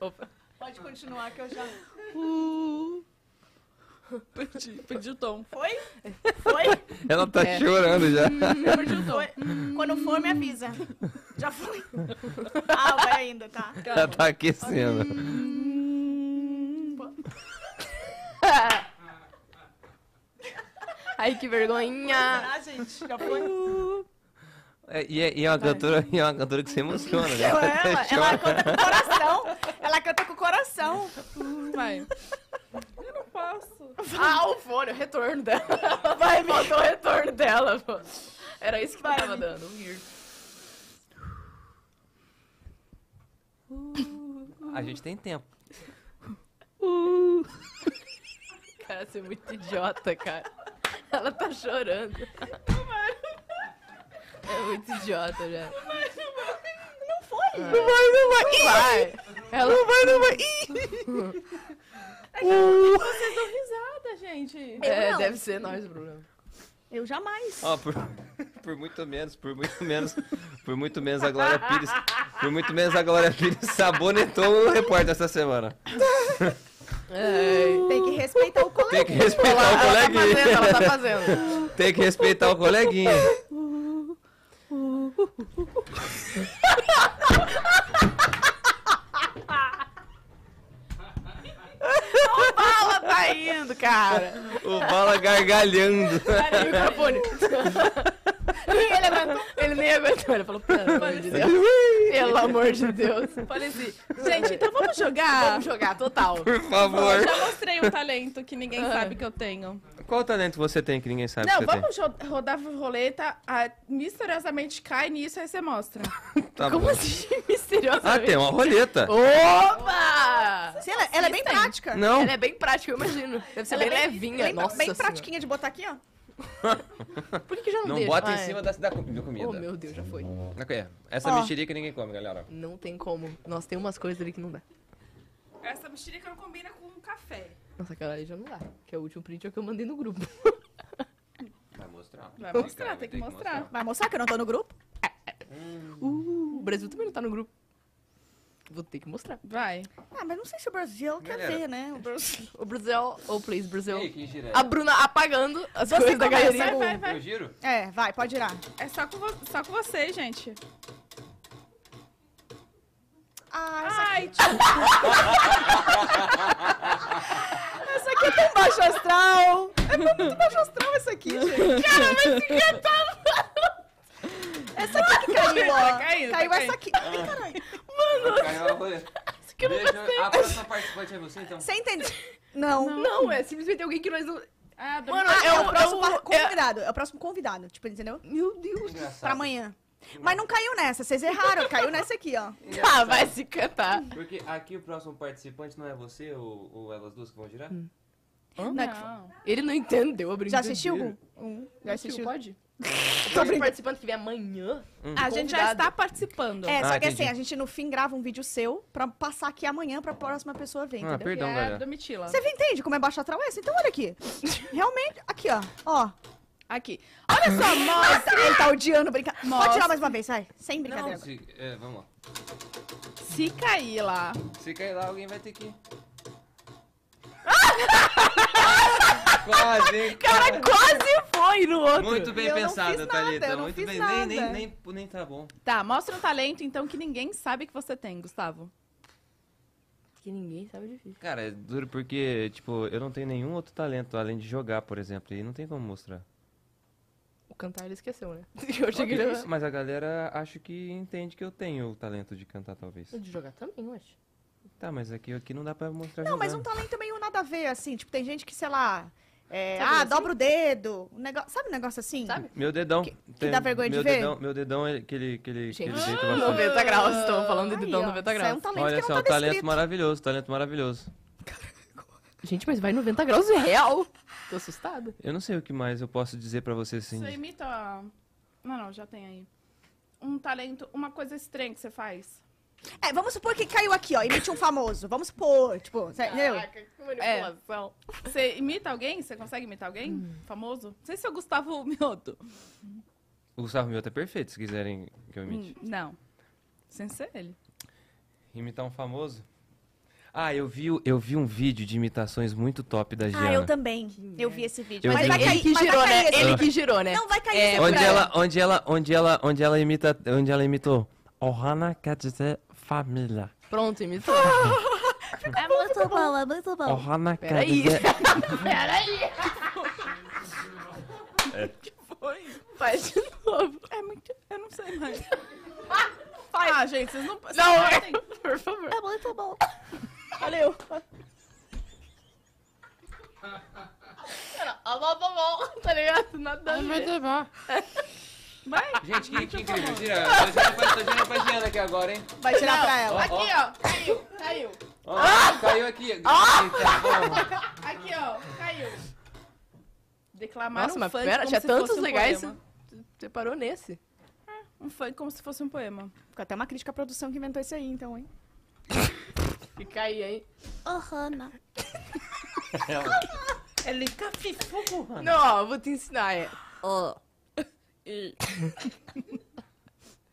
D: Opa. Uh.
B: Pode continuar que eu já...
A: Perdi, perdi o tom.
B: Foi? Foi?
C: Ela tá
D: É.
C: chorando já.
B: Foi. Quando for, me avisa. Já foi. Ah, vai ainda, tá.
C: Ela tá aquecendo.
D: Ai, que vergonha.
B: Ah, gente, já foi.
C: É, e, é, e é uma cantora, e é uma cantora que se emociona, né?
B: Ela,
C: até
B: ela canta com o coração. Ela canta com o coração.
A: Vai. Eu não posso.
D: Ah, o fone, o retorno dela. Vai, faltou o retorno dela, pô. Era isso que tava dando. Weird.
C: A gente tem tempo.
D: Cara, você é muito idiota, cara. Ela tá chorando. É muito idiota já.
B: Não foi.
D: Vai! Ela vai, não vai.
A: Vocês dão risada, gente.
B: Eu
D: É,
B: não.
D: deve ser nós, Bruno.
B: Eu jamais.
C: Ó, por, por muito menos, por muito menos, por muito menos a Glória Pires, por muito menos a Glória Pires sabonetou o repórter essa semana.
D: Ai.
B: Tem que respeitar o colega.
C: Tem que respeitar o
D: Ela tá
C: coleguinha.
D: fazendo, ela tá fazendo.
C: Tem que respeitar o coleguinha.
D: Fala, tá indo, cara.
C: O bala gargalhando.
D: Cara, o microfone. ele, aguentou, ele nem aguentou, ele falou, pelo amor de Deus. Pelo amor de Deus. Falei assim,
A: Gente, então vamos jogar.
D: vamos jogar, total.
C: Por
A: Eu
C: favor.
A: já mostrei um talento que ninguém sabe que eu tenho.
C: Qual talento você tem que ninguém sabe
A: Não,
C: que você
A: vamos jo- rodar roleta, ah, misteriosamente cai nisso, aí você mostra.
C: tem? Tá
D: Como
C: bom.
D: assim, misteriosa?
C: Ah, tem uma roleta.
D: Opa!
B: Sim, ela, ela é bem prática.
C: Não.
D: Ela é bem prática, eu imagino. Deve ser
B: Ela
D: bem,
B: é bem-
D: levinha.
B: Bem,
D: Nossa
B: bem
D: Senhora.
B: pratiquinha de botar aqui, ó.
D: Por que, que já não,
C: Não
D: deixa?
C: bota
D: Ah,
C: em
D: é.
C: cima da, da com- da comida.
D: Oh, meu Deus, já foi.
C: Ok, Essa
B: Ó.
C: mexerica ninguém come, galera.
D: Não tem como. Nossa, tem umas coisas ali que não dá.
A: Essa mexerica não combina com um café.
D: Nossa, aquela ali já não dá. Que é o último print é o que eu mandei no grupo.
C: Vai mostrar.
A: Vai mostrar, tem que mostrar.
B: Vai mostrar que eu não tô no grupo?
D: Uh, o Brasil também não tá no grupo. Vou ter que mostrar.
A: Vai.
B: Ah, mas não sei se o Brasil quer
C: Galera.
B: ver, né? O Brasil.
D: O Brasil, oh please, Brasil.
C: Ei, que gira é
D: A Bruna apagando as coisas da
A: Vai,
D: um. galeria.
A: vai, vai,
C: essa? Eu
A: vai.
C: giro?
B: É, vai, pode girar.
A: É só com, vo- só com você, gente.
B: Ah, essa,
A: Ai, tio.
B: essa aqui é tão baixo astral. É tão- tão baixo astral essa aqui, gente. Cara, mas fica tão... Essa aqui que caiu, ó.
A: Tá caindo, tá
B: caiu
A: caindo.
B: essa aqui. Ai, caralho.
C: Caiu a roleta. Deixa... A próxima participante é você, então.
B: Você entendeu? Não.
D: Não, é simplesmente alguém que nós não.
A: Ah, do-
D: Mano,
B: Ah, é,
D: eu-
B: o próximo
D: eu-
B: par- convidado. É o próximo convidado, tipo, entendeu? Meu Deus.
C: Engraçado.
B: Pra amanhã. Mas não caiu nessa, vocês erraram. Caiu nessa aqui, ó.
D: Tá, vai se cantar.
C: Porque aqui o próximo participante não é você ou, ou elas duas que vão girar?
A: Não.
D: Ele não entendeu a
B: Já
D: brincadeira.
B: assistiu? Gu? Um. Já assistiu?
D: Pode? O participante que vem amanhã.
A: A gente já
D: Convidado.
A: está participando.
B: É,
C: Ah,
B: só que
C: entendi.
B: assim, a gente no fim grava um vídeo seu pra passar aqui amanhã pra próxima pessoa ver,
C: Ah,
B: entendeu?
C: perdão,
A: é a
C: galera.
A: Domitila.
B: Você entende como é baixo astral essa? Então olha aqui. Realmente, aqui, ó. Ó.
A: Aqui. Olha só, mostra.
B: Ele tá odiando brincar.
A: Nossa.
B: Pode tirar mais uma vez, sai. Sem
C: Não,
B: brincadeira.
C: se- é, vamos lá.
A: Se cair lá.
C: Se cair lá, alguém vai ter que. Quase, hein?
D: Cara, quase foi no outro.
C: Muito bem
B: Eu não
C: pensado,
B: fiz nada,
C: Thalita.
B: eu não
C: Muito
B: fiz
C: bem. Nem, nem,
B: nada.
C: nem, nem tá bom.
A: Tá, mostra um talento então que ninguém sabe que você tem, Gustavo.
D: Que ninguém sabe difícil.
C: Cara, é duro porque, tipo, eu não tenho nenhum outro talento além de jogar, por exemplo. E não tem como mostrar.
D: O cantar ele esqueceu, né? Eu achei que ele ia-
C: Mas a galera acho que entende que eu tenho o talento de cantar, talvez.
D: De jogar também, eu acho.
C: Tá, mas aqui, aqui não dá pra mostrar
B: Não, mas um
C: jogando.
B: talento meio nada a ver, assim. Tipo, tem gente que, sei lá. é,
D: Sabe
B: ah,
D: assim?
B: dobra o dedo. Um negócio, sabe um negócio assim?
D: Sabe?
C: Meu dedão. tem-
B: dá vergonha de
C: meu
B: ver?
C: Dedão, meu dedão é aquele, aquele,
D: Gente,
C: aquele jeito bastante.
D: 90 graus, estão falando de
B: Aí,
D: dom
B: ó,
D: 90
B: isso é um
D: graus.
B: talento
C: Olha
B: que não
C: só,
B: tá
C: um talento
B: descrito.
C: maravilhoso, talento maravilhoso.
D: Gente, mas vai 90 graus é real. Tô assustada.
C: Eu não sei o que mais eu posso dizer pra você assim.
A: Você imita. a- Não, não, já tem aí. Um talento, uma coisa estranha que você faz.
B: É, vamos supor que caiu aqui, ó. Emite um famoso. Vamos supor, tipo, sabe, entendeu?
D: que
A: É. Você imita alguém? Você consegue imitar alguém? Famoso? Não sei se é o Gustavo Mioto.
C: O Gustavo Mioto é perfeito, se quiserem que eu imite.
A: Hum, não. Sem ser ele.
C: Imitar um famoso? Ah, eu vi, o- eu vi um vídeo de imitações muito top da Giana.
B: Ah, eu também. Eu vi esse vídeo.
C: Eu
D: Mas
C: vi. um
D: ele, ele que
B: mas vai
D: girou, né?
B: cair esse
D: Ele
B: vídeo.
D: que girou, né?
B: Não, vai cair
D: É,
B: esse
C: Onde
B: vídeo.
C: ela, onde ela, onde ela, onde ela imita, onde ela imitou? Ohana quer dizer família.
D: Pronto, imitou.
G: É muito bom, é muito bom.
C: Ohana quer
D: Peraí.
C: dizer...
D: Peraí. Faz de novo.
A: É muito. Eu não sei mais. Ah, gente, vocês não. vocês
D: Não,
A: podem-
D: é- por favor.
G: É muito bom.
B: Valeu.
D: Ah, bom, bom, bom. Tá ligado? Nada a ver.
A: Vai.
C: Gente, que, que incrível, tira. Tô girando pra- tô girando pra Giana aqui agora, hein?
B: Vai tirar pra ela.
C: Ó, ó,
A: Aqui, ó. Caiu, caiu.
C: ó,
B: Ah!
C: caiu aqui. Eita, porra.
A: Aqui, ó. Caiu. Declamar
D: Nossa,
A: um
D: mas
A: funk
D: pera,
A: como
D: tinha
A: se fosse
D: tantos
A: um
D: legais.
A: poema.
D: você- Você parou nesse.
A: Um funk como se fosse um poema.
B: Ficou até uma crítica à produção que inventou esse aí, então, hein?
D: Fica aí, hein?
G: Oh, Hannah.
C: É
A: Ele cafifu.
D: Não, ó, vou te ensinar. É. Ó.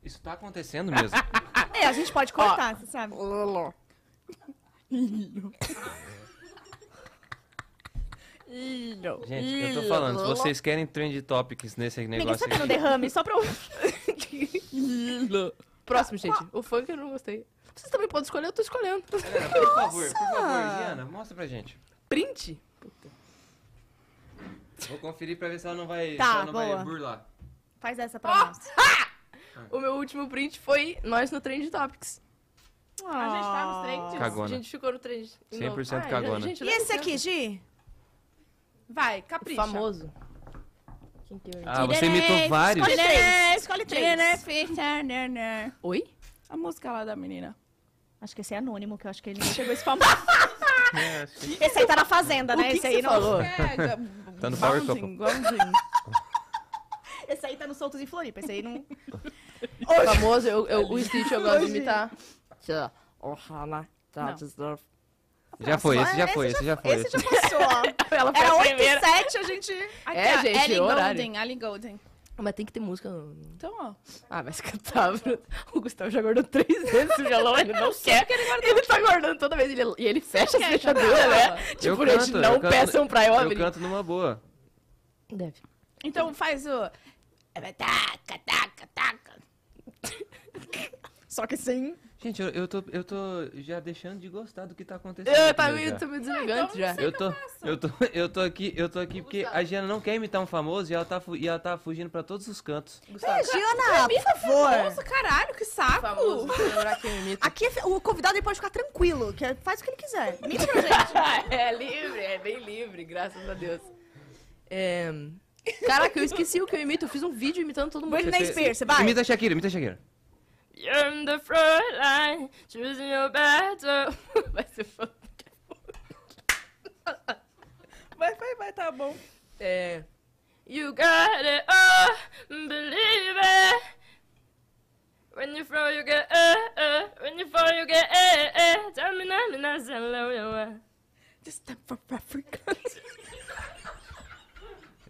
C: Isso tá acontecendo mesmo.
B: É, a gente pode cortar, você sabe.
D: Lolo.
C: Gente, eu tô falando, se vocês querem trend topics nesse
B: Ninguém
C: negócio
B: sabe no
C: aqui.
B: derrame, só pra eu.
D: Próximo, gente. O funk eu não gostei. Vocês também podem escolher, eu tô escolhendo.
C: Galera, por favor, por favor, Giana, mostra pra gente.
D: Print?
C: Vou conferir pra ver se ela não vai,
B: Tá,
C: se ela não
B: boa.
C: vai burlar.
B: Faz essa pra nós.
D: O meu último print foi nós no Trend Topics.
A: A gente tá
B: Ah.
A: nos trends.
C: Cagona.
D: A gente ficou no Trend. de novo.
C: 100%
D: Ai,
C: cagona.
D: gente, é
B: E
D: olha
B: esse
D: só.
B: aqui, Gi?
A: Vai, capricha.
D: Famoso. Quem que é?
C: Ah, você imitou vários.
B: Escolhe três. Escolhe
A: É
B: três.
A: Jennifer.
D: Oi?
A: né, A música lá da menina.
B: Acho que esse é anônimo, que eu acho que ele não chegou a esse famoso. Esse aí tá na fazenda, né?
D: que
B: Esse
D: que
B: aí
D: você
B: não.
D: falou?
A: Pega.
C: Tá no Power Couple.
B: Esse aí tá no Soltos em Floripa. Esse aí não.
D: Famoso, eu, eu, o Stitch eu gosto de imitar. Tchau. Ohana.
A: Não.
C: Já foi, esse já
B: Esse
C: foi, esse já foi.
B: Esse já passou, ó.
D: Ela foi
B: Era
D: a
B: 8
D: primeira.
B: e 7, a gente.
A: Aqui,
D: É,
A: ó,
D: gente,
A: Ellie
D: horário.
A: Golden, Ellie Golden.
D: Mas tem que ter música. no-
A: Então, ó.
D: Ah, vai se cantar. Bruno. O Gustavo já guardou três vezes o violão, ele não quer. Ele tá guardando toda vez. Ele, e ele fecha as
A: quer
D: fechaduras,
A: cantar.
D: né?
C: Eu
D: Tipo, gente,
C: canto, eu
D: não
C: canto-
D: peçam pra eu
C: Eu
D: abrir.
C: canto numa boa.
D: Deve.
A: Então faz o. É Taca, taca, taca.
B: Só que sim.
C: Gente, eu, eu tô, eu tô já deixando de gostar do que tá acontecendo.
D: Eu,
C: aqui,
D: tá
C: né,
D: meio,
C: já.
D: tô meio deselegante já.
C: Eu tô, eu tô, eu tô aqui, eu tô aqui porque a Giana não quer imitar um famoso e ela tá, fu- e ela tá fugindo pra todos os cantos.
B: É, Giana, por favor.
A: Nossa, caralho, que saco.
D: Famoso, vou lembrar quem eu imito.
B: Aqui é- o convidado ele pode ficar tranquilo, que é- faz o que ele quiser. Mira pra gente.
D: é livre, é bem livre, graças a Deus. É... Caraca, eu esqueci o que eu imito. Eu fiz um vídeo imitando todo mundo.
B: Britney Spears, vai.
C: Imita a Shakira, imita a Shakira.
D: I'm the front line, choosing your battle. Vai ser foda.
A: Vai, vai, vai, tá bom.
D: É. You got it, oh, believe it. When you fall, you get eh, eh. When you fall, you get eh, eh. Tell me, now, me, now, say hello, you eh." are.
A: Just time for Africa.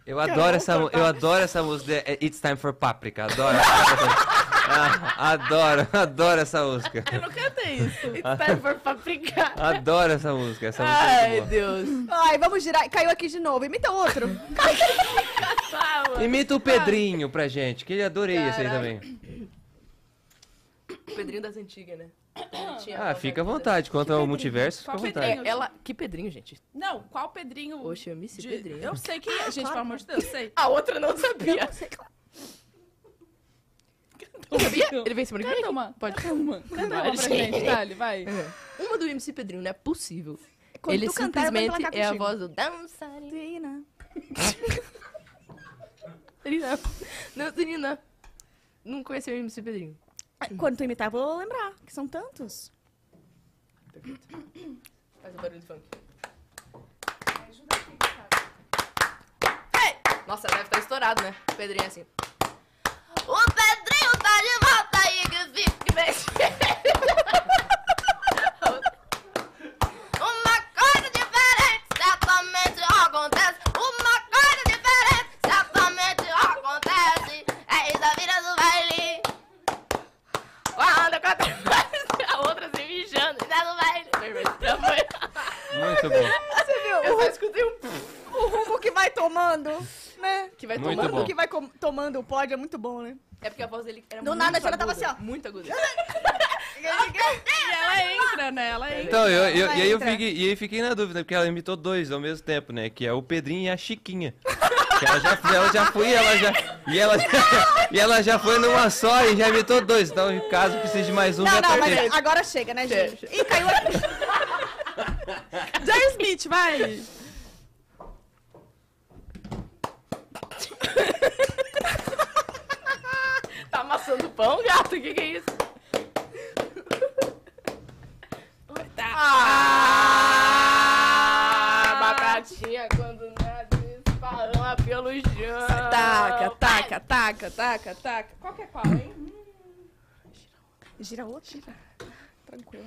C: Eu adoro essa, mu- eu adoro essa música. é It's time for paprika. Adoro. Ah, adoro, adoro essa música.
D: Eu não cantei isso. It's time for paprika.
C: Adoro essa música. Essa música é
D: Ai,
C: muito boa.
D: Deus.
B: Ai, vamos girar. Caiu aqui de novo. Imita outro.
C: Imita o
B: Ah.
C: Pedrinho pra gente, que ele adorei esse aí também.
D: O Pedrinho das antigas, né?
C: Ah, fica à vontade. Quanto ao multiverso, fica à
A: Qual
C: vontade.
A: Pedrinho?
D: É, ela... Que Pedrinho, gente?
A: Não, qual Pedrinho?
D: Oxe, eu me
A: De-
D: Pedrinho.
A: Eu sei
D: Ah,
A: quem é, gente, pelo amor de Deus, sei.
D: A outra não sabia. sabia? Ele vem semana que vem?
A: Canta uma.
D: Pode.
A: Canta uma. Canta uma pra
D: Vai, gente.
A: gente, Dali, vai.
D: Uma do MC Pedrinho, não é possível.
B: Quando
D: ele
B: tu cantar, eu vou
D: simplesmente
B: emplacar
D: é a
B: contigo.
D: voz do dançarina.
B: né?
D: Não, Danina. Não conheceu o MC Pedrinho.
B: Quando tu imitar, eu vou lembrar, que são tantos.
D: Faz o barulho de funk. Ei! Nossa, deve estar estourado, né? O Pedrinho é assim. O Pedrinho tá de volta aí, que fica Uma coisa diferente, certamente acontece. Uma coisa diferente, certamente acontece. É isso a vida do baile. Quando eu canto, a outra se mijando. Isso é do baile. Já foi.
C: Muito bom.
B: Você viu?
D: Eu
B: O,
D: só escutei um...
B: o rumo que vai tomando, né?
D: Que vai
C: Muito
B: o
D: tomando.
B: rumo
C: bom.
B: que vai com- tomando o pódio é muito bom, né?
D: É porque a voz dele era
B: Do
D: muito
B: nada, a Jana tava
D: aguda,
B: assim, ó.
D: Muito aguda.
A: E ela entra, né? Ela entra.
C: Então, eu, eu- e aí eu
B: Entra.
C: fiquei, e aí fiquei na dúvida, porque ela imitou dois ao mesmo tempo, né? Que é o Pedrinho e a Chiquinha. Que ela já, ela já foi, ela já. E ela, e ela já foi numa só e já imitou dois. Então, caso precise de mais um,
B: Não,
C: já
B: não,
C: tá aqui.
B: mas agora chega, né,
D: Chega,
B: gente? Ih, caiu aqui.
A: Jair Smith, vai.
D: Tá amassando pão, gato? O que, que é isso? Ah, batatinha quando nada espalha pelo chão.
A: Taca, taca, taca, taca, taca. Qual que é qual, hein?
D: Hum.
B: Gira outro. Tranquilo.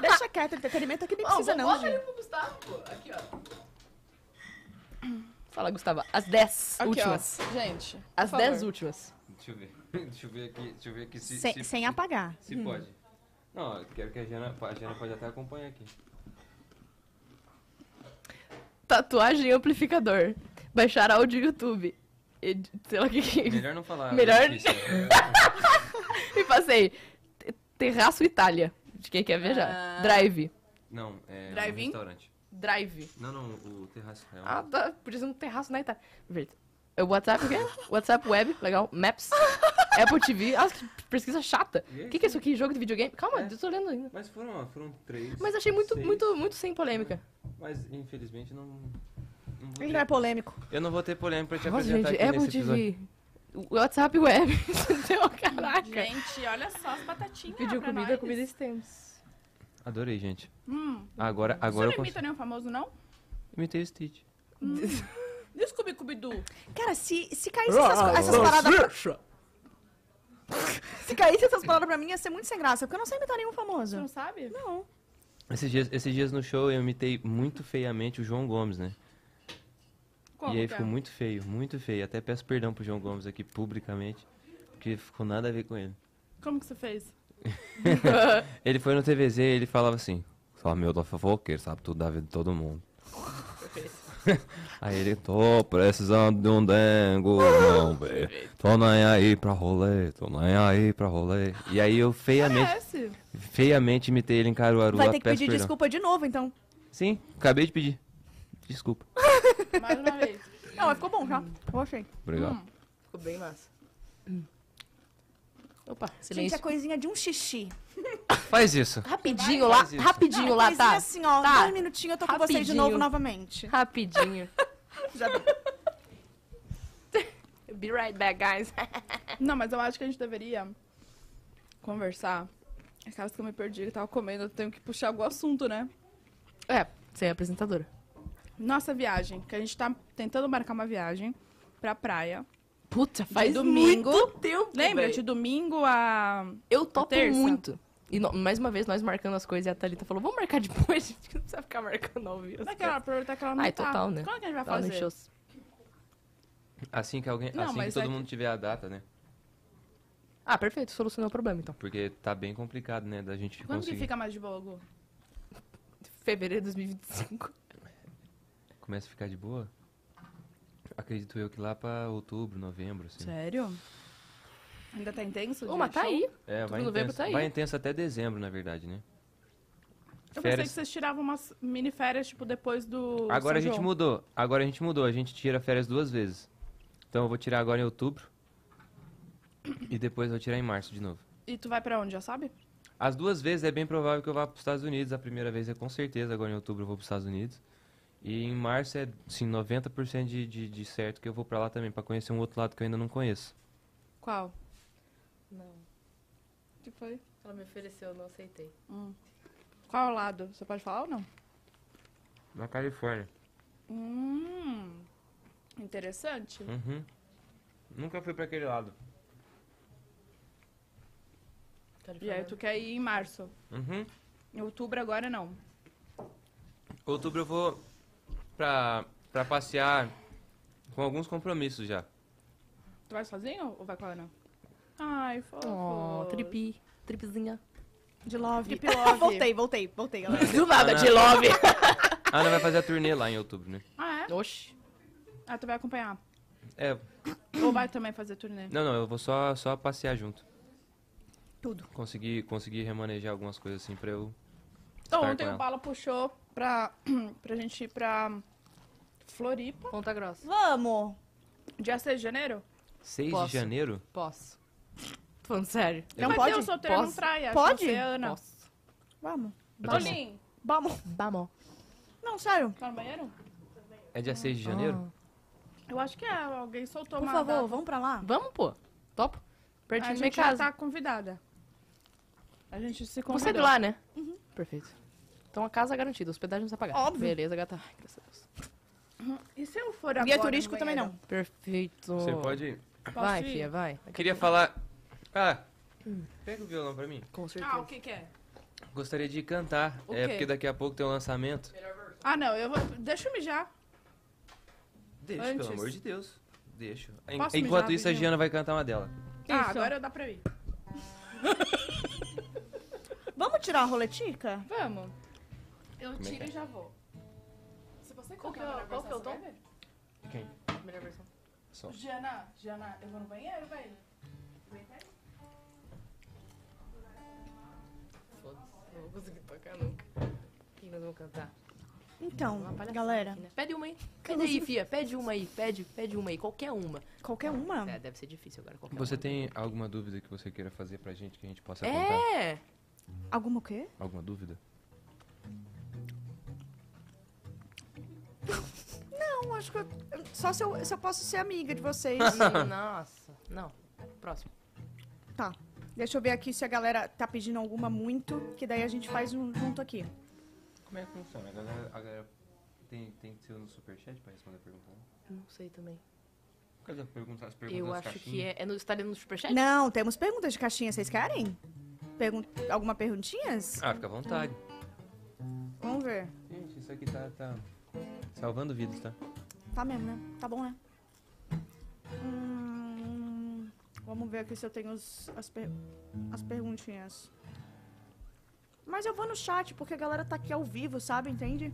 B: Deixa quieto, entretenimento aqui nem precisa, não,
D: Bota
B: gente.
D: ele pro Gustavo, pô. Aqui, ó. Fala, Gustavo. As 10
A: Aqui,
D: últimas.
A: ó. Gente. por
D: As
A: favor.
D: 10 últimas.
C: Deixa eu ver. Deixa eu ver aqui, deixa eu ver aqui se.
B: Sem,
C: se-
B: sem apagar.
C: Se pode. Não, eu quero que a Jana, a Jana pode até acompanhar aqui.
D: Tatuagem e amplificador. Baixar áudio do YouTube. Ed- Sei lá o que que.
C: Melhor não falar.
D: Melhor-
C: é difícil.
D: E passei. Te- Terraço Itália. De quem quer viajar. Drive.
C: Não, é um
D: Drive-in?
C: restaurante.
D: Drive.
C: Não, não, o terraço. É um-
D: Ah, tá. Podia ser um terraço na Itália. Perfeito. É o WhatsApp, o quê? WhatsApp Web, legal. Maps. Apple TV. Ah, que pesquisa chata.
C: E aí,
D: O que, que é isso aqui? Jogo de videogame? Calma,
C: É.
D: eu tô lendo ainda.
C: Mas foram, ó, foram três.
D: Mas achei muito,
C: seis,
D: muito, muito sem polêmica.
C: Mas infelizmente não. não vou
B: Ele não é
C: ter-
B: polêmico.
C: Eu não vou ter polêmica pra te
D: Nossa,
C: apresentar
D: gente,
C: aqui
D: Apple
C: nesse episódio.
D: TV. o WhatsApp Web. Entendeu? Caraca.
A: Gente, olha só as batatinhas.
D: Pediu
A: Ah, pra
D: comida,
A: nós.
D: comida e temos.
C: Adorei, gente.
A: Hum.
C: Agora,
A: Você
C: agora
A: não
C: eu consigo.
A: imita nenhum famoso, não?
C: Imitei o Stitch.
A: E o scooby cubidu
B: Cara, se, se caísse essas, co- essas paradas. Se caísse essas palavras pra mim, ia ser muito sem graça, porque eu não sei imitar nenhum
A: Você não
B: famoso.
A: sabe?
B: Não.
C: Esses dias, esses dias no show eu imitei muito feiamente o João Gomes, né?
A: Como
C: e aí
A: que é?
C: ficou muito feio, muito feio. Até peço perdão pro João Gomes aqui publicamente, porque ficou nada a ver com ele.
A: Como que você fez?
C: Ele foi no TVZ e ele falava assim: Só meu do fofoqueiro, sabe tudo da vida de todo mundo. aí ele, tô precisando de um dengo, não, velho. Tô nem aí pra rolê, tô nem aí pra rolê. E aí eu feiamente,
A: Parece.
C: feiamente imitei ele em Caruaru.
B: Vai
C: lá,
B: ter que
C: peço
B: pedir
C: perdão.
B: desculpa de novo, então.
C: Sim, acabei de pedir. Desculpa.
A: Mais uma vez.
B: Não, mas ficou bom já. Eu achei.
C: Obrigado.
D: Ficou bem massa. Opa,
B: Gente,
D: silêncio.
B: é coisinha de um xixi.
C: Faz isso.
D: Rapidinho lá,
C: Faz isso.
D: rapidinho
B: Não,
D: lá,
B: coisinha
D: tá?
B: assim, ó,
D: Tá.
B: dois minutinhos, eu tô com vocês de
D: Rapidinho.
B: novo novamente.
D: Rapidinho.
B: Já vi.
D: Be right back, guys.
A: Não, mas eu acho que a gente deveria conversar. Aquelas que eu me perdi, eu tava comendo, eu tenho que puxar algum assunto, né?
D: É, você é apresentadora.
A: Nossa viagem, que a gente tá tentando marcar uma viagem pra praia.
D: Puta, faz
A: De domingo.
D: muito tempo,
A: Lembra?
D: velho.
A: De domingo a.
D: Eu topo
A: terça?
D: muito. E no- mais uma vez, nós marcando as coisas e a Thalita falou, vamos marcar depois, gente, que não precisa ficar marcando ao vivo. as
A: Daquela aproveitar que ela não
D: Ai,
A: tá.
D: total, né?
A: Quando que a gente vai
D: coisas. Ela não
A: fazer?
D: encheu os-
C: Assim que alguém,
A: Não,
C: assim que
A: mas
C: todo
A: é que-
C: mundo tiver a data, né?
D: Ah, perfeito, solucionou o problema, então.
C: Porque tá bem complicado, né, da gente
A: Quando
C: conseguir.
A: que fica mais de boa, Gu?
D: Fevereiro de 2025.
C: Começa a ficar de boa? Acredito eu que lá pra outubro, novembro, assim.
A: Sério? Ainda tá intenso?
D: Uma,
A: de
D: tá
A: show?
D: aí.
C: É, vai
D: novembro
C: intenso,
D: tá aí.
C: vai intenso até dezembro, na verdade, né?
A: Eu pensei
C: Férias.
A: que vocês tiravam umas mini férias, tipo, depois do.
C: Agora a
A: São
C: gente
A: João.
C: mudou. Agora a gente mudou. A gente tira férias duas vezes. Então eu vou tirar agora em outubro. E depois eu vou tirar em março de novo.
A: E tu vai pra onde, já sabe?
C: As duas vezes é bem provável que eu vá para os Estados Unidos. A primeira vez é com certeza, agora em outubro eu vou para os Estados Unidos. E em março é, sim, 90% de, de, de certo que eu vou para lá também, para conhecer um outro lado que eu ainda não conheço.
A: Qual?
D: Não,
A: Que foi?
D: ela me ofereceu, não aceitei.
A: Qual é lado? Você pode falar ou não?
C: Na Califórnia.
A: Hum. Interessante.
C: Uhum. Nunca fui para aquele lado.
A: E aí tu quer ir em março.
C: Uhum.
A: Em outubro agora não.
C: Outubro eu vou pra, pra passear com alguns compromissos já.
A: Tu vai sozinho ou vai com a Ana? Ai, fofo.
D: Oh, tripi, tripizinha.
B: De love.
A: Deep love.
B: voltei, voltei, voltei, galera.
D: Do nada, de love.
C: A Ana Ah, vai fazer a turnê lá em outubro, né?
A: Ah, é?
D: Oxi.
A: Ah, tu vai acompanhar.
C: É,
A: Ou vai também fazer turnê.
C: não, não, eu vou só, só passear junto.
B: Tudo.
C: Consegui, consegui remanejar algumas coisas assim pra eu.
A: Então,
C: Estar
A: ontem o
C: com ela.
A: Paulo puxou pra, pra gente ir pra Floripa.
D: Ponta grossa.
B: Vamos!
A: Dia 6 de janeiro?
C: 6
D: Posso.
C: de janeiro?
D: Posso. Tô falando sério.
A: Não
B: Mas
A: pode?
B: eu
A: Eu solteiro
D: Posso?
A: não trai, acho
B: Pode?
A: Você, Ana.
D: Posso.
B: Vamos.
A: Bolim,
B: Vamos.
D: Vamos.
B: Não, sério.
A: tá no banheiro?
C: É dia 6 de janeiro?
A: Ah. Eu acho que é, alguém soltou
B: Por
A: uma
B: favor,
A: data.
B: vamos pra lá.
D: Vamos, pô. Topo.
A: A
D: Pertinho de minha
A: gente já
D: casa.
A: tá convidada. A gente se convidou.
D: Você é de lá, né?
A: Uhum.
D: Perfeito. Então a casa é garantida, hospedagem não precisa pagar.
B: Óbvio.
D: Beleza, gata. Ai, graças a Deus.
A: E se eu for agora
B: Guia
A: no
B: é turístico também
A: banheiro?
B: não.
D: Perfeito.
C: Você pode ir.
A: Posso
D: Vai,
A: ir?
D: filha, vai.
C: Queria falar. Ah,
A: Hum.
C: pega o violão pra mim.
D: Com certeza.
A: Ah, o que que é?
C: Gostaria de cantar.
A: O
C: é
A: quê?
C: porque daqui a pouco tem um lançamento.
A: Ah, não, eu vou... Deixa eu mijar.
C: Deixa,
A: Antes.
C: pelo amor de Deus. Deixa. En-
A: Posso mijar
C: Enquanto isso, a
A: rapidinho?
C: Giana vai cantar uma dela.
A: Ah,
D: Isso.
A: agora dá pra ir.
B: Vamos tirar a roletica?
A: Vamos. Eu
C: Como é que
A: tiro
C: é?
A: e já vou. Se você
D: Qual que é o- qual que é o tom?
C: Quem?
D: Primeira versão.
A: Giana, Giana, eu vou no banheiro, velho.
D: Foda-se, não vou conseguir tocar nunca. O que nós vamos cantar?
B: Então,
D: Uma palhaçada
B: galera,
D: aqui, né? Pede uma aí. Pede aí, Fia. Pede uma aí. Pede, pede uma aí. Qualquer uma.
B: qualquer uma.
D: É, deve ser difícil agora. Qualquer
C: Você
D: uma.
C: tem alguma dúvida que você queira fazer pra gente que a gente possa contar?
D: É!
B: Alguma o quê?
C: Alguma dúvida?
B: Não, acho que. eu- Só se eu, se eu posso ser amiga de vocês.
D: Sim, Nossa. Não. Próximo.
B: tá. Deixa eu ver aqui se a galera tá pedindo alguma muito, que daí a gente faz um junto aqui.
C: Como é que funciona? A galera, a galera tem, tem que ser no superchat pra responder a pergunta? né?
D: Não sei também.
C: Cadê a pergunta? As perguntas
D: Eu
C: nas
D: acho que
C: caixinhas?
D: é. é no, estaria no superchat?
B: Não, temos perguntas de caixinha, vocês querem? Pergun alguma perguntinhas?
C: Ah, fica à vontade.
B: Vamos ver.
C: Gente, isso aqui tá, tá salvando vidas, tá?
B: Tá mesmo, né? Tá bom, né? Hum, vamos ver aqui se eu tenho os- as, per- as perguntinhas. Mas eu vou no chat, porque a galera tá aqui ao vivo, sabe? Entende?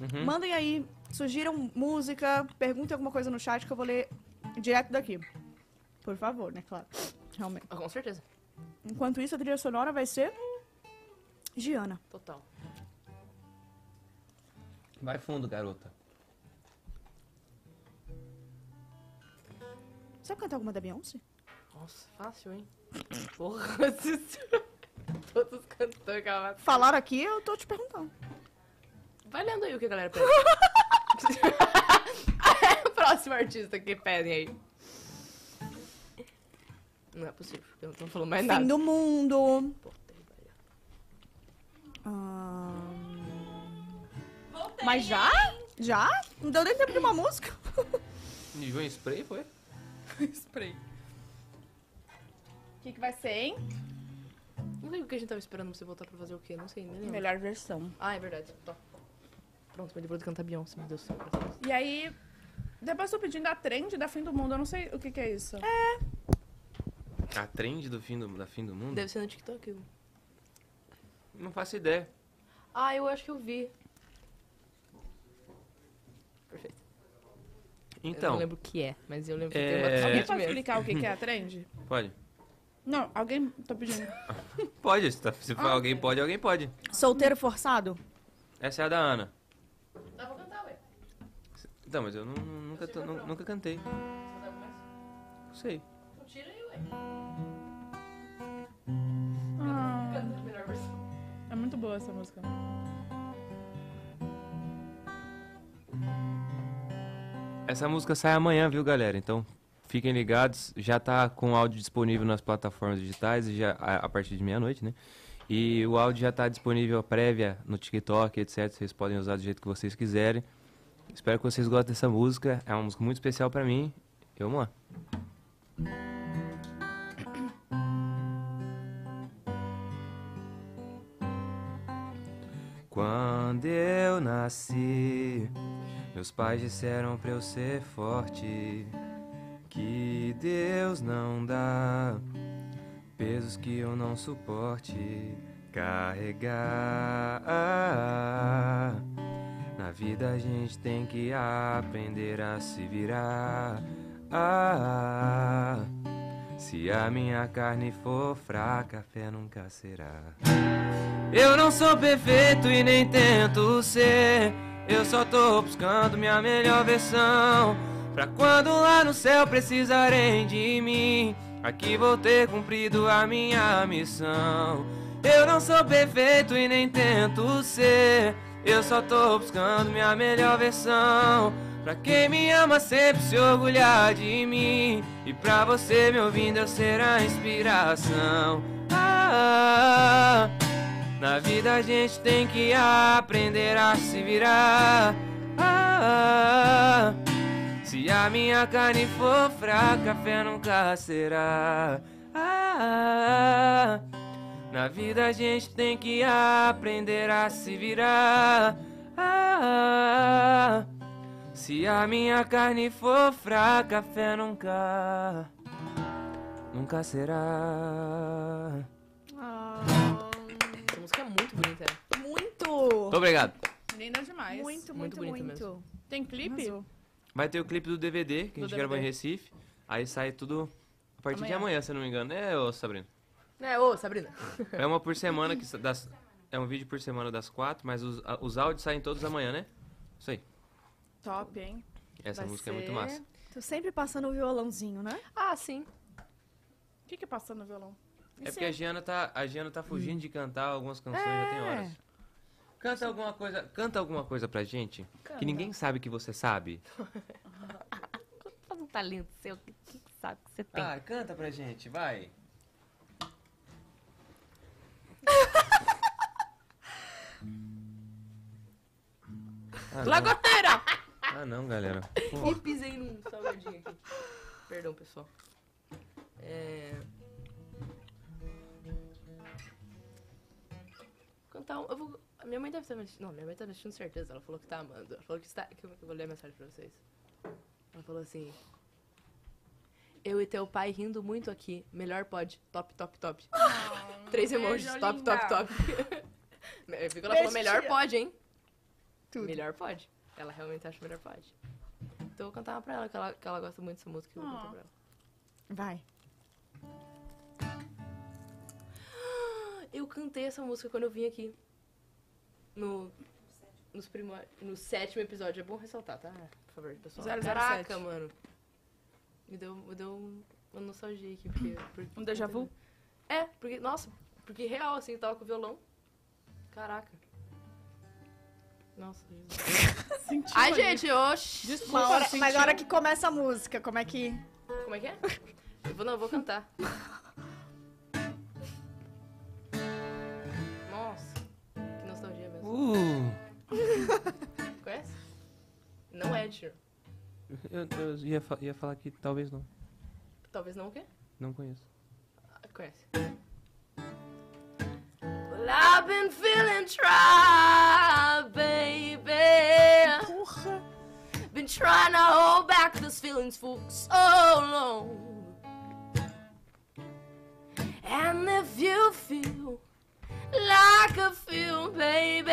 C: Uhum.
B: Mandem aí, sugiram música, perguntem alguma coisa no chat que eu vou ler direto daqui. Por favor, né? Claro. Realmente.
D: Ah, com certeza.
B: Enquanto isso, a trilha sonora vai ser. Giana.
D: Total.
C: Vai fundo, garota.
B: Sabe cantar alguma da Beyoncé?
D: Nossa, fácil, hein? Porra, Cícero. Todos os cantores calados.
B: Falaram aqui, eu tô te perguntando.
D: Vai lendo aí o que a galera pede. Próximo artista que pedem aí. Não é possível, eu não tô falando mais
B: Fim
D: nada.
B: do mundo.
D: Puta que pariu.
B: Mas já? Já? Não deu nem tempo de uma música?
C: Mijou em spray, foi?
A: Spray. O que, que vai ser, hein?
D: Não sei o que a gente tava esperando você voltar pra fazer o quê, não sei, nem lembro.
A: Melhor versão.
D: Ah, é verdade, tá. Pronto, me livrou de cantar é Beyoncé, meu Deus.
A: E aí, depois eu tô pedindo a trend da fim do mundo. Eu não sei o que, que é isso. É.
C: A trend do fim do, da fim do mundo?
D: Deve ser no TikTok. eu-
C: Não faço ideia.
D: Ah, eu acho que eu vi. Perfeito. eu
C: Então,
D: não lembro o que é, mas eu lembro que
C: É,
A: Alguém
D: tem uma
A: pode
D: mesmo.
A: explicar o que, que é a trend?
C: pode.
A: Não, alguém. Tô pedindo.
C: Pode, se, tá- se for
D: Ah, é.
C: alguém pode, alguém pode.
B: Solteiro forçado?
C: Essa é a da Ana. Dá pra cantar, ué. Não, mas eu nu- nunca, tô- nu- nunca cantei. Não sei.
A: Ah. É muito boa essa música.
C: Essa música sai amanhã, viu, galera? Então fiquem ligados. Já tá com o áudio disponível nas plataformas digitais e já, a, a partir de meia-noite, né? E o áudio já tá disponível a prévia no TikTok, etc. Vocês podem usar do jeito que vocês quiserem. Espero que vocês gostem dessa música. É uma música muito especial pra mim. E vamos lá. Quando eu nasci, meus pais disseram pra eu ser forte, que Deus não dá pesos que eu não suporte carregar. Na vida a gente tem que aprender a se virar. Se a minha carne for fraca, a fé nunca será. Eu não sou perfeito e nem tento ser. Eu só tô buscando minha melhor versão. Pra quando lá no céu precisarem de mim, aqui vou ter cumprido a minha missão. Eu não sou perfeito e nem tento ser. Eu só tô buscando minha melhor versão. Pra quem me ama sempre se orgulhar de mim. E pra você me ouvindo eu ser a inspiração. Ah, ah, ah. Na vida a gente tem que aprender a se virar. Ah, ah, ah. Se a minha carne for fraca, a fé nunca será. Ah, ah, ah. Na vida a gente tem que aprender a se virar. Ah, ah, ah. Se a minha carne for fraca, a fé nunca, nunca será.
B: Ah,
D: Essa música é muito bonita.
B: Muito!
C: obrigado.
A: Linda demais. demais.
B: Muito, muito,
D: Muito
B: muito.
D: bonito
A: Tem clipe?
B: Arrasou.
C: Vai ter o clipe do DVD, que
D: Do
C: a gente gravou em
D: DVD.
C: Recife. Aí sai tudo a partir de
A: Amanhã.
C: amanhã, se eu não me engano, né, ô Sabrina?
D: É, ô, Sabrina.
C: É uma por semana que sa- das, é um vídeo por semana das quatro, mas os, a- os áudios saem todos amanhã, né? Isso aí.
A: Top, hein?
C: Essa
D: Vai
C: música é muito
D: ser-
C: massa.
B: Tô sempre passando o violãozinho, né?
D: Ah, sim.
A: O que que é passando no violão?
C: É porque a Giana tá, a Giana tá fugindo de cantar algumas canções, já
D: É.
C: tem horas. Canta alguma coisa, canta alguma coisa pra gente que ninguém sabe que você sabe.
D: Faz um talento seu, que que sabe que você tem.
C: Ah, canta pra gente, vai. Ah, não.
D: Lagoteira!
C: ah, não, galera.
D: E pisei num salgadinho aqui. Perdão, pessoal. É... Cantar um... Eu vou... a Minha mãe deve estar me assistindo. Não, minha mãe tá me assistindo certeza. Ela falou que tá amando. Ela falou que está... Que eu eu vou ler a mensagem pra vocês. Ela falou assim... Eu e teu pai rindo muito aqui. Melhor pode. Top, top, top. Três
A: Ah, beijo,
D: emojis. Top,
A: linda.
D: top, top. Eu fico, ela
B: Beijo,
D: falou, melhor
B: tia.
D: pode, hein?
B: Tudo.
D: Melhor pode. Ela realmente acha melhor pode. Então eu vou cantar uma pra ela, que ela, que ela gosta muito dessa música. Eu vou
A: Ah.
D: cantar pra ela.
B: Vai.
D: Eu cantei essa música quando eu vim aqui. No. Nos primor... No sétimo episódio. É bom ressaltar, tá? Por favor, pessoal.
A: 007.
D: Caraca, mano. Me deu, me deu um- uma nostalgia aqui. Porque, porque-
A: Um déjà vu?
D: É, porque. Nossa, porque real, assim, eu tava com o violão. Caraca. Nossa, Jesus.
A: Sentiu
D: Ai,
A: ali.
D: gente, oxi.
B: Uma hora-
A: sentiu.
B: mas na hora que começa a música, como é que.
D: Como é que é? Eu vou, não, eu vou cantar. Nossa, que nostalgia mesmo.
C: Uh,
D: Conhece? Não é, tio.
C: eu eu ia, fa- ia falar que talvez não.
D: Talvez não o quê?
C: Não conheço.
D: Ah, Conhece. Well, I've been feeling dry, baby.
B: Porra!
D: Been trying to hold back those feelings for so long. And if you feel like I feel, baby,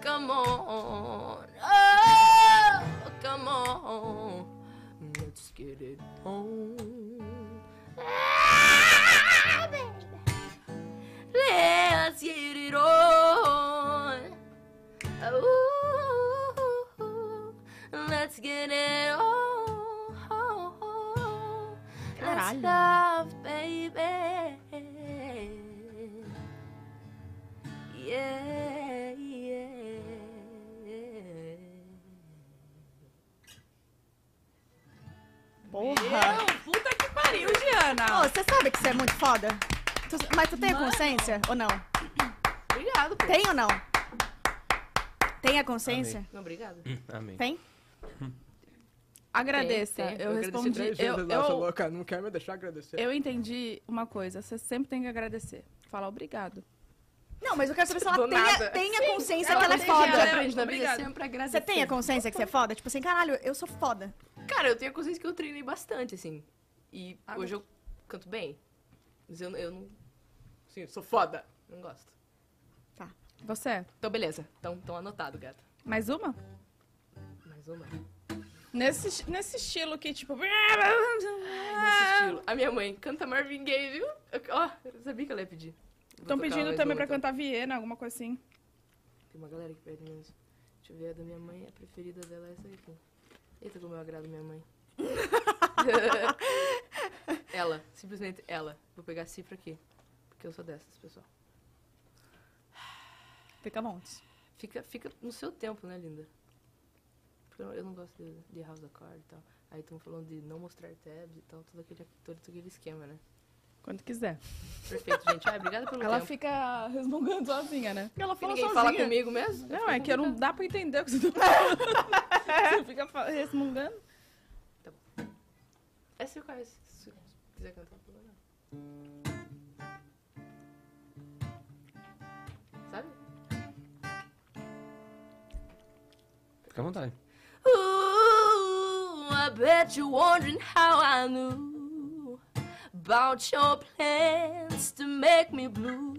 D: come on. Oh, come on. Let's get it on. Ah, baby. Let's get it on. Ooh, let's get it on. Let's
B: Caralho.
D: love, baby. Yeah, yeah.
B: Porra!
A: Não, puta que pariu, Diana!
B: Ô, você sabe que você é muito foda? Tu- mas tu tem a
A: Mano.
B: consciência ou não?
D: Obrigado, pô.
B: Tem ou não? Tem a consciência?
D: Não, obrigado.
C: Amém.
B: Tem?
A: Agradeça.
D: Tem, tem.
A: Eu,
F: Eu agradeci
A: respondi.
F: três
A: Eu,
F: vezes, nossa
A: eu,
F: louca, não quer me deixar agradecer.
A: eu entendi uma coisa. Você sempre tem que agradecer. Falar obrigado.
B: Não, mas eu quero saber se ela
D: Do
B: tem a,
D: nada.
B: tem a consciência
A: ela
B: que ela é
A: tem,
B: foda.
A: ela-
D: aprende na vida
A: Obrigada.
D: sempre agradecer.
B: Você tem a consciência que você é foda? Tipo assim, caralho, eu sou foda.
D: Cara, eu tenho a consciência que eu treinei bastante, assim. E
A: Ah,
D: hoje eu canto bem. Mas eu, eu não. Sim, eu sou foda. Não gosto.
A: Você? é?
D: Então, beleza. Então, então anotado, gata.
A: Mais uma?
D: Mais uma.
A: Nesse, nesse estilo que, tipo.
D: Nesse
A: Ah.
D: estilo. A minha mãe canta Marvin Gaye, viu? Eu- Ó, eu sabia que ela ia pedir. Vou
A: Estão
D: tocar
A: pedindo
D: mais
A: também
D: uma,
A: pra
D: então.
A: cantar Viena, alguma coisa assim.
D: Tem uma galera que pede mesmo. Deixa eu ver, a da minha mãe, a preferida dela é essa aqui. Eita, como eu agrado minha mãe. ela, simplesmente ela. Vou pegar a cifra aqui, porque eu sou dessas, pessoal.
B: Fica montes.
D: Fica, fica no seu tempo, né, linda? Porque eu, eu não gosto de, de house accord e tal. Aí estão falando de não mostrar tabs e tal, todo aquele, todo aquele esquema, né?
A: Quando quiser.
D: Perfeito, gente. Ah, obrigada pelo
A: Ela
D: tempo.
A: fica resmungando sozinha, né? Ela
D: Que ninguém fala comigo mesmo?
A: Não, é que eu não dá pra entender o que você tá falando. você fica fa- resmungando.
D: Essa eu conheço. É Se quiser cantar, não problema. não. Sabe?
C: Fica à vontade.
D: Ooh, I bet you're wondering how I knew about your plans to make me blue.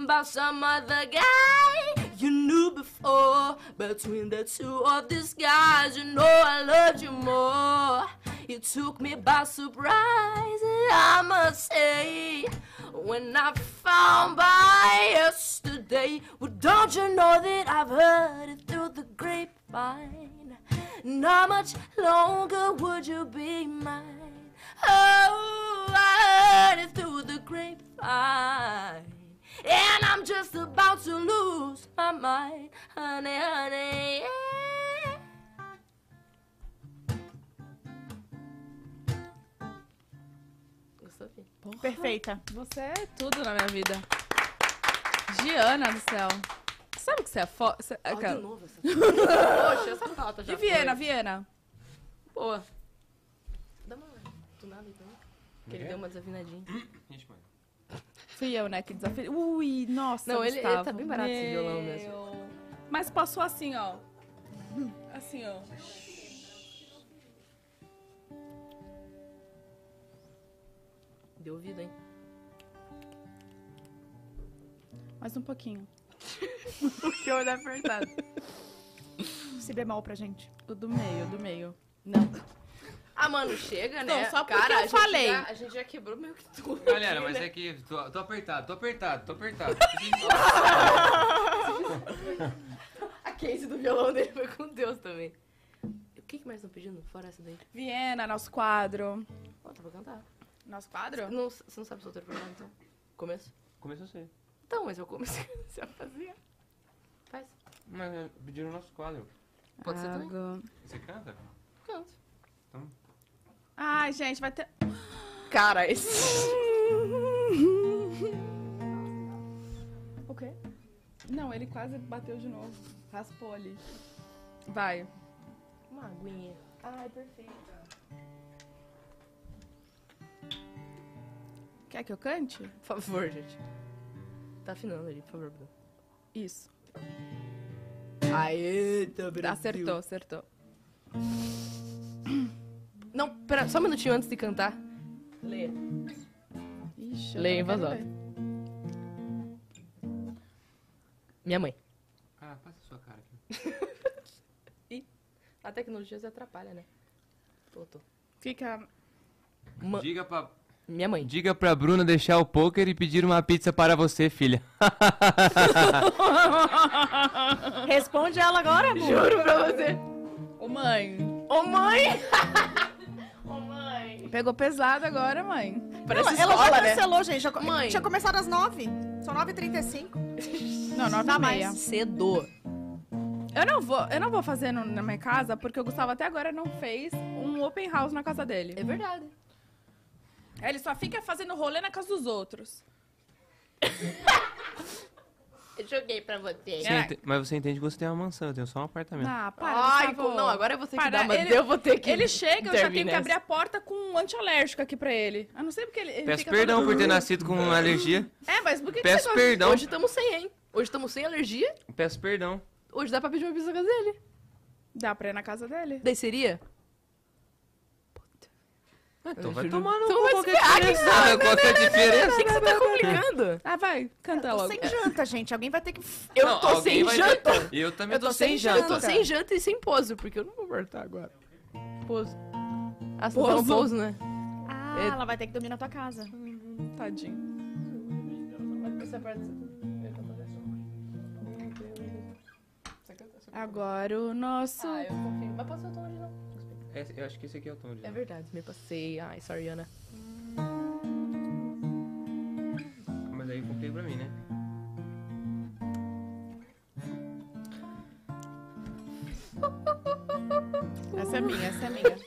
D: About some other guy
G: you knew before. Between the two of these guys, you know I loved you more. You took me by surprise, I must say. When I found by yesterday, well, don't you know that I've heard it through the grapevine? And how much longer would you be mine? Oh, I heard it through the grapevine. And I'm just about to lose my mind, honey, honey. yeah.
D: Gostou, filho?
B: Perfeita.
A: Você é tudo na minha vida. Giana do céu. Sabe que você é foda?
G: Ó, de novo essa
D: Poxa, essa falta já.
A: E Viena, Viena?
D: Boa. né? Dá uma. Do nada, então. Que ele deu uma desafinadinha.
A: Fui eu, né, que desafio. Ui, nossa,
D: Não, ele- ele
A: Gustavo.
D: tá bem barato esse violão mesmo.
A: Meu. Mas passou assim, ó. Assim, ó.
D: Deu ouvido, hein?
A: Mais um pouquinho.
D: Que olhar
A: tá.
D: apertado.
B: Se bemol pra gente.
A: O do meio, o do meio.
D: Não. Ah, mano, chega, né?
A: Não, só porque
D: Cara,
A: eu
D: a gente
A: falei.
D: já- a gente já quebrou meio que tudo.
C: Galera, mas é que tô, tô apertado, tô apertado, tô apertado.
D: A case do violão dele foi com Deus também. O que, que mais estão pedindo? Fora essa daí.
A: Viena, nosso quadro.
D: Ó, dá pra cantar.
A: Nosso quadro?
D: Não, você não sabe soltar o programa, então? Começo?
C: Começou cedo.
D: Então, mas eu comecei a fazer. Faz.
C: Mas é, pediram o nosso quadro.
D: Pode ser também?
C: Você canta?
D: Canto.
A: Ai, gente, vai ter.
D: Cara, esse...
A: O quê? Não, ele quase bateu de novo. Raspou ali. Vai.
D: Uma aguinha.
A: Quer que eu cante?
D: Por favor, gente. Tá afinando ali, por favor, Bruno.
A: Isso.
D: Aeita, Bruno.
A: Acertou, acertou.
D: Não, pera, só um minutinho antes de cantar. Leia.
A: Ixi,
D: Leia em
A: agora eu
D: voz
A: quero
D: Minha mãe.
C: Ah, passa a sua cara aqui.
D: A tecnologia se atrapalha, né? Voltou.
A: ver. Fica.
D: Ma-
C: Diga pra,
D: Minha mãe.
C: diga pra Bruna deixar o poker e pedir uma pizza para você, filha.
B: Responde ela agora, amor.
D: Juro pra você.
A: Ô, mãe.
D: Ô, mãe!
A: Pegou pesado agora, mãe.
D: Parece
B: ela
D: escola,
B: já
D: né?
B: cancelou, gente. Já co-
D: Mãe.
B: Tinha começado às 9. São 9h35.
A: Não, nove
D: Tá
A: e meia.
D: Cedo.
A: Eu não vou, eu não vou fazer no- na minha casa, porque o Gustavo até agora não fez um open house na casa dele.
D: É verdade.
A: Aí Ele só fica fazendo rolê na casa dos outros.
D: Eu joguei pra você.
A: É.
C: Mas você entende que você tem uma mansão, eu tenho só um apartamento.
A: Ah, para,
D: Ai,
A: Gustavo.
D: com- não, agora é você que
A: Para,
D: dá, mas
A: ele-
D: eu vou ter que.
A: Ele chega, eu já tenho que
D: terminar
A: abrir a porta com um antialérgico aqui pra ele. A não ser porque ele, ele
C: Peço
A: fica
C: perdão
A: todo-
C: por ter nascido com uma alergia.
A: É, mas por que, que
C: Peço
A: você gosta...
C: perdão.
D: Hoje estamos sem, hein? Hoje estamos sem alergia.
C: Peço perdão.
D: Hoje dá pra pedir uma pizza com ele.
A: Dá pra ir na casa dele?
D: Daí seria?
C: Então vai tomar no
D: Então vai
C: cu.
D: se ferrar, que sabe?
C: Ah, Qual que é a
D: O
C: diferença?
D: que, que você tá complicando?
A: Ah, vai, canta logo. É.
B: Sem janta, gente. Alguém vai ter que.
D: Eu
C: Não,
D: tô
C: alguém
D: sem
C: vai
D: janta.
C: ter- Eu também
B: Eu
C: tô,
B: tô
C: sem
B: sem
C: janta.
D: Eu tô
B: janta.
D: sem janta e sem pouso, porque eu não vou voltar agora. Pouso. Ah, você não
A: Pouso.
D: falou pouso, né?
B: Ah,
D: É-
B: ela vai ter que dormir na tua casa.
A: Tadinho. Agora o nosso...
D: Ah, eu confio. Mas passou o tom hoje, não.
C: Esse- Eu acho que esse aqui é o tom de.
D: É verdade, me passei. Ai, sorry, Ana.
C: Mas aí comprei pra mim, né?
A: Essa
B: Uhum.
A: é minha, essa é minha.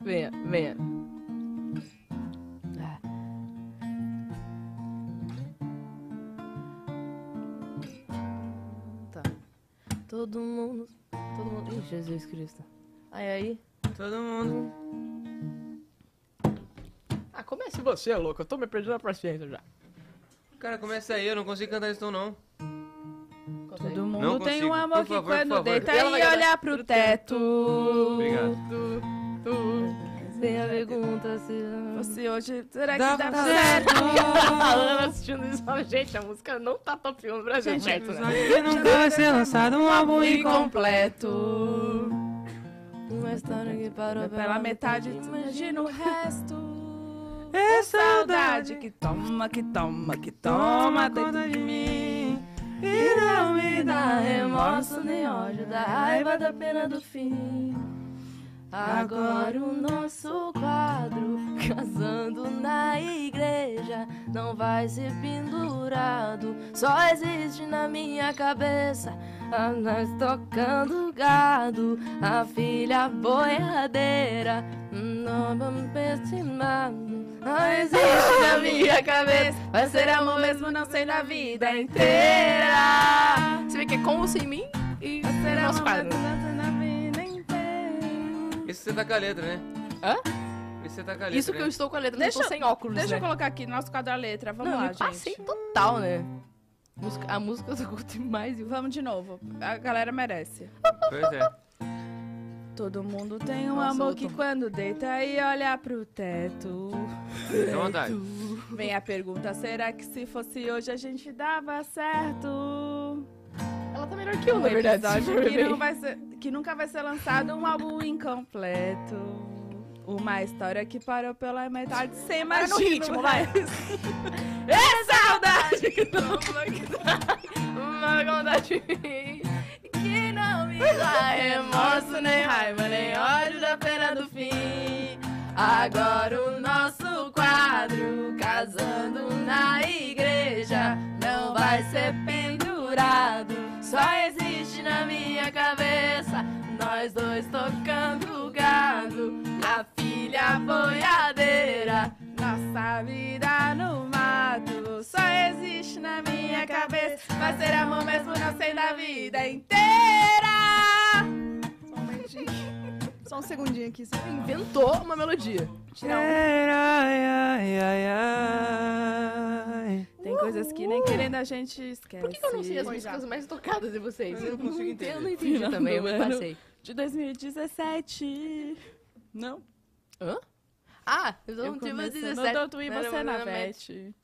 D: Venha, venha. Tá. Todo mundo. Todo mundo. Ih, Jesus Cristo. Aí, aí.
C: Todo mundo.
D: Ah, comece você, louco. Eu tô me perdendo a paciência já.
C: Cara, começa aí, eu não consigo cantar esse tom, não.
A: Todo mundo
C: Não
A: tem
C: consigo.
A: um amor
C: Por
A: que
C: favor, por
A: quando
C: favor.
A: deita
D: Ela vai
A: e
D: cantar.
A: olha pro teto.
C: Obrigado.
D: Tem a pergunta se.
A: Você hoje. Será que dá,
D: A
A: certo?
I: tá
D: Ana assistiu
I: assistindo isso e falo, gente, a música não tá top 1 no Brasil.
A: Gente,
I: certo, né?
J: E nunca vai ser lançado um álbum
I: incompleto. Uma
D: tá
I: história que parou
D: um
A: Pela metade, imagina o resto.
J: É
A: Saudade que toma, que toma, que toma dentro de mim.
J: E não me
D: dá remorso nem ódio da raiva da pena do fim. Agora o nosso quadro, casando na igreja, não vai ser pendurado, só existe na minha cabeça. A nós tocando gado, a filha boiadeira, nome pestimado. Não existe na minha cabeça, vai ser amor mesmo não sei na vida inteira.
I: Você vê que é com ou sem mim e nosso quadro.
C: Isso você tá com a letra, né? Hã? Isso você tá com a letra.
I: Isso que eu
C: né?
I: estou com a letra, deixa,
A: Deixa
I: eu tô
A: eu-
I: sem óculos,
A: Deixa eu
I: né?
A: colocar aqui no nosso quadro a letra. Vamos
I: Não,
A: lá,
I: eu
A: gente.
I: passei total, né? Música- A música eu curto mais. e-
A: Vamos de novo. A galera merece.
C: Pois é.
A: Todo mundo tem um
I: Nossa,
A: amor
I: eu
A: que
I: tô-
A: quando deita e olha pro teto.
C: Dá vontade.
A: Vem a pergunta: será que se fosse hoje a gente dava certo?
I: Ela tá melhor que eu,
A: Um
I: na verdade.
A: episódio
I: se for
A: que, não
I: bem.
A: vai ser- que nunca vai ser lançado um álbum incompleto. Uma história que parou pela metade sem mais
B: no ritmo, vai.
A: É saudade!
I: Uma vontade que não me dá remorso, nem raiva, nem ódio da pena do fim. Agora o nosso quadro, casando na igreja, não vai ser pendurado, só existe na minha cabeça. Nós dois tocando gado, a filha boiadeira.
A: Nossa vida no mato só existe na minha cabeça. Vai ser amor mesmo, não sei na vida inteira.
B: Só um momentinho. Só um segundinho aqui. Só...
I: Inventou uma melodia.
C: Ai, ai, ai, ai.
A: Tem coisas que nem querendo a gente esquece.
I: Por que, que eu não sei as
B: Pois
I: músicas mais tocadas de vocês?
C: Eu não consigo
I: entendo, Eu
C: entender.
I: não entendi
A: Não,
I: também, eu
A: não
I: me
A: era.
I: passei.
A: De 2017. Não?
I: Ah, eu
B: um
A: Eu
I: não tive
A: começo no
I: 17.
A: Doutor e você é
I: Não, não,
A: na
I: não,
A: Vete.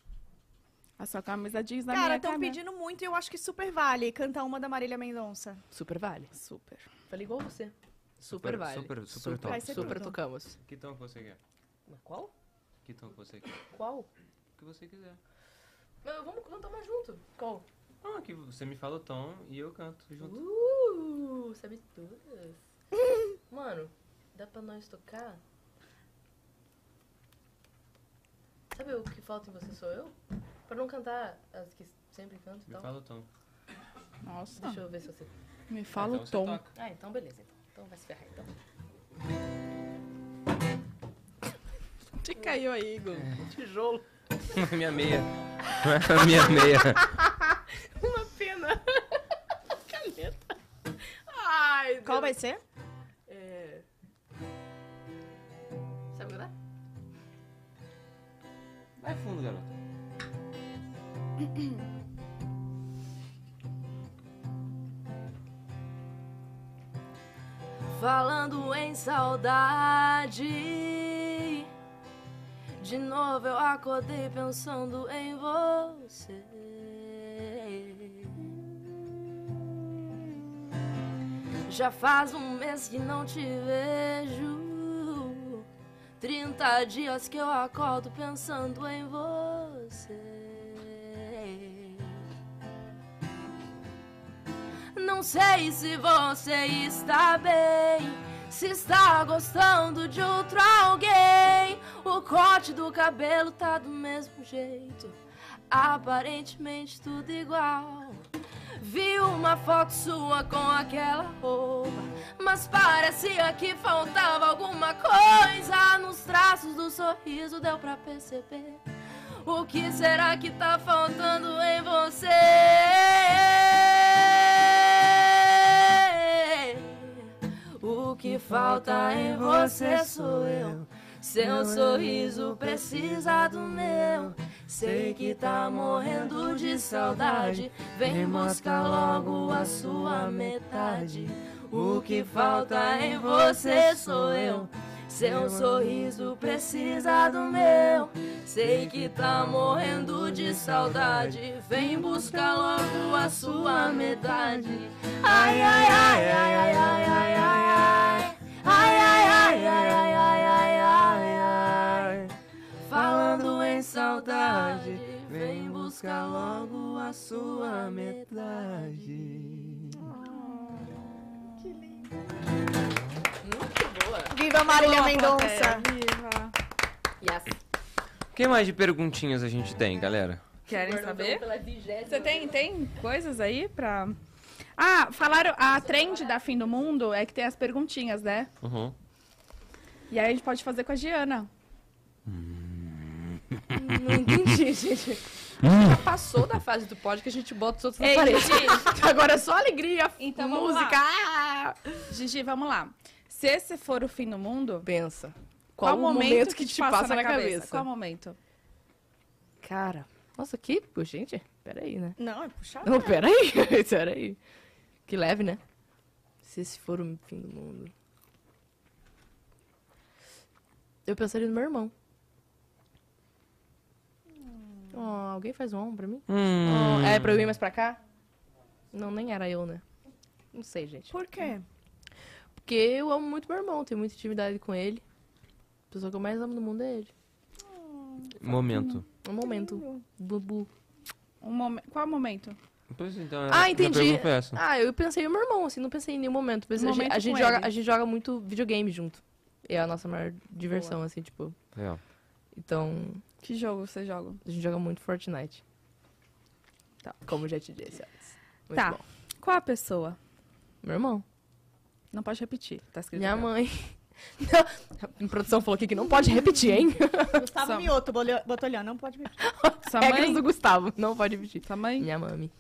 A: A sua camisa jeans na
B: Cara,
A: minha
B: estão
A: cana-
B: pedindo muito e eu acho que super vale cantar uma da Marília Mendonça.
I: Super vale.
A: Super.
I: Falei igual você. Super,
C: Super,
I: vale.
C: super, super top.
B: Vai
I: Super,
B: ser
I: super
B: tudo.
I: tocamos.
C: Que tom que você quer?
I: Qual?
C: Que tom que você quer?
I: Qual?
C: O que você quiser.
I: Vamos cantar mais junto. Qual?
C: Ah, que você me fala o tom e eu canto junto.
I: Uh, sabe todas. Mano, dá pra nós tocar? Sabe o que falta em você sou eu? Pra não cantar as que sempre canto e
A: tá.
C: Me
I: tal.
C: fala o tom.
A: Nossa,
I: Deixa eu ver se você.
A: me fala
C: Então
A: o
C: você
A: tom.
C: toca.
I: Ah, então beleza. Então, então vai se ferrar então.
A: Te caiu aí, Igor.
I: Tijolo.
C: Minha meia. Minha meia.
I: Uma pena. Caneta. Ai, Deus.
B: Qual vai ser?
I: É... Sabe cantar?
C: Vai fundo, garoto.
D: Falando em saudade, de novo eu acordei pensando em você. Já faz um mês que não te vejo, 30 dias que eu acordo pensando em você. Não sei se você está bem, se está gostando de outro alguém. O corte do cabelo tá do mesmo jeito, aparentemente tudo igual. Vi uma foto sua com aquela roupa, mas parecia que faltava alguma coisa. Nos traços do sorriso deu pra perceber. O que será que tá faltando em você? O que falta em você sou eu. Seu sorriso precisa do meu. Sei que tá morrendo de saudade. Vem buscar logo a sua metade. O que falta em você sou eu.
G: Seu sorriso precisa do meu. Sei que tá morrendo de saudade. Vem buscar logo a sua metade. Ai, ai, ai, ai, ai, ai, ai, ai, ai. Ai, ai, ai, ai, ai, ai, ai, ai, ai. Falando em saudade, vem buscar logo a sua metade.
B: Viva Marília
A: é.
B: Mendonça!
C: que mais de perguntinhas a gente tem, galera?
A: Querem saber? Você tem, tem coisas aí pra. Ah, falaram. A trend da fim do mundo é que tem as perguntinhas, né?
C: Uhum.
A: E aí a gente pode fazer com a Giana.
D: Hum. Não entendi, gente. Já passou da fase do pod que a gente bota os outros na
A: Ei,
D: parede.
A: Gigi.
D: Agora é só alegria,
A: Então vamos
D: música. ah!
A: Gigi, vamos lá. Se esse for o fim do mundo,
D: Pensa. Qual, o momento, que, te passa, na cabeça?
A: Qual momento?
D: Cara. Nossa, que. Pô, gente, peraí, né?
B: Não, é puxado.
D: Não, peraí. peraí. Que leve, né? Se esse for o fim do mundo. Eu pensaria no meu irmão. Ó, alguém faz um ombro pra mim?
C: Hum,
D: Ó, é pra eu ir mais pra cá? Não, nem era eu, né? Não sei, gente.
B: Por quê?
D: Porque eu amo muito meu irmão, tenho muita intimidade com ele. A pessoa que eu mais amo no mundo é ele.
C: Momento.
D: É um
A: Uhum.
D: momento. Bubu.
A: Um momen- Qual momento?
C: Pois então,
D: Ah,
C: a
D: entendi.
C: pergunta foi essa.
D: Ah, eu pensei no meu irmão, assim, não pensei em nenhum momento. Mas
A: Um
D: a, gente-
A: momento
D: a gente
A: com
D: joga,
A: ele.
D: a gente joga muito videogame junto. É a nossa maior diversão, assim, tipo.
C: Legal.
D: Então,
A: Que jogo você joga?
D: a gente joga muito Fortnite. Tá. Como eu já te disse antes. Muito
A: Tá.
D: bom.
A: Qual a pessoa?
D: Meu irmão.
A: Não pode repetir. Tá escrito.
D: Minha mãe. Não, a produção falou aqui que não pode repetir, hein?
B: Gustavo
A: Só-
B: Mioto, bolio- Botolhão, não pode me.
A: Sua
D: Regras do
A: mãe?
D: Gustavo. Não pode repetir.
A: Sua mãe?
D: Minha mami.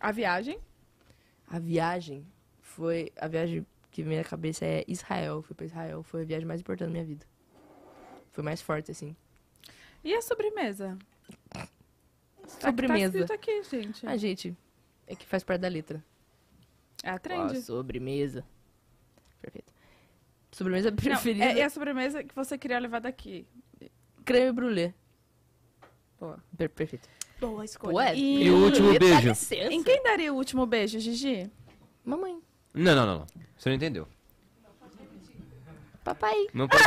A: A viagem?
D: A viagem foi. A viagem que vem na cabeça é Israel. Fui pra Israel. Foi a viagem mais importante da minha vida. Foi mais forte, assim.
A: E a sobremesa?
D: Sobremesa.
A: Tá, que tá escrito aqui, gente.
D: Ah, gente, é que faz parte da letra.
A: É a
D: Ó,
A: trend.
D: sobremesa. Perfeito. Sobremesa
A: Não,
D: preferida,
A: é, é a sobremesa que você queria levar daqui.
D: creme brulee.
A: Boa.
D: Per- perfeito. tá
B: Boa escolha.
A: E-
D: Ué, creme
A: e o
C: último
D: brulee, dá
C: beijo?
D: licença.
A: Em quem daria o último beijo, Gigi?
D: Mamãe,
C: Não, não, não, não. Você não entendeu.
D: papai.
C: Não pode.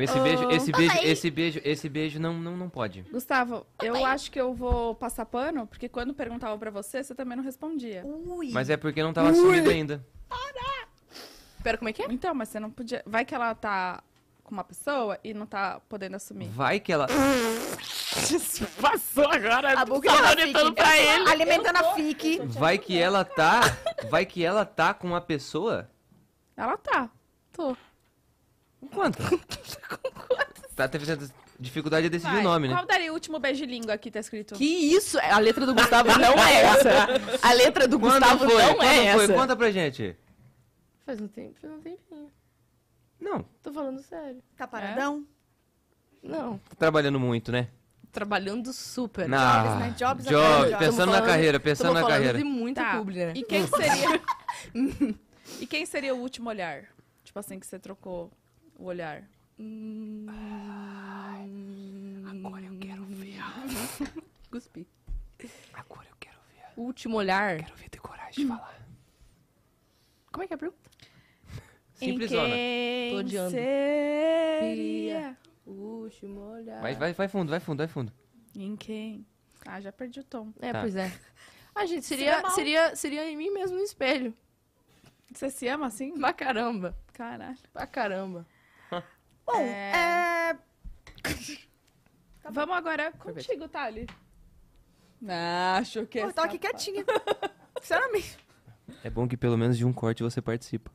C: Esse beijo, esse beijo, esse beijo, esse beijo não, não, não pode.
A: Gustavo, eu acho que eu vou passar pano, porque quando perguntavam pra você, você também não respondia.
B: Ui.
C: Mas é porque não tava assumido ainda.
D: Pera, como é que é?
A: Então, mas você não podia. Vai que ela tá com uma pessoa e não tá podendo assumir.
C: Vai que ela.
D: Passou agora.
B: A boca tá
D: gritando pra ele.
B: Alimentando a fique.
C: Vai que ela tá. Vai que ela tá com uma pessoa.
A: Ela tá. Tô.
C: Com quanto? Tá tendo dificuldade de decidir
A: Vai.
C: o nome, né?
A: Qual daria o último beijo de língua aqui, tá escrito?
D: Que isso? A letra do Gustavo não é essa. A letra do Gustavo
C: foi?
D: não
C: Quando
D: é
C: foi?
D: essa.
C: Conta pra gente.
D: Faz um tempo, faz um tempinho.
C: Não,
D: Tô falando sério.
A: É?
B: Tá paradão?
D: Não.
C: tá trabalhando muito, né?
D: Trabalhando super.
C: Na...
B: né? Jobs
C: Job-
B: atrás de jobs.
D: Tamo
C: Pensando na
D: falando-
C: carreira, pensando
D: tamo
C: na
D: falando
C: carreira.
D: de muito
A: Tá.
D: publi, né?
A: E quem seria. e quem seria o último olhar? Tipo assim, que você trocou o olhar.
D: Agora eu quero ver. Cuspi. Agora eu quero ver. Último olhar.
C: Quero ver ter coragem de falar.
D: Como é que é a pergunta?
C: Simples,
A: Em quem
D: Tô odiando.
A: seria?
D: Último olhar.
C: Vai, vai, vai fundo, vai fundo, vai fundo.
A: Em quem? Ah, já perdi o tom.
D: É,
C: Tá.
D: pois é. Ah, gente,
B: Se dá
D: seria,
B: mal.
D: seria, seria em mim mesmo no espelho.
A: Você se ama assim?
D: Pra caramba.
A: Caralho.
D: Pra caramba.
B: Bom,
A: É.
B: é...
A: Vamos agora contigo, Thali. Acho Ah, então que é
B: Pô, eu tava aqui quietinha. Sinceramente.
C: É bom que pelo menos de um corte você participa.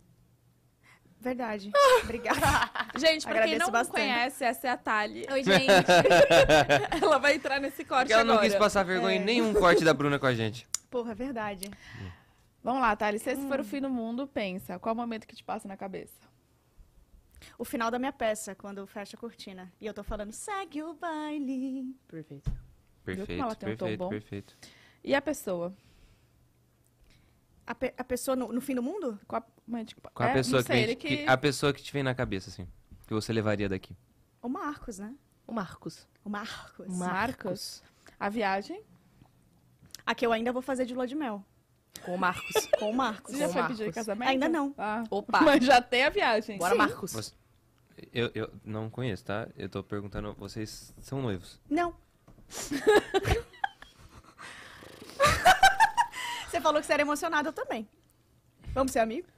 B: Verdade.
A: Ah.
B: Obrigada.
A: é Gente, pra quem
B: Agradeço
A: não
B: bastante.
A: conhece, essa é a Thali.
G: Oi, gente.
A: Ela vai entrar nesse corte
C: Porque ela não
A: agora.
C: quis passar vergonha
D: É.
C: em nenhum corte da Bruna com a gente.
B: Porra, é verdade.
A: Vamos lá, Thali. Se esse for o fim do mundo, pensa. Qual é o momento que te passa na cabeça?
B: O final da minha peça, quando fecha a cortina. E eu tô falando, segue o baile.
D: Perfeito.
A: Viu como ela tem um
C: Perfeito,
A: tom
C: perfeito,
A: bom?
C: perfeito.
A: E a pessoa?
B: A, pe- a pessoa no, no fim do mundo?
A: Com a, mãe, tipo,
C: Com a
A: é,
C: pessoa
A: não
C: que,
A: sei,
C: vem,
A: ele
C: que- a pessoa que te vem na cabeça, assim. Que você levaria daqui.
B: O Marcos, né?
D: O Marcos.
B: O Marcos.
A: Marcos. A viagem.
B: A que eu ainda vou fazer de lua de mel.
D: Com o Marcos.
B: Com o Marcos.
A: Você já
D: Com o
A: foi pedir em
D: Marcos.
A: casamento?
B: Ainda não.
A: Ah.
D: Opa.
A: Mas já tem a viagem.
D: Bora,
A: Sim.
D: Marcos.
C: Você- Eu, eu não conheço, tá? Eu tô perguntando, vocês são noivos.
B: Não. você falou que você era emocionada, eu também. Vamos ser amigos?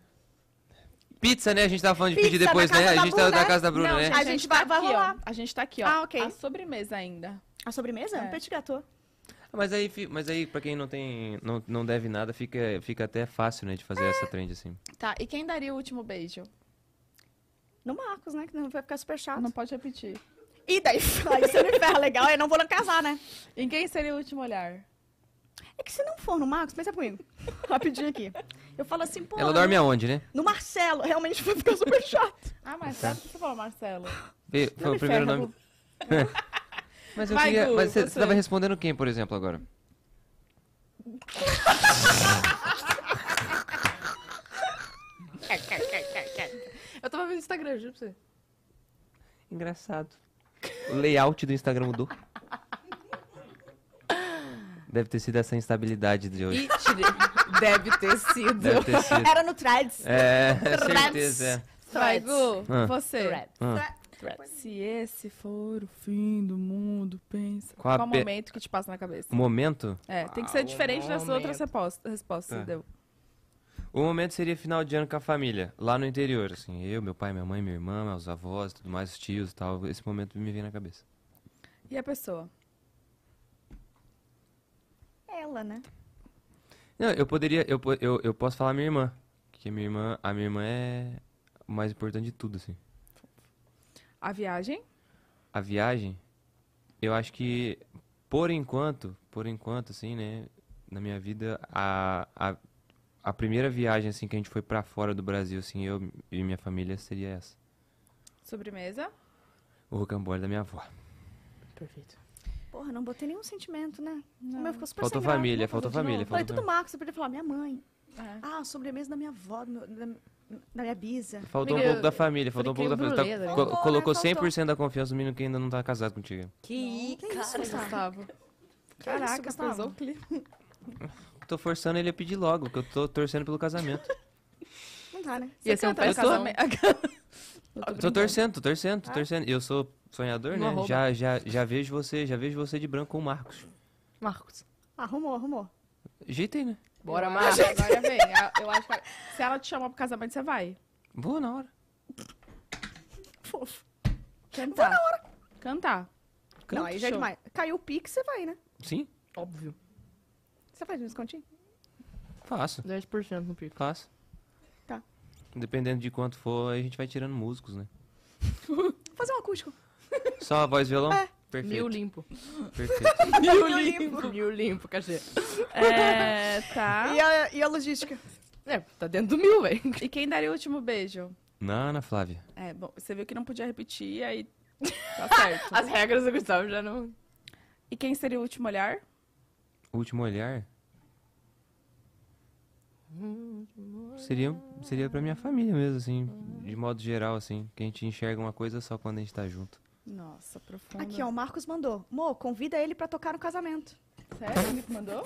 C: Pizza, né? A gente tava falando de
B: Pizza
C: pedir depois,
B: na
C: né?
B: casa
C: A
B: da
C: gente tava
B: Bruna.
C: na casa da Bruna,
A: Não,
C: né?
A: gente, a gente vai,
B: vai
A: aqui,
B: rolar.
A: Ó, a gente tá aqui, ó.
B: Ah, ok.
A: A sobremesa ainda.
B: A sobremesa?
A: É.
B: Um petit gâteau.
C: Mas aí, fi- mas aí, pra quem não tem. Não, não deve nada, fica, fica até fácil, né, de fazer essa trend assim.
A: Tá, e quem daria o último beijo?
B: No Marcos, né? Que não vai ficar super chato.
A: Ah, Não pode repetir.
B: E daí, aí você me ferra legal, eu não vou casar, né?
A: Em quem seria o último olhar?
B: É que se não for no Marcos, pensa comigo. Rapidinho aqui. Eu falo assim, pô.
C: Ela dorme aonde, né?
B: No Marcelo, realmente vai ficar super chato.
A: Ah,
C: Tá.
A: Marcelo, por que você falou Marcelo?
C: Fe- Foi
A: Não
C: o
A: me
C: primeiro
A: ferra,
C: nome. Mas eu
A: Vai,
C: queria.
A: Gu,
C: Mas você
A: você.
C: você tava respondendo quem, por exemplo, agora?
D: Eu tava vendo o Instagram, juro pra você.
C: Engraçado. O layout do Instagram mudou. Deve ter sido essa instabilidade de hoje.
D: E tirei. Deve ter sido.
C: Deve ter sido.
B: Era no Threads.
C: É, certeza. é.
A: Vai, Gu,
C: Ah.
A: você.
C: Ah.
A: Se esse for o fim do mundo, pensa.
C: Qual a
A: Qual o
C: pe- Ah, um
A: momento que te passa na cabeça?
C: Momento?
A: É, tem que ser diferente das outras respostas. respostas
C: É.
A: que deu.
C: O momento seria final de ano com a família, lá no interior, assim. Eu, meu pai, minha mãe, minha irmã, meus avós, tudo mais, os tios e tal. Esse momento me vem na cabeça.
A: E a pessoa?
B: Ela, né?
C: Não, eu poderia. Eu, po- eu, eu posso falar minha irmã. Que minha irmã. A minha irmã é o mais importante de tudo, assim.
A: A viagem?
C: a viagem, eu acho que por enquanto, por enquanto, assim, né, na minha vida, a, a, a primeira viagem assim que a gente foi pra fora do Brasil, assim, eu e minha família seria essa.
A: Sobremesa?
C: O rocambole da minha avó.
D: Perfeito.
B: Porra, não botei nenhum sentimento, né? O meu ficou super
C: Faltou
B: sem graça.
C: família,
B: Vamos
C: faltou
B: fazer de
C: família,
B: novo. Falei
C: faltou
B: tudo Marcos, você podia falar minha mãe.
A: É.
B: Ah, a sobremesa da minha avó, do meu- da, da minha bisa.
C: Faltou um
D: Amiga,
C: pouco da família, faltou um
D: falei
C: pouco da
D: creme
C: família. Tá-
D: brulee, né?
B: Faltou,
C: co-
B: né?
C: colocou
B: Faltou.
C: 100% da confiança no menino que ainda não tá casado contigo.
G: Que
B: Que isso, Gustavo?
A: Gustavo.
B: Que isso,
A: Caraca,
B: Gustavo?
A: pesou o clima.
C: Tô forçando ele a pedir logo, que eu tô torcendo pelo casamento.
B: Não dá, né?
D: Ia ser um
A: canta no
D: pé-casal.
A: casamento?
C: Tô torcendo, tô torcendo, tô torcendo. Eu sou sonhador,
D: Ah. No
C: né?
D: arroba.
C: Já, já, já vejo você, já vejo você de branco com o Marcos.
D: Marcos.
B: Arrumou, arrumou.
C: Ajeitei, né?
D: Bora,
A: Eu
D: Marcos.
A: acho- Agora vem. a- Eu acho que- Se ela te chamar pro casamento, você vai.
C: Vou na hora.
B: Fofo.
A: Cantar. Cantar.
B: não, aí já é
A: show.
B: demais. Caiu o pique, você vai, né?
C: Sim,
D: Óbvio.
B: Você faz um descontinho?
C: faço.
D: 10% no pico.
C: Faço.
B: Tá.
C: Dependendo de quanto for, a gente vai tirando músicos, né?
B: Vou fazer um acústico.
C: Só a voz e violão?
D: É. Mil
C: Perfeito.
D: limpo.
C: Perfeito.
D: Mil limpo. Mil limpo, cachê.
A: É, tá.
B: E, a, e a logística?
D: É, tá dentro do mil, velho.
A: E quem daria o último beijo?
C: Na Ana Flávia.
A: É, bom, você viu que não podia repetir, aí tá certo.
D: As regras do Gustavo já não.
A: E quem seria o último olhar?
C: Último olhar. Seria, seria pra minha família mesmo, assim. De modo geral, assim. Que a gente enxerga uma coisa só quando a gente tá junto.
A: Nossa, profundo.
B: Aqui, ó, o Marcos mandou. Mo, convida ele pra tocar no casamento.
A: Sério? Ele que mandou?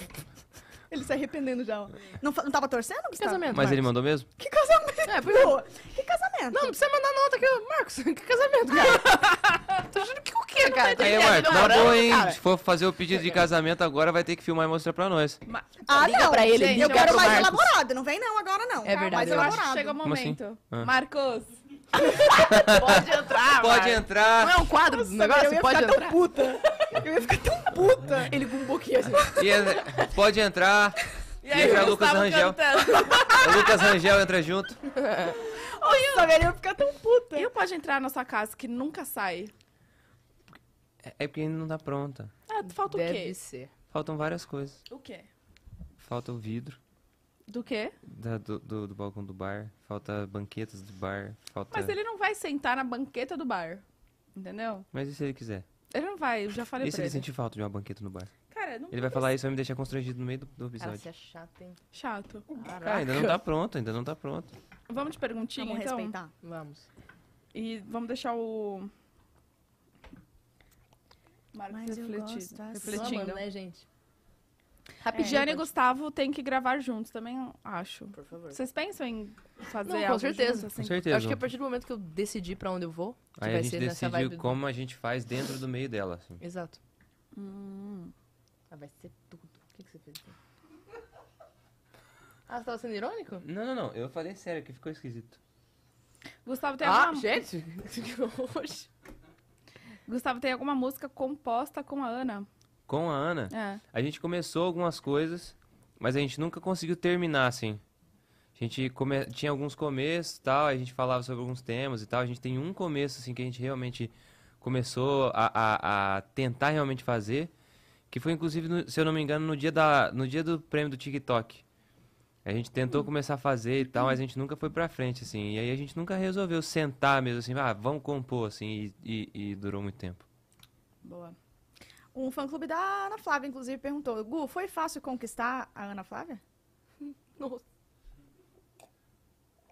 B: Ele se arrependendo já, ó. Não, fa- não tava torcendo,
D: Que
B: Gustavo?
D: casamento?
C: Mas ele
D: É, Marcos?
C: mandou mesmo?
B: Que casamento?
D: tá. É, por
B: Pô, que casamento?
D: Não, não precisa mandar nota aqui, ó. Marcos. Que casamento, cara? Tô achando que o quê, cara?
C: Aí,
A: tá
C: Marco, na boa, hein? Se for fazer o pedido de casamento agora, vai ter que filmar e mostrar pra nós.
B: ah,
D: liga
B: não.
D: pra ele,
B: Gente,
D: liga
B: eu quero
D: pro
B: mais
D: Marcos.
B: elaborado. Não vem não agora, não.
D: É verdade,
B: Mais
A: Mas eu acho que um
B: elaborado.
A: chegou o
C: Como assim?
A: momento.
C: Ah.
A: Marcos,
D: Pode entrar,
C: Pode
D: Ah, Marcos.
C: entrar!
D: Não é um quadro do
B: eu
D: negócio?
B: ia
D: Pode
B: ficar
D: entrar.
B: tão puta. Eu ia ficar tão puta.
D: Ele com um pouquinho assim.
C: E é- pode entrar. Entra Lucas Rangel. Lucas Rangel entra junto.
B: Nossa, velho, eu ia ficar tão puta.
A: e o pode entrar na sua casa que nunca sai?
C: É- É porque ainda não tá pronta.
A: Ah, falta o
D: Deve
A: quê?
D: ser.
C: Faltam várias coisas.
A: O quê?
C: Falta o vidro
A: Do quê?
C: da- do, do- do balcão do bar. Falta banquetas do bar. Falta...
A: Mas ele não vai sentar na banqueta do bar. Entendeu?
C: Mas e se ele quiser?
A: Ele não vai, eu já falei
C: E se
A: pra
C: ele
A: ele.
C: sentir falta de uma banqueta no bar?
A: Cara, não-
C: Ele vai falar isso e vai me deixar constrangido no meio do, do
D: Cara,
C: episódio.
D: você é chata, hein?
A: Chato.
C: Cara, ainda não tá pronto, ainda não tá pronto.
A: Vamos de perguntinha,
B: Vamos
A: então?
B: respeitar.
D: Vamos.
A: E vamos deixar o... Marcos
B: Mas eu
A: refletir.
B: gosto assim.
A: refletindo.
D: né, gente? É,
B: É,
A: Jane e Gustavo têm que gravar juntos também, eu acho.
D: Por favor.
A: Vocês pensam em fazer
D: Não, com
A: algo
D: certeza.
A: juntos,
C: Com
A: assim?
C: certeza.
D: Acho que a partir do momento que eu decidi pra onde eu vou, que
C: Aí
D: vai
C: a gente
D: ser nessa vibe.
C: decide
D: do-
C: como a gente faz dentro do meio dela. assim.
D: Exato. Ah, vai ser tudo. O que, que você fez? aqui? Ah, você tava sendo irônico?
C: Não, não, não. Eu falei sério, que ficou esquisito.
A: Gustavo tem,
D: ah,
A: alguma...
D: gente! que horror.
A: Gustavo tem alguma música composta com a Ana?
C: Com a Ana,
A: É.
C: a gente começou algumas coisas, mas a gente nunca conseguiu terminar, assim. A gente come- tinha alguns começos e tal, a gente falava sobre alguns temas e tal. A gente tem um começo, assim, que a gente realmente começou a, a- a tentar realmente fazer, que foi, inclusive, no- se eu não me engano, no dia, da, no dia do prêmio do TikTok. A gente tentou começar a fazer e tal, mas a gente nunca foi pra frente, assim. E aí a gente nunca resolveu sentar mesmo, assim, ah, vamos compor, assim, e- e- e durou muito tempo.
A: Boa.
B: Um fã-clube da Ana Flávia, inclusive, perguntou. Gu, foi fácil conquistar a Ana Flávia?
D: Nossa.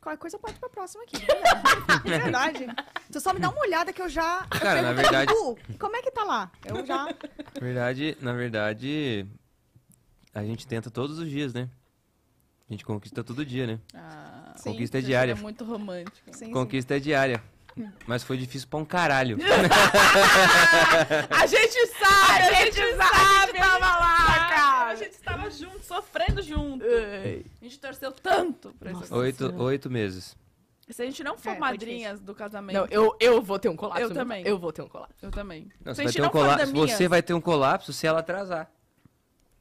B: Qualquer coisa pode ir pra próxima aqui. de verdade. Tu só me dá uma olhada que eu já... eu
C: Cara, na
B: perguntei,
C: verdade-
B: Gu, como é que tá lá? Eu já...
C: Na Verdade, na verdade, a gente tenta todos os dias, né? A gente conquista todo dia, né?
A: Ah,
B: Sim,
C: Conquista é
A: Jane
C: diária.
A: É muito romântica.
B: Sim,
C: Conquista é diária. Mas foi difícil pra um caralho.
A: A gente sabe, a, gente, sabe, a gente tava lá,
B: cara.
A: Ah, A gente estava junto, sofrendo junto. A gente torceu tanto pra isso.
C: oito, oito meses.
A: Se a gente não for
B: É, foi
A: madrinhas do casamento,
D: Não, eu, eu vou ter um colapso.
A: Eu
D: meu.
A: também.
D: Eu vou ter um colapso.
A: eu também.
C: Não,
A: Se
C: você
A: a
C: vai,
A: gente
C: ter um
A: não for
C: colapso,
A: madrinhas,
C: você vai ter um colapso se ela atrasar.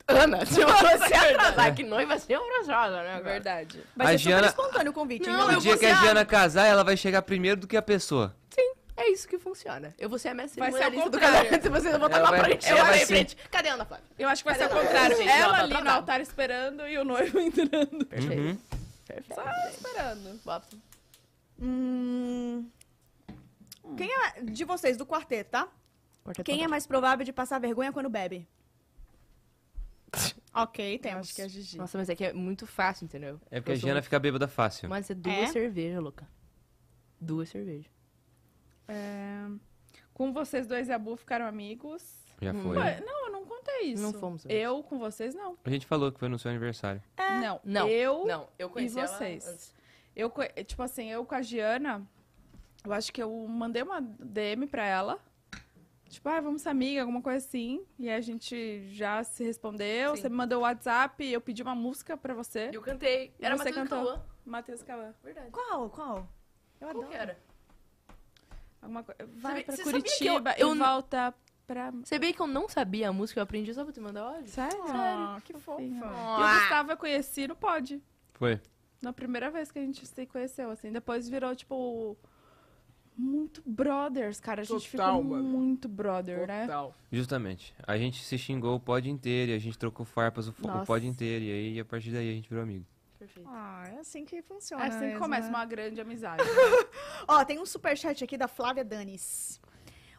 D: Ana, se você atrasar que noiva, você é atrasada, né?
A: É
D: agora?
A: verdade.
B: Vai
C: A
B: ser super
C: Giana-
B: espontâneo o convite.
D: Não,
B: hein?
C: o
D: eu
C: dia
D: vou
C: que a
D: ser a-
C: Giana casar, ela vai chegar primeiro do que a pessoa.
D: Sim, é isso que funciona. Eu vou ser a mestre
A: Vai ser ao
D: cerimonialista do
A: contrário.
D: casamento, você vai botar
C: Ela
D: lá
C: vai-
D: pra frente.
C: ela
D: Ela
C: vai
D: vai pra
C: sim.
D: frente. Cadê a Ana Flávia?
A: Eu acho que vai ser
D: Cadê
A: ao
D: ela?
A: contrário.
D: Gente,
A: ela
D: ela tá
A: ali no
D: atrasada.
A: altar esperando e o noivo entrando.
D: Perfeito.
C: Uhum.
D: Perfeito.
A: Só esperando.
D: Bota.
B: Hum... Quem é... De vocês, do quarteto, tá? Quem é mais provável de passar vergonha quando bebe? ok,
A: Eu
B: temos.
A: Acho que é a Gigi.
D: Nossa, mas é que é muito fácil, entendeu?
C: É porque a
D: Eu sou
C: Giana fica bêbada fácil.
D: Mas é duas
B: É?
D: cervejas, louca. Duas cervejas.
A: É, Com vocês dois e a Bu ficaram amigos.
C: Já foi.
A: Ué, não, eu não contei isso.
D: Não fomos amigos.
A: Eu com vocês, não.
C: A gente falou que foi no seu aniversário.
A: É. Não.
D: Não,
A: Eu
D: Não, eu conheci
A: e
D: ela
A: vocês?
D: antes.
A: Eu, co- tipo assim, eu com a Giana, eu acho que eu mandei uma DM pra ela. Tipo, ah, vamos ser amiga, alguma coisa assim. E aí a gente já se respondeu.
D: Sim.
A: Você me mandou o WhatsApp, eu pedi uma música pra você.
D: Eu cantei.
A: E
D: Era
A: você
D: você cantou.
A: cantou? Matheus Cauã.
D: Verdade.
B: Qual? Qual? Eu
D: Qual
B: adoro.
D: que era?
A: Alguma coisa. Vai
D: Sabe-
A: pra
D: você sabia que eu-
A: Curitiba
D: eu
A: e
D: n-
A: volta pra.
D: Você bem que eu não sabia a música, eu aprendi só pra te mandar áudio.
A: Sério?
B: Ah, que
A: Sim, ó.
B: fofa.
A: E o Gustavo eu conheci no Pod.
C: Foi.
A: Na primeira vez que a gente se conheceu, assim. Depois virou, tipo. Muito brothers, cara. A gente
D: Total,
A: ficou
D: mano.
A: muito brother, né?
C: Justamente. A gente se xingou o pod inteiro, e a gente trocou farpas o, fo- o
A: Nossa.
C: pod inteiro. E aí, a partir daí, a gente virou amigo.
D: Perfeito.
B: Ah, é assim que funciona.
A: É assim que
B: mesmo,
A: começa
B: né?
A: uma grande amizade.
B: Ó, tem um superchat aqui da Flávia Danis.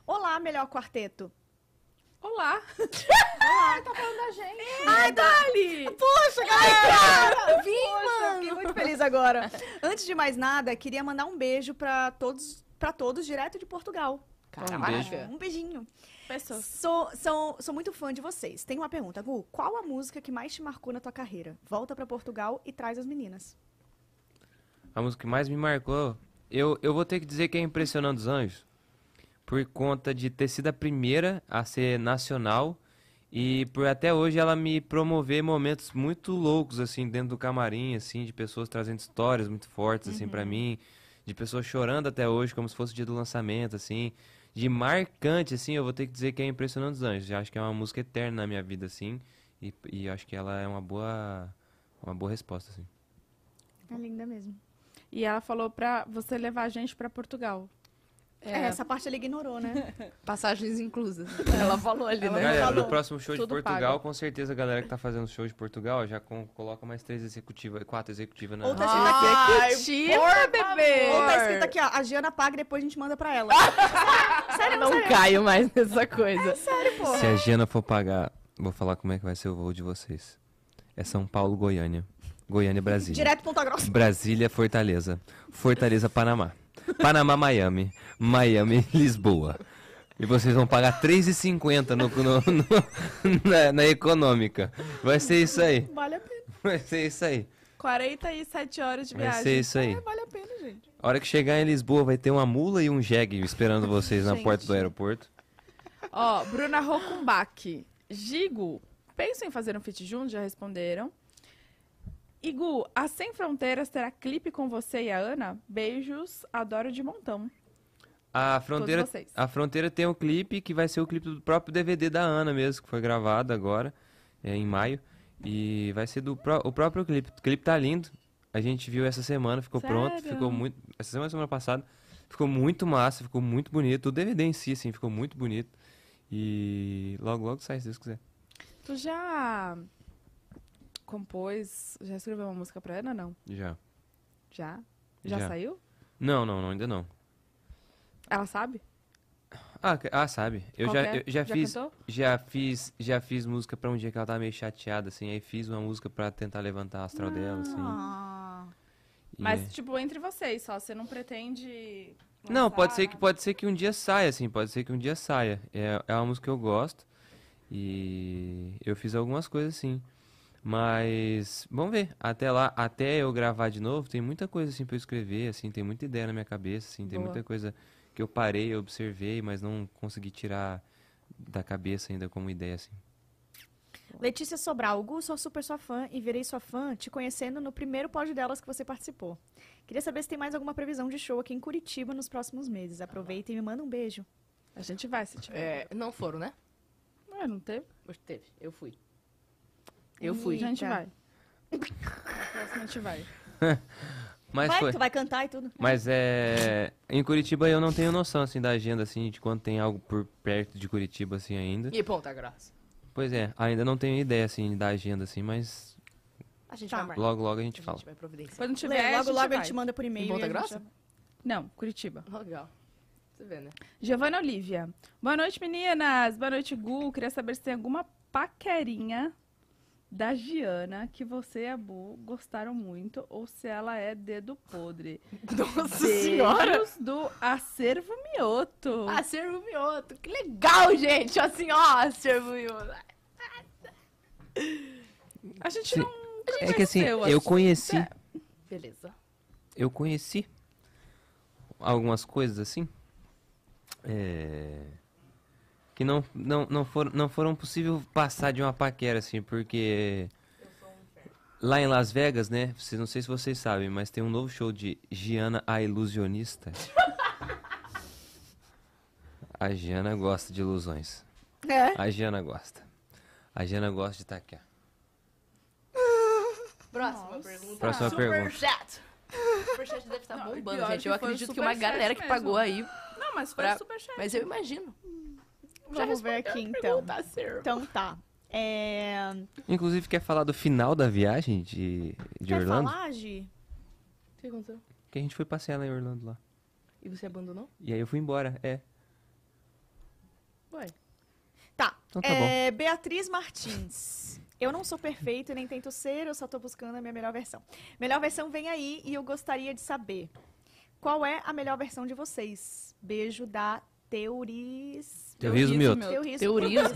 B: Olá, melhor quarteto.
A: Olá! tá
B: Ai, Dali! Poxa, galera! Vim, mano! Fiquei muito feliz agora. Antes de mais nada, queria mandar um beijo pra todos, pra todos direto de Portugal.
D: Caraca.
C: beijo.
B: Um beijinho.
A: Pessoas.
B: Sou, sou, sou muito fã de vocês. Tenho uma pergunta, Gu. Qual a música que mais te marcou na tua carreira? Volta pra Portugal e traz as meninas.
C: A música que mais me marcou, eu, eu vou ter que dizer que é Impressionando os Anjos, por conta de ter sido a primeira a ser nacional e por até hoje ela me promover momentos muito loucos, assim, dentro do camarim, assim, de pessoas trazendo histórias muito fortes, assim, pra mim, de pessoas chorando até hoje, como se fosse o dia do lançamento, assim, de marcante, assim, eu vou ter que dizer que é Impressionando os Anjos. Eu acho que é uma música eterna na minha vida, assim, e, e acho que ela é uma boa, uma boa resposta, assim.
B: É linda mesmo.
A: E ela falou pra você levar a gente pra Portugal.
B: É, essa parte ele ignorou, né?
D: Passagens inclusas. Ela falou ali, né?
C: Galera,
B: falou.
C: no próximo show de
D: Tudo
C: Portugal,
D: pago.
C: com certeza a galera que tá fazendo show de Portugal já com- coloca mais três executivas, quatro executivas na.
B: Ou tá escrito
C: Ah,
B: aqui.
A: tipo,
D: Tira, bebê!
B: Ou tá escrito aqui, ó, a Giana paga e depois a gente manda pra ela.
C: Ah!
B: sério,
D: Não
B: sério,
D: caio mais nessa coisa.
B: sério, pô.
C: Se a Gena for pagar, vou falar como é que vai ser o voo de vocês. É São Paulo, Goiânia. Goiânia, Brasília.
B: Direto Ponta Grossa.
C: Brasília, Fortaleza. Fortaleza, Panamá. Panamá, Miami. Miami, Lisboa. E vocês vão pagar 3,50 no, no- no- na, na econômica. Vai ser isso aí.
B: Vale a pena.
C: Vai ser isso aí.
A: 47 horas de
C: Vai ser
A: viagem.
C: isso aí.
B: É, Vale a pena, gente.
C: A hora que chegar em Lisboa, vai ter uma mula e um jegue esperando vocês na porta do aeroporto.
A: Ó, Bruna Rokumbach. Gigo, penso em fazer um feat junto, já responderam. Igu, a Sem Fronteiras terá clipe com você e a Ana? Beijos, adoro de montão.
C: A fronteira,
A: Todos vocês.
C: a fronteira tem um clipe que vai ser o clipe do próprio DVD da Ana mesmo, que foi gravado agora, é, em maio. E vai ser do pró- o próprio clipe. O clipe tá lindo. A gente viu essa semana, ficou pronto,
A: Sério?
C: ficou muito. Essa semana, semana passada, ficou muito massa, ficou muito bonito. O DVD em si, assim, ficou muito bonito. E logo, logo sai, se Deus quiser.
A: Tu já compôs, já escreveu uma música pra Ana? Não.
C: Já.
A: Já? Já,
C: Já.
A: saiu?
C: Não, não, não, ainda não.
A: Ela sabe?
C: Ah, que- ah, sabe. Eu
A: Qual
C: já,
A: que é?
C: eu já
A: Já
C: fiz,
A: cantou?
C: já fiz, já fiz música pra um dia que ela tava meio chateada, assim. Aí fiz uma música pra tentar levantar a astral dela, assim.
B: Ah.
C: e- é.
A: Mas, tipo, entre vocês só, você não pretende.
C: Não,
A: lançar
C: pode ser que
A: nada?
C: pode ser que um dia saia, assim. Pode ser que um dia saia. É, é uma música que eu gosto e eu fiz algumas coisas, assim. Mas vamos ver. Até lá, até eu gravar de novo, tem muita coisa assim pra eu escrever, assim. Tem muita ideia na minha cabeça, assim. Tem
A: Boa.
C: muita coisa que eu parei, eu observei, mas não consegui tirar da cabeça ainda como ideia, assim.
B: Letícia Sobral, Gu, sou super sua fã e virei sua fã te conhecendo no primeiro pódio delas que você participou. Queria saber se tem mais alguma previsão de show aqui em Curitiba nos próximos meses. Aproveita e me manda um beijo.
A: A gente vai se tiver.
D: É, não foram, né?
B: É.
A: Ué, não teve?
D: Mas teve, eu fui. Eu fui.
A: A Hum, gente
B: Eita.
A: vai. Próximo a gente vai.
C: Mas
B: vai,
C: foi.
B: tu vai cantar e tudo.
C: Mas é. Em Curitiba eu não tenho noção assim da agenda assim de quando tem algo por perto de Curitiba assim ainda.
D: E tá ponta graça.
C: Pois é, ainda não tenho ideia assim da agenda assim, mas
D: A gente
B: Tá.
D: vai marcar.
C: logo logo a
D: A
C: gente
D: gente
C: fala.
D: vai providenciar.
A: Quando
B: Lê,
A: tiver, a
B: logo,
A: gente
B: logo
A: vai.
B: a gente manda por e-mail.
D: Em Ponta
B: e a gente
D: Grossa?
B: já-
A: Não, Curitiba.
D: Legal. Você vê, né?
A: Giovana Olivia. Boa noite, meninas. Boa noite, Gu. Queria saber se tem alguma paquerinha da Giana que você e a Bu gostaram muito ou se ela é dedo podre.
D: Nossa
A: Beijos do Acervo Mioto.
D: Acervo Mioto. Que legal, gente. Assim, ó, Acervo Mioto.
A: A gente
C: Sim.
A: não... A gente
C: É que assim,
A: esqueceu,
C: eu
A: acho.
C: conheci,
D: Beleza.
C: eu conheci algumas coisas assim é, que não não não foram não foram possível passar de uma paquera assim, porque Lá em Las Vegas, né? Vocês- Não sei se vocês sabem, mas tem um novo show de Giana a Ilusionista. A Giana gosta de ilusões.
B: É.
C: A Giana gosta. A Giana gosta de taquear.
D: Próxima pergunta.
C: Próxima pergunta.
D: Superchat. Superchat deve estar
A: Não, e
D: bombando,
A: pior
D: gente.
A: que foi
D: Eu
A: o
D: acredito que uma
A: superchat
D: galera que
A: mesmo.
D: pagou aí.
A: Não, mas foi
D: Pra-
A: super chat.
D: Mas eu imagino.
B: Vamos ver aqui então.
D: Acervo.
B: Então tá. É...
C: Inclusive, quer falar do final da viagem de, de
B: Quer
C: Orlando?
B: falar, Gi?
D: O que aconteceu?
C: Porque a gente foi passear lá em Orlando lá.
D: E você abandonou?
C: E aí eu fui embora, é.
D: Ué.
B: Tá.
C: Então tá
B: É, Beatriz Martins. Eu não sou perfeito e nem tento ser, eu só tô buscando a minha melhor versão. Melhor versão vem aí e eu gostaria de saber qual é a melhor versão de vocês. Beijo da Teoriz.
C: Teorizo Mioto.
B: Teoriz.
D: Teorizo.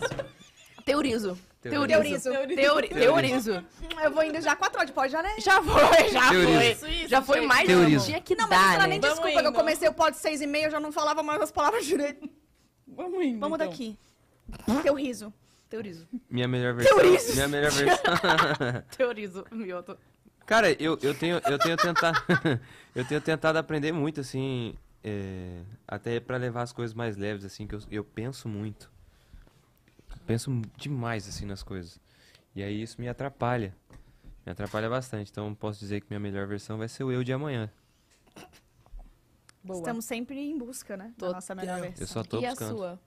D: Teorizo. Teorizo.
B: Teorizo.
D: Teori- Teorizo.
B: Hum, Eu vou indo já quatro horas de pode já, né?
D: Já foi, já
C: Teorizo.
D: foi. já foi mais do que
C: Teorizo.
D: tinha que
B: Não, mas não
D: dar,
B: será
D: né?
B: nem desculpa, que eu comecei o pod seis e meia, eu já não falava mais as palavras direito.
D: Então.
A: Vamos indo,
B: Vamos
A: então.
B: daqui. Teu riso.
D: Teorizo.
C: Minha melhor versão.
B: Teorizo.
C: Minha melhor versão.
D: Teorizo, Mioto.
C: Cara, eu, eu tenho, eu tenho tentado, eu tenho tentado aprender muito, assim, é, até pra levar as coisas mais leves, assim, que eu, eu penso muito. Penso mu- demais, assim, nas coisas. E aí isso me atrapalha. Me atrapalha bastante. Então posso dizer que minha melhor versão vai ser o eu de amanhã.
D: Boa.
B: Estamos sempre em busca, né?
D: Tô-
B: da nossa melhor versão.
C: Eu só tô
A: e a
C: buscando.
A: sua?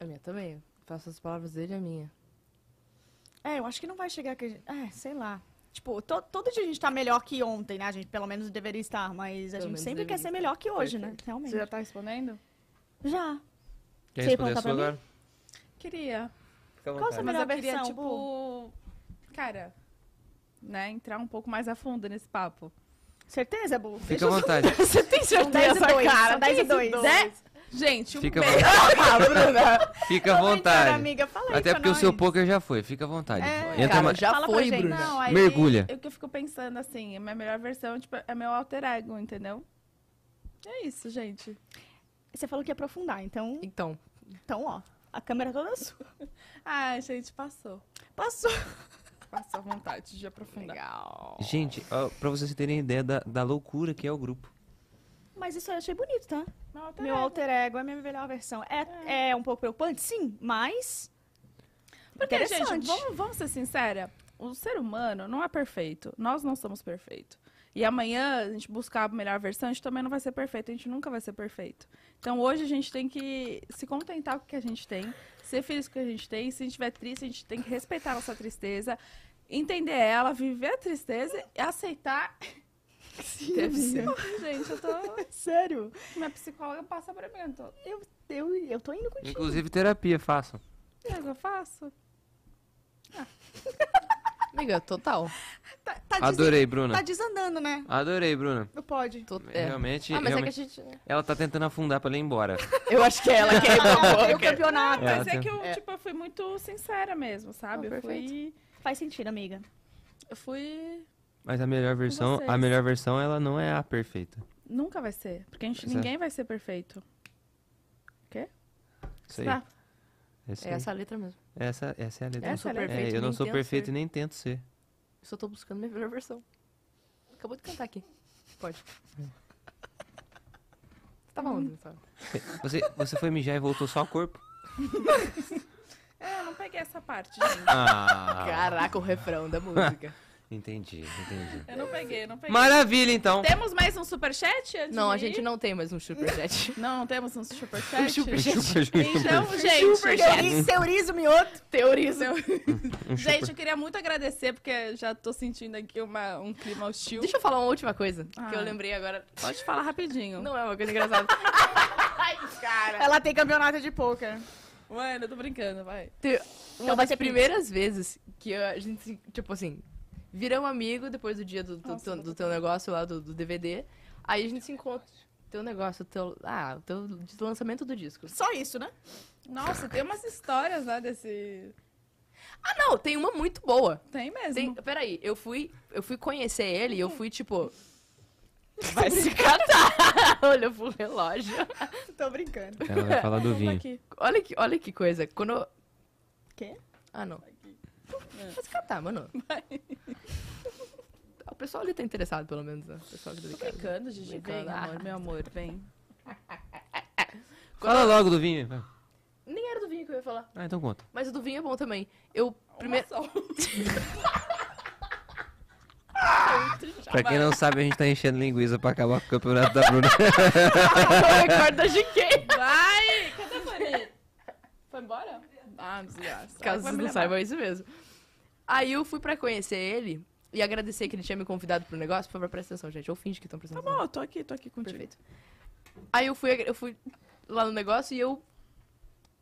D: A minha também. Faço as palavras dele, a minha.
B: É, eu acho que não vai chegar que a gente... É, sei lá. Tipo, to- todo dia a gente tá melhor que ontem, né? A gente pelo menos deveria estar, mas a
D: Pelo
B: gente
D: menos
B: sempre quer
D: deveria
B: ser melhor que hoje, né? Realmente.
A: Você já tá respondendo?
B: Já.
C: Quer
B: Você ia
C: responder
B: perguntar
C: a sua
B: pra mim?
C: agora?
A: Queria.
C: Fica
B: Qual
C: à vontade.
B: sua
A: Mas
B: Melhor
A: eu queria,
B: versão,
A: tipo. Cara, né? Entrar um pouco mais a fundo nesse papo.
B: Certeza, Bu?
C: Fica à vontade.
A: Você tem
B: São 10 e dois, são 10 e dois.
A: Né? Gente, um
C: Fica à
A: beijo.
C: vontade.
D: Ah, Bruna!
C: Fica à vontade.
B: amiga, fala aí
C: Até
B: pra
C: porque o
B: nós.
C: seu poker já foi. Fica à vontade.
B: É,
C: Entra
D: cara,
C: mais.
D: já
B: Fala pra
D: foi,
B: gente,
D: Bruna.
A: Não, aí
C: Mergulha.
A: Eu que fico pensando assim, a minha melhor versão tipo, é meu alter ego, entendeu? É isso, gente.
B: Você falou que ia aprofundar, então,
D: Então,
B: então ó, a câmera toda sua.
A: Ai, Ah, gente, passou.
B: Passou.
A: Passou a vontade de aprofundar.
D: legal.
C: Gente, ó, pra vocês terem ideia da, da loucura que é o grupo.
B: Mas isso eu achei bonito, tá?
A: Meu alter
B: Meu
A: ego.
B: alter ego é minha melhor versão. É, é um pouco preocupante, sim, mas.
A: Porque, gente,
B: interessante.
A: vamos, vamos ser sincera. O ser humano não é perfeito. Nós não somos perfeitos. E amanhã a gente buscar a melhor versão, a gente também não vai ser perfeito. A gente nunca vai ser perfeito. Então hoje a gente tem que se contentar com o que a gente tem, ser feliz com o que a gente tem. Se a gente estiver triste, a gente tem que respeitar a nossa tristeza, entender ela, viver a tristeza, e aceitar.
B: Sim,
D: Deve ser.
A: Gente, eu tô.
B: Sério?
A: Minha psicóloga passa pra mim. Eu, tô...
B: Eu, eu tô indo contigo.
C: Inclusive terapia, façam.
A: É o que eu faço?
D: Amiga, total.
B: Tá, tá desen-
C: Adorei, Bruna.
B: tá desandando, né?
C: Adorei, Bruna.
B: Não pode.
D: Tot- é.
C: Realmente,
D: Ah, mas é que a
C: realmente-
D: gente.
C: ela tá tentando afundar pra ela ir embora.
D: Eu acho que é ela que é
B: Eu campeonato.
C: É,
A: Mas é
C: tem-
A: que eu, tipo, eu fui muito sincera mesmo, sabe?
D: Ah,
A: eu fui.
B: Faz sentido, amiga.
A: Eu fui.
C: Mas a melhor versão, a
A: vocês.
C: melhor versão, ela não é a perfeita.
A: Nunca vai ser. Porque a gente,
C: Pois é.
A: ninguém vai ser perfeito.
C: Isso aí.
A: Tá.
C: Isso
D: É
C: aí.
D: essa letra mesmo.
C: Essa, essa é a letra.
A: Essa é a
C: É,
A: letra.
C: eu não
D: nem
C: sou
D: tento
C: perfeito
D: ser.
C: e nem tento ser.
D: Eu só tô buscando minha melhor versão. Acabou de cantar aqui. Pode. Você tava onde? sabe?
C: Você, você foi mijar e voltou só o corpo?
A: É, eu não peguei essa parte, gente.
C: Ah,
D: Caraca, o refrão da música.
C: entendi, entendi.
A: Eu não peguei, eu não peguei.
C: Maravilha, então.
A: Temos mais um superchat? antes
D: não,
A: de
D: a gente
A: ir?
D: não tem mais um superchat.
A: Não, não temos um superchat?
D: super-
C: Chupa, chupa,
A: Então,
C: chupa.
D: Um
A: gente,
B: Teorizo, teorizo, mioto.
D: Teoriza.
C: Um chupa.
A: gente, eu queria muito agradecer, porque já tô sentindo aqui uma, um clima hostil.
D: Deixa eu falar uma última coisa que
A: Ah.
D: eu lembrei agora.
A: Pode falar rapidinho.
D: Não é uma coisa engraçada.
B: Ela tem campeonato de poker.
A: Mano, eu tô brincando, vai.
D: Te- Uma
B: Então vai
D: das
B: ser
D: primeiras vezes que eu- a gente, se- tipo assim, vira um amigo depois do dia do, do,
A: Nossa,
D: teu,
A: eu
D: do teu negócio lá, do, do DVD. Aí a gente se encontra. Teu negócio, teu. Ah, o teu de lançamento do disco.
B: Só isso, né?
A: Nossa, tem umas histórias lá desse...
D: Ah, não, tem uma muito boa.
A: Tem
D: Tem,
A: mesmo.
D: peraí, eu fui, eu fui conhecer ele e eu fui, tipo. Vai se catar! Olha pro relógio.
B: Tô brincando.
C: Ela vai falar do vinho.
A: aqui.
D: Olha que, olha que coisa. Quando. eu-
B: Quê?
D: Ah, não. Vai se catar, mano. O pessoal ali tá interessado, pelo menos, né? O pessoal aqui
A: Tô
D: do casa.
A: brincando, Gigi. Vem,
D: Brincando. Ah.
A: amor, meu amor, vem.
C: Fala logo do vinho. vai.
D: Nem era do vinho que eu ia falar.
C: Ah, então conta.
D: Mas o do vinho é bom também. Eu. Primeiro.
A: Uma só.
C: Pra quem não sabe, a gente tá enchendo linguiça pra acabar com o campeonato da Bruna.
D: o recorde da GK.
A: Vai! Cadê a Fanny? Foi embora? Ah, não desgraça.
D: Caso vocês não saibam, é isso mesmo. Aí eu fui pra conhecer ele e agradecer que ele tinha me convidado pro negócio. Por favor, presta atenção, gente. Ou finge que estão prestando atenção.
A: tô aqui, tô aqui contigo.
D: Perfeito. Aí eu fui, eu fui lá no negócio e eu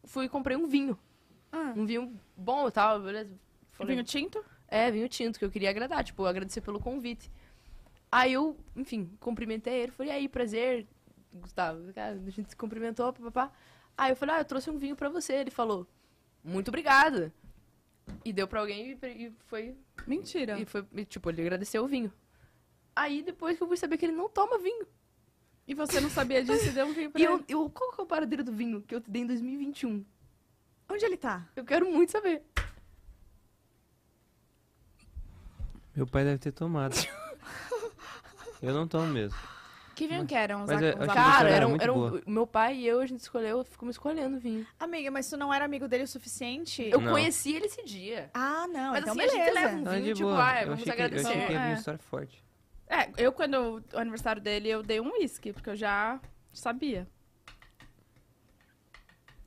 D: fui e comprei um vinho.
A: Ah.
D: Um vinho bom e tal, beleza? Falei,
A: Vinho tinto?
D: É, vinho tinto, que eu queria agradar, tipo, agradecer pelo convite. Aí eu, enfim, cumprimentei ele, falei, e aí, prazer, Gustavo. Cara, a gente se cumprimentou, papapá. Aí eu falei, ah, eu trouxe um vinho pra você. Ele falou, muito obrigada. E deu pra alguém e, e foi
A: Mentira.
D: e foi, e, tipo, ele agradeceu o vinho. Aí depois que eu fui saber que ele não toma vinho.
A: E você não sabia disso e deu um vinho pra
D: E
A: ele?
D: eu, eu- qual que é o paradeiro do vinho que eu te dei em 2021?
B: Onde ele tá?
D: Eu quero muito saber.
C: Meu pai deve ter tomado. Eu não tomo mesmo.
A: Que vinho que eram? Os
C: Tá, Mas eu
A: os
C: acho que
A: amarelos?
D: Cara,
C: era
D: era, um-
C: muito
D: era um-
C: boa.
D: meu pai e eu, a gente escolheu, ficamos escolhendo vinho.
B: Amiga, mas tu não era amigo dele o suficiente?
D: Eu
C: Não.
D: conheci ele esse dia.
B: Ah, não.
D: Mas
B: então
D: assim, a
B: beleza.
D: gente leva um
C: Não, é
D: vinho,
C: de
D: tipo,
C: boa.
D: ah,
C: eu
D: vamos
C: achei que, eu achei
D: agradecer.
C: que
A: É.
C: a minha história é forte.
A: É, eu, quando o aniversário dele, eu dei um uísque, porque eu já sabia.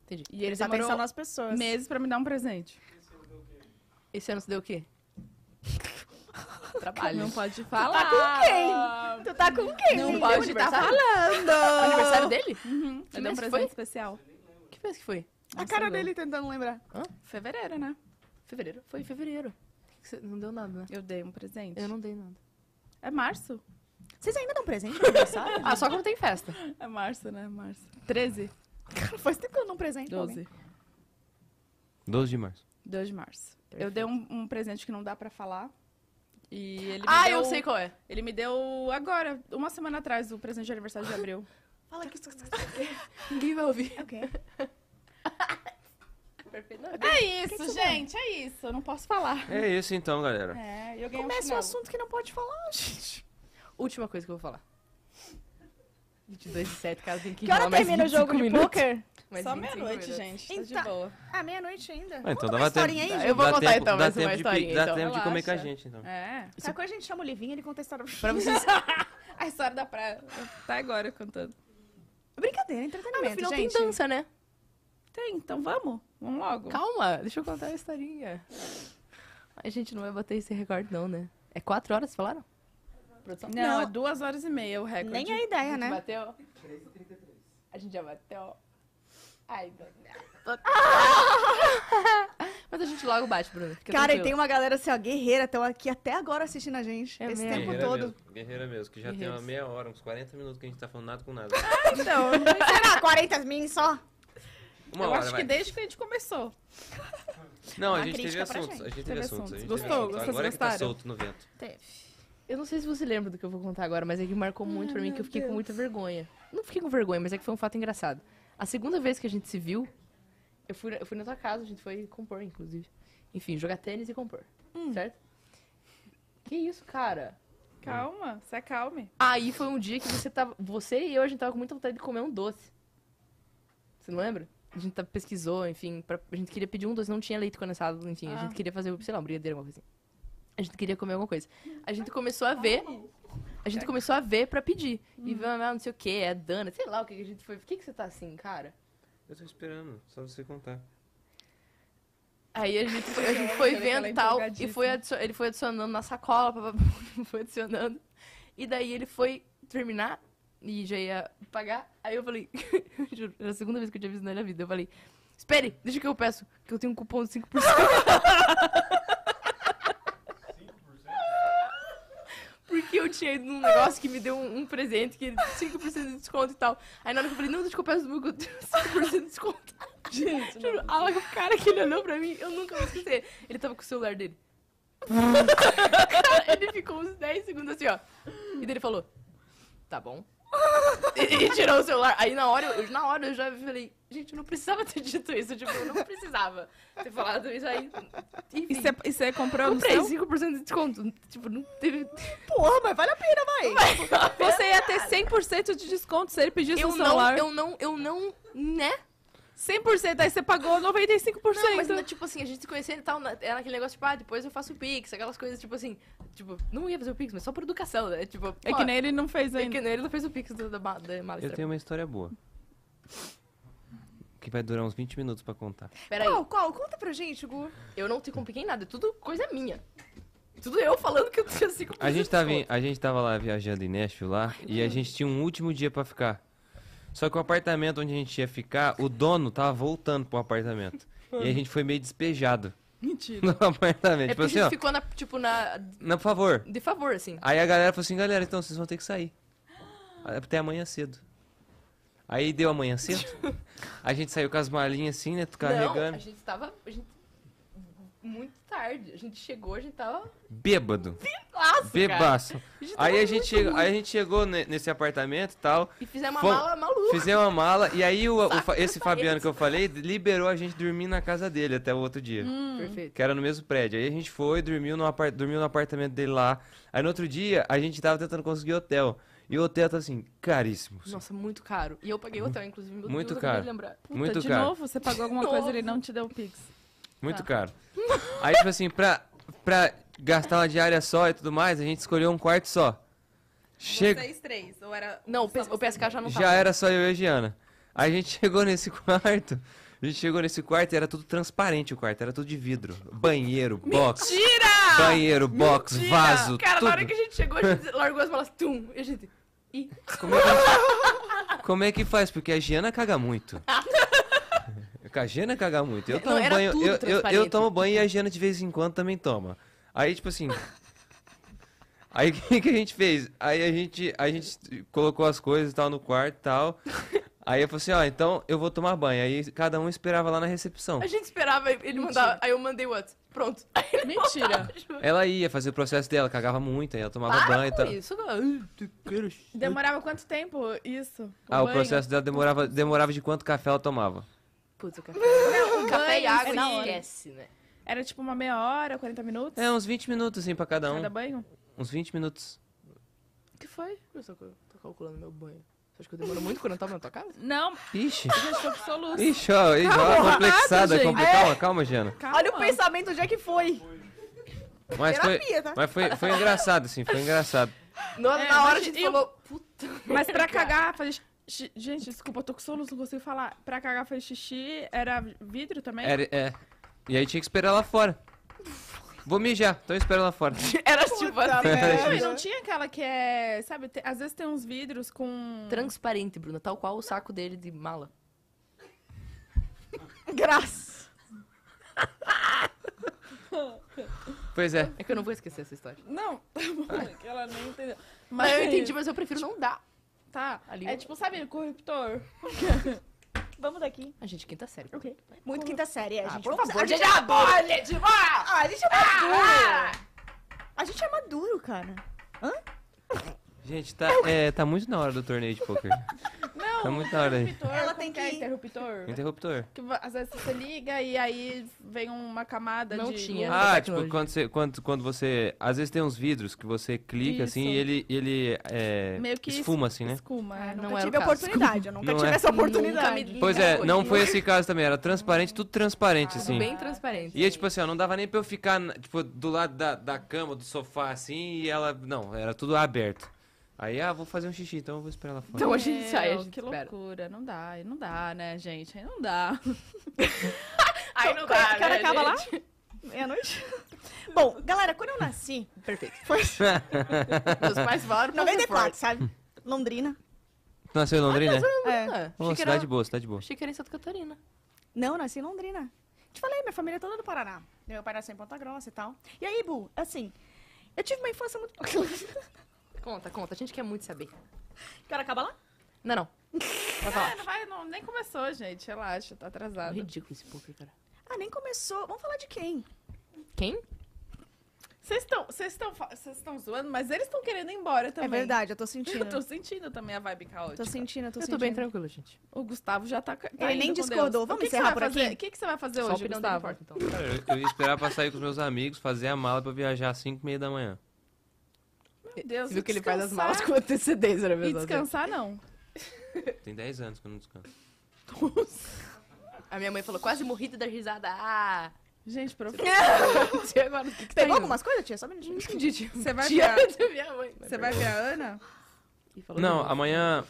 D: Entendi.
A: E ele tá demorou
B: tá nas pessoas.
A: meses pra me dar um presente.
D: Esse ano você deu o quê?
A: Trabalho. Não pode falar.
B: Tá com quem? Tu tá com quem?
A: Não
B: hein?
A: pode
B: Teu
A: tá
B: aniversário?
D: falando. Aniversário dele?
A: Uhum. Eu dei um
D: mês
A: presente
D: foi?
A: especial.
D: Que mês que foi?
B: A cara dele tentando lembrar.
A: Fevereiro, né?
D: Fevereiro? Foi em fevereiro. Que você- Não deu nada, né?
A: Eu dei um presente.
D: Eu não dei nada.
A: É março?
B: Vocês ainda dão presente no aniversário?
D: Ah, só quando tem festa.
A: É março, né? Março. 13?
B: Cara, faz tempo que eu não dou um presente. pra alguém.
D: Tá
A: 12.
C: 12 de março.
A: 2 de março. Eu dei um, um presente que não dá pra falar. E ele me
D: Ah,
A: deu...
D: eu sei qual é.
A: Ele me deu agora, uma semana atrás, o presente de aniversário de abril.
B: Fala aqui.
D: Ninguém vai ouvir.
B: Ok.
A: É isso, gente. É isso. Eu não posso falar.
C: É isso então, galera.
A: É, eu ganhei um
B: Começa um
A: chinelo.
B: assunto que não pode falar, gente.
D: Última coisa que eu vou falar. 22 de 7, cara, tem que
B: Que hora
D: enrolar mais
B: termina o jogo
D: 25
B: de
D: minutos.
B: poker?
D: Mais
A: Só
D: 25
A: meia-noite,
D: minutos.
A: gente. Tá
B: Então-
A: de boa.
B: Ah, meia-noite ainda.
C: Ah, então
B: Conta
C: dá
B: uma
C: tempo-
B: historinha aí,
D: dá-
B: Ju.
D: Eu vou
C: Dá
D: contar,
C: tempo-
D: então,
C: Dá
D: mais uma
C: tempo de
D: historinha,
C: pi- dá
D: então.
C: tempo de comer com a
A: Relaxa.
C: gente, então.
A: É.
B: Sabe quando Tá a gente chama o Livinho, ele conta a história
D: Pra vocês... Ah,
A: A história da praia. Tá agora contando.
B: Brincadeira,
D: no
B: entretenimento,
D: final
B: gente.
D: tem dança, né?
A: Tem, então vamos. Vamos logo.
D: Calma, deixa eu contar a historinha. A gente não vai bater esse recorde, não, né? É 4 horas, falaram?
A: Não,
B: Não.
A: é duas horas e meia o recorde.
B: Nem a ideia, né?
D: Bateu? 3h33. A gente já bateu. Ai, meu Deus. Mas a gente logo bate, Bruno. fica
B: Cara, e tem
D: tranquilo.
B: uma galera assim, ó, guerreira, estão aqui até agora assistindo a gente.
D: É
B: esse
D: mesmo.
B: tempo todo.
C: Mesmo, guerreira mesmo, que já tem
D: Guerreiros.
C: uma meia hora, uns 40 minutos que a gente tá falando nada com nada.
A: Então,
B: Será 40 mil só?
C: Uma
A: eu
C: hora,
A: acho
C: vai.
A: que desde que a gente começou.
C: Não,
B: Uma
C: a gente teve
B: crítica pra
C: assuntos.
B: gente.
C: A gente
A: Teve
C: teve assuntos. a
A: assuntos.
C: gente teve
A: Gostou?
C: assuntos.
A: Vocês
C: Agora que tá
A: gostaram?
C: solto no vento.
D: Eu não sei se você lembra do que eu vou contar agora, mas é que marcou muito pra mim que eu fiquei com muita vergonha. Não fiquei com vergonha, mas é que foi um fato engraçado. A segunda vez que a gente se viu, eu fui, eu fui na tua casa, a gente foi compor, inclusive. Enfim, jogar tênis e compor. Certo? Que isso, cara?
A: Calma, se acalme.
D: Aí foi um dia que você tava. Você e eu, a gente tava com muita vontade de comer um doce. Você não lembra? A gente tá- pesquisou, enfim, pra- a gente queria pedir um doce, não tinha leite condensado, enfim, a
A: Ah.
D: gente queria fazer, sei lá, um brigadeiro, alguma coisa assim. A gente queria comer alguma coisa. A gente começou a ver. A gente começou a ver pra pedir. E viu, ah, não sei o que, é Dana, sei lá o que que a gente foi. Por que, que você tá assim, cara?
C: Eu tô esperando, só você contar.
D: Aí a gente foi, a gente
A: amo
D: foi
A: que ele
D: vendo
A: fala
D: e tal, e
A: empolgadíssimo.
D: foi adicion- ele foi adicionando na sacola, pá, pá, pá, foi adicionando. E daí ele foi terminar e já ia pagar. Aí eu falei, juro, era a segunda vez que eu tinha visto na minha vida. Eu falei, espere, deixa que eu peço, que eu tenho um cupom de 5%. 5%? Porque eu tinha ido num negócio que me deu um, um presente, que ele 5% de desconto e tal. Aí na hora que eu falei, não, deixa que eu peço do meu, que eu tenho 5% de desconto.
A: Gente,
D: Juro, a hora que o cara que ele olhou pra mim, eu nunca vou esquecer. Ele tava com o celular dele. Cara, ele ficou uns 10 segundos assim, ó. E daí ele falou, tá bom. E, e tirou o celular. Aí na hora, eu, na hora eu já falei, gente, eu não precisava ter dito isso. Tipo, eu não precisava ter falado isso aí. Enfim,
A: E você- E você comprou no
D: comprei
A: seu?
D: 5% de desconto. Tipo, não teve...
B: Porra, mas vale a pena, vai.
A: Você ia ter 100% de desconto se ele pedisse
D: Eu
A: o
D: não,
A: celular.
D: eu não, eu não, né?
A: 100%, aí você pagou 95%.
D: Não, mas, tipo assim, a gente se conhecendo e tal, na- era aquele negócio, tipo, ah, depois eu faço o Pix, aquelas coisas, tipo assim, tipo, não ia fazer o Pix, mas só por educação, né? Tipo,
A: É
D: ó,
A: que nem ele não fez
D: é
A: ainda.
D: que nem ele não fez o Pix do- da, ma- da
C: Eu
D: Malestra.
C: tenho uma história boa. Que vai durar uns 20 minutos pra contar.
D: Peraí,
B: Qual, qual? Conta pra gente, Gu.
D: eu não te compliquei em nada, é tudo coisa minha. Tudo eu falando que eu tinha cinco
C: A gente, tá tava em-
D: pessoas. tipo,
C: a gente tava lá viajando em Nashville lá e a gente tinha um último dia pra ficar. Só que o apartamento onde a gente ia ficar, o dono tava voltando pro apartamento. E a gente foi meio despejado
A: Mentira.
C: no apartamento.
D: É
C: tipo assim,
D: porque a
C: ó,
D: gente ficou, na, tipo, na...
C: não, por favor.
D: De favor, assim.
C: Aí a galera falou assim, galera, então vocês vão ter que sair. Até amanhã cedo. Aí deu amanhã cedo. A gente saiu com as malinhas assim, né?
D: Não, a
C: Carregando.
D: gente tava... A gente... Muito tarde. A gente chegou, a gente tava...
C: Bêbado.
D: Nossa, cara.
C: Bebaço.
D: A gente tava
C: Aí a
D: muito
C: gente, chegou,
D: ruim.
C: aí a gente chegou ne- nesse apartamento e tal.
D: E fizemos uma
C: Fom-
D: mala maluca.
C: Fizemos uma mala. E aí o, o
D: Saco
C: Fa- esse
D: da
C: Fabiano
D: parede.
C: que eu falei liberou a gente dormir na casa dele até o outro dia.
A: Hum.
D: Perfeito.
C: Que era no mesmo prédio. Aí a gente foi, dormiu no, apar- dormiu no apartamento dele lá. Aí no outro dia, a gente tava tentando conseguir hotel. E o hotel tá assim, caríssimo.
D: Nossa, muito caro. E eu paguei hotel, inclusive. Meu
C: Muito
D: Deus,
C: caro.
D: Eu acabei de lembrar.
A: Puta,
C: muito
A: de
C: caro.
A: novo, você pagou alguma
D: De
A: coisa e
D: novo.
A: ele não te deu o Pix.
C: Muito
A: Tá.
C: caro. Aí, tipo assim, pra, pra gastar uma diária só e tudo mais, a gente escolheu um quarto só. Chega.
A: Vocês três, ou era...
D: Não, o
A: só
D: P- o
A: vocês?
D: PSK já não tá
C: Já
D: tava.
C: era só eu e a Giana. Aí a gente chegou nesse quarto. A gente chegou nesse quarto e era tudo transparente o quarto, era tudo de vidro. Banheiro, box.
D: Mentira!
C: Banheiro, box,
D: Mentira!
C: vaso,
D: Cara,
C: tudo.
D: na hora que a gente chegou, a gente largou as malas, tum, e a gente... Ih,
C: Como é que... Como é que faz? Porque a Giana caga muito. A Giana caga muito. Eu
D: Não,
C: tomo
D: era
C: banho.
D: tudo
C: Eu, eu, eu
D: transparente.
C: tomo banho e a Giana de vez em quando também toma. Aí, tipo assim. Aí o que, que a gente fez? Aí a gente, a gente colocou as coisas e tal no quarto e tal. Aí eu falei assim, ó, então eu vou tomar banho. Aí cada um esperava lá na recepção.
D: a gente esperava, ele mandava, aí eu mandei o WhatsApp, pronto. Aí ele
A: Mentira.
D: voltava.
C: Ela ia fazer o processo dela, cagava muito, aí ela tomava
D: Para
C: banho e
D: com
C: tal.
D: isso, não. Ai, eu quero-
A: Demorava quanto tempo isso?
C: Ah, o
A: banho?
C: processo dela demorava, demorava de quanto café ela tomava.
D: Putz, o café.
A: Não, o
D: Café e
A: banho,
D: água,
A: sim.
D: esquece, né?
A: Era tipo uma meia hora, 40 minutos?
C: É, uns 20 minutos, assim, pra cada um.
A: Cada banho?
C: Uns 20 minutos.
A: O que foi?
D: Eu só tô, tô calculando meu banho. Você acha que eu demoro muito quando eu tava na tua casa?
A: Não,
C: Ixi.
A: gente, tô com soluço.
C: Ixi, ó, ixi, ó, complexada.
A: Tá gente. É.
C: compli- Calma, calma, Jana.
A: Calma.
B: Olha o pensamento onde é que foi.
C: Mas foi,
B: Terapia, tá?
C: mas foi, foi engraçado, assim, foi engraçado.
D: Na,
A: É,
D: na hora a
A: mas
D: gente
A: eu-
D: falou, puta.
A: Mas pra cagar, fazer... xixi- Gente, desculpa, eu tô com soluço, não consigo falar. Pra cagar, fazer xixi, era vidro também?
C: Era, é. E aí tinha que esperar lá fora. Vou mijar, então eu espero lá fora.
D: Era tipo
C: merda.
D: assim.
A: Não, e É, não tinha aquela que é... Sabe, te- às vezes tem uns vidros com...
D: Transparente, Bruna, tal qual o saco dele de mala.
B: Graça.
C: Pois é.
D: É que eu não vou esquecer essa história.
A: Não, tá que ela nem entendeu.
D: Mas eu entendi, mas eu prefiro não dar.
A: Tá,
D: Ali.
A: é tipo, sabe, corruptor?
B: Vamos daqui.
D: A gente, quinta série.
B: Muito quinta série, é,
D: Ah,
B: gente.
D: por
B: Vamos-
D: favor,
B: a gente
D: gente,
B: é maduro. Ah, a gente é maduro. A gente é maduro, cara.
C: Gente, tá, é, tá muito na hora do torneio de poker.
A: Não,
C: Tá muito na hora aí.
A: interruptor.
B: Ela
A: como
B: tem
A: É
B: que-
A: interruptor.
C: Interruptor.
A: Que vo- às vezes você liga e aí vem uma camada
D: Não
A: de...
D: tinha.
C: Ah,
D: tecnologia.
C: tipo, quando você, quando, quando você. Às vezes tem uns vidros que você clica assim
A: Isso.
C: e ele, ele é,
A: Meio que
C: esfuma assim, né?
A: Escuma.
D: Ah,
A: é.
D: não
B: eu
D: era
B: tive
D: o
B: a
D: caso.
B: oportunidade, eu nunca
C: Não
B: tive
C: é.
B: essa oportunidade.
D: Nunca me-
C: Pois é, não
A: né?
C: foi
D: Tudo
C: esse caso também, era transparente, tudo
A: Ah,
C: transparente assim.
D: Bem transparente.
C: E é tipo assim, ó, não dava nem pra eu ficar, na- tipo, do lado da, da cama, do sofá, assim, e ela. Não, era tudo aberto. Aí, ah, vou fazer um xixi, então eu vou esperar ela fora.
D: Então a gente sai, a
A: Meu,
D: gente
A: É, que
D: espera.
A: loucura, não dá, não dá, né, gente? Aí não dá.
D: Aí não
B: Então, Quando
D: dá,
B: que hora
D: né,
B: acaba lá?
D: gente?
B: Meia-noite? Bom, galera, quando eu nasci,
D: Perfeito.
B: foi
D: Meus pais falaram pra
B: 94, sabe? Londrina.
C: Tu nasceu em Londrina?
B: É.
D: Ah,
C: Ô,
D: achei, que era,
C: cidade boa, cidade boa.
D: achei que era em Santa Catarina.
B: Não, nasci em Londrina. Te falei, minha família é toda do Paraná. Meu pai nasceu em Ponta Grossa e tal. E aí, Bu, assim, eu tive uma infância muito.
D: Conta, conta. A gente quer muito saber.
B: Quero acabar lá?
D: Não, não. Vai falar.
A: Não vai, não, nem começou, gente, relaxa, tá atrasado.
D: É Ridículo esse poker, cara.
B: Ah, nem começou. Vamos falar de quem?
D: Quem?
A: Vocês estão, vocês estão, fa- vocês estão zoando, mas eles estão querendo ir embora também.
B: É verdade, eu tô sentindo.
A: Eu tô sentindo também a vibe caótica.
B: Tô sentindo, eu tô
D: eu tô
B: sentindo.
D: bem tranquilo, gente.
A: O Gustavo já tá. ca- tá
B: Ele nem
A: indo com Deus.
B: discordou. Vamos
A: O que que você
B: encerrar
A: vai
B: por aqui?
A: fazer? O que, que você vai fazer
D: Só a
A: hoje,
D: opinião dele
A: Gustavo?
D: importa, então.
C: Cara, eu- eu ia esperar pra sair com os meus amigos, fazer a mala pra viajar às 5 e meia da manhã.
A: Meu Deus,
D: Você viu
A: e
D: que ele faz as
A: descansar?
D: malas com antecedência, era
A: E
D: mesmo?
A: descansar, não.
C: Tem 10 anos que eu não descanso.
D: A minha mãe falou, quase morri de dar risada. Ah!
A: Gente, prof...
D: Não sei agora o que, que tá
B: Pegou
D: indo.
B: algumas coisas, tia? Só um minutinho.
D: Entendi, tia.
A: Você vai
D: Tia
A: ver
D: da minha mãe.
A: Você vai ver a Ana?
D: E falou
C: Não,
D: de novo.
C: amanhã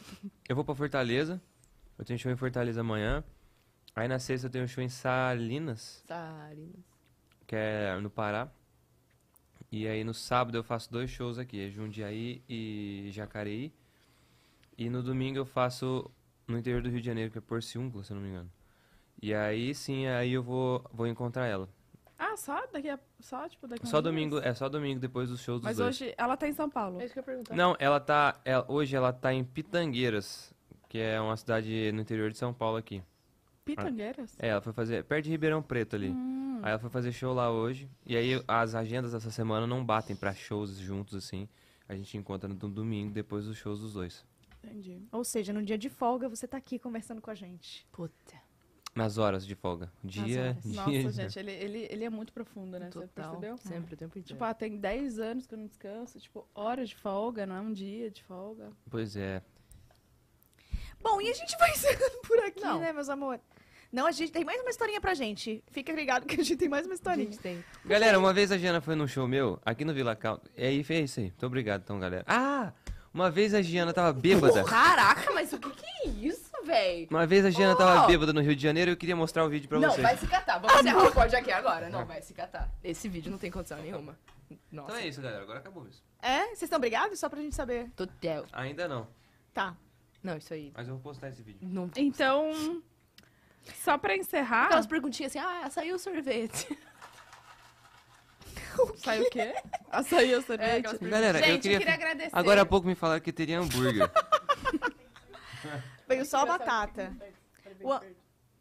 C: eu vou pra Fortaleza. Eu tenho show em Fortaleza amanhã. Aí na sexta eu tenho show em Salinas,
D: Sarina.
C: que é no Pará. E aí no sábado eu faço dois shows aqui, é Jundiaí e Jacareí. E no domingo eu faço no interior do Rio de Janeiro, que é Porciúncula, se eu não me engano. E aí sim, aí eu vou, vou encontrar ela.
A: Ah, só daqui a. Só, tipo, daqui a
C: Só
A: uns dias?
C: domingo, é só domingo depois dos shows dos
A: Mas
C: dois.
A: hoje ela tá em São Paulo.
D: É isso que eu ia perguntar.
C: Não, ela tá. ela- hoje ela tá em Pitangueiras, que é uma cidade no interior de São Paulo aqui.
A: Pitangueiras?
C: É, ela foi fazer. Perto de Ribeirão Preto ali. Aí ela foi fazer show lá hoje. E aí as agendas dessa semana não batem pra shows juntos, assim. A gente encontra no domingo, depois dos shows dos dois.
A: Entendi.
B: Ou seja, no dia de folga você tá aqui conversando com a gente.
D: Puta.
C: Nas horas de folga. Dia.
D: horas.
C: dia
A: Nossa, gente, ele, ele, ele é muito profundo, né? Você
D: Total.
A: percebeu?
D: Sempre, o tempo inteiro.
A: Tipo, ah, tem 10 anos que eu não descanso. Tipo, horas de folga, não é um dia de folga.
C: Pois é.
B: Bom, e a gente vai encerrando por aqui,
D: Não.
B: né, meus amor? Não, a gente tem mais uma historinha pra gente. Fica ligado que a gente tem mais uma
D: a
B: historinha.
D: gente tem.
C: Galera, uma vez a Giana foi num show meu, aqui no Vila Cal. E aí, fez isso aí. Muito obrigado, então, galera. Ah! Uma vez a Giana tava bêbada.
D: Caraca, mas o que que é isso, véi?
C: Uma vez a Giana tava
D: Oh.
C: bêbada no Rio de Janeiro e eu queria mostrar o vídeo pra
D: Não,
C: vocês.
D: vai se catar. Vamos encerrar o pod aqui agora. Não, vai se catar. Esse vídeo não tem condição nenhuma. Nossa,
C: Então é isso, galera. Agora acabou isso.
B: É? Vocês estão brigados? Só pra gente saber.
D: tô del.
C: Ainda não,
B: Tá.
D: Não, isso aí.
C: mas eu vou postar esse vídeo.
D: Não.
A: Então, só pra encerrar.
D: Aquelas perguntinhas assim, ah, saiu o sorvete.
A: Sai o quê? Açaí ou
D: É,
A: sorvete?
D: aquelas perguntas.
C: Galera,
A: Gente,
C: eu queria.
A: agradecer.
C: Agora há pouco me falaram que teria hambúrguer.
B: Veio só a batata. O, ha-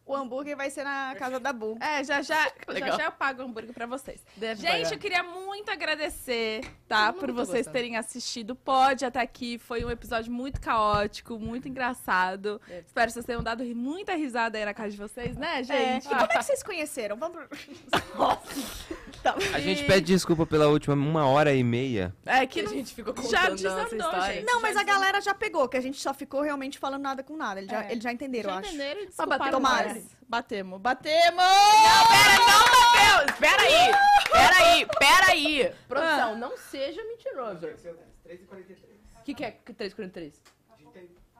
B: o hambúrguer vai ser na casa da Bu.
A: É, já já, já
D: Legal.
A: já eu pago o hambúrguer É pra vocês.
D: Deve
A: Gente,
D: pagar.
A: eu queria muito agradecer, tá?
D: Todo mundo
A: Por
D: tá
A: vocês
D: gostando.
A: terem assistido. Pode até aqui. Foi um episódio muito caótico, muito engraçado.
D: É.
A: Espero que vocês tenham dado ri- muita risada aí na casa de vocês, né,
B: É. E
A: gente?
B: como é que vocês conheceram? Vamos pro... Tá.
C: A gente pede desculpa pela última uma hora e meia.
A: É que
D: que a
A: não
D: gente ficou contando
A: já
D: a nossa
A: desandou,
D: história.
A: gente.
B: Não, mas a galera já pegou, que a gente só ficou realmente falando nada com nada. Eles já,
A: É.
B: eles já entenderam, eu acho.
A: entenderam e
B: desculparam
A: Tomara.
B: várias.
A: Batemos. Batemos! Não, pera, não!
D: Deus, peraí! Peraí, peraí! Produção, não seja mentiroso. 3h43. O que, que é 3h43?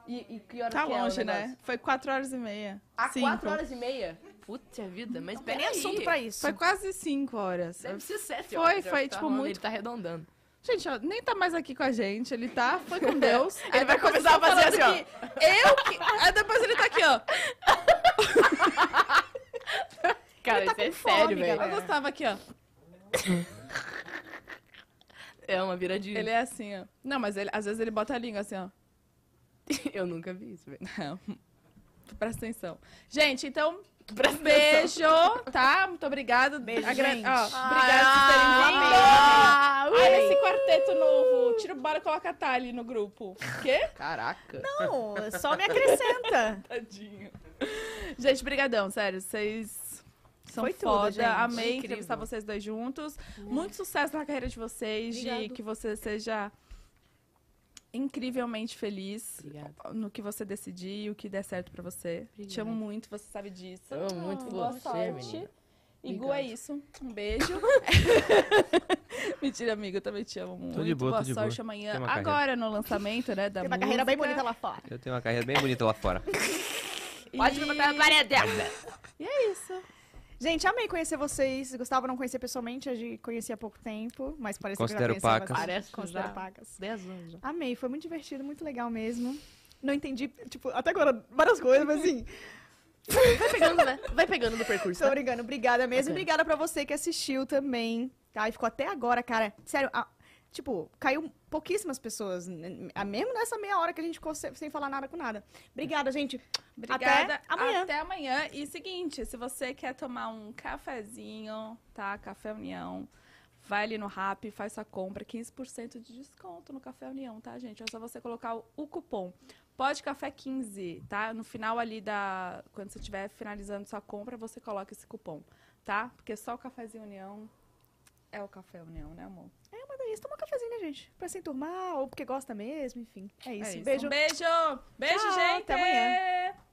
D: E, e que horas
A: Tá
D: que é o
A: longe, né?
D: negócio?
A: Foi 4 horas e meia.
D: Há
A: Cinco.
D: 4 horas e meia? Puta vida, mas
B: Tem
D: peraí.
B: nem assunto pra isso.
A: Foi quase 5 horas.
D: Deve ser 7
A: Foi,
D: horas.
A: foi,
D: Ele tá
A: tipo,
D: arrumando,
A: muito-
D: Ele tá arredondando.
A: Gente, ó, nem tá mais aqui com a gente. Ele tá, foi com Deus.
D: Ele vai começar a fazer assim, ó.
A: Eu tá que. Aí depois ele tá aqui, ó. tá
D: Cara, isso é sério, velho.
A: Eu gostava aqui, ó.
D: É uma viradinha.
A: Ele é assim, ó. Não, mas ele, às vezes ele bota a língua assim, ó.
D: Eu nunca vi isso, velho.
A: Presta atenção. Gente, então.
D: Presta
A: beijo, tá? Muito obrigada. Beijo,
B: gente.
D: Ah,
A: obrigada
B: Ah,
A: por terem vindo. Olha esse quarteto novo. Tira o bala e coloca a Thali no grupo. O quê?
D: Caraca.
B: Não, só me acrescenta.
A: Tadinho. Gente, brigadão, sério. Vocês são
B: Foi tudo,
A: foda.
B: gente.
A: Amei
D: Incrível.
A: entrevistar vocês dois juntos. Muito sucesso na carreira de vocês. E
D: Obrigado.
A: que você seja incrivelmente feliz
D: Obrigado.
A: no que você decidir e o que der certo pra você. Te
D: Obrigada.
A: amo muito, você sabe disso.
D: Eu amo muito
A: Boa
D: você,
A: sorte.
D: menina.
A: E Gu
D: Obrigada.
A: é isso. Um beijo. Mentira, amiga, eu também te amo muito.
C: Tô de boa,
A: Boa
C: tô de
A: sorte
C: boa.
A: amanhã.
C: Tem uma
A: Agora
C: carreira.
A: no lançamento, né? Da
B: Tem uma carreira bem
A: música.
B: bonita lá fora.
C: Eu tenho uma carreira bem bonita lá fora.
D: Pode me botar na parede.
B: Gente, amei conhecer vocês. Gustavo não conhecer pessoalmente, a gente conhecia há pouco tempo, mas parece
C: Considero
B: que eu já conhecia
C: pacas.
B: bastante.
D: Parece que
B: Considero
D: já.
B: pacas.
D: 10 anos já.
B: Amei, foi muito divertido, muito legal mesmo. Não entendi, tipo, até agora várias coisas, mas assim,
D: Vai pegando, né? Vai pegando do percurso.
B: tô brincando. Obrigada mesmo.
D: Ok.
B: Obrigada pra você que assistiu também, tá? E ficou até agora, cara. Sério, a- tipo, caiu pouquíssimas pessoas, n- a- mesmo nessa meia hora que a gente ficou se- sem falar nada com nada. Obrigada, gente.
A: Obrigada.
B: Até amanhã.
A: Até amanhã. E seguinte, se você quer tomar um cafezinho, tá? Café União. Vai ali no Rap, faz sua compra, 15% de desconto no Café União, tá, gente? É só você colocar o, o cupom Pode Café 15, tá? No final ali da quando você estiver finalizando sua compra, você coloca esse cupom, tá? Porque só o cafezinho União é o Café União, né, amor?
B: Mas é isso, toma um cafezinho, né, gente? Pra se enturmar, ou porque gosta mesmo, enfim. É isso.
A: É isso.
B: Beijo.
A: Um beijo. Beijo,
B: Tchau,
A: gente.
B: até amanhã.